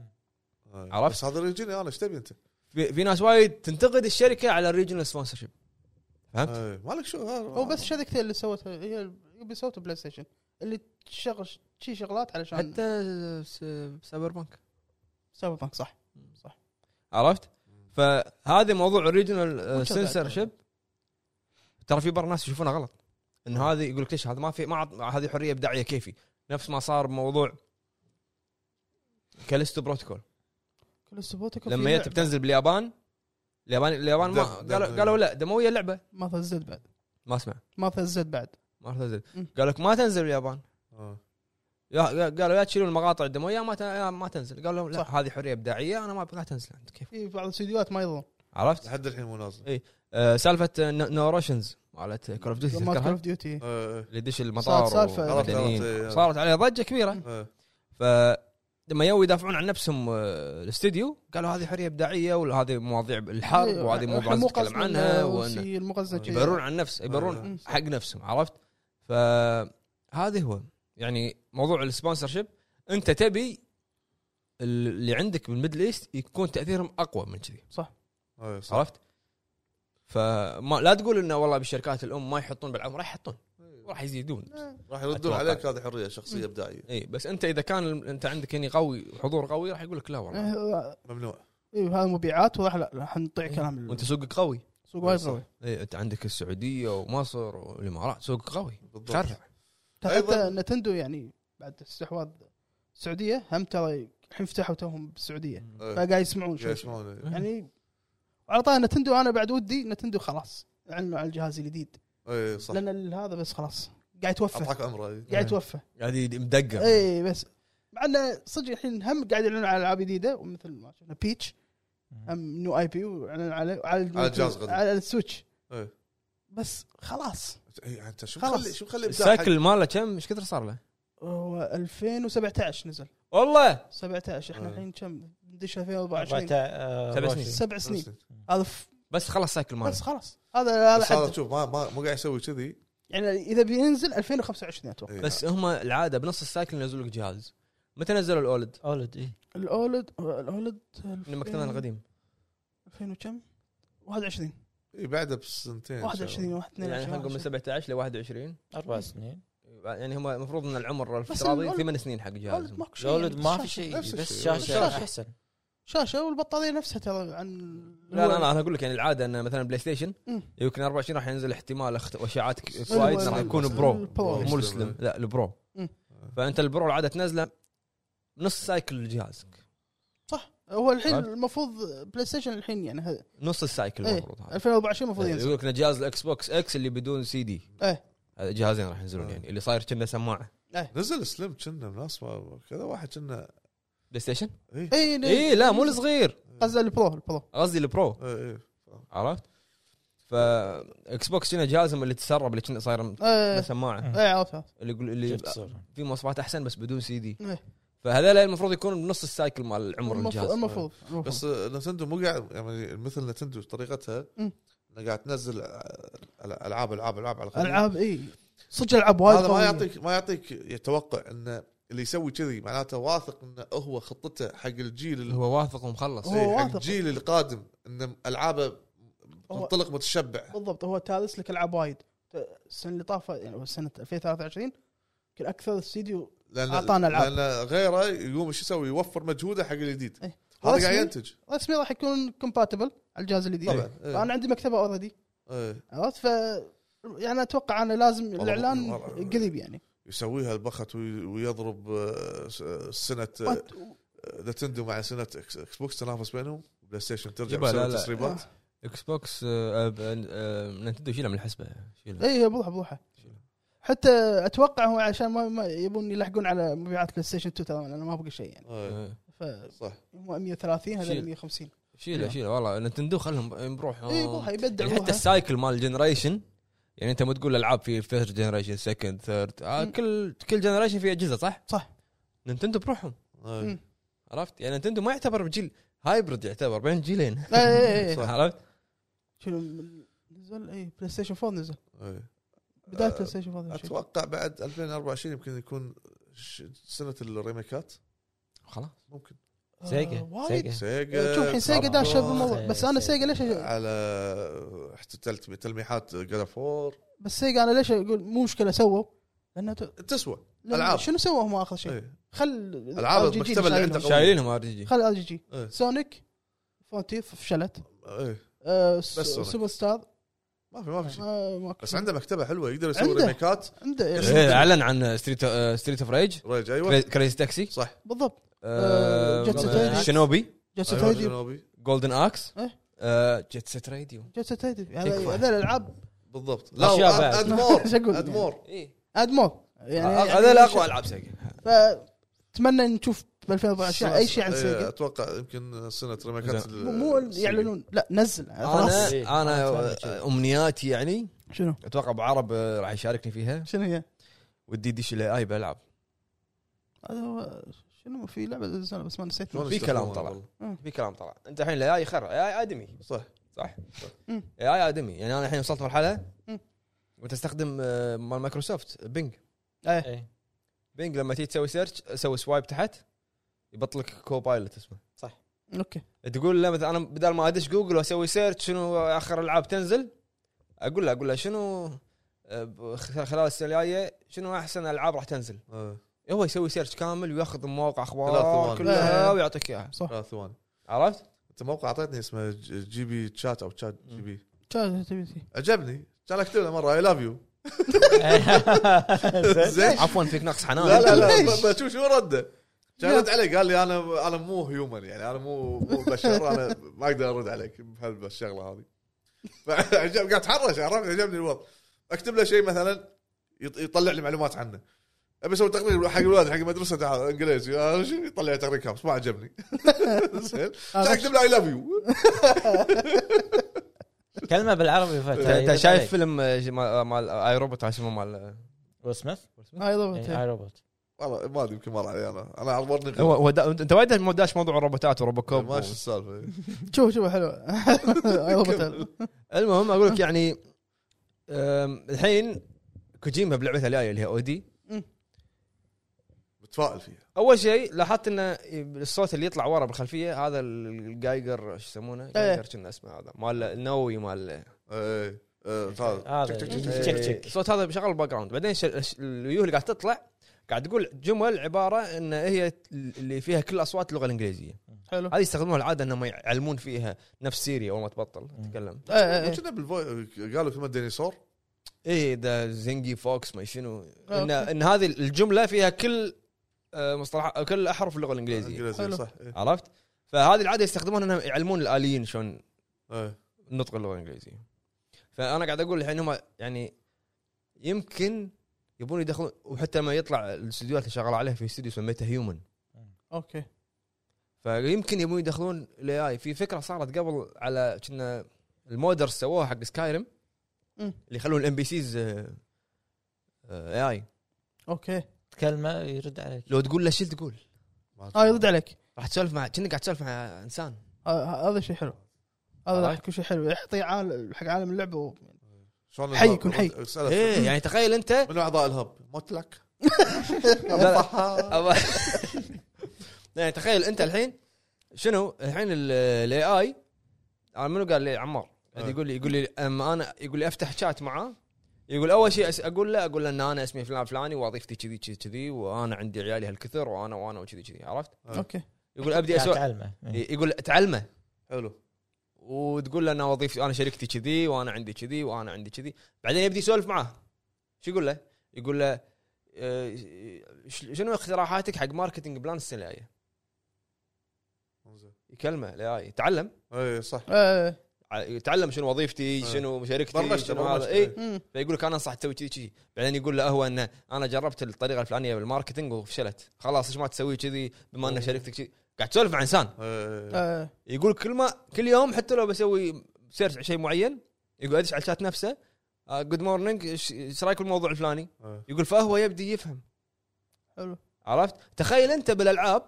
Speaker 3: إيه. بس هذا ريجيني انا ايش تبي انت؟
Speaker 1: في, في ناس وايد تنتقد الشركه على الريجنال سبونسرشيب فهمت؟
Speaker 3: إيه، مالك شو هذا
Speaker 4: هو بس شركتين اللي سوتها هي يوبي سوت بلاي ستيشن اللي تشغل شي شغلات علشان حتى
Speaker 1: حتى س- سايبر بانك
Speaker 4: سايبر بانك صح صح
Speaker 1: عرفت؟ فهذا موضوع الريجنال
Speaker 4: Witcher بعد.
Speaker 1: سنسرشيب ترى في برا ناس يشوفونها غلط ان
Speaker 4: آه.
Speaker 1: هذه يقول لك ليش هذا ما في ما عط- هذه حريه ابداعيه كيفي نفس ما صار بموضوع كاليستو بروتوكول
Speaker 4: كل السبوتك
Speaker 1: لما انت بتنزل باليابان اليابان اليابان ما
Speaker 3: دب- دب-
Speaker 1: قالوا قالوا لا دمويه لعبه
Speaker 4: ما تنزل بعد
Speaker 1: ما اسمع
Speaker 4: ما تنزل بعد
Speaker 1: ما راح تنزل
Speaker 4: مم.
Speaker 1: قال لك ما تنزل باليابان
Speaker 3: آه.
Speaker 1: يا- قالوا يا تشيلون المقاطع الدمويه ما تن- يا ما تنزل قالوا لا
Speaker 4: صح.
Speaker 1: هذه حريه ابداعيه انا ما لا تنزل عندك كيف
Speaker 4: في بعض الاستديوهات ما يضمن
Speaker 1: عرفت
Speaker 3: لحد الحين مو نازل
Speaker 1: آه، سالفه نورشنز مالت كول اوف ديوتي
Speaker 4: مالت كول
Speaker 1: تذكرها
Speaker 4: اوف ديوتي
Speaker 3: آه، إيه،
Speaker 1: اللي يدش المطار
Speaker 4: صارت سالفة.
Speaker 1: و-
Speaker 3: عرفت،
Speaker 1: مدنيين.
Speaker 3: عرفت، إيه.
Speaker 1: صارت عليه ضجه كبيره
Speaker 3: إيه.
Speaker 1: ف لما يو يدافعون عن نفسهم آه، الاستديو قالوا هذه حريه ابداعيه وهذه مواضيع
Speaker 4: إيه،
Speaker 1: الحرب وهذه موضوع لازم نتكلم عنها وإن-
Speaker 4: المغزى شيء. إيه.
Speaker 1: يبرون عن نفس
Speaker 4: مم.
Speaker 1: يبرون حق نفسهم عرفت؟ فهذا هو يعني موضوع السبونسر شيب انت تبي اللي عندك بالميدل ايست يكون تاثيرهم اقوى من كذي
Speaker 3: إيه، صح.
Speaker 1: عرفت؟ فما لا تقول انه والله بالشركات الام ما يحطون بالعمر راح يحطون وراح يزيدون
Speaker 4: إيه.
Speaker 3: راح يردون
Speaker 1: أتوقع.
Speaker 3: عليك هذه حريه شخصيه
Speaker 4: مم.
Speaker 3: ابداعيه
Speaker 1: اي بس انت اذا كان ال- انت عندك هني قوي حضور قوي راح يقول لك لا والله
Speaker 4: آه،
Speaker 3: ممنوع
Speaker 4: إيه، هذا مبيعات وراح لا راح نطيع كلام
Speaker 1: وانت سوقك قوي
Speaker 4: سوق وايد قوي
Speaker 1: اي انت عندك السعوديه ومصر والامارات سوقك قوي
Speaker 3: بالضبط
Speaker 1: شرع
Speaker 4: حتى
Speaker 3: أيضاً-
Speaker 4: نتندو يعني بعد استحواذ السعوديه هم ترى الحين فتحوا توهم بالسعوديه
Speaker 3: إيه،
Speaker 4: فقاعد يسمعون شوي شوي.
Speaker 3: يسمعون، إيه.
Speaker 4: يعني على طاري نتندو انا بعد ودي نتندو خلاص اعلنوا عن الجهاز الجديد
Speaker 3: اي إيه، صح
Speaker 4: لان ال- هذا بس خلاص قاعد يتوفى
Speaker 3: اضحك عمره إيه.
Speaker 4: قاعد يتوفى
Speaker 1: قاعد يد- مدقق
Speaker 4: اي بس مع انه صدق الحين هم قاعد يعلنون على العاب جديده ومثل ما شفنا بيتش هم نو اي بي وعلنوا على على
Speaker 3: على الجهاز غدا.
Speaker 4: على السويتش
Speaker 3: إيه.
Speaker 4: بس خلاص
Speaker 3: إيه، انت شو
Speaker 4: خلاص.
Speaker 3: مخلي شو مخلي إبداع حق-
Speaker 1: السايكل ماله كم ايش كثر صار له؟
Speaker 4: هو 2017 نزل
Speaker 1: والله
Speaker 4: 17 احنا
Speaker 3: آه.
Speaker 4: الحين كم ندش 2024
Speaker 1: سبع
Speaker 2: 24
Speaker 1: سنين.
Speaker 4: سبع سنين هذا ف-
Speaker 1: بس خلص سايكل ماله
Speaker 4: بس خلاص هذا هذا
Speaker 3: بس هذا
Speaker 4: حد
Speaker 3: شوف ما ما مو قاعد يسوي كذي
Speaker 4: يعني اذا بينزل 2025 اتوقع
Speaker 3: إيه.
Speaker 1: بس هم العاده بنص السايكل ينزلوا لك جهاز متى نزلوا الاولد؟
Speaker 2: اولد اي
Speaker 4: الاولد الاولد
Speaker 1: من مكتبنا القديم
Speaker 4: 2000 وكم 21
Speaker 1: إيه،
Speaker 3: اي إيه، بعده بسنتين
Speaker 4: 21 و
Speaker 1: يعني خلينا نقول من
Speaker 4: 22
Speaker 1: 17 ل 21
Speaker 2: اربع سنين
Speaker 1: يعني هم المفروض ان العمر
Speaker 4: بس
Speaker 1: الافتراضي
Speaker 4: الأولد-
Speaker 1: 8 سنين حق جهازهم
Speaker 4: ماكو شيء
Speaker 2: الاولد
Speaker 4: يعني
Speaker 2: ما
Speaker 4: بس
Speaker 2: في شيء
Speaker 3: نفس
Speaker 2: بس
Speaker 3: الشيء.
Speaker 2: شاشه
Speaker 4: شاشة.
Speaker 2: احسن
Speaker 4: شاشه والبطاريه نفسها ترى عن
Speaker 1: لا لا انا انا اقول لك يعني العاده ان مثلا بلاي ستيشن
Speaker 4: مم.
Speaker 1: يمكن 24 راح ينزل احتمال أخت- واشاعات ك-
Speaker 3: السلم.
Speaker 1: وايد راح يكون
Speaker 3: السلم.
Speaker 1: برو
Speaker 3: البرو.
Speaker 1: مو السلم لا البرو
Speaker 4: مم.
Speaker 1: فانت البرو العاده تنزله نص سايكل جهازك
Speaker 4: صح هو الحين
Speaker 1: عرفت؟
Speaker 4: المفروض بلاي ستيشن الحين يعني هذا
Speaker 1: نص السايكل
Speaker 4: إيه.
Speaker 1: المفروض هذا
Speaker 4: 2024 المفروض ينزل
Speaker 1: يقول لك إن جهاز الاكس بوكس اكس اللي بدون سي دي
Speaker 4: إيه.
Speaker 1: هذا جهازين راح ينزلون
Speaker 3: إيه.
Speaker 1: يعني اللي صاير كنا سماعه
Speaker 3: نزل سليم كنا ناس ما- كذا واحد كنا
Speaker 1: بلاي ستيشن
Speaker 3: اي
Speaker 4: اي
Speaker 1: اي إيه. لا مو الصغير
Speaker 4: إيه، قصدي البرو البرو
Speaker 1: قصدي البرو
Speaker 3: اي
Speaker 1: عرفت فا اكس بوكس كنا جهازهم اللي تسرب اللي كنا صاير م-
Speaker 4: ايه
Speaker 1: سماعه
Speaker 4: ايه عرفت عرفت.
Speaker 1: اللي يقول اللي
Speaker 2: شفت صورة.
Speaker 1: في مواصفات احسن بس بدون سي دي
Speaker 4: إيه.
Speaker 1: فهذول المفروض يكون بنص السايكل مال عمر
Speaker 4: المفروض-
Speaker 1: الجهاز
Speaker 4: المفروض المفروض.
Speaker 3: بس نتندو مو قاعد يعني مثل نتندو طريقتها
Speaker 4: مم.
Speaker 3: إنها قاعد تنزل ألع- العاب العاب العاب على الخليج.
Speaker 4: العاب اي إيه. صدق العاب وايد
Speaker 3: هذا ما
Speaker 4: قوية.
Speaker 3: يعطيك ما يعطيك يتوقع انه اللي يسوي كذي معناته واثق انه هو خطته حق الجيل ال-
Speaker 1: هو واثق ومخلص
Speaker 4: هو
Speaker 3: إيه، حق
Speaker 4: واثق.
Speaker 3: الجيل القادم انه العابه
Speaker 4: هو-
Speaker 3: منطلق متشبع
Speaker 4: بالضبط هو تالس لك العاب وايد السنه اللي طافت يعني هو سنه 2023 يمكن اكثر استديو
Speaker 3: لان
Speaker 4: أعطانا ألعاب.
Speaker 3: لان غيره يقوم شو يسوي يوفر مجهوده حق الجديد
Speaker 4: إيه.
Speaker 3: هذا
Speaker 4: رسمي.
Speaker 3: قاعد ينتج
Speaker 4: رسمي راح يكون كومباتبل على الجهاز الجديد
Speaker 3: طبعا
Speaker 4: فانا عندي مكتبه اوريدي
Speaker 3: إيه.
Speaker 4: عرفت ف يعني اتوقع انا لازم
Speaker 3: والله-
Speaker 4: الاعلان
Speaker 3: والله-
Speaker 4: قريب يعني
Speaker 3: يسويها البخت وي- ويضرب آه، س- آه، سنه آه، نتندو مع سنه إكس- اكس بوكس تنافس بينهم بلاي ستيشن ترجع
Speaker 1: يبا لا،
Speaker 3: تسوي
Speaker 1: لا.
Speaker 3: تسريبات
Speaker 1: اكس بوكس آه، آه، آه، نتندو شيلها من الحسبه شيلها
Speaker 4: اي بروحه بروحه إيه، حتى اتوقع هو عشان ما, ما يبون يلحقون على مبيعات بلاي ستيشن 2 ترى لانه ما بقى شيء يعني
Speaker 3: إيه.
Speaker 1: آه،
Speaker 4: ف
Speaker 3: صح
Speaker 4: 130 هذا
Speaker 1: شيل.
Speaker 4: 150
Speaker 1: شيلها شيلها والله نتندو خلهم بروح
Speaker 4: اي بروحه إيه، يبدع
Speaker 1: يعني حتى
Speaker 4: بروحه
Speaker 1: السايكل مال الجنريشن يعني انت ما تقول العاب في فيرست جنريشن سكند ثيرد آه
Speaker 4: مم.
Speaker 1: كل كل جنريشن فيه اجهزه صح؟
Speaker 4: إيه. صح.
Speaker 1: نينتندو بروحهم
Speaker 3: إيه.
Speaker 4: مم.
Speaker 1: عرفت؟ يعني نينتندو ما يعتبر بجيل هايبرد يعتبر بين جيلين
Speaker 4: إيه، إيه، إيه.
Speaker 3: صح.
Speaker 1: عرفت؟
Speaker 4: شنو نزل اي بلاي ستيشن 4 نزل
Speaker 3: إيه.
Speaker 4: بدايه بلاي ستيشن 4 نزل.
Speaker 3: اتوقع بعد 2024 يمكن يكون ش- سنه الريميكات
Speaker 1: خلاص
Speaker 3: ممكن
Speaker 4: آه،
Speaker 2: سيجا
Speaker 4: وايد
Speaker 2: سيجا
Speaker 3: سيجا
Speaker 4: إيه، شوف الحين سيجا داشه
Speaker 3: طبعاً.
Speaker 4: بالموضوع بس انا سيجا ليش أ-
Speaker 3: على احتلت تلميحات جاد فور
Speaker 4: بس سيجا انا ليش اقول مو مشكله سووا لانه ت-
Speaker 3: تسوى
Speaker 4: لأن
Speaker 3: ألعاب.
Speaker 4: شنو سووا هم اخر شيء؟
Speaker 3: إيه.
Speaker 4: خل
Speaker 3: ألعاب
Speaker 4: RGG
Speaker 3: المكتبة اللي
Speaker 4: شايلهم.
Speaker 3: عندك.
Speaker 1: شايلينهم ار جي
Speaker 4: خل ار جي جي
Speaker 3: إيه.
Speaker 4: سونيك فونتيف فشلت
Speaker 3: إيه.
Speaker 4: آه،
Speaker 3: سونيك.
Speaker 4: س- آه، سوبر ستار
Speaker 3: ما في ما في شيء
Speaker 4: آه، ماكو
Speaker 3: بس
Speaker 4: شيء.
Speaker 3: عنده مكتبه حلوه يقدر يسوي
Speaker 4: عنده.
Speaker 3: ريميكات
Speaker 4: عنده يعني.
Speaker 1: جي اعلن إيه، عن آه، ستريت ستريت اوف ريج
Speaker 3: ريج ايوه
Speaker 1: كريزي تاكسي
Speaker 3: صح
Speaker 4: بالضبط
Speaker 1: آه،
Speaker 4: جت ست
Speaker 1: آه،
Speaker 4: راديو.
Speaker 1: شينوبي
Speaker 4: جالس
Speaker 3: أيوة،
Speaker 4: تهدي
Speaker 3: جنوبي.
Speaker 1: جولدن اكس
Speaker 4: إيه.
Speaker 1: آه، جت ست راديو
Speaker 4: جالس تهدي
Speaker 1: تكفى.
Speaker 4: يعني هذول الالعاب
Speaker 3: بالضبط لا
Speaker 2: أشياء بعد.
Speaker 3: ادمور
Speaker 4: *laughs* إيش أقول؟
Speaker 3: ادمور
Speaker 4: ادمور يعني
Speaker 3: آه،
Speaker 1: هذول اقوى العاب سيجا
Speaker 4: فاتمنى نشوف ب 2024 اي شيء عن
Speaker 3: إيه،
Speaker 4: يعني سيجا
Speaker 3: اتوقع يمكن سنه ريميكات
Speaker 4: مو- مو يعلنون لا نزل خلاص
Speaker 1: انا انا امنياتي يعني
Speaker 4: شنو
Speaker 1: اتوقع ابو عرب آه، راح يشاركني فيها
Speaker 4: شنو هي؟
Speaker 1: ودي دش الاي بالعاب
Speaker 4: هذا هو شنو في لعبه نزلت بس ما نسيت
Speaker 3: شلون
Speaker 1: في كلام
Speaker 3: يستخدمونها
Speaker 1: طلع.
Speaker 3: والله.
Speaker 1: في كلام طلع انت الحين الاي خر الاي ادمي
Speaker 3: صح
Speaker 1: صح؟
Speaker 4: مم.
Speaker 1: اي ادمي يعني انا الحين وصلت مرحله
Speaker 4: مم.
Speaker 1: وانت تستخدم آه، مال مايكروسوفت بينج
Speaker 2: إيه. *laughs*
Speaker 1: بينج لما تيجي تسوي سيرش سوي سوايب تحت يبط لك كو بايلوت اسمه
Speaker 4: اوكي
Speaker 1: تقول له مثلا انا بدل ما ادش جوجل واسوي سيرش شنو اخر العاب تنزل اقول له اقول له شنو آه، ب- خلال السنه الجايه شنو احسن العاب راح تنزل
Speaker 3: إيه،
Speaker 1: هو يسوي سيرش كامل وياخذ من مواقع
Speaker 3: ثلاث
Speaker 1: اخبار
Speaker 3: ثواني.
Speaker 1: كلها
Speaker 4: إيه.
Speaker 1: ويعطيك اياها
Speaker 3: ثلاث آه، ثواني
Speaker 1: عرفت؟
Speaker 3: انت موقع اعطيتني اسمه ج- جي بي تشات او تشات جي بي
Speaker 4: شو تبي شي؟
Speaker 3: عجبني كان اكتب له مره اي لاف يو زين
Speaker 1: عفوا فيك نقص حنان
Speaker 3: لا لا لا
Speaker 4: ليش؟
Speaker 3: ب- بشوف شو رده كان
Speaker 4: لا.
Speaker 3: رد علي قال لي انا انا مو هيومن يعني انا مو مو بشر انا ما اقدر ارد عليك بهالشغله هذه *laughs* فعجب قاعد اتحرش عرفت عجبني الوضع اكتب له شيء مثلا يط- يطلع لي معلومات عنه ابي اسوي تقرير حق الولاد حق المدرسه تعال انجليزي أنا آه، شو يطلع لي تقرير كامس ما عجبني زين كان اكتب له اي لاف يو
Speaker 2: كلمه بالعربي فات
Speaker 1: انت شايف فيلم آه، ج- ما- مال اي روبوت هاي اسمه مال
Speaker 2: ويل سميث؟ إيه،
Speaker 4: هاي ضبط
Speaker 2: اي روبوت
Speaker 3: والله ما ادري يمكن مر علي انا انا عرضني غير
Speaker 1: هو هو دا- انت وايد ما داش موضوع الروبوتات وروبوكوب
Speaker 3: ما شو السالفه
Speaker 4: شوف شوف *laughs* حلو هاي ضبط
Speaker 1: المهم اقول لك يعني أم، الحين كوجيما بلعبته الجايه اللي هي اودي
Speaker 3: متفائل فيها
Speaker 1: اول شيء لاحظت ان الصوت اللي يطلع ورا بالخلفيه هذا الجايجر شو يسمونه؟ جايجر كنا اسمه هذا مال النووي مال
Speaker 3: اي آه، هذا
Speaker 2: هذا
Speaker 3: تك- تك-
Speaker 2: تشك-
Speaker 1: إيه،
Speaker 2: تشك- تشك.
Speaker 1: الصوت هذا بشغل الباك جراوند بعدين ش- ش- الوجوه اللي قاعد تطلع قاعد تقول جمل عباره ان هي اللي فيها كل اصوات اللغه الانجليزيه
Speaker 4: حلو
Speaker 1: هذه يستخدمونها العاده انهم يعلمون فيها نفس سيريا اول ما تبطل تتكلم
Speaker 4: إيه، إيه،
Speaker 3: مو
Speaker 4: إيه.
Speaker 3: كنا بالفو... قالوا كلمه ديناصور
Speaker 1: ايه ذا زنجي فوكس ما شنو
Speaker 4: آه،
Speaker 1: ان
Speaker 4: أوكي.
Speaker 1: ان هذه الجمله فيها كل آه، مصطلح كل احرف اللغه الانجليزيه
Speaker 3: انجليزي
Speaker 4: حلو.
Speaker 3: صح إيه.
Speaker 1: عرفت؟ فهذه العاده يستخدمونها انهم يعلمون الاليين شلون
Speaker 3: إيه.
Speaker 1: نطق اللغه الانجليزيه. فانا قاعد اقول الحين هم يعني يمكن يبون يدخلون وحتى لما يطلع الاستديوهات اللي شغال عليها في استوديو سميته هيومن
Speaker 4: اوكي
Speaker 1: فيمكن يبون يدخلون الاي اي في فكره صارت قبل على كنا المودرز سووها حق سكايرم
Speaker 4: مم.
Speaker 1: اللي يخلون الام بي سيز اي اي
Speaker 4: اوكي
Speaker 2: كلمه يرد عليك
Speaker 1: آه، لو تقول له شيل تقول
Speaker 3: ما
Speaker 4: هاي رد عليك
Speaker 1: راح تسولف مع كأنك قاعد تسولف مع انسان
Speaker 4: آه، ه- هذا شيء حلو هذا راح
Speaker 1: عرفت؟
Speaker 4: يكون شيء حلو يعطي عال- حق عالم اللعبه و-
Speaker 3: شلون
Speaker 4: حي
Speaker 3: الهب؟
Speaker 4: يكون حي.
Speaker 3: اسأله
Speaker 1: ايه يعني تخيل انت
Speaker 3: من اعضاء الهب مطلق
Speaker 1: لا، *laughs* يعني تخيل انت الحين شنو الحين الاي اي انا منو قال لي عمار قاعد يقول لي يقول لي اما انا يقول لي افتح شات معاه يقول اول شيء أس- اقول له اقول له ان انا اسمي فلان فلاني وظيفتي كذي كذي كذي وانا عندي عيالي هالكثر وانا وانا وكذي كذي عرفت؟
Speaker 4: اوكي
Speaker 1: يقول ابدي
Speaker 2: قاعد
Speaker 1: اسوي
Speaker 2: تعلمه إيه.
Speaker 1: يقول تعلمه
Speaker 3: حلو
Speaker 1: وتقول له انا وظيفتي انا شركتي كذي وانا عندي كذي وانا عندي كذي بعدين يبدي يسولف معاه شو يقول له؟ يقول له آه، ش- شنو اقتراحاتك حق ماركتنج بلان السنه الجايه؟
Speaker 3: زين.
Speaker 1: يكلمه الاي يتعلم
Speaker 3: اي إيه، صح
Speaker 4: آه،
Speaker 1: ع- يتعلم شنو وظيفتي
Speaker 3: آه.
Speaker 1: شنو شركتي
Speaker 3: برمجته
Speaker 1: شنو هذا
Speaker 3: برمجته
Speaker 1: اي
Speaker 3: إيه.
Speaker 4: مم.
Speaker 1: فيقول لك انا انصح تسوي كذي كذي بعدين يقول له هو انه انا جربت الطريقه الفلانيه بالماركتنج وفشلت خلاص ايش ما تسوي كذي بما ان
Speaker 3: أوه.
Speaker 1: شركتك كذي قاعد تسولف مع انسان
Speaker 3: إيه.
Speaker 4: آه،
Speaker 1: يقول كل ما كل يوم حتى لو بسوي سيرش على شيء معين يقول ادش على الشات نفسه آه، جود مورنينج ايش رايك بالموضوع الفلاني؟
Speaker 3: إيه.
Speaker 1: يقول فهو يبدي يفهم
Speaker 4: حلو.
Speaker 1: عرفت؟ تخيل انت بالالعاب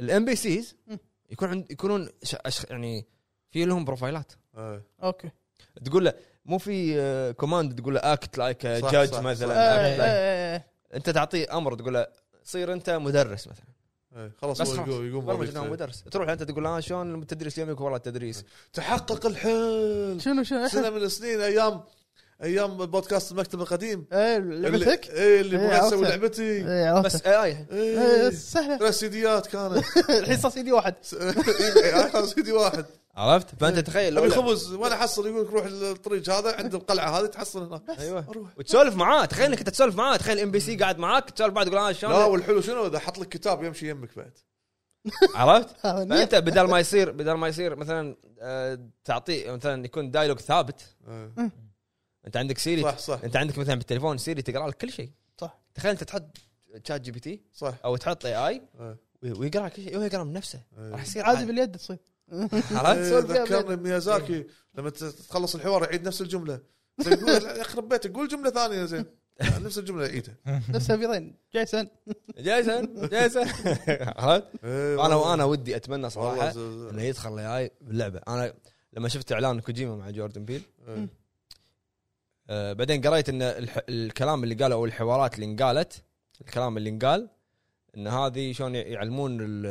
Speaker 1: الام بي سيز
Speaker 4: مم.
Speaker 1: يكون عند يكونون ش- أشخ- يعني في لهم بروفايلات
Speaker 3: إيه.
Speaker 4: اوكي
Speaker 1: تقول له مو في آه، كوماند تقول له اكت لايك
Speaker 3: صح،
Speaker 1: جاج
Speaker 3: صح،
Speaker 1: مثلا
Speaker 4: آه،
Speaker 1: act like-
Speaker 4: آه، آه.
Speaker 1: انت تعطيه امر تقول له صير انت مدرس مثلا
Speaker 3: إيه. خلاص
Speaker 1: بس
Speaker 3: هو
Speaker 1: خلاص.
Speaker 3: يقوم يقوم
Speaker 1: برمج
Speaker 3: وظيفته.
Speaker 1: انه مدرس تروح انت تقول له، ها شلون التدريس اليوم يقول والله التدريس
Speaker 3: تحقق
Speaker 4: *laughs*
Speaker 3: الحلم
Speaker 4: شنو شنو
Speaker 3: سنه من السنين ايام ايام بودكاست المكتب القديم
Speaker 4: إيه،
Speaker 3: اللي-
Speaker 4: لعبتك؟
Speaker 3: إيه اللي
Speaker 4: إيه،
Speaker 3: بغيت اسوي
Speaker 4: عرفتها.
Speaker 3: لعبتي
Speaker 4: إيه، عرفت.
Speaker 1: بس آه، اي
Speaker 4: إيه،
Speaker 3: إيه.
Speaker 4: سهله
Speaker 3: ثلاث سيديات كانت
Speaker 4: *laughs*
Speaker 3: *laughs*
Speaker 4: الحين صار سيدي واحد
Speaker 3: س- إيه، كان سيدي واحد إيه.
Speaker 1: عرفت فانت تخيل لو
Speaker 3: ابي خبز وين احصل يقول لك روح الطريق هذا عند القلعه هذه تحصل هناك
Speaker 1: ايوه
Speaker 3: اروح
Speaker 1: وتسولف معاه تخيل انك انت تسولف معاه تخيل ام بي سي قاعد معاك تسولف معاه تقول ها
Speaker 3: لا
Speaker 1: شلون
Speaker 3: والحلو شنو اذا حط لك كتاب يمشي يمك بعد
Speaker 1: عرفت
Speaker 4: هذا نية.
Speaker 1: فانت بدل ما يصير بدل ما يصير مثلا آه، تعطيه مثلا يكون دايلوج ثابت
Speaker 3: إيه.
Speaker 1: انت عندك سيري
Speaker 3: صح صح
Speaker 1: انت عندك مثلا بالتليفون سيري تقرا لك كل شيء
Speaker 4: صح.
Speaker 1: تخيل انت تحط تشات جي بي تي
Speaker 3: صح
Speaker 1: او تحط اي اي
Speaker 3: إيه.
Speaker 1: ويقرا كل شيء هو يقرا من نفسه راح
Speaker 3: إيه.
Speaker 1: يصير
Speaker 4: عادي باليد تصير
Speaker 1: عرفت
Speaker 3: إيه، ذكرني ميازاكي لما ت- تخلص الحوار يعيد نفس الجمله تقول يخرب بيتك قول *laughs* جمله ثانيه زين
Speaker 4: *laughs*
Speaker 3: نفس الجمله يعيدها
Speaker 4: نفس هافيرين جايسون
Speaker 1: جايسون
Speaker 3: *laughs*
Speaker 1: جايسون عرفت
Speaker 3: إيه،
Speaker 1: انا
Speaker 3: والله.
Speaker 1: وانا ودي اتمنى
Speaker 3: والله
Speaker 1: صراحه
Speaker 3: ز- ز-
Speaker 1: انه يدخل الاي اي باللعبه انا لما شفت اعلان كوجيما مع جوردن بيل
Speaker 3: إيه.
Speaker 1: آه بعدين قريت ان الح... الكلام اللي قاله او الحوارات اللي انقالت الكلام اللي انقال ان هذه شلون يعلمون ال-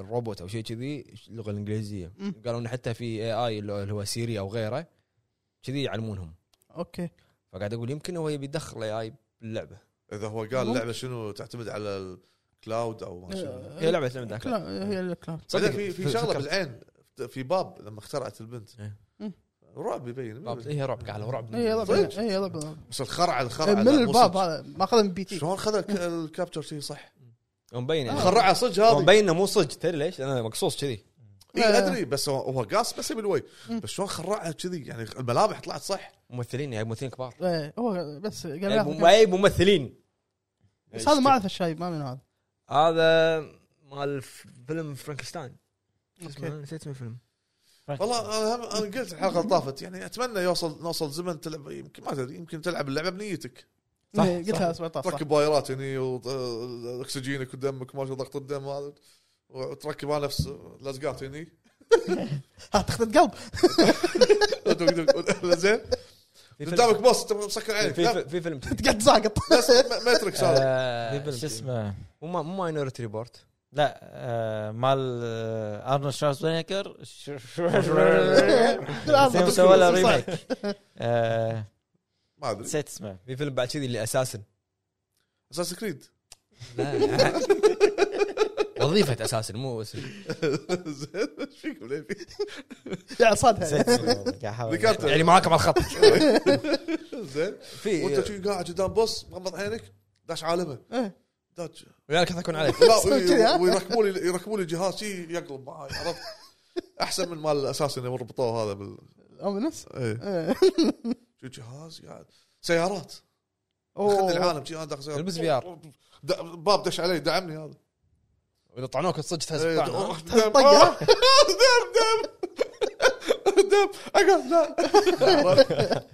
Speaker 1: الروبوت او شيء كذي اللغه الانجليزيه
Speaker 4: مم.
Speaker 1: قالوا ان حتى في اي اي اللي هو سيري او غيره كذي يعلمونهم
Speaker 4: اوكي
Speaker 1: فقاعد اقول يمكن هو يبي يدخل اي اي باللعبه
Speaker 3: اذا هو قال اللعبه شنو تعتمد على الكلاود او ما شابه
Speaker 4: آه،
Speaker 1: هي لعبه لعبه داخل.
Speaker 4: كلا- هي الكلاود
Speaker 1: صدق
Speaker 3: بعدين في في شغله بالعين في باب لما اخترعت البنت
Speaker 1: إيه.
Speaker 4: مم.
Speaker 3: رعب يبين
Speaker 1: رعب
Speaker 4: إيه.
Speaker 1: هي إيه، رعب قالوا رعب
Speaker 4: هي لعبه
Speaker 3: صدق؟
Speaker 4: هي لعبه
Speaker 3: بس الخرع الخرع
Speaker 4: إيه، من
Speaker 3: لا، مو
Speaker 4: الباب
Speaker 3: صدق.
Speaker 4: هذا ماخذها من بي تي
Speaker 3: شلون خذ الك- الكابتشر شي صح
Speaker 4: آه.
Speaker 1: مبين يعني
Speaker 3: خرعها صدق
Speaker 1: هو
Speaker 3: هذه
Speaker 1: مبين انه مو صدق تدري ليش؟ لانه مقصوص كذي
Speaker 3: اي
Speaker 4: آه.
Speaker 3: ادري إيه، بس هو- هو قاص بس يبي الوي بس شلون خرعها كذي يعني الملامح طلعت صح
Speaker 1: ممثلين يعني ممثلين كبار
Speaker 4: إيه، هو بس قال
Speaker 1: يعني
Speaker 4: لها-
Speaker 1: مم- أي ممثلين
Speaker 4: بس هذا ما اعرف الشايب ما من هذا
Speaker 1: هذا مال فيلم فرانكستاين شو اسمه؟
Speaker 4: أوكي.
Speaker 1: نسيت اسم الفيلم
Speaker 3: والله انا هم- انا قلت الحلقه اللي طافت يعني اتمنى يوصل نوصل زمن تلعب يمكن ما تدري يمكن تلعب اللعبه بنيتك
Speaker 1: صح،
Speaker 4: إيه،
Speaker 1: صح.
Speaker 4: قلتها 17 صح
Speaker 3: تركب وايرات هني واكسجينك ودمك ما شاء الله ضغط الدم هذا وتركب على نفس لزقات هني *laughs*
Speaker 4: ها، تخطط قلب
Speaker 3: دق دق زين
Speaker 1: في
Speaker 3: قدامك بوس انت مسكر
Speaker 1: فيلم-
Speaker 3: عينك
Speaker 1: في
Speaker 3: لا،
Speaker 1: في- في فيلم كذي.
Speaker 4: تقعد ساقط
Speaker 3: بس م- ماتريكس هذا
Speaker 1: في فيلم
Speaker 2: آه،
Speaker 1: كذي.
Speaker 2: شو اسمه
Speaker 1: مو ما- مو ماينورتي ريبورت
Speaker 2: لا آه، مال آه، ارنولد شوارزنيكر شو-
Speaker 4: *laughs*
Speaker 2: شو-
Speaker 4: إيه.
Speaker 3: آه،
Speaker 2: زين سوى له ريميك آه،
Speaker 3: ما ادري *laughs*
Speaker 2: نسيت اسمه
Speaker 1: في فيلم بعد كذي اللي اساسا
Speaker 3: اساس كريد
Speaker 1: *laughs* وظيفه اساسا مو اسم
Speaker 3: *laughs* زين ايش فيكم ليه في؟
Speaker 4: يا عصادها
Speaker 2: نسيت اسمه والله، قاعد أحاول.
Speaker 3: ذكرت.
Speaker 1: يعني *laughs* معاكم على الخط
Speaker 3: *laughs* زين
Speaker 1: في
Speaker 3: وانت شي قاعد قدام بوس مغمض عينك داش عالمه
Speaker 4: إيه.
Speaker 3: داش
Speaker 1: وياك حتكون عليك
Speaker 4: *laughs*
Speaker 3: لا
Speaker 4: سوي كذي، ها؟
Speaker 3: وي- ويركبوا لي يركبوا لي جهاز شي يقلب معاي عرفت احسن من مال الاساسي انهم ربطوه هذا بال
Speaker 4: اومنس
Speaker 3: ايه
Speaker 4: إيه.
Speaker 3: شو جهاز قاعد سيارات
Speaker 4: أوه.
Speaker 3: خذ *laughs* العالم شي انا داخل سيارة.
Speaker 1: البس VR.
Speaker 3: د- باب دش علي دعمني هذا
Speaker 1: اذا طعنوك صدق تحس
Speaker 3: إيه،
Speaker 1: بطعن، ها؟
Speaker 3: أوه، دم
Speaker 4: *laughs*
Speaker 3: *laughs*
Speaker 4: طقة.
Speaker 3: أوه، دم دم دم اقعد لا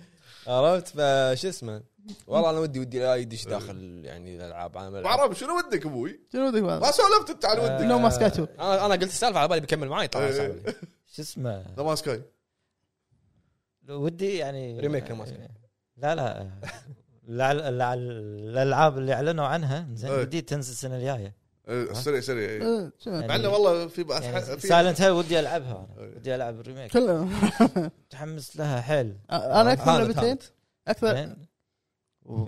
Speaker 1: عرفت فشو اسمه والله انا ودي ودي لا يدش داخل يعني الالعاب انا
Speaker 3: ما
Speaker 1: بلعب.
Speaker 3: اعرف شنو ودك ابوي
Speaker 4: شنو ذي هذا؟
Speaker 3: ما سولفت انت عن
Speaker 1: آه.
Speaker 3: ودك
Speaker 4: نو ماسك اتو
Speaker 1: انا أنا قلت السالفه على بالي بيكمل معي طلع
Speaker 3: إيه.
Speaker 1: سالفة.
Speaker 2: شو اسمه
Speaker 3: نو ماسك اي
Speaker 2: ودي يعني
Speaker 1: ريميك لو ما أذكر.
Speaker 2: لا لا لا- لا- لا- الالعاب اللي اعلنوا عنها زين
Speaker 3: إيه.
Speaker 2: ودي تنزل السنه الجايه
Speaker 1: آه.
Speaker 3: إيه، سريع سريع
Speaker 1: يعني
Speaker 3: إيه.
Speaker 4: إيه، شنو؟
Speaker 3: مع انه والله في بقى-
Speaker 2: يعني
Speaker 3: في-
Speaker 2: سايلنت هيل ودي العبها انا
Speaker 3: إيه.
Speaker 2: ودي العب الريميك
Speaker 4: كله
Speaker 2: متحمس لها حيل
Speaker 4: انا اكثر
Speaker 1: هانت-
Speaker 4: لعبتين
Speaker 1: هانت.
Speaker 4: اكثر
Speaker 2: زين
Speaker 3: *laughs*
Speaker 2: و-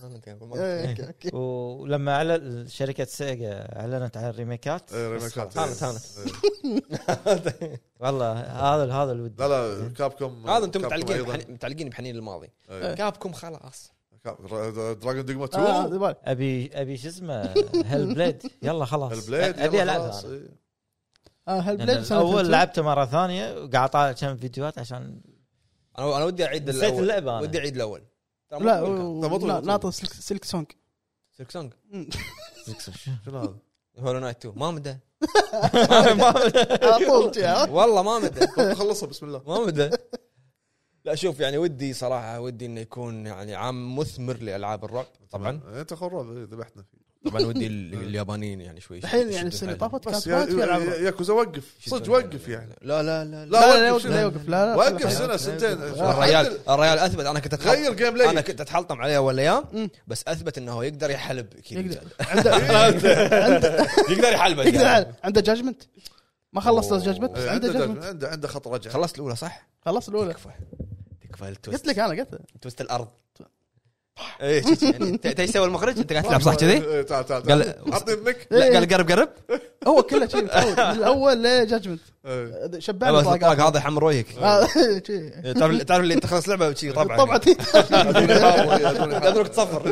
Speaker 1: هانت يعني بالمرة.
Speaker 4: إيه، اوكي اوكي
Speaker 2: ولما اعلن شركه سيجا اعلنت عن الريميكات
Speaker 3: إيه، ريميكات إيه.
Speaker 1: هانت- هانت.
Speaker 3: إيه.
Speaker 2: والله هذا هذا الودي
Speaker 3: لا لا كاب كوم
Speaker 1: هذا انتم
Speaker 3: كاب كوم
Speaker 1: متعلقين
Speaker 3: أيضاً.
Speaker 1: بحنين- متعلقين بحنين الماضي
Speaker 3: إيه.
Speaker 1: كابكم خلاص
Speaker 3: كاب- را- دراجون دوجما
Speaker 4: آه،
Speaker 3: 2
Speaker 4: هذا بالي.
Speaker 2: ابي ابي
Speaker 3: *laughs*
Speaker 2: شو اسمه هيل بليد يلا خلاص
Speaker 3: البليد
Speaker 2: ابي
Speaker 3: يلا
Speaker 2: العبها
Speaker 3: خلاص.
Speaker 1: *laughs*
Speaker 2: أنا.
Speaker 3: إيه.
Speaker 4: آه، هل
Speaker 2: لأن
Speaker 4: بليد سنة
Speaker 2: الاول
Speaker 4: 30.
Speaker 2: لعبته مره ثانيه وقاعد اطالع كم فيديوهات عشان
Speaker 1: انا انا ودي اعيد
Speaker 2: نسيت
Speaker 1: الاول
Speaker 2: اللعبه انا
Speaker 1: ودي اعيد الاول ترى
Speaker 4: لا
Speaker 1: مو طويل كان.
Speaker 4: و-
Speaker 3: لا، مو طويل،
Speaker 4: لا،
Speaker 3: مو طويل.
Speaker 4: ناطر سلك سلك سونج
Speaker 1: سيرك سونج
Speaker 3: شنو هذا؟
Speaker 1: هولو نايت 2 ما مدى
Speaker 4: على طول جي، عرفت؟
Speaker 1: والله ما مدى
Speaker 3: خلصها بسم الله
Speaker 1: ما مدى لا شوف يعني ودي صراحه ودي انه يكون يعني عام مثمر لالعاب الرعب طبعا
Speaker 3: انت خراب إيه، ذبحتنا فيه
Speaker 1: طبعا ودي ال- اليابانيين يعني شوي
Speaker 4: الحين
Speaker 1: يشدون
Speaker 4: يعني السنه
Speaker 1: حيلهم.
Speaker 4: اللي طافت
Speaker 3: بس
Speaker 4: كانت ما فيها العاب
Speaker 3: يا- ياكوزا وقف
Speaker 1: يشدون
Speaker 3: صدق وقف
Speaker 1: حيلهم.
Speaker 3: يعني
Speaker 1: لا لا لا, لا.
Speaker 4: لا
Speaker 3: لا وقف
Speaker 4: لا يوقف
Speaker 3: شنو؟
Speaker 4: لا يوقف لا لا
Speaker 1: آه.
Speaker 3: وقف
Speaker 4: لا.
Speaker 3: سنه سنتين
Speaker 1: الريال الريال اثبت انا كنت أتحط-
Speaker 3: غير جيم
Speaker 1: انا
Speaker 3: بلاي
Speaker 1: كنت اتحلطم عليه وياه
Speaker 4: مم.
Speaker 1: بس اثبت انه هو يقدر يحلب كينج
Speaker 4: *laughs* يقدر.
Speaker 1: زاد.
Speaker 4: عنده
Speaker 1: *laughs* يقدر يعني. يحلبه
Speaker 4: يقدر
Speaker 1: زاد.
Speaker 4: على- عنده جاجمنت ما خلصت
Speaker 1: أوه.
Speaker 4: جاجمنت بس عنده
Speaker 3: عنده
Speaker 4: جاجمنت
Speaker 3: عنده عنده خط رجع
Speaker 1: خلصت الاولى صح؟
Speaker 4: خلص الاولى
Speaker 1: تكفى تكفى
Speaker 4: قلت
Speaker 1: التويست
Speaker 4: لك انا قلت لك.
Speaker 1: توست الارض ايه شي- شي- يعني انت إنت ايش سوى المخرج انت قاعد تلعب صح كذي؟
Speaker 3: إيه، تعال تعال
Speaker 1: قال-
Speaker 3: تعال.
Speaker 1: *laughs*
Speaker 3: عطني اذنك
Speaker 1: لا قال قرب قرب
Speaker 4: هو كله شيء متعود. من الاول لجاجمنت
Speaker 3: إيه.
Speaker 4: شبعني
Speaker 1: بس الطاق
Speaker 4: طاقات
Speaker 1: هذا يحمر وجهك
Speaker 4: آه، *laughs* شي.
Speaker 1: تعرف تعرف اللي تخلص لعبه وشي طبعا *laughs*
Speaker 4: طبعا
Speaker 1: تدرك تصفر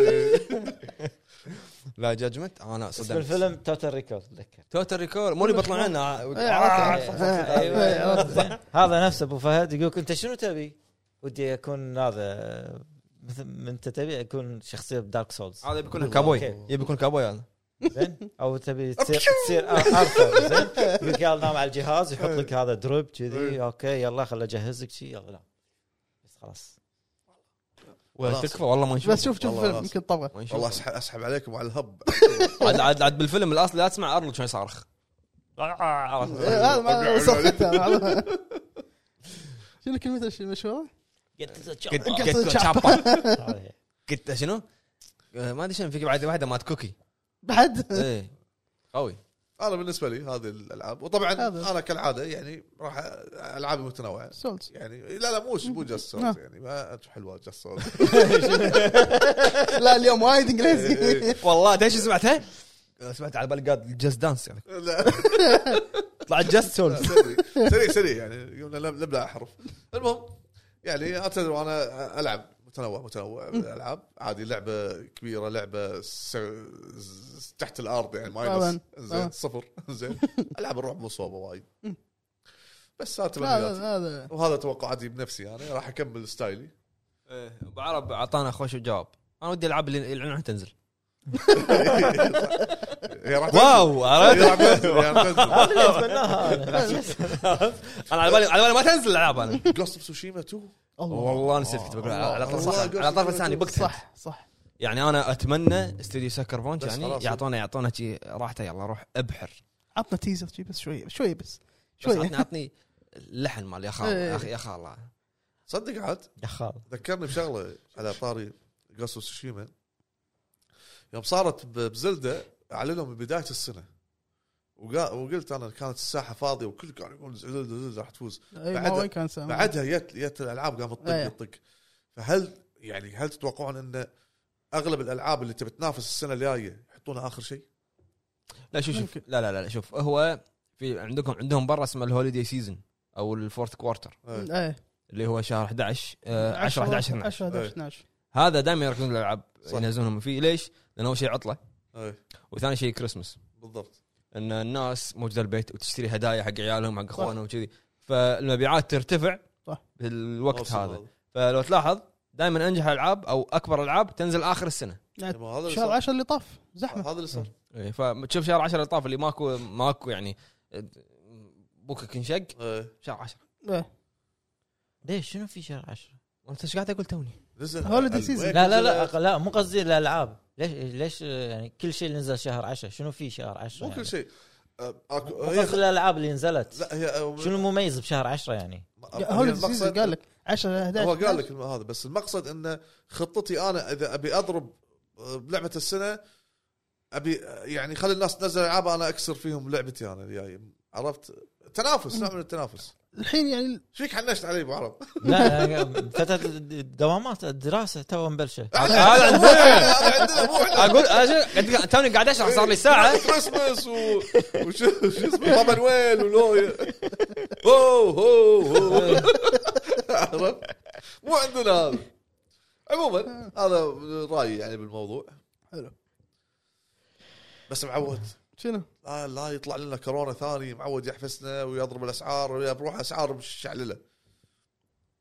Speaker 1: لا جاجمنت انا
Speaker 2: اسم
Speaker 1: صدمت
Speaker 2: الفيلم توتال ريكول اتذكر
Speaker 1: توتال ريكول مو اللي بطلع عنه
Speaker 4: إيه، عرفت.
Speaker 1: آه،
Speaker 4: إيه،
Speaker 2: أيوة.
Speaker 4: إيه، عرفت.
Speaker 2: *laughs* زين. هذا نفسه ابو فهد يقولك انت شنو تبي؟ ودي اكون هذا مثل ما انت تبي اكون شخصيه بدارك سولز
Speaker 1: هذا بيكون كابوي
Speaker 2: أوكي.
Speaker 1: يبي يكون كابوي هذا
Speaker 2: زين او تبي تصير تصير آر- ارثر زين يقولك يلا نام على الجهاز يحط لك هذا دروب كذي اوكي يلا خل اجهز لك شيء يلا نام بس خلاص
Speaker 1: والله
Speaker 3: خلاص.
Speaker 1: تكفى والله ما نشوف
Speaker 4: بس شوف شوف
Speaker 3: والله
Speaker 4: الفيلم
Speaker 3: خلاص.
Speaker 4: يمكن
Speaker 1: *laughs*
Speaker 4: طبعا
Speaker 1: ما نشوف.
Speaker 3: والله اسحب اسحب عليكم
Speaker 1: *laughs*
Speaker 3: على الهب
Speaker 1: عاد عاد عاد بالفيلم الاصلي لا تسمع ارنولد شلون يصارخ
Speaker 4: هذا آه، ما وصفتها *laughs* شنو الكلمة المشهورة؟
Speaker 2: *laughs*
Speaker 1: كنت
Speaker 4: قطة
Speaker 1: كنت
Speaker 4: شعب.
Speaker 1: شعبة.
Speaker 2: هذه.
Speaker 1: كنت شنو؟ آه، ما ادري شنو في بعد واحده مات كوكي
Speaker 4: بعد
Speaker 1: ايه *laughs* قوي
Speaker 3: انا بالنسبه لي هذه الالعاب وطبعا
Speaker 4: هذا.
Speaker 3: انا كالعاده يعني راح العابي متنوعه
Speaker 4: سولز
Speaker 3: يعني لا لا مو مو جاست
Speaker 4: نعم.
Speaker 3: سولز يعني ما أنت حلوه جاست سولز
Speaker 4: لا اليوم وايد
Speaker 1: إيه،
Speaker 4: *laughs* انجليزي
Speaker 1: والله تدري شو سمعتها؟ آه، سمعت على بالي قال جاست دانس
Speaker 3: *laughs* لا
Speaker 1: طلعت جاست سولز *laughs*
Speaker 3: سريع سريع سريع يعني قلنا لم- لبلع حرف المهم يعني اعتذر وانا العب متنوع متنوع بالالعاب عادي لعبه كبيره لعبه س... ز- تحت الارض يعني
Speaker 4: طبعاً. آه.
Speaker 3: ماينس
Speaker 4: طبعاً.
Speaker 3: زين صفر
Speaker 4: *laughs*
Speaker 3: زين العاب الرعب مصوبه وايد بس هذا تمنياتي
Speaker 4: هذا هذا
Speaker 3: وهذا توقعاتي بنفسي انا راح اكمل
Speaker 4: *laughs*
Speaker 3: ستايلي
Speaker 1: ابو إيه. عرب اعطانا خوش وجواب انا ودي العاب اللي يعلنون عنها تنزل
Speaker 3: هي راح تنزل.
Speaker 1: واو *laughs*
Speaker 3: هي
Speaker 1: عرفت؟
Speaker 3: راح تنزل هي راح تنزل
Speaker 4: *laughs*
Speaker 2: هذا اللي اتمناها أنا.
Speaker 1: انا على بالي على بالي ما تنزل الالعاب انا
Speaker 3: جوست اوف سوشيما 2
Speaker 4: الله
Speaker 1: والله نسيت كنت بقول على طرف
Speaker 3: والله
Speaker 1: لساني على
Speaker 3: قلت
Speaker 1: طرف
Speaker 3: لك
Speaker 1: لساني بكت صح
Speaker 4: صح صح
Speaker 1: يعني انا اتمنى استوديو سكر بونش
Speaker 3: بس
Speaker 1: يعني
Speaker 3: خلاص.
Speaker 1: يعطونا يعطونا شي راحته يلا روح ابحر
Speaker 4: عطنا تيزر شي بس شوية شوية بس
Speaker 1: بس
Speaker 4: شوية
Speaker 1: عطني
Speaker 4: *laughs*
Speaker 1: عطني اللحن مال يا خال
Speaker 4: إيه.
Speaker 1: يا أخي- يا خال
Speaker 3: صدق عاد
Speaker 2: يا خال
Speaker 3: ذكرني بشغله على طاري جوست اوف سوشيما يوم صارت ب- بزلده اعلنوا من بدايه السنه وقا- وقلت انا كانت الساحه فاضيه وكل كان يقول زلده زلده راح تفوز
Speaker 4: أي، إيه، ما
Speaker 3: بعدها-
Speaker 4: وين كان سامع.
Speaker 3: بعدها جت جت الالعاب قامت
Speaker 4: أيه.
Speaker 3: تطق تطق فهل يعني هل تتوقعون ان اغلب الالعاب اللي تبي تنافس السنه الجايه يحطونها اخر شيء؟
Speaker 1: لا شوف شوف
Speaker 4: ممكن.
Speaker 1: لا لا لا شوف هو في عندكم عندهم برا اسمه الهوليدي سيزون او الفورث كوارتر
Speaker 3: أيه.
Speaker 4: ايه
Speaker 1: اللي هو شهر 11 آه، 10 11 12
Speaker 4: 10 11
Speaker 3: إيه.
Speaker 4: 12
Speaker 1: هذا دائما يركزون الالعاب
Speaker 3: صح.
Speaker 1: ينزلونهم فيه ليش؟ لان اول شيء عطله
Speaker 3: أيه.
Speaker 1: وثاني شيء كريسمس
Speaker 3: بالضبط
Speaker 1: ان الناس موجوده البيت وتشتري هدايا حق عيالهم حق اخوانهم وكذي فالمبيعات ترتفع
Speaker 4: صح.
Speaker 1: بالوقت
Speaker 3: موسم
Speaker 1: هذا فلو تلاحظ دائما انجح الالعاب او اكبر الالعاب تنزل اخر السنه
Speaker 3: يعني ما هذا اللي
Speaker 4: شهر
Speaker 3: صار
Speaker 4: 10 اللي طاف زحمه
Speaker 3: هذا اللي صار
Speaker 2: أمم.
Speaker 1: إيه، فتشوف شهر 10 اللي طاف اللي ماكو ماكو يعني آه، بوكك انشق
Speaker 3: أيه.
Speaker 1: شهر 10
Speaker 4: إيه.
Speaker 2: ليش شنو في شهر 10
Speaker 1: وانت ايش قاعد اقول توني؟
Speaker 3: نزل
Speaker 4: Holiday
Speaker 3: ال-
Speaker 4: season.
Speaker 3: وين
Speaker 2: لا لا
Speaker 3: نزل-
Speaker 2: لا أق- لا مو قصدي الالعاب ليش ليش آه، يعني كل شيء اللي نزل شهر 10 شنو في شهر 10
Speaker 3: مو كل شيء أه، أكو-
Speaker 2: يعني؟ مو قصدي الالعاب اللي نزلت
Speaker 3: لا هي أه،
Speaker 2: شنو المميز بشهر 10 يعني؟
Speaker 4: هوليدي سيزون
Speaker 3: المقصد-
Speaker 4: قال لك 10 11
Speaker 3: هو قال
Speaker 4: 12.
Speaker 3: لك هذا بس المقصد انه خطتي انا اذا ابي اضرب آه، بلعبه السنه ابي آه، يعني خلي الناس تنزل العاب انا اكسر فيهم لعبتي انا الجاي عرفت تنافس نوع من التنافس
Speaker 4: الحين يعني
Speaker 3: ايش فيك حنشت علي ابو عرب
Speaker 2: لا يعني لا، فتره الدوامات الدراسه تو مبلشه
Speaker 1: *laughs* هذا عندنا
Speaker 3: *laughs* هذا عندنا مو عندنا
Speaker 1: اقول أنا شو- توني قاعد اشرح صار لي ساعه
Speaker 3: كريسماس و- وشو شو اسمه بابا نويل ولو هو هو هو *laughs* عرفت مو عندنا هذا عموما هذا رايي يعني بالموضوع
Speaker 4: حلو
Speaker 3: بس معود
Speaker 4: شنو؟
Speaker 3: لا لا يطلع لنا كورونا ثاني معود يحفسنا ويضرب الاسعار ويروح اسعار مشعلله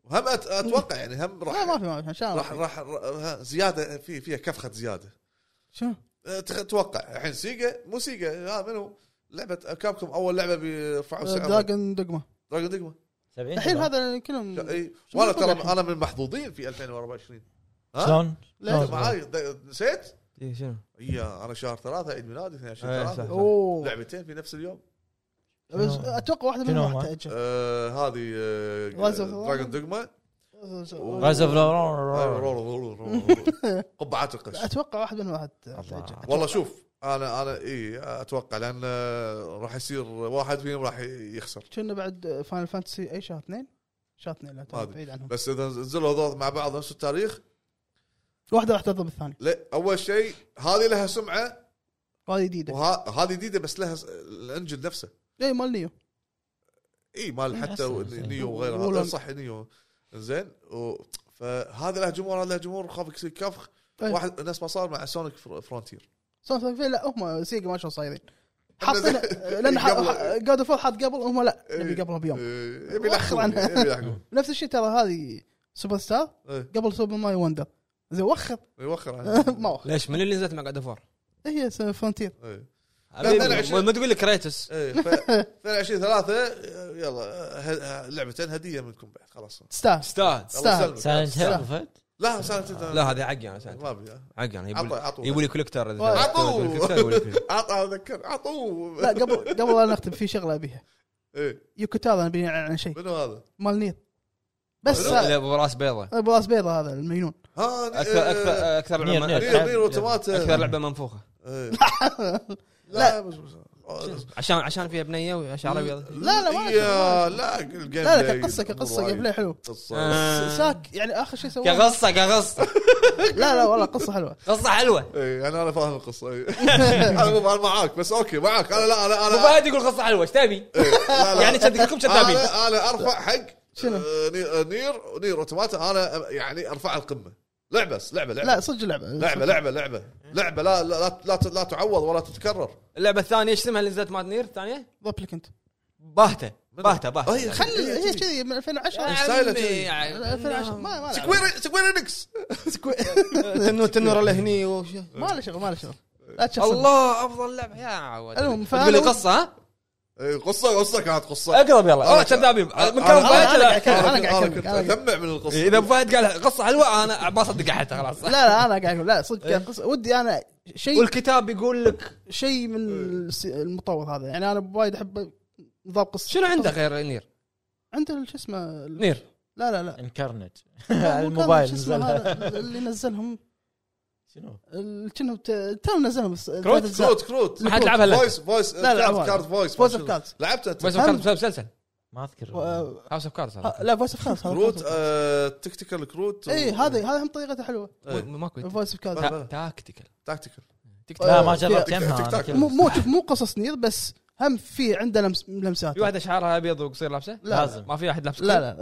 Speaker 3: وهم أت- اتوقع يعني هم
Speaker 4: لا ما
Speaker 3: راح
Speaker 4: في ما في ان شاء الله
Speaker 3: راح راح راح- زياده في فيها كفخه زياده
Speaker 4: شنو؟
Speaker 3: أه، تخ- اتوقع الحين سيجا مو سيجا ها منو لعبه كابكم اول لعبه
Speaker 4: آه،
Speaker 3: بيرفعوا سعرها
Speaker 4: دراجون دقمة
Speaker 3: دراجون دقمة
Speaker 2: 70
Speaker 4: الحين
Speaker 2: دولار.
Speaker 4: هذا كلهم
Speaker 3: اي
Speaker 4: شو
Speaker 3: وانا
Speaker 4: بيقول
Speaker 3: ترى
Speaker 4: الحين؟
Speaker 3: انا من المحظوظين في 2024 ها
Speaker 2: شلون؟
Speaker 4: لا،
Speaker 2: شلون؟
Speaker 3: معاي د- نسيت
Speaker 1: إيه شنو؟
Speaker 3: يا انا شهر ثلاثه عيد ميلادي 22
Speaker 1: إيه،
Speaker 3: ثلاثه
Speaker 1: صح.
Speaker 4: اوه
Speaker 3: لعبتين في نفس اليوم
Speaker 4: بس اتوقع واحده منهم
Speaker 2: شنو
Speaker 4: راح
Speaker 2: هما؟
Speaker 4: تاجل
Speaker 3: آه هذه
Speaker 4: Rise of the
Speaker 3: دراجون دوجما
Speaker 2: غاز اوف
Speaker 3: قبعات القش
Speaker 4: اتوقع واحد منهم راح تاجل
Speaker 2: الله.
Speaker 3: والله شوف انا انا اي اتوقع لان آه، راح يصير واحد فيهم راح يخسر
Speaker 4: كنا بعد فاينل فانتسي اي شهر اثنين شهر اثنين لا
Speaker 3: ما
Speaker 4: ترى
Speaker 3: أدري.
Speaker 4: بعيد عنهم
Speaker 3: بس اذا نزلوا هذول مع بعض نفس التاريخ
Speaker 4: واحده راح تضرب الثانيه
Speaker 3: لا اول شيء هذه لها سمعه
Speaker 4: هذه جديده
Speaker 3: وهذه جديده بس لها س- الانجن نفسه
Speaker 4: اي مال نيو
Speaker 3: اي مال حتى
Speaker 2: أحسن.
Speaker 3: نيو وغيره
Speaker 4: ولا-
Speaker 3: صح نيو زين و- فهذا له جمهور هذا له جمهور خاف يصير كفخ
Speaker 4: أي.
Speaker 3: واحد نفس ما صار مع سونيك فر- فرونتير
Speaker 4: سوني فيلم لا هم سيجا ما شلون صايرين حاطين
Speaker 3: إحنا-
Speaker 4: لان
Speaker 3: قبل-
Speaker 4: جاد اوف حاط قبل هم لا نبي
Speaker 3: إيه.
Speaker 4: قبلها بيوم
Speaker 3: إيه، يبي يلحقون
Speaker 4: وخر عنها.
Speaker 3: يبي يلحقون
Speaker 4: نفس الشيء ترى هذه سوبر ستار
Speaker 3: إيه،
Speaker 4: قبل سوبر ماي وندر زين وخر
Speaker 3: يوخر
Speaker 4: *laughs* ما
Speaker 3: عنها
Speaker 4: وخر
Speaker 1: ليش من اللي نزلت مع جاد فور؟
Speaker 4: هي فرونتير
Speaker 3: إيه. لا، لا، عشان-
Speaker 1: ما تقول لي كريتس
Speaker 3: إيه، ف-
Speaker 4: *laughs*
Speaker 3: 22 3 يلا ه- ه- لعبتين هديه منكم بعد خلاص
Speaker 4: ستار
Speaker 1: ستاد
Speaker 3: الله
Speaker 4: ستار.
Speaker 3: يسلمك.
Speaker 2: سايلنت هيل فهد
Speaker 3: لا سالت
Speaker 1: لا هذه حقي انا سالت
Speaker 3: ما ابي
Speaker 1: حقي انا
Speaker 3: عطوا
Speaker 1: يبوا- يبوا
Speaker 3: عطوا
Speaker 1: لي كوليكتر إذا
Speaker 4: عطوه.
Speaker 1: تبغى تقول كوليكتر، يبوا لي كوليكتر.
Speaker 3: عطوا اذكر عطوا
Speaker 4: لا قبل قبل لا نختم في شغله ابيها
Speaker 3: إيه،
Speaker 4: يوكوتارا انا بيعلن عن شيء
Speaker 3: منو هذا؟
Speaker 4: مال نير بس
Speaker 1: اللي ابو راس بيضة
Speaker 4: ابو راس بيضة هذا المجنون
Speaker 3: ها إيه.
Speaker 1: اكثر اكثر اكثر
Speaker 2: نير،
Speaker 1: لعبة
Speaker 2: نير.
Speaker 1: من-
Speaker 3: نير نير وتماتا
Speaker 1: اكثر لعبة منفوخة
Speaker 3: إيه.
Speaker 4: *laughs* لا.
Speaker 3: لا بس- بس-
Speaker 1: عشان عشان فيها بنية وشعر ابيض
Speaker 4: لا، لا، ما
Speaker 3: إيه،
Speaker 4: أشوف،
Speaker 3: لا الجيم
Speaker 4: لا لا
Speaker 3: بلاي
Speaker 4: كقصه كقصه جيم بلاي حلو
Speaker 3: قصه
Speaker 1: آه.
Speaker 4: س- ساك يعني اخر شيء سواه
Speaker 1: كقصة كقصة
Speaker 4: لا لا والله قصه حلوه
Speaker 1: قصة حلوة
Speaker 3: اي انا انا فاهم القصه إيه. *laughs* انا مو انا معاك بس اوكي معاك انا لا انا
Speaker 4: *laughs*
Speaker 1: ابو
Speaker 3: انا
Speaker 1: فهد يقول قصة حلوة ايش تبي؟
Speaker 3: إيه، لا، آه. لا.
Speaker 1: يعني كذبكم كذابين
Speaker 3: انا انا ارفع حق
Speaker 4: شنو؟
Speaker 3: آه، ني- آه، نير نير اوتوماتا انا يعني ارفع القمه لعبه بس لعبه لعبه
Speaker 4: لا صدق لعبه
Speaker 3: لعبه لعبه لعبه لعبه لا لا لا- لا لا تعوض ولا تتكرر
Speaker 1: اللعبة الثانية ايش اسمها اللي نزلت مات نير الثانية؟
Speaker 4: ريبليكنت
Speaker 1: باهتة باهتة باهتة
Speaker 3: هي
Speaker 4: خل هي
Speaker 3: خل
Speaker 4: كذي من 2010
Speaker 3: ستايلها
Speaker 1: عمي،
Speaker 3: كذي.
Speaker 1: يعني-
Speaker 4: 2010 إيه، ما ما لها
Speaker 3: سكوير سكوير انكس
Speaker 1: تنور تنور له هني وش-
Speaker 4: *laughs* ما له شغل ما له شغل لا تشخصن
Speaker 1: الله افضل لعبة يا عواد
Speaker 4: المهم،
Speaker 1: تقول لي
Speaker 4: فهذا-
Speaker 1: قصة ها؟
Speaker 3: إيه، قصه قصه كانت قصه
Speaker 1: اقرب يلا
Speaker 3: أنا-
Speaker 1: أنا كذابين
Speaker 3: أنا-
Speaker 1: من
Speaker 3: أنا-
Speaker 1: كلام فهد
Speaker 4: أنا-
Speaker 1: لا.
Speaker 4: أنا- أنا-
Speaker 3: أنا
Speaker 4: قاعد
Speaker 3: كنت-
Speaker 4: أكمل، إيه.
Speaker 3: أنا
Speaker 4: أنا
Speaker 3: كنت اتمع من القصه
Speaker 1: اذا ابو فهد قال قصه حلوه انا ما اصدق حتى خلاص
Speaker 4: لا لا انا قاعد اقول لا صدق كان قصه ودي انا شيء
Speaker 1: والكتاب يقول لك
Speaker 4: شيء من الس- المطور هذا يعني انا وايد احب نظام قصه
Speaker 1: شنو عنده غير نير؟
Speaker 4: عنده شو اسمه لا
Speaker 1: نير
Speaker 4: لا
Speaker 2: *laughs*
Speaker 4: لا
Speaker 2: انكرنت
Speaker 4: لا،
Speaker 2: على
Speaker 4: مو كان
Speaker 2: الموبايل
Speaker 4: شو اسمه
Speaker 2: نزلها
Speaker 4: هذا اللي نزلهم
Speaker 2: شنو؟
Speaker 4: ال- كأنهم ت- تو نزلهم بس-
Speaker 1: كروت؟
Speaker 4: ثلاث أجزاء.
Speaker 3: كروت كروت
Speaker 1: ما حد لعبها الا
Speaker 3: فويس فويس
Speaker 4: لا، لا،
Speaker 3: كارد
Speaker 4: عوض.
Speaker 3: كارد فويس
Speaker 4: فويس اوف كاردز
Speaker 3: لعبته انت
Speaker 1: فويس اوف كاردز مسلسل
Speaker 2: ما اذكر
Speaker 4: و-
Speaker 1: هاوس اوف كاردز
Speaker 4: آه، لا فويس اوف كاردز
Speaker 3: كروت آه، تكتيكال كروت و-
Speaker 4: اي هذا هذا إيه، هم طريقته حلوه
Speaker 3: إيه.
Speaker 1: ماكو
Speaker 4: فويس اوف كاردز
Speaker 1: تا- تاكتيكال
Speaker 3: تاكتيكال
Speaker 2: لا ما
Speaker 4: في-
Speaker 2: جربت
Speaker 3: تيك- تيك تاك.
Speaker 4: مو
Speaker 2: يمها
Speaker 4: مو شوف مو قصص نير بس هم في عنده لمس لمسات
Speaker 1: في واحده شعرها ابيض وقصير لابسه؟
Speaker 4: لا.
Speaker 2: لازم
Speaker 1: ما في احد لابس
Speaker 4: لا لا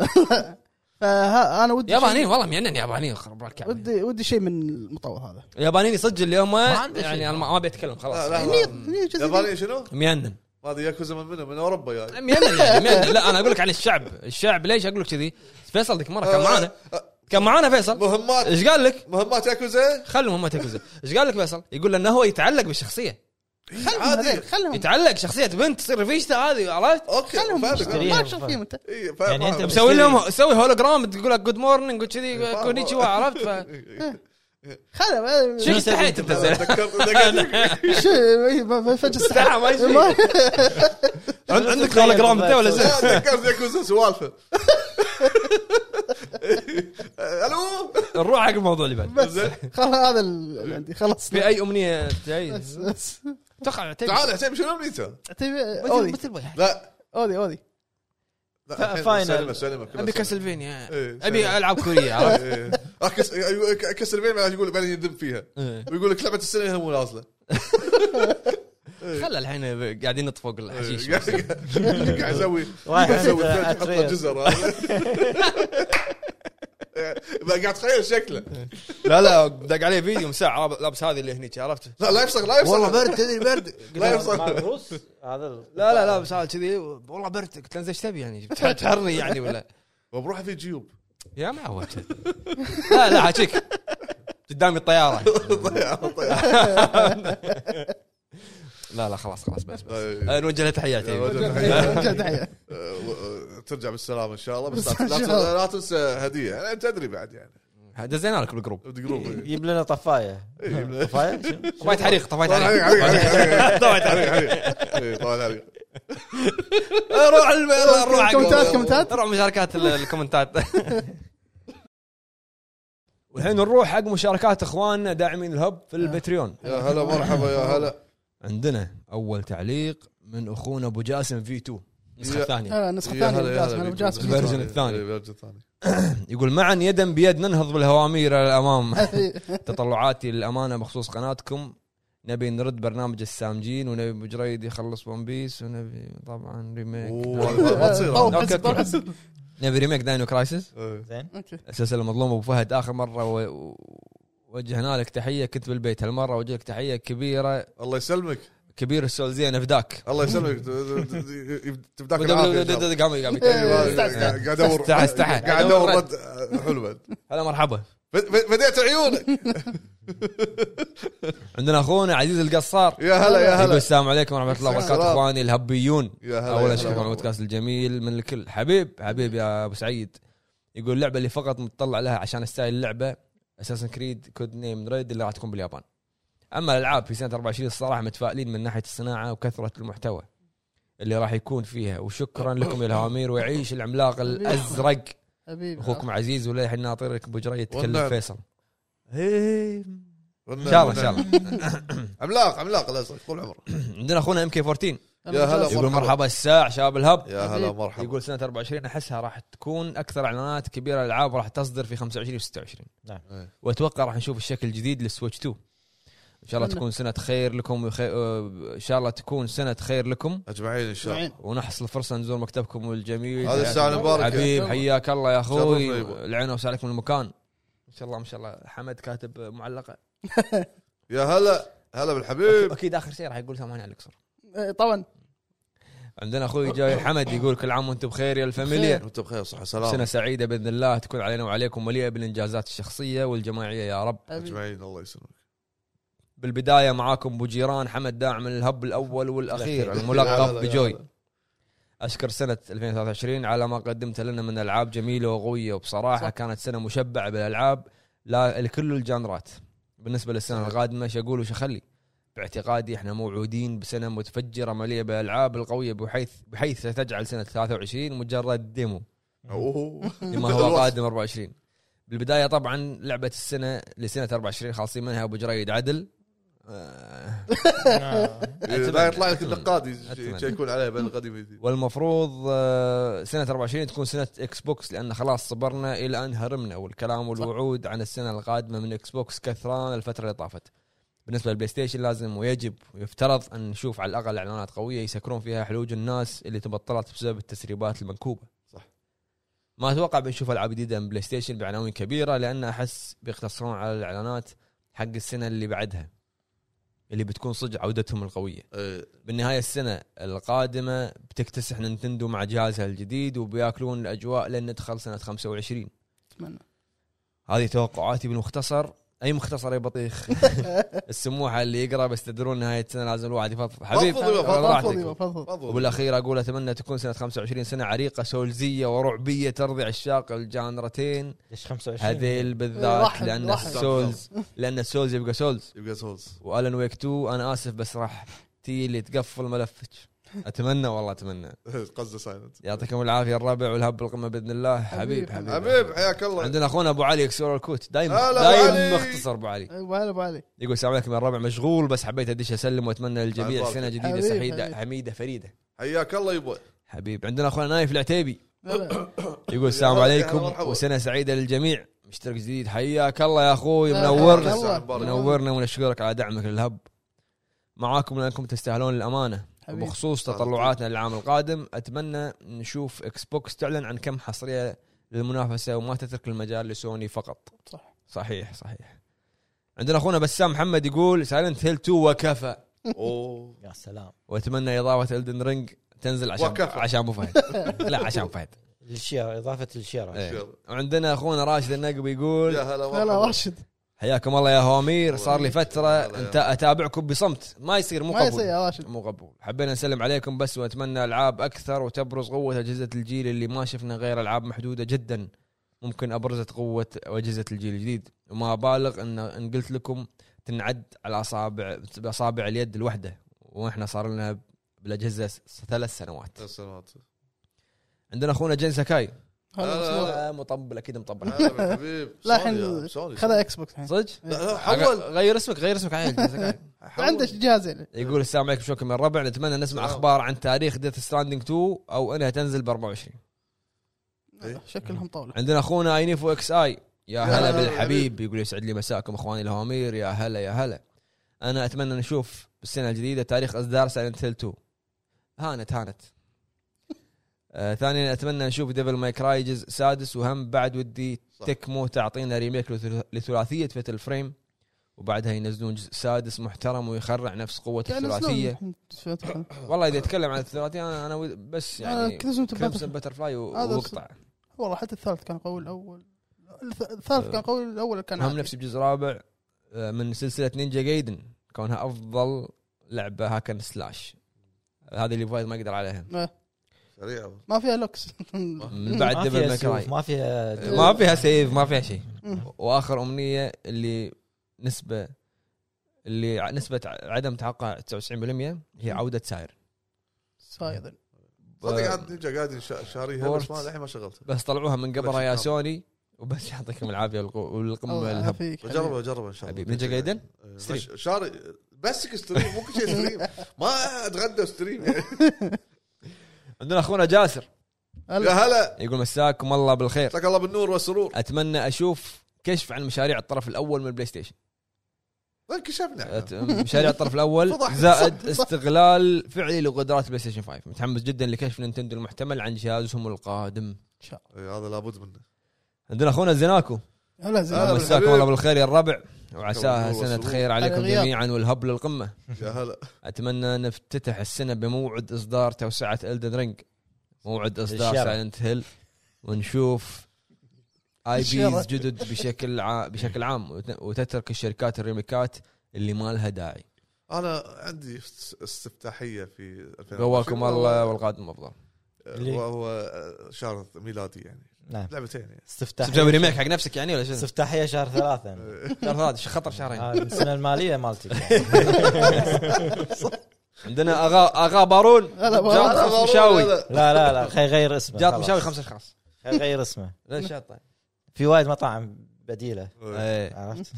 Speaker 4: *laughs* فانا ودي شيء-
Speaker 1: يابانيين والله مجنن يابانيين خرب الكعب
Speaker 4: ودي ودي شيء من المطور هذا
Speaker 1: يابانيين صدق اليوم
Speaker 2: عنده شيء.
Speaker 1: يعني انا ما ما ابي اتكلم
Speaker 3: لا،
Speaker 1: خلاص
Speaker 3: لا،
Speaker 4: إيه، نير
Speaker 3: لا.
Speaker 4: نير جزء
Speaker 3: ياباني شنو؟
Speaker 1: مجنن
Speaker 3: ما ادري ياكوزا من منه من اوروبا يعني
Speaker 1: مجنن يعني مجنن لا انا اقول لك عن الشعب الشعب ليش اقول لك كذي؟ فيصل ذيك مره
Speaker 3: آه.
Speaker 1: كان معانا كان معانا فيصل
Speaker 3: مهمات
Speaker 1: ايش قال لك؟
Speaker 3: مهمات ياكوزا
Speaker 1: خلوا هم تكوزا ايش قال لك فيصل؟ يقول لانه هو يتعلق بالشخصيه
Speaker 4: خلهم
Speaker 3: عادي.
Speaker 4: هذيل، خلهم
Speaker 1: يتعلق شخصيه بنت تصير رفيجته هذه عرفت؟
Speaker 3: اوكي
Speaker 4: خلهم
Speaker 3: فاهمك.
Speaker 2: يشتري.
Speaker 4: ما تشوف فيهم انت
Speaker 3: إيه، فاهم.
Speaker 2: يعني أنت
Speaker 1: مسوي لهم سوي هولوجرام تقول لك جود مورنينج وكذي
Speaker 3: فاهم.
Speaker 1: كونيتشوا عرفت ف...
Speaker 3: *laughs*
Speaker 4: خلهم
Speaker 1: *laughs* شو استحيت انت زين *laughs*
Speaker 3: *laughs* تذكرت- تذكرت.
Speaker 4: شو إيه، ما- ما- فجأة
Speaker 1: استحى، ما يصير. *laughs*
Speaker 4: ما-
Speaker 1: عند- عندك هولوجرام انت ولا زين؟
Speaker 3: لا، تذكرت ياكوزا سوالفه *laughs* الو
Speaker 1: نروح حق الموضوع اللي بعد
Speaker 4: بس *laughs* خلاص هذا اللي عندي خلاص
Speaker 1: في اي امنيه جاي
Speaker 4: بس- بس.
Speaker 1: تقع
Speaker 3: تعال حسين شنو امنيته؟
Speaker 4: تبي- اودي
Speaker 3: لا *laughs*
Speaker 4: اودي اودي
Speaker 3: لا، الحين
Speaker 2: فاينل.
Speaker 3: سلمة، سلمة، كلها
Speaker 1: ابي
Speaker 3: سلمة.
Speaker 1: كاسلفينيا
Speaker 3: إيه،
Speaker 1: ابي
Speaker 3: سلام.
Speaker 1: العاب كوريه عرفت؟
Speaker 3: *laughs* إيه. آه، كس- أيوة، ك- كسر البيت بعدين يقول بعدين يندم فيها
Speaker 1: إيه.
Speaker 3: ويقول لك لعبه السنه هي مو نازله
Speaker 1: خلى الحين قاعدين نطفق الحشيش
Speaker 3: إيه، قاعد *laughs* قاعد اسوي
Speaker 2: واحد
Speaker 3: قاعد اسوي
Speaker 2: آه،
Speaker 3: ثلج، حط
Speaker 2: أتريد.
Speaker 3: جزر *laughs* بقى قاعد اتخيل شكله
Speaker 1: لا لا دق عليه فيديو مساع لابس هذه اللي هنيك عرفت؟
Speaker 3: لا لا يفصل لا يفصل
Speaker 1: والله برد تدري برد
Speaker 3: لا يفصل
Speaker 2: الروس هذا ال-
Speaker 1: لا لا لا بس هذا كذي والله برد قلت له زين ايش تبي يعني *laughs* بتح- تحرني يعني *laughs* ولا
Speaker 3: وبروحه في *laughs* جيوب
Speaker 1: يا معود لا لا حاجيك قدامي الطياره
Speaker 3: طيارة، طيارة.
Speaker 1: لا لا خلاص خلاص بس بس
Speaker 3: إيه.
Speaker 1: آه، نوجه له تحياتي
Speaker 3: نوجه له
Speaker 4: تحية، وجه تحية.
Speaker 3: آه، و- آه، ترجع بالسلامه ان شاء الله بس
Speaker 4: بس
Speaker 3: لا
Speaker 4: إن شاء
Speaker 3: تنسى-
Speaker 4: الله.
Speaker 3: لا تنسى هديه يعني تدري بعد يعني
Speaker 1: دزينا لك بالجروب
Speaker 2: *laughs*
Speaker 3: جروب إيه.
Speaker 2: يجيب لنا طفايه
Speaker 3: إيه، يجيب لنا-
Speaker 2: طفايه شنو؟
Speaker 1: *laughs* طفيت حريق طفيت
Speaker 3: طبعاً عليك،
Speaker 1: حريق
Speaker 3: عليك، عليك،
Speaker 1: طيب،
Speaker 3: عليك. إيه، طبعاً عليك.
Speaker 1: روح الم- روح- روح
Speaker 4: كومنتات، كومنتات.
Speaker 1: روح مشاركات ال- الكومنتات *laughs* والحين نروح حق مشاركات اخواننا داعمين الهب في البتريون
Speaker 3: يا هلا مرحبا يا هلا
Speaker 1: عندنا اول تعليق من اخونا ابو جاسم في 2 نسخه
Speaker 3: يا-
Speaker 1: ثانيه
Speaker 4: لا نسخه
Speaker 3: يا
Speaker 4: ثانيه
Speaker 3: هلا يا
Speaker 4: بالجاسم،
Speaker 3: هلا
Speaker 4: أنا بالجاسم.
Speaker 1: الفيرجن
Speaker 4: *laughs*
Speaker 1: بالجاسم. الثاني.
Speaker 3: إيه، الفيرجن الثاني
Speaker 1: يقول معا يدا بيد ننهض بالهوامير
Speaker 4: آه.
Speaker 1: الامام
Speaker 4: إيه.
Speaker 1: تطلعاتي للامانه بخصوص قناتكم نبي نرد برنامج السامجين ونبي ابو جريد يخلص ون بيس ونبي طبعا ريميك
Speaker 3: أوه، ما تصير.
Speaker 4: طول
Speaker 1: أوكي،
Speaker 4: حس- طول
Speaker 1: أوكي.
Speaker 4: حس.
Speaker 1: نبي ريميك داينو كرايسيس
Speaker 3: إيه.
Speaker 4: *laughs*
Speaker 2: زين
Speaker 4: أوكي.
Speaker 1: السلسله مظلومه ابو فهد اخر مره و... و- وجهنا لك تحيه كنت بالبيت هالمره وجه لك تحيه كبيره
Speaker 3: الله يسلمك
Speaker 1: كبير السولزين افداك
Speaker 3: الله يسلمك تبداك العافيه
Speaker 1: قام قام
Speaker 4: إيه،
Speaker 3: قاعد ادور
Speaker 1: استحى، استحى.
Speaker 3: قاعد ادور رد حلو بعد
Speaker 1: هلا مرحبا
Speaker 3: بد- بد- بديت عيونك
Speaker 1: عندنا اخونا عزيز القصار
Speaker 3: يا هلا يا
Speaker 1: يقول
Speaker 3: هلا
Speaker 1: السلام عليكم ورحمه الله وبركاته
Speaker 3: السلام.
Speaker 1: اخواني الهبيون
Speaker 3: يا هلا
Speaker 1: اولا
Speaker 3: يا
Speaker 1: اشكركم على
Speaker 3: هلا.
Speaker 1: البودكاست الجميل من الكل حبيب حبيب يا ابو سعيد يقول اللعبه اللي فقط متطلع لها عشان ستايل اللعبه اساسن كريد كود نيم ريد اللي راح تكون باليابان اما الالعاب في سنه 24 الصراحه متفائلين من ناحيه الصناعه وكثره المحتوى اللي راح يكون فيها وشكرا لكم يا الهوامير ويعيش العملاق الازرق
Speaker 4: حبيبي آه،
Speaker 1: اخوكم عزيز وللحين ناطرك ابو جري يتكلم
Speaker 3: والنعم.
Speaker 1: فيصل إيه. ان
Speaker 3: ان
Speaker 1: شاء الله ان شاء الله
Speaker 3: *laughs* عملاق عملاق الازرق طول عمره
Speaker 1: عندنا اخونا ام كي 14
Speaker 3: يا هلا
Speaker 1: يقول
Speaker 3: مرحبا.
Speaker 1: مرحبا الساع شباب الهب
Speaker 3: يا هلا
Speaker 4: حبيب.
Speaker 3: مرحبا
Speaker 1: يقول سنه 24 احسها راح تكون اكثر اعلانات كبيره العاب راح تصدر في 25 و 26
Speaker 2: نعم.
Speaker 3: إيه.
Speaker 1: واتوقع راح نشوف الشكل الجديد للسويتش 2 ان شاء الله
Speaker 4: أتمنى.
Speaker 1: تكون سنه خير لكم وخي... آه، ان شاء الله تكون سنه خير لكم
Speaker 3: اجمعين ان شاء الله
Speaker 4: معين.
Speaker 1: ونحصل فرصه نزور مكتبكم الجميل
Speaker 3: هذا الساعه المباركه
Speaker 1: حبيب حياك الله يا اخوي
Speaker 3: شرفنا يبا.
Speaker 1: العين وسعلك من المكان ان شاء الله ما شاء الله حمد كاتب معلقه
Speaker 3: يا هلا هلا بالحبيب
Speaker 1: اكيد اخر شيء راح يقول ثمانية على القصر
Speaker 4: إيه، طبعا
Speaker 1: عندنا اخوي جاي الحمد يقول كل عام وانتم بخير يا الفاميليا
Speaker 3: انت بخير صحه
Speaker 1: سنة
Speaker 3: سلام
Speaker 1: سعيدة بإذن الله تكون علينا وعليكم مليئة بالإنجازات الشخصية والجماعية يا رب
Speaker 4: حبيبي.
Speaker 3: اجمعين الله يسلمك
Speaker 1: بالبداية معاكم أبو جيران حمد داعم الهب الأول والأخير الملقب
Speaker 3: هلا،
Speaker 1: بجوي
Speaker 3: هلا.
Speaker 1: أشكر سنة 2023 على ما قدمت لنا من ألعاب جميلة وقوية وبصراحة
Speaker 4: صح.
Speaker 1: كانت سنة مشبعة بالألعاب لا لكل الجانرات بالنسبة للسنة
Speaker 3: صحيح.
Speaker 1: القادمة شو أقول وش أخلي باعتقادي احنا موعودين بسنة متفجرة مليئة بالألعاب القوية بحيث بحيث ستجعل سنة 23 مجرد ديمو *laughs*
Speaker 3: اوه
Speaker 1: لما هو قادم 24 بالبدايه طبعا لعبه السنه لسنه 24 خالصين منها ابو جريد عدل آه،
Speaker 3: *laughs* إيه، لا يطلع لك النقاد
Speaker 1: أتمنى.
Speaker 3: يكون عليه بين القديم والجديد.
Speaker 1: والمفروض آه، سنه 24 تكون سنه اكس بوكس لان خلاص صبرنا الى ان هرمنا والكلام والوعود عن السنه القادمه من اكس بوكس كثران الفتره اللي طافت بالنسبه للبلاي ستيشن لازم ويجب ويفترض ان نشوف على الاقل اعلانات قويه يسكرون فيها حلوج الناس اللي تبطلت بسبب التسريبات المنكوبه
Speaker 3: صح.
Speaker 1: ما اتوقع بنشوف العاب جديده من بلاي ستيشن بعناوين كبيره لان احس بيقتصرون على الاعلانات حق السنه اللي بعدها اللي بتكون صدق عودتهم القويه
Speaker 3: إيه،
Speaker 1: بالنهايه السنه القادمه بتكتسح نينتندو مع جهازها الجديد وبياكلون الاجواء لين ندخل سنه 25
Speaker 4: اتمنى
Speaker 1: هذه توقعاتي بالمختصر اي مختصر يا بطيخ السموحه اللي يقرا بيستدرون نهايه السنه لازم الواحد يفضفض حبيب
Speaker 4: *laughs*
Speaker 3: فضفض يا بابا،
Speaker 1: الله
Speaker 4: فضفض
Speaker 1: راحتك.
Speaker 4: يبا، فضفض
Speaker 3: تفضل.
Speaker 1: وبالاخير اقول اتمنى تكون سنه 25 سنه عريقه سولزيه ورعبيه ترضي عشاق الجانرتين
Speaker 2: ليش 25
Speaker 1: هذيل بالذات
Speaker 4: رحب-
Speaker 1: لان
Speaker 4: رحب.
Speaker 1: السولز لان السولز يبقى سولز
Speaker 3: يبقى سولز *laughs*
Speaker 1: والن ويك 2 انا اسف بس راح تي اللي تقفل ملفك اتمنى والله اتمنى
Speaker 3: قصده سايلنت
Speaker 1: يعطيكم العافيه الربع والهب القمه باذن الله حبيب حبيب,
Speaker 4: حبيب.
Speaker 3: حبيب حياك الله
Speaker 1: إيه، عندنا اخونا ابو علي يكسر الكوت دايما
Speaker 3: هلا أبو
Speaker 1: دايما
Speaker 3: علي.
Speaker 1: مختصر ابو علي
Speaker 4: ابو علي ابو إيه، علي
Speaker 1: يقول السلام عليكم يا الربع مشغول بس حبيت ادش اسلم واتمنى للجميع
Speaker 3: الله
Speaker 1: سنه
Speaker 3: يبارك.
Speaker 1: جديده
Speaker 4: حبيب،
Speaker 1: سعيده
Speaker 4: حبيب.
Speaker 1: حميده فريده
Speaker 3: حياك الله يبا
Speaker 1: حبيب عندنا اخونا نايف العتيبي
Speaker 4: لا، لا.
Speaker 1: يقول السلام
Speaker 3: هلا، يا
Speaker 1: عليكم
Speaker 3: هلا، مرحبا.
Speaker 1: وسنه سعيده للجميع مشترك جديد حياك الله يا اخوي
Speaker 4: حياك
Speaker 1: منورنا
Speaker 4: الله.
Speaker 1: منورنا ونشكرك على دعمك للهب معاكم لانكم تستاهلون الامانه
Speaker 4: حبيبي.
Speaker 1: بخصوص تطلعاتنا للعام القادم اتمنى نشوف اكس بوكس تعلن عن كم حصريه للمنافسه وما تترك المجال لسوني فقط
Speaker 4: صح.
Speaker 1: صحيح صحيح عندنا اخونا بسام محمد يقول سايلنت هيل 2 وكفى
Speaker 3: اوه
Speaker 2: يا سلام
Speaker 1: واتمنى اضافه الدن رينج تنزل عشان
Speaker 3: وكفى.
Speaker 1: عشان ابو فهد *laughs* لا عشان فهد
Speaker 2: الشير اضافه الشير
Speaker 1: إيه. وعندنا اخونا راشد النقبي يقول
Speaker 3: يا هلا
Speaker 4: لا لا راشد
Speaker 1: حياكم الله يا هوامير
Speaker 3: الله
Speaker 1: صار لي
Speaker 3: يحييك.
Speaker 1: فتره
Speaker 3: الله يحييك.
Speaker 1: انت اتابعكم بصمت ما يصير مو
Speaker 4: ما يصير
Speaker 1: قبول
Speaker 4: يا راشد
Speaker 1: مو قبول حبينا نسلم عليكم بس واتمنى العاب اكثر وتبرز قوه اجهزه الجيل اللي ما شفنا غير العاب محدوده جدا ممكن ابرزت قوه اجهزه الجيل الجديد وما بالغ ان ان قلت لكم تنعد على اصابع باصابع اليد الوحده واحنا صار لنا بالاجهزه س- ثلاث سنوات
Speaker 3: ثلاث سنوات
Speaker 1: عندنا اخونا جين سكاي
Speaker 4: هلا
Speaker 3: لا، لا،
Speaker 4: بسم الله.
Speaker 1: آه، مطبل اكيد مطبل
Speaker 3: هلا بالحبيب
Speaker 4: لا،
Speaker 3: سوني
Speaker 4: الحين
Speaker 3: يا- سوني
Speaker 4: خذ اكس بوكس الحين
Speaker 1: *laughs* صدق
Speaker 3: لا، لا،
Speaker 1: حول
Speaker 3: حول
Speaker 1: غير اسمك غير اسمك عادي جين سكاي.
Speaker 3: حول.
Speaker 4: عنده جهازين
Speaker 1: يقول السلام عليكم شكرا من الربع نتمنى نسمع
Speaker 3: سلام.
Speaker 1: اخبار عن تاريخ ديث ستراندنج 2 او انها تنزل ب 24
Speaker 3: إيه.
Speaker 4: شكلهم طاوله
Speaker 1: عندنا اخونا اينيفو اكس اي يا
Speaker 3: يا
Speaker 1: هلا
Speaker 3: هلا
Speaker 1: بالحبيب
Speaker 3: بالحبيب.
Speaker 1: يقول يسعد لي مساكم اخواني الهوامير يا هلا يا هلا انا اتمنى نشوف بالسنه الجديده تاريخ اصدار سايلنت هيل 2 هانت هانت آه ثانيا اتمنى نشوف ديفل ماي كراي جزء سادس وهم بعد ودي
Speaker 3: صح.
Speaker 1: تكمو تعطينا ريميك لثل- لثلاثيه فتل فريم وبعدها ينزلون جزء سادس محترم ويخرع نفس قوه
Speaker 4: يعني
Speaker 1: الثلاثيه
Speaker 4: ينزلون الحين.
Speaker 1: والله اذا اتكلم عن الثلاثيه انا انا ود- بس
Speaker 4: أنا
Speaker 1: يعني
Speaker 4: كريزمت
Speaker 1: كريمسون باترفلاي و-
Speaker 4: آه، هذا
Speaker 1: وقطع
Speaker 4: والله حتى الثالث كان قوي الاول الث- الثالث كان قوي الاول كان
Speaker 1: هم
Speaker 4: عادي.
Speaker 1: نفسي بجزء رابع آه، من سلسله نينجا جايدن كونها افضل لعبه هاكن سلاش هذه اللي فايز ما يقدر عليها
Speaker 3: سريع
Speaker 4: ما فيها لوكس
Speaker 1: من بعد
Speaker 2: ما
Speaker 1: ديفل
Speaker 2: فيها
Speaker 1: ماي
Speaker 2: سيوف،
Speaker 1: كراي
Speaker 2: ما فيها
Speaker 1: ما فيها سيف ما فيها شيء
Speaker 4: *laughs* مم.
Speaker 1: واخر امنيه اللي نسبه اللي ع- نسبه ع- عدم تحققها 99% هي عوده ساير
Speaker 4: صايد
Speaker 3: صدق عاد نينجا قاعد ينشا- شاريها
Speaker 1: بورت.
Speaker 3: بس ما للحين ما شغلتها
Speaker 1: بس طلعوها من قبرها يا
Speaker 3: بس-
Speaker 1: سوني وبس يعطيكم العافيه والقو- والقمه
Speaker 4: الله
Speaker 1: الهب
Speaker 4: يعافيك
Speaker 3: بجربها بجربها ان شاء الله
Speaker 1: حبيبي نينجا جايدن
Speaker 3: إيه،
Speaker 1: ستريم.
Speaker 3: مش- شاري بسك ستريم مو كل شيء ستريم ما اتغدى ستريم
Speaker 1: عندنا اخونا جاسر
Speaker 3: يا
Speaker 4: هلا
Speaker 3: هلا
Speaker 1: يقول مساكم الله بالخير
Speaker 3: مساك الله بالنور والسرور
Speaker 1: اتمنى اشوف كشف عن مشاريع الطرف الاول من البلاي ستيشن
Speaker 3: انكشفنا
Speaker 1: أت- مشاريع الطرف الاول
Speaker 3: فضح.
Speaker 1: زائد
Speaker 3: صح، صح.
Speaker 1: استغلال فعلي لقدرات بلاي ستيشن 5 متحمس جدا لكشف نينتندو المحتمل عن جهازهم القادم
Speaker 3: إيه، هذا لابد منه
Speaker 1: عندنا اخونا زيناكو
Speaker 4: هلا زين
Speaker 3: هلا
Speaker 4: هلا.
Speaker 1: مساكم
Speaker 3: بالحبيب.
Speaker 1: الله بالخير يا الربع وعساها
Speaker 3: الله
Speaker 1: سنة
Speaker 3: والسرور.
Speaker 1: خير عليكم
Speaker 4: على الغياب.
Speaker 1: جميعا والهب للقمة
Speaker 3: يا هلا
Speaker 1: أتمنى نفتتح السنة بموعد إصدار توسعة ألدن رينج موعد إصدار
Speaker 2: الشرع.
Speaker 1: سايلنت هيل ونشوف اي
Speaker 4: الشرع.
Speaker 1: بيز جدد بشكل ع... بشكل عام وت- وتترك الشركات الريميكات اللي ما لها داعي
Speaker 3: انا عندي است- استفتاحيه في 2024.
Speaker 1: قواكم الله والقادم افضل
Speaker 2: اللي-
Speaker 3: وهو شهر ميلادي يعني
Speaker 2: نعم
Speaker 3: لعبتين يعني
Speaker 1: تسوي
Speaker 2: استفتاحيه
Speaker 1: ريميك حق نفسك يعني ولا شنو؟
Speaker 2: استفتاحيه شهر ثلاثه
Speaker 3: إيه.
Speaker 1: شهر ثلاثة خطر شهرين
Speaker 2: آه، السنه الماليه مالتي
Speaker 1: عندنا اغا اغا بارون
Speaker 4: هلا بارون.
Speaker 1: جات
Speaker 3: لا،
Speaker 1: خمس
Speaker 3: ضروري، لا،
Speaker 1: مشاوي
Speaker 3: لا.
Speaker 2: لا لا لا خي غير اسمه
Speaker 1: جات
Speaker 2: خلاص.
Speaker 1: مشاوي خمسة اشخاص
Speaker 2: خي غير اسمه
Speaker 1: ليش شاطين؟
Speaker 2: في وايد مطاعم بديله
Speaker 1: طيب. إيه.
Speaker 2: عرفت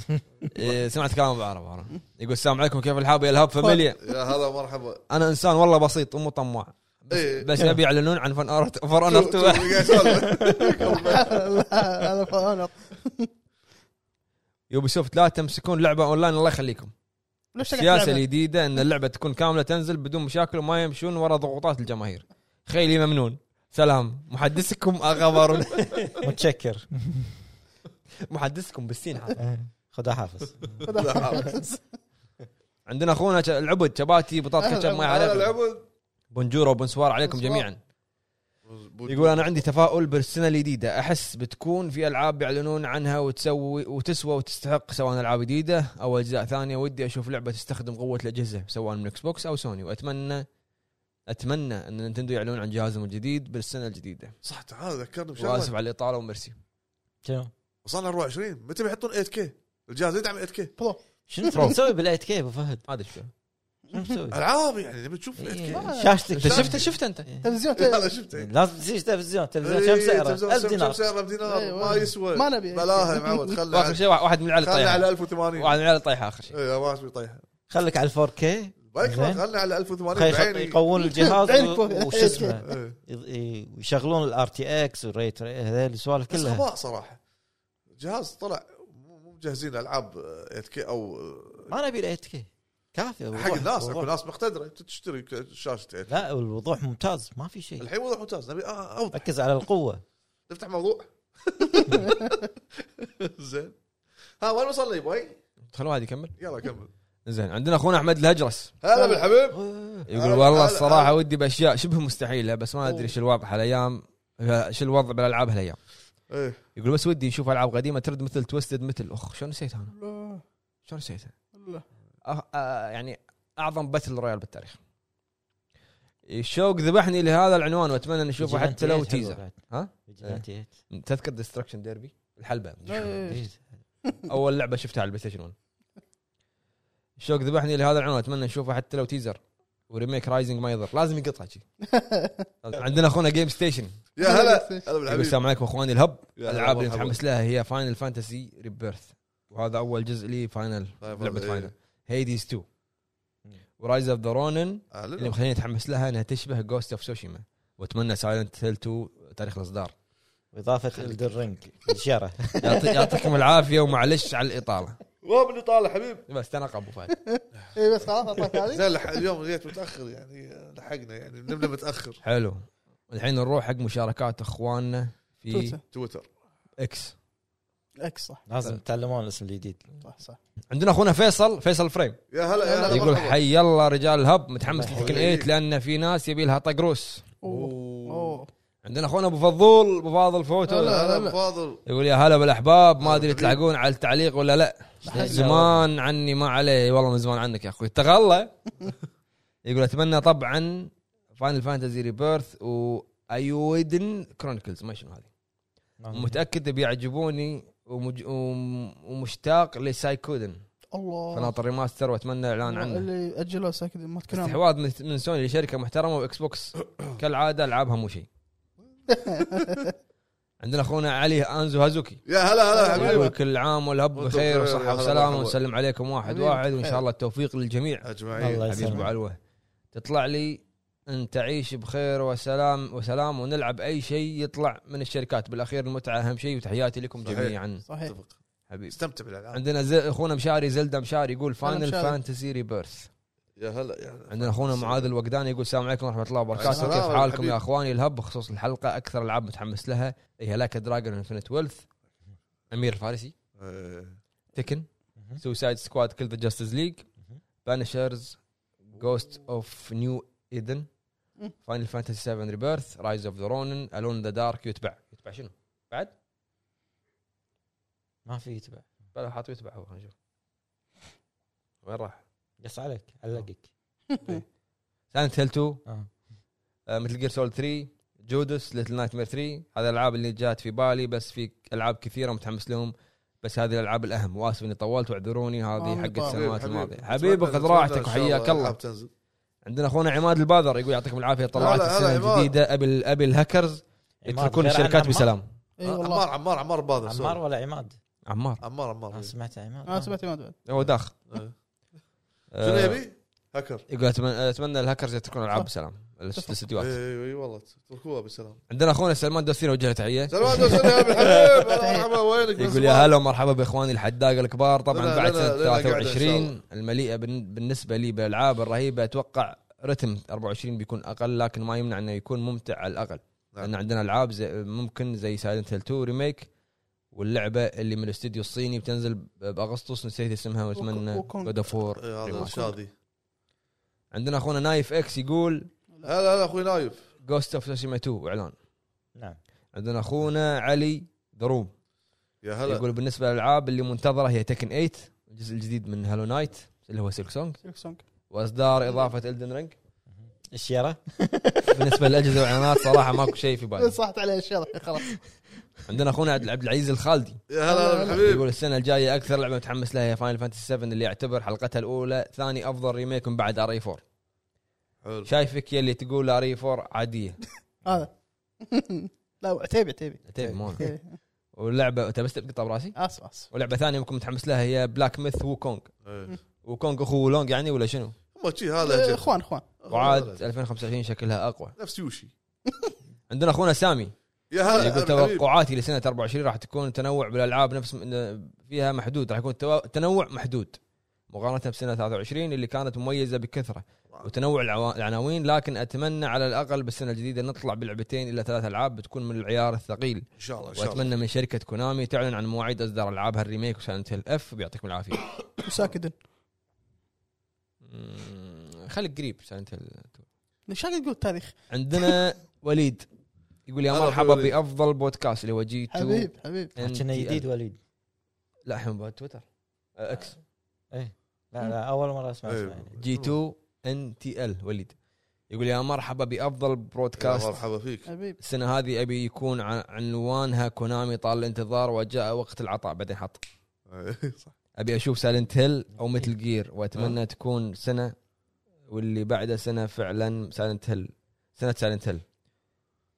Speaker 1: إيه، سمعت كلام ابو عرب أنا. يقول السلام عليكم كيف الحال يا الهاب فاميليا
Speaker 3: يا هلا مرحبا
Speaker 1: انا انسان والله بسيط مو طماع بس,
Speaker 3: إيه.
Speaker 1: بس ابي يعلنون عن فن أرت- فور اونر
Speaker 3: شوف- شوف
Speaker 1: 2
Speaker 3: اللي قاعد يسولف.
Speaker 4: لا، هلا فانا
Speaker 1: يوبي سوفت لا تمسكون لعبه اونلاين الله يخليكم
Speaker 4: ليش
Speaker 1: السياسه
Speaker 4: تلعب؟
Speaker 1: الجديده ان اللعبه تكون كامله تنزل بدون مشاكل وما يمشون وراء ضغوطات الجماهير خيلي ممنون سلام محدثكم اغا بارون
Speaker 2: متشكر
Speaker 1: محدثكم بالسين هذا
Speaker 2: خدا حافظ
Speaker 3: لا، حافظ.
Speaker 1: عندنا اخونا ش- العبد شباتي بطاط
Speaker 4: أهلا،
Speaker 1: كاتشب ما
Speaker 3: هلا
Speaker 1: يعرف
Speaker 3: العبد
Speaker 1: بونجورو وبونسوار عليكم
Speaker 4: بونسوار.
Speaker 1: جميعا يقول انا عندي تفاؤل بالسنه الجديده احس بتكون في العاب يعلنون عنها وتسوي وتسوى وتستحق سواء العاب جديده او اجزاء ثانيه ودي اشوف لعبه تستخدم قوه الاجهزه سواء من اكس بوكس او سوني واتمنى اتمنى ان نينتندو يعلنون عن جهازهم الجديد بالسنه الجديده
Speaker 3: صح تعال ذكرني
Speaker 1: واسف
Speaker 3: بشغله
Speaker 1: على الاطاله وميرسي
Speaker 2: شنو
Speaker 3: وصلنا 24 متى بيحطون 8 كي الجهاز يدعم 8
Speaker 4: إيه.
Speaker 3: كي
Speaker 2: شنو مسوي بالايت كي ابو فهد
Speaker 1: ما ادري شو
Speaker 3: *laughs*
Speaker 2: شنو مسوي
Speaker 3: العاب يعني نبي نشوف 8 كي *laughs*
Speaker 2: إيه، شاشتك
Speaker 1: انت شفته شفته انت
Speaker 4: تلفزيون
Speaker 3: هلا شفته
Speaker 2: لازم تزيد تلفزيون تلفزيون
Speaker 3: إيه،
Speaker 2: كم
Speaker 3: تلفزيون
Speaker 2: سعره؟
Speaker 3: إيه،
Speaker 2: 1000
Speaker 3: كم
Speaker 2: دينار
Speaker 3: سعره بدينار
Speaker 4: أيوة.
Speaker 3: ما يسوى
Speaker 4: ما نبي
Speaker 3: بلاها يا معود خلي
Speaker 1: واخر
Speaker 3: على-
Speaker 1: شيء واحد من العيال
Speaker 3: خلي على إيه،
Speaker 1: طيح
Speaker 3: 1080
Speaker 1: واحد من العيال طيح اخر شيء
Speaker 3: اي ما في طيحه
Speaker 2: خليك على 4K
Speaker 3: بايك
Speaker 2: زين.
Speaker 3: طيب. خلنا على 1080
Speaker 2: خي يخط-
Speaker 3: بعيني.
Speaker 2: يقوون الجهاز
Speaker 4: بعينك.
Speaker 2: و- وش اسمه
Speaker 3: إيه.
Speaker 2: يض- ي- ويشغلون الار تي اكس والريت هذول السوالف
Speaker 3: بس
Speaker 2: كلها
Speaker 3: غباء صراحه جهاز طلع مو مو مجهزين العاب 8 كي او
Speaker 2: ما نبي الايت كي كافي
Speaker 3: آه،
Speaker 2: وضوح-
Speaker 3: حق الناس
Speaker 2: وضوح.
Speaker 3: اكو ناس مقتدره تشتري شاشه 8K.
Speaker 2: لا الوضوح ممتاز ما في شيء
Speaker 3: الحين وضع ممتاز نبي آه، اوضح
Speaker 2: ركز على القوه
Speaker 3: نفتح موضوع *laughs* زين ها وين وصلنا يا بوي؟
Speaker 1: خلوا واحد يكمل
Speaker 3: يلا كمل
Speaker 1: زين عندنا اخونا احمد الهجرس
Speaker 3: هلا بالحبيب
Speaker 1: يقول
Speaker 3: أنا-
Speaker 1: والله
Speaker 3: أنا-
Speaker 1: الصراحه
Speaker 3: أنا-
Speaker 1: ودي باشياء شبه مستحيله بس ما ادري شو الوضع هالايام شو الوضع بالالعاب هالايام
Speaker 3: ايه
Speaker 1: يقول بس ودي نشوف العاب قديمه ترد مثل توستد مثل اخ شلون نسيتها انا
Speaker 4: لا،
Speaker 1: شلون نسيتها
Speaker 4: لا.
Speaker 1: أه آه، يعني اعظم باتل رويال بالتاريخ الشوق ذبحني لهذا العنوان واتمنى ان اشوفه
Speaker 2: فيجيلانتي
Speaker 1: حتى لو
Speaker 2: إيت حلوة
Speaker 1: تيزر
Speaker 2: بعد.
Speaker 1: ها؟ إيه.
Speaker 2: فيجيلانتي إيت.
Speaker 1: تذكر ديستركشن ديربي
Speaker 3: *laughs*
Speaker 1: الحلبه
Speaker 4: إيه.
Speaker 2: إيت.
Speaker 1: اول لعبه شفتها على البلاي ستيشن 1 الشوق ذبحني لهذا العنوان اتمنى اشوفه حتى لو تيزر وريميك رايزنج ما يضر لازم يقطع
Speaker 3: *laughs*
Speaker 1: شي عندنا اخونا جيم ستيشن
Speaker 3: يا هلا هلا
Speaker 1: يقول
Speaker 3: بالحبيب
Speaker 1: السلام عليكم اخواني الهب
Speaker 3: يا هلا
Speaker 1: الالعاب اللي
Speaker 3: مرحبا.
Speaker 1: متحمس لها هي فاينل فانتسي ريبيرث وهذا اول جزء لي فاينل
Speaker 3: طيب،
Speaker 1: لعبه
Speaker 3: إيه.
Speaker 1: فاينل هيديز 2 ورايز اوف ذا رونن
Speaker 3: أعلنوا.
Speaker 1: اللي مخليني اتحمس لها انها تشبه جوست اوف سوشيما واتمنى سايلنت هيل 2 تاريخ الاصدار
Speaker 2: واضافه الدرينج
Speaker 3: *laughs*
Speaker 2: الشره
Speaker 1: يعطي- يعطيكم العافيه ومعلش على الاطاله
Speaker 3: وين من طالع حبيب
Speaker 1: بس تناقب ابو فهد
Speaker 4: اي بس خلاص اعطاك هذه
Speaker 3: زين لح- اليوم جيت متاخر يعني لحقنا يعني نمنا متاخر
Speaker 1: حلو الحين نروح حق مشاركات اخواننا في
Speaker 4: تويتر.
Speaker 3: تويتر
Speaker 1: اكس
Speaker 4: اكس صح
Speaker 2: لازم تتعلمون الاسم الجديد
Speaker 4: صح صح
Speaker 1: عندنا اخونا فيصل فيصل فريم
Speaker 3: يا هلا يا هلا
Speaker 1: يقول
Speaker 3: مرحبا.
Speaker 1: حي الله رجال الهب متحمس
Speaker 2: الله
Speaker 1: لتكن
Speaker 3: يحييك.
Speaker 1: 8 لان في ناس يبي لها طقروس
Speaker 4: اوه
Speaker 3: اوه
Speaker 4: اوه
Speaker 1: عندنا اخونا ابو فضول ابو فاضل فوتو
Speaker 3: هلا هلا أبو فاضل
Speaker 1: يقول يا هلا بالاحباب ما ادري
Speaker 3: حبيبي.
Speaker 1: تلحقون على التعليق ولا لا زمان عني ما عليه والله من زمان عنك يا اخوي
Speaker 3: *laughs*
Speaker 1: تغلى يقول اتمنى طبعا فاينل فانتزي ريبيرث وايودن كرونيكلز ما شنو هذه متاكد بيعجبوني ومج... وم- ومشتاق لسايكودن
Speaker 4: الله
Speaker 1: فناطر ريماستر واتمنى اعلان عنه
Speaker 4: اللي اجلوه ساكت ما تكلم
Speaker 1: استحواذ من- من سوني لشركه محترمه واكس
Speaker 4: *coughs*
Speaker 1: بوكس كالعاده العابها مو
Speaker 4: *laughs*
Speaker 1: شيء عندنا اخونا علي انزو هازوكي
Speaker 3: يا هلا هلا
Speaker 4: أيوة.
Speaker 3: حبيبي
Speaker 1: يقول كل عام والهب
Speaker 3: وأنتم
Speaker 1: بخير
Speaker 3: بخير، يا
Speaker 1: وصحه
Speaker 3: هلا
Speaker 1: وسلامه
Speaker 3: مرحبا.
Speaker 1: ونسلم عليكم واحد
Speaker 4: حبيبي،
Speaker 1: واحد وان
Speaker 4: خير.
Speaker 1: شاء الله التوفيق للجميع
Speaker 3: اجمعين
Speaker 2: الله
Speaker 1: حبيب ابو
Speaker 2: يسلمك.
Speaker 1: علوه تطلع لي ان تعيش بخير وسلام وسلام ونلعب اي شيء يطلع من الشركات بالاخير المتعه اهم شيء وتحياتي لكم
Speaker 3: صحيح.
Speaker 1: جميعا
Speaker 4: صحيح
Speaker 3: اتفق
Speaker 1: حبيب
Speaker 3: استمتع بالالعاب
Speaker 1: عندنا ز... اخونا مشاري زلدا مشاري يقول
Speaker 4: هلا
Speaker 1: فاينل
Speaker 4: مشاري.
Speaker 1: فانتسي ريبيرث
Speaker 3: يا هلا يا هلا
Speaker 1: عندنا اخونا معاذ الوقداني يقول السلام عليكم ورحمه الله وبركاته
Speaker 3: السلام
Speaker 1: كيف
Speaker 3: عليكم
Speaker 1: حالكم
Speaker 3: حبيبي.
Speaker 1: يا اخواني الهب بخصوص الحلقه اكثر العاب متحمس لها هي هلاك دراجون انفنت ويلث امير الفارسي
Speaker 3: إيه.
Speaker 1: تكن
Speaker 2: مهم.
Speaker 1: سوسايد سكواد كل ذا جاستس ليج بانشرز جوست اوف نيو ايدن
Speaker 4: مم.
Speaker 1: فاينل فانتسي 7 ريبيرث رايز اوف ذا رونن الون ذا دارك يتبع يتبع شنو؟ بعد؟
Speaker 2: ما في يتبع
Speaker 1: بلا حاطه يتبع هو خلينا نشوف وين راح؟
Speaker 2: قص عليك علقك
Speaker 1: سايلنت هيل 2
Speaker 2: آه.
Speaker 1: مثل جير سول 3 جودس ليتل نايت مير 3 هذا الالعاب اللي جات في بالي بس في العاب كثيره متحمس لهم بس هذه الالعاب الاهم واسف اني طولت واعذروني هذه
Speaker 4: والله
Speaker 1: حق
Speaker 4: طال.
Speaker 1: السنوات
Speaker 3: آه، طيب، حبيب.
Speaker 1: الماضيه
Speaker 3: أتمنى-
Speaker 1: حبيبي خذ
Speaker 3: أتمنى إن
Speaker 1: راحتك
Speaker 3: شاء الله
Speaker 1: وحياك الله
Speaker 3: الألعاب تنزل
Speaker 1: عندنا اخونا عماد البادر يقول يعطيكم العافيه طلعت
Speaker 3: هلا- هلا
Speaker 1: السنه
Speaker 3: عماد.
Speaker 1: الجديده ابي ال- ابي الهاكرز يتركون الشركات بسلام
Speaker 4: اي والله
Speaker 3: آه، عمار عمار عمار باذر
Speaker 2: عمار
Speaker 3: سوري.
Speaker 2: ولا عماد؟
Speaker 1: عمار
Speaker 3: عمار عمار
Speaker 2: انا سمعت عماد
Speaker 3: آه،
Speaker 4: انا سمعت ما بعد
Speaker 1: هو داخل
Speaker 3: إيه. شنو
Speaker 1: آه،
Speaker 3: يبي؟ هاكر
Speaker 1: يقول اتمنى اتمنى الهاكرز يتركون العاب بسلام
Speaker 3: اي
Speaker 1: الاستديوهات
Speaker 3: اي إيه، والله تركوها بالسلام
Speaker 1: عندنا اخونا سلمان دوسين وجه له تحيه
Speaker 3: سلام عليكم سلام يا حبيب هلا مرحبا وينك
Speaker 1: يقول يا هلا ومرحبا باخواني الحداقه الكبار طبعا
Speaker 3: لنا-
Speaker 1: بعد
Speaker 3: لنا-
Speaker 1: سنه
Speaker 3: لنا قاعدة إن شاء
Speaker 1: 23 المليئه بن- بالنسبه لي بالالعاب الرهيبه اتوقع رتم 24 بيكون اقل لكن ما يمنع انه يكون ممتع على الاقل
Speaker 3: نعم.
Speaker 1: لان عندنا العاب زي ممكن زي سايلنت هيل 2 ريميك واللعبه اللي من الاستديو الصيني بتنزل ب- باغسطس نسيت اسمها واتمنى
Speaker 4: وكو- وكونغ.
Speaker 1: جود فور
Speaker 3: إيه، هذا
Speaker 1: ريماستر.
Speaker 3: شادي
Speaker 1: عندنا اخونا نايف اكس يقول
Speaker 3: هلا هلا اخوي نايف
Speaker 1: جوست اوف سوشيما 2 اعلان
Speaker 2: نعم
Speaker 1: عندنا اخونا علي دروم
Speaker 3: يا هلا
Speaker 1: يقول بالنسبه للالعاب اللي منتظره هي تكن 8 الجزء الجديد من هالو نايت اللي هو سيلك سونج
Speaker 4: سيلك سونج
Speaker 1: واصدار اضافه الدن رينج
Speaker 2: الشيره
Speaker 1: بالنسبه للاجهزه والاعلانات صراحه ماكو شيء في بالي
Speaker 4: صحت عليه الشرح خلاص
Speaker 1: عندنا اخونا عبد عبد العزيز الخالدي
Speaker 3: يا هلا هلا حبيب
Speaker 1: يقول السنه الجايه اكثر لعبه متحمس لها هي فاينل فانتسي 7 اللي يعتبر حلقتها الاولى ثاني افضل ريميك من بعد ار اي 4
Speaker 3: حلو
Speaker 1: شايفك يا اللي تقول ار اي 4 عاديه
Speaker 4: هذا *laughs* لا عتيبي عتيبي إيه،
Speaker 1: عتيب، مو أنا.
Speaker 4: عتيبي.
Speaker 1: واللعبه تبي تقطع براسي
Speaker 4: اسف اسف
Speaker 1: ولعبه ثانيه ممكن متحمس لها هي بلاك ميث وكونغ
Speaker 3: إيه.
Speaker 1: وكونغ اخو لونج يعني ولا شنو؟
Speaker 3: ما شي هذا
Speaker 4: إيه،
Speaker 3: جد.
Speaker 4: اخوان اخوان
Speaker 1: وعاد 2025 شكلها اقوى
Speaker 3: نفس يوشي
Speaker 1: عندنا اخونا سامي
Speaker 3: يا هلا
Speaker 1: يقول
Speaker 3: هلا حبيب.
Speaker 1: توقعاتي لسنه 24 راح تكون تنوع بالالعاب نفس م- فيها محدود راح يكون التوا- تنوع محدود مقارنه بسنه 23 اللي كانت مميزه بكثره وتنوع العوا- العناوين لكن اتمنى على الاقل بالسنه الجديده نطلع بلعبتين الى ثلاث العاب بتكون من العيار الثقيل
Speaker 3: ان شاء الله ان شاء الله
Speaker 1: واتمنى من شركه كونامي تعلن عن مواعيد اصدار العابها الريميك وسايلنت هيل اف بيعطيكم العافيه
Speaker 4: وساكدن
Speaker 1: مم، خليك قريب سايلنت هيل
Speaker 4: ليش قاعد تقول تاريخ
Speaker 3: *laughs*
Speaker 1: عندنا وليد يقول يا
Speaker 3: هلا
Speaker 1: مرحبا
Speaker 3: وليد.
Speaker 1: بافضل بودكاست اللي هو جي 2
Speaker 4: حبيب حبيب
Speaker 2: كنا جديد وليد
Speaker 1: لا الحين بتويتر آه، اكس
Speaker 2: لا لا اول مره اسمع
Speaker 3: إيه.
Speaker 2: اسمه يعني
Speaker 1: جي 2 ان تي ال وليد يقول يا مرحبا بافضل
Speaker 3: يا
Speaker 1: برودكاست
Speaker 3: مرحبا فيك
Speaker 4: حبيبي
Speaker 1: السنه هذه ابي يكون عن- عنوانها كونامي طال الانتظار وجاء وقت العطاء بعدين حط
Speaker 3: صح
Speaker 1: ابي اشوف سايلنت هيل او مثل جير واتمنى
Speaker 3: آه.
Speaker 1: أه. تكون سنه واللي بعدها سنه فعلا سايلنت هيل سنه سايلنت هيل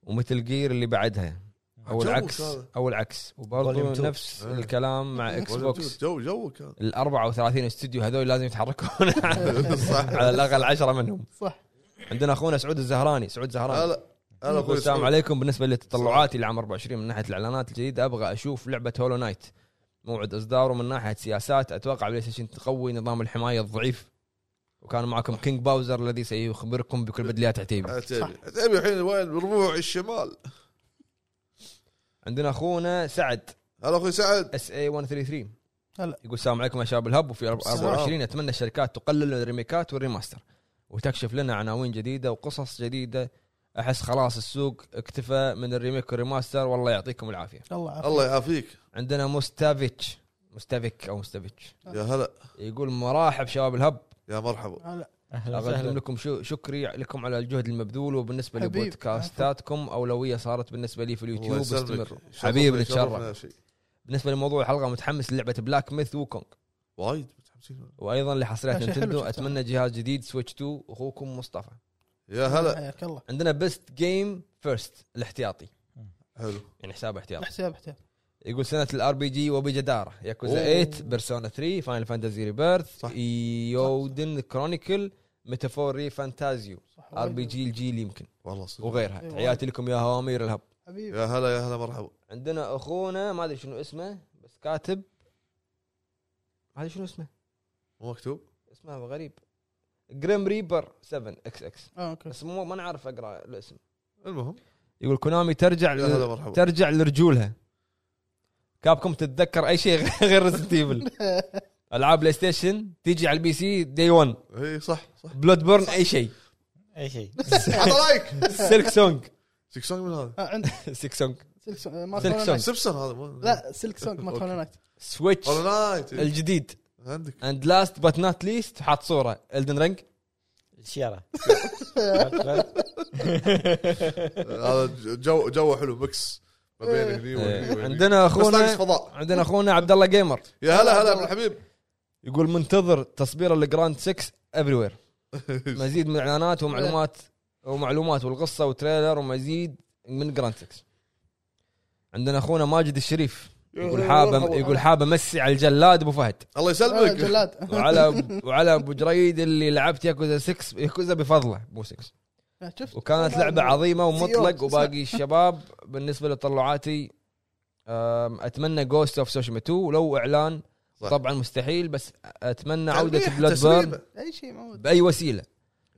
Speaker 1: ومثل جير اللي بعدها او
Speaker 3: جوك
Speaker 1: العكس
Speaker 3: هذا.
Speaker 1: او العكس
Speaker 2: Volume two.
Speaker 1: وبرضه نفس
Speaker 3: آه.
Speaker 1: الكلام مع اكس بوكس
Speaker 3: إيه. جو
Speaker 1: *laughs*
Speaker 3: جوك هذا.
Speaker 1: ال 34 استوديو هذول لازم يتحركون
Speaker 3: *laughs* صح
Speaker 1: على الاقل 10 منهم
Speaker 4: صح
Speaker 1: عندنا اخونا سعود الزهراني سعود الزهراني
Speaker 3: هلا هلا
Speaker 1: يقول
Speaker 3: اخوي
Speaker 1: السلام
Speaker 3: سعود.
Speaker 1: عليكم بالنسبه لتطلعاتي لعام 24 من ناحيه الاعلانات الجديده ابغى اشوف لعبه هولو نايت موعد اصداره من ناحيه سياسات اتوقع بلاي ستيشن تقوي نظام الحمايه الضعيف وكان معكم كينج باوزر الذي سيخبركم بكل بدليات عتيبي
Speaker 3: عتيبي عتيبي إيه، الحين وين ربوع الشمال
Speaker 1: عندنا اخونا سعد
Speaker 3: هلا اخوي سعد
Speaker 1: اس اي 133
Speaker 4: هلا.
Speaker 1: يقول السلام عليكم يا شباب الهب وفي
Speaker 3: السلام.
Speaker 1: 24 اتمنى الشركات تقلل الريميكات والريماستر وتكشف لنا عناوين جديده وقصص جديده احس خلاص السوق اكتفى من الريميك والريماستر والله يعطيكم العافيه
Speaker 4: الله يعافيك
Speaker 3: الله يعافيك
Speaker 1: عندنا مستافيتش مستافيك او مستافيتش
Speaker 3: يا هلا
Speaker 1: يقول مراحب شباب الهب
Speaker 3: يا مرحبا
Speaker 4: هلا.
Speaker 2: اهلا
Speaker 1: اقدم
Speaker 2: وسهلا
Speaker 1: لكم شو شكري لكم على الجهد المبذول وبالنسبه
Speaker 4: حبيب،
Speaker 1: لبودكاستاتكم اولويه صارت بالنسبه لي في
Speaker 3: الله
Speaker 1: اليوتيوب
Speaker 3: يسلمك.
Speaker 1: استمر
Speaker 3: شرفنا-
Speaker 1: حبيبي
Speaker 3: شرفنا يا
Speaker 1: نتشرف
Speaker 3: شيخ.
Speaker 1: بالنسبه لموضوع الحلقه متحمس للعبه بلاك ميث ووكونج
Speaker 3: وايد متحمسين
Speaker 1: وايضا لحصريات
Speaker 4: ماشي، حلو
Speaker 1: نينتندو
Speaker 4: شفتها.
Speaker 1: اتمنى جهاز جديد سويتش 2 اخوكم مصطفى
Speaker 3: يا هلا
Speaker 4: حياك الله
Speaker 1: عندنا بيست جيم فيرست الاحتياطي
Speaker 3: حلو
Speaker 1: يعني حساب احتياطي
Speaker 4: حساب حساب
Speaker 1: يقول سنه الار بي جي وبجداره ياكوزا
Speaker 3: أوه.
Speaker 1: 8 بيرسونا 3 فاينل فانتزي ريبيرث
Speaker 3: صح.
Speaker 1: يودن كرونيكل ميتافوري فانتازيو
Speaker 4: صح
Speaker 1: ار بي جي الجيل يمكن
Speaker 3: والله صدق
Speaker 1: وغيرها
Speaker 4: أيوة.
Speaker 1: تحياتي لكم يا هوامير الهب
Speaker 4: حبيبي
Speaker 3: يا هلا يا هلا مرحبا
Speaker 1: عندنا اخونا ما ادري شنو اسمه بس كاتب ما ادري شنو اسمه
Speaker 3: مو مكتوب
Speaker 1: اسمه غريب جريم ريبر 7 اكس اكس
Speaker 4: اه اوكي
Speaker 1: بس مو ما نعرف اقرا الاسم
Speaker 3: المهم
Speaker 1: يقول كونامي ترجع
Speaker 3: يا
Speaker 1: ل-
Speaker 3: هلا مرحبا
Speaker 1: ترجع لرجولها كابكم تتذكر اي شيء *laughs* غير ريزنت ايفل العاب بلاي ستيشن تيجي على البي سي دي 1
Speaker 3: اي صح صح
Speaker 1: بلود بورن اي شيء
Speaker 2: اي شيء
Speaker 3: حط لايك
Speaker 1: سلك سونج
Speaker 3: سيك سونج من هذا
Speaker 4: *laughs* آه، عندك
Speaker 1: سلك سونج
Speaker 4: سلك سونج ما
Speaker 1: سلك
Speaker 4: تخلونا
Speaker 1: سونج.
Speaker 4: نايت.
Speaker 3: سبسن هذا مو-
Speaker 4: لا سلك سونج ما
Speaker 3: أوكي.
Speaker 4: تخلونا نايت
Speaker 1: سويتش
Speaker 3: والله نايت إي.
Speaker 1: الجديد
Speaker 3: عندك
Speaker 1: اند لاست بات نوت ليست حاط صوره الدن رينج
Speaker 3: *laughs*
Speaker 2: الشيره
Speaker 3: هذا جو جو حلو ميكس ما بين هني وهني وهني.
Speaker 1: إيه. عندنا
Speaker 3: أيوة، بس ناقص
Speaker 1: اخونا
Speaker 3: فضاء
Speaker 1: عندنا اخونا عبد الله جيمر
Speaker 3: يا هلا هلا بالحبيب
Speaker 1: *laughs* يقول منتظر تصبير الجراند 6 افري وير مزيد من اعلانات ومعلومات ومعلومات والقصه وتريلر ومزيد من جراند 6 عندنا اخونا ماجد الشريف يقول حاب يقول حاب امسي على الجلاد ابو فهد
Speaker 3: الله
Speaker 4: آه،
Speaker 3: يسلمك
Speaker 4: جلاد
Speaker 1: وعلى وعلى ابو جريد اللي لعبت ياكوزا 6 ياكوزا بفضله مو 6
Speaker 4: آه، شفت
Speaker 1: وكانت لعبه عظيمه ومطلق
Speaker 4: سيوت.
Speaker 1: وباقي الشباب بالنسبه لطلعاتي أم، اتمنى جوست اوف سوشيما 2 ولو اعلان
Speaker 3: صح.
Speaker 1: طبعا مستحيل بس اتمنى عوده
Speaker 3: تلميح،
Speaker 1: بلاد بيرن
Speaker 3: تسليمة.
Speaker 4: اي شيء موجود
Speaker 1: باي وسيله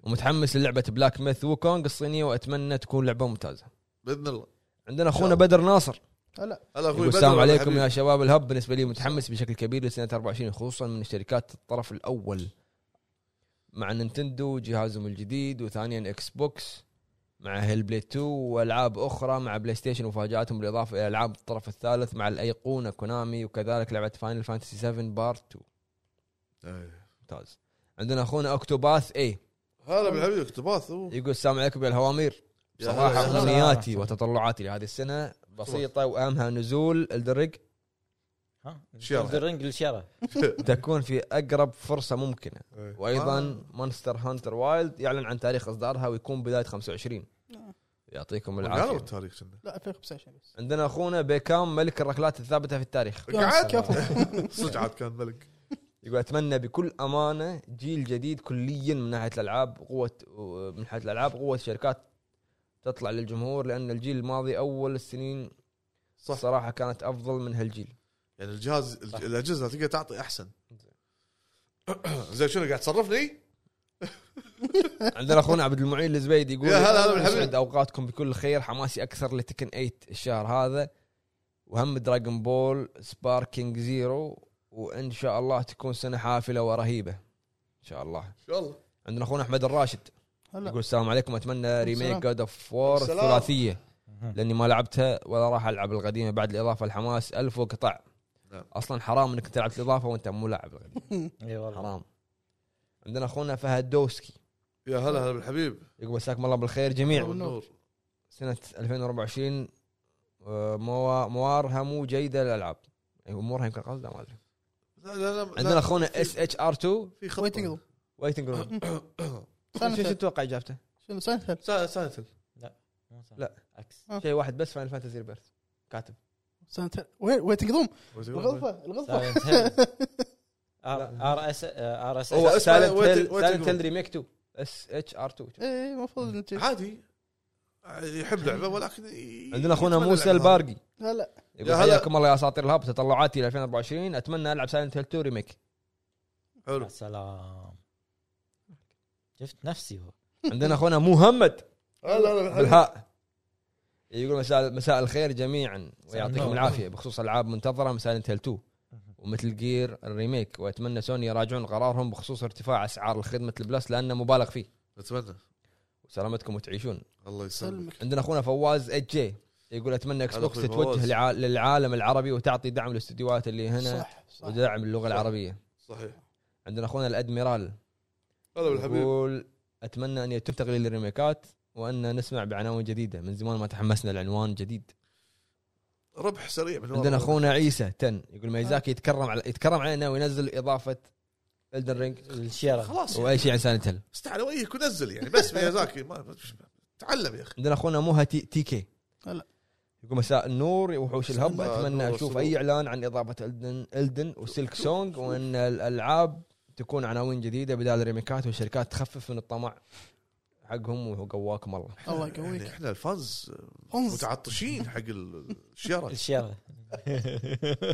Speaker 1: ومتحمس للعبه بلاك ميث وكونغ الصينيه واتمنى تكون لعبه ممتازه
Speaker 3: باذن الله
Speaker 1: عندنا
Speaker 3: إن شاء
Speaker 1: اخونا
Speaker 3: الله.
Speaker 1: بدر ناصر
Speaker 4: هلا
Speaker 3: هلا اخوي
Speaker 1: يقول السلام عليكم يا شباب الهب بالنسبه لي متحمس بشكل كبير لسنه 24 خصوصا من شركات الطرف الاول مع نينتندو جهازهم الجديد وثانيا اكس بوكس مع هيل بلاي 2 والعاب اخرى مع بلاي ستيشن وفاجاتهم بالاضافه الى العاب الطرف الثالث مع الايقونه كونامي وكذلك لعبه فاينل فانتسي 7 بارت 2
Speaker 3: أيه.
Speaker 1: ممتاز عندنا اخونا اكتوباث اي
Speaker 3: هلا بالحبيب اقتباس أوه.
Speaker 1: يقول السلام عليكم يا الهوامير
Speaker 3: يا
Speaker 1: صراحه
Speaker 3: هلا، يا هلا.
Speaker 1: امنياتي وتطلعاتي لهذه السنه بسيطه واهمها نزول الدرج
Speaker 3: شيرة.
Speaker 2: الرنج الشيره
Speaker 1: *laughs* تكون في اقرب فرصه ممكنه
Speaker 3: أيه.
Speaker 1: وايضا مونستر هانتر وايلد يعلن عن تاريخ اصدارها ويكون بدايه 25
Speaker 4: آه.
Speaker 1: يعطيكم
Speaker 3: آه. قالوا
Speaker 1: العافيه
Speaker 3: التاريخ *laughs* كنا
Speaker 4: لا 2025 بس
Speaker 1: عندنا اخونا بيكام ملك الركلات الثابته في التاريخ
Speaker 3: قعد
Speaker 4: كفو
Speaker 3: صدق عاد كان ملك
Speaker 1: يقول اتمنى بكل امانه جيل جديد كليا من ناحيه الالعاب قوه من ناحيه الالعاب قوه شركات تطلع للجمهور لان الجيل الماضي اول السنين
Speaker 3: صح.
Speaker 1: صراحه كانت افضل من هالجيل
Speaker 3: يعني الجهاز الج- الاجهزه تقدر تعطي احسن *clears throat* زين شنو قاعد تصرفني؟
Speaker 1: عندنا اخونا عبد المعين الزبيدي يقول
Speaker 3: يا هلا هلا بالحبيب.
Speaker 1: يسعد اوقاتكم بكل خير حماسي اكثر لتكن 8 الشهر هذا وهم دراجون بول سباركينج زيرو وان شاء الله تكون سنه حافله ورهيبه ان شاء الله
Speaker 3: ان شاء الله
Speaker 1: عندنا اخونا احمد الراشد
Speaker 4: هلا
Speaker 1: يقول السلام عليكم اتمنى ريميك
Speaker 4: نعم. السلام.
Speaker 1: جود اوف وور
Speaker 3: السلام.
Speaker 1: الثلاثيه لاني ما لعبتها ولا راح العب القديمه بعد الاضافه الحماس الف وقطع
Speaker 3: نعم.
Speaker 1: اصلا حرام انك تلعب الاضافه وانت مو لاعب القديمه
Speaker 2: اي إيه، والله
Speaker 1: حرام عندنا اخونا فهد دوسكي
Speaker 3: يا هلا هلا بالحبيب
Speaker 1: يقول مساكم الله بالخير جميع
Speaker 3: والنور
Speaker 1: سنه 2024 آه، موا- موارها مو جيده للالعاب يعني امورها يمكن قصده ما ادري
Speaker 3: لا لا لا
Speaker 1: عندنا اخونا اس اتش ار 2
Speaker 3: في
Speaker 4: ويتنج
Speaker 3: خطه
Speaker 4: روم
Speaker 1: ويتنج روم *laughs* شو شو
Speaker 4: سنة
Speaker 1: تتوقع اجابته؟
Speaker 4: شنو
Speaker 3: *clears throat*
Speaker 4: سنة
Speaker 3: سا- سانتل
Speaker 1: لا.
Speaker 2: عكس
Speaker 1: شيء واحد بس فاينل فانتسي ريبيرث كاتب
Speaker 4: سنة وين وين تقدم الغلطة الغلطة *laughs*
Speaker 2: *laughs* ار اس ار اس
Speaker 3: هو
Speaker 1: هو
Speaker 3: اسمه
Speaker 1: سايلنت
Speaker 3: ويت-
Speaker 1: هيل
Speaker 3: ويت
Speaker 1: سايلنت
Speaker 3: جروب.
Speaker 1: هيل ريميك 2 اس اتش ار 2
Speaker 4: اي المفروض انت
Speaker 3: *clears throat* عادي يحب لعبه ولكن ي-
Speaker 1: عندنا اخونا
Speaker 3: يتمنى
Speaker 1: موسى
Speaker 3: لعبة.
Speaker 1: البارقي
Speaker 4: هلا
Speaker 1: يقول
Speaker 3: يا هلا.
Speaker 1: حياكم الله يا اساطير الهاب تطلعاتي ل 2024 اتمنى العب سايلنت هيل 2 ريميك
Speaker 3: حلو
Speaker 2: يا سلام شفت نفسي هو
Speaker 1: عندنا اخونا محمد
Speaker 3: هلا هلا بالحبيب
Speaker 1: بالهاء يقول مساء مساء الخير جميعا ويعطيكم
Speaker 2: النور.
Speaker 1: العافيه بخصوص العاب منتظره مثل انتل 2 ومثل جير الريميك واتمنى سوني يراجعون قرارهم بخصوص ارتفاع اسعار خدمه البلس لانه مبالغ فيه
Speaker 3: اتمنى
Speaker 1: وسلامتكم وتعيشون
Speaker 3: الله يسلمك
Speaker 4: سلمك
Speaker 1: عندنا اخونا فواز اتش جي يقول اتمنى اكس
Speaker 3: هلا
Speaker 1: بوكس
Speaker 3: أخوي
Speaker 1: تتوجه
Speaker 3: فواز.
Speaker 1: للع- للعالم العربي وتعطي دعم للاستديوهات اللي هنا
Speaker 4: صح صح
Speaker 1: ودعم اللغه
Speaker 3: صح.
Speaker 1: العربيه
Speaker 3: صحيح
Speaker 1: عندنا اخونا الادميرال
Speaker 3: هلا بالحبيب
Speaker 1: يقول اتمنى ان يتم تقليل الريميكات وان نسمع بعناوين جديده من زمان ما تحمسنا لعنوان جديد
Speaker 3: ربح سريع من ورا.
Speaker 1: عندنا اخونا عيسى تن يقول ميزاكي يتكرم على يتكرم علينا وينزل اضافه الدن رينج
Speaker 2: الشيره
Speaker 3: خلاص يعني
Speaker 1: واي شيء عن سايلنت هيل
Speaker 3: استعلى وجهك ونزل يعني بس ميازاكي ما ما- تعلم يا اخي
Speaker 1: عندنا اخونا موها تي, تي كي
Speaker 4: هلا.
Speaker 1: يقول مساء النور يا وحوش الهب
Speaker 3: مساء
Speaker 1: اتمنى
Speaker 3: النور
Speaker 1: اشوف
Speaker 3: والسرور.
Speaker 1: اي اعلان عن اضافه الدن الدن وسلك سونج وان الالعاب تكون عناوين جديده بدال الريميكات والشركات تخفف من الطمع حقهم وقواكم
Speaker 3: *laughs*
Speaker 1: الله
Speaker 4: الله
Speaker 3: يعني
Speaker 4: يقويك
Speaker 3: احنا الفانز
Speaker 4: انظر
Speaker 3: متعطشين حق ال-
Speaker 1: *laughs*
Speaker 3: الشيرة
Speaker 2: الشيره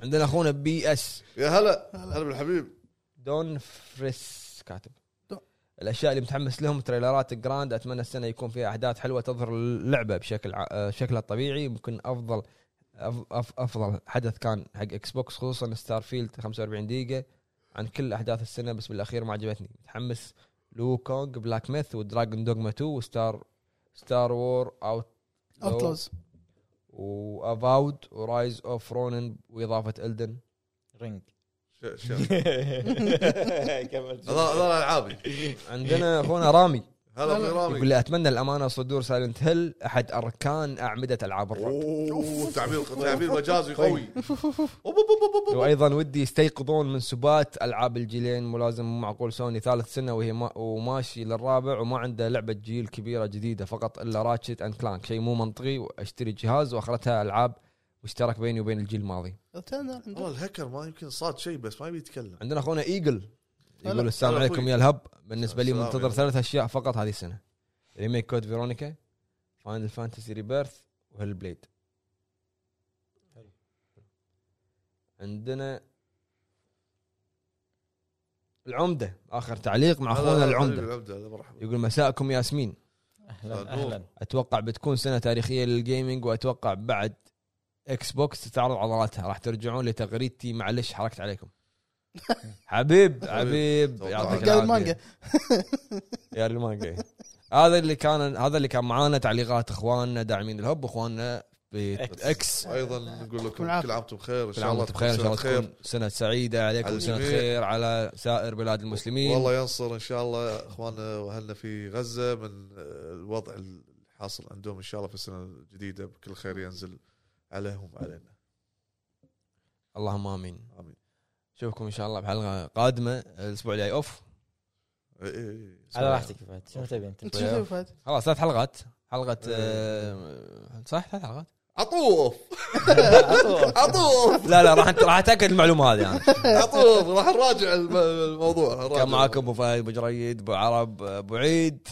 Speaker 1: عندنا اخونا بي اس
Speaker 3: يا هلا هلا بالحبيب
Speaker 1: دون فريس كاتب
Speaker 4: دون.
Speaker 1: الاشياء اللي متحمس لهم تريلرات جراند اتمنى السنه يكون فيها احداث حلوه تظهر اللعبه بشكل ع... آه، شكلها الطبيعي يمكن افضل أف... أف... افضل حدث كان حق اكس بوكس خصوصا ستار فيلد 45 دقيقه عن كل احداث السنه بس بالاخير ما عجبتني متحمس لو كونج بلاك ميث ودراجون دوغما 2 وستار ستار وور اوت
Speaker 4: اوتلوز
Speaker 1: وافاود ورايز اوف رونن واضافه الدن
Speaker 2: رينج
Speaker 3: ش-
Speaker 1: *laughs*
Speaker 3: شيرة.
Speaker 2: *laughs* كمل
Speaker 3: هذا هذا العابي
Speaker 1: عندنا اخونا رامي
Speaker 3: هلا
Speaker 1: يقول
Speaker 3: بالرامي
Speaker 1: لي اتمنى الامانه صدور سايلنت هيل احد اركان اعمده العاب الرعب
Speaker 3: اوه تعبير تعبير مجازي قوي أوب، أوب، أوب، أوب، أوب. *laughs*
Speaker 1: وايضا ودي يستيقظون من سبات العاب الجيلين ملازم مو معقول سوني ثالث سنه وهي ما وماشي للرابع وما عنده لعبه جيل كبيره جديده فقط الا راتشت اند كلانك شيء مو منطقي واشتري جهاز واخرتها العاب مشترك بيني وبين الجيل الماضي
Speaker 3: والله الهكر ما يمكن صاد شيء بس ما يبي يتكلم
Speaker 1: عندنا اخونا ايجل
Speaker 4: هلا.
Speaker 1: يقول السلام
Speaker 3: هلا
Speaker 1: عليكم
Speaker 3: أخوي.
Speaker 1: يا الهب بالنسبه لي
Speaker 3: السلام
Speaker 1: منتظر
Speaker 3: عليكم.
Speaker 1: ثلاث اشياء فقط هذه السنه ريميك كود فيرونيكا فاينل فانتسي ريبيرث وهيل بليد عندنا العمده اخر تعليق مع
Speaker 3: هلا
Speaker 1: اخونا
Speaker 3: هلا
Speaker 1: العمده
Speaker 3: العمده هلا مرحبا
Speaker 1: يقول مساءكم ياسمين
Speaker 2: اهلا اهلا
Speaker 1: اتوقع بتكون سنه تاريخيه للجيمنج واتوقع بعد اكس بوكس تستعرض عضلاتها راح ترجعون لتغريدتي معلش حركت عليكم حبيب حبيب
Speaker 3: توقع.
Speaker 1: يعطيك
Speaker 4: قال
Speaker 1: العافيه
Speaker 4: المانجا.
Speaker 1: *laughs*
Speaker 4: *laughs*
Speaker 1: يا المانجا هذا اللي كان هذا اللي كان معانا تعليقات اخواننا داعمين الهب واخواننا باكس
Speaker 3: ايضا نقول لكم
Speaker 4: العافية.
Speaker 3: كل عام وانتم بخير ان
Speaker 1: كل
Speaker 3: شاء
Speaker 1: عام
Speaker 3: الله
Speaker 1: وانتم بخير ان شاء الله تكون سنه سعيده عليكم
Speaker 3: على
Speaker 1: سنه
Speaker 3: الجميع.
Speaker 1: خير على سائر بلاد المسلمين
Speaker 3: والله ينصر ان شاء الله اخواننا واهلنا في غزه من آه، الوضع الحاصل عندهم ان شاء الله في السنه الجديده بكل خير ينزل عليهم وعلينا
Speaker 1: اللهم امين
Speaker 3: امين
Speaker 1: نشوفكم ان شاء الله بحلقه قادمه الاسبوع الجاي اوف
Speaker 3: إي إي إي.
Speaker 2: على راحتك يا فهد شنو تبي انت؟
Speaker 4: انت شو تبي فهد؟
Speaker 1: خلاص ثلاث حلقات حلقه آه، صح ثلاث حلقات
Speaker 2: *laughs*
Speaker 3: عطوف عطوف
Speaker 1: لا لا راح راح اتاكد المعلومه هذه يعني
Speaker 3: عطوف راح نراجع الم- الموضوع
Speaker 1: كان معاكم ابو فهد ابو جريد ابو عرب ابو عيد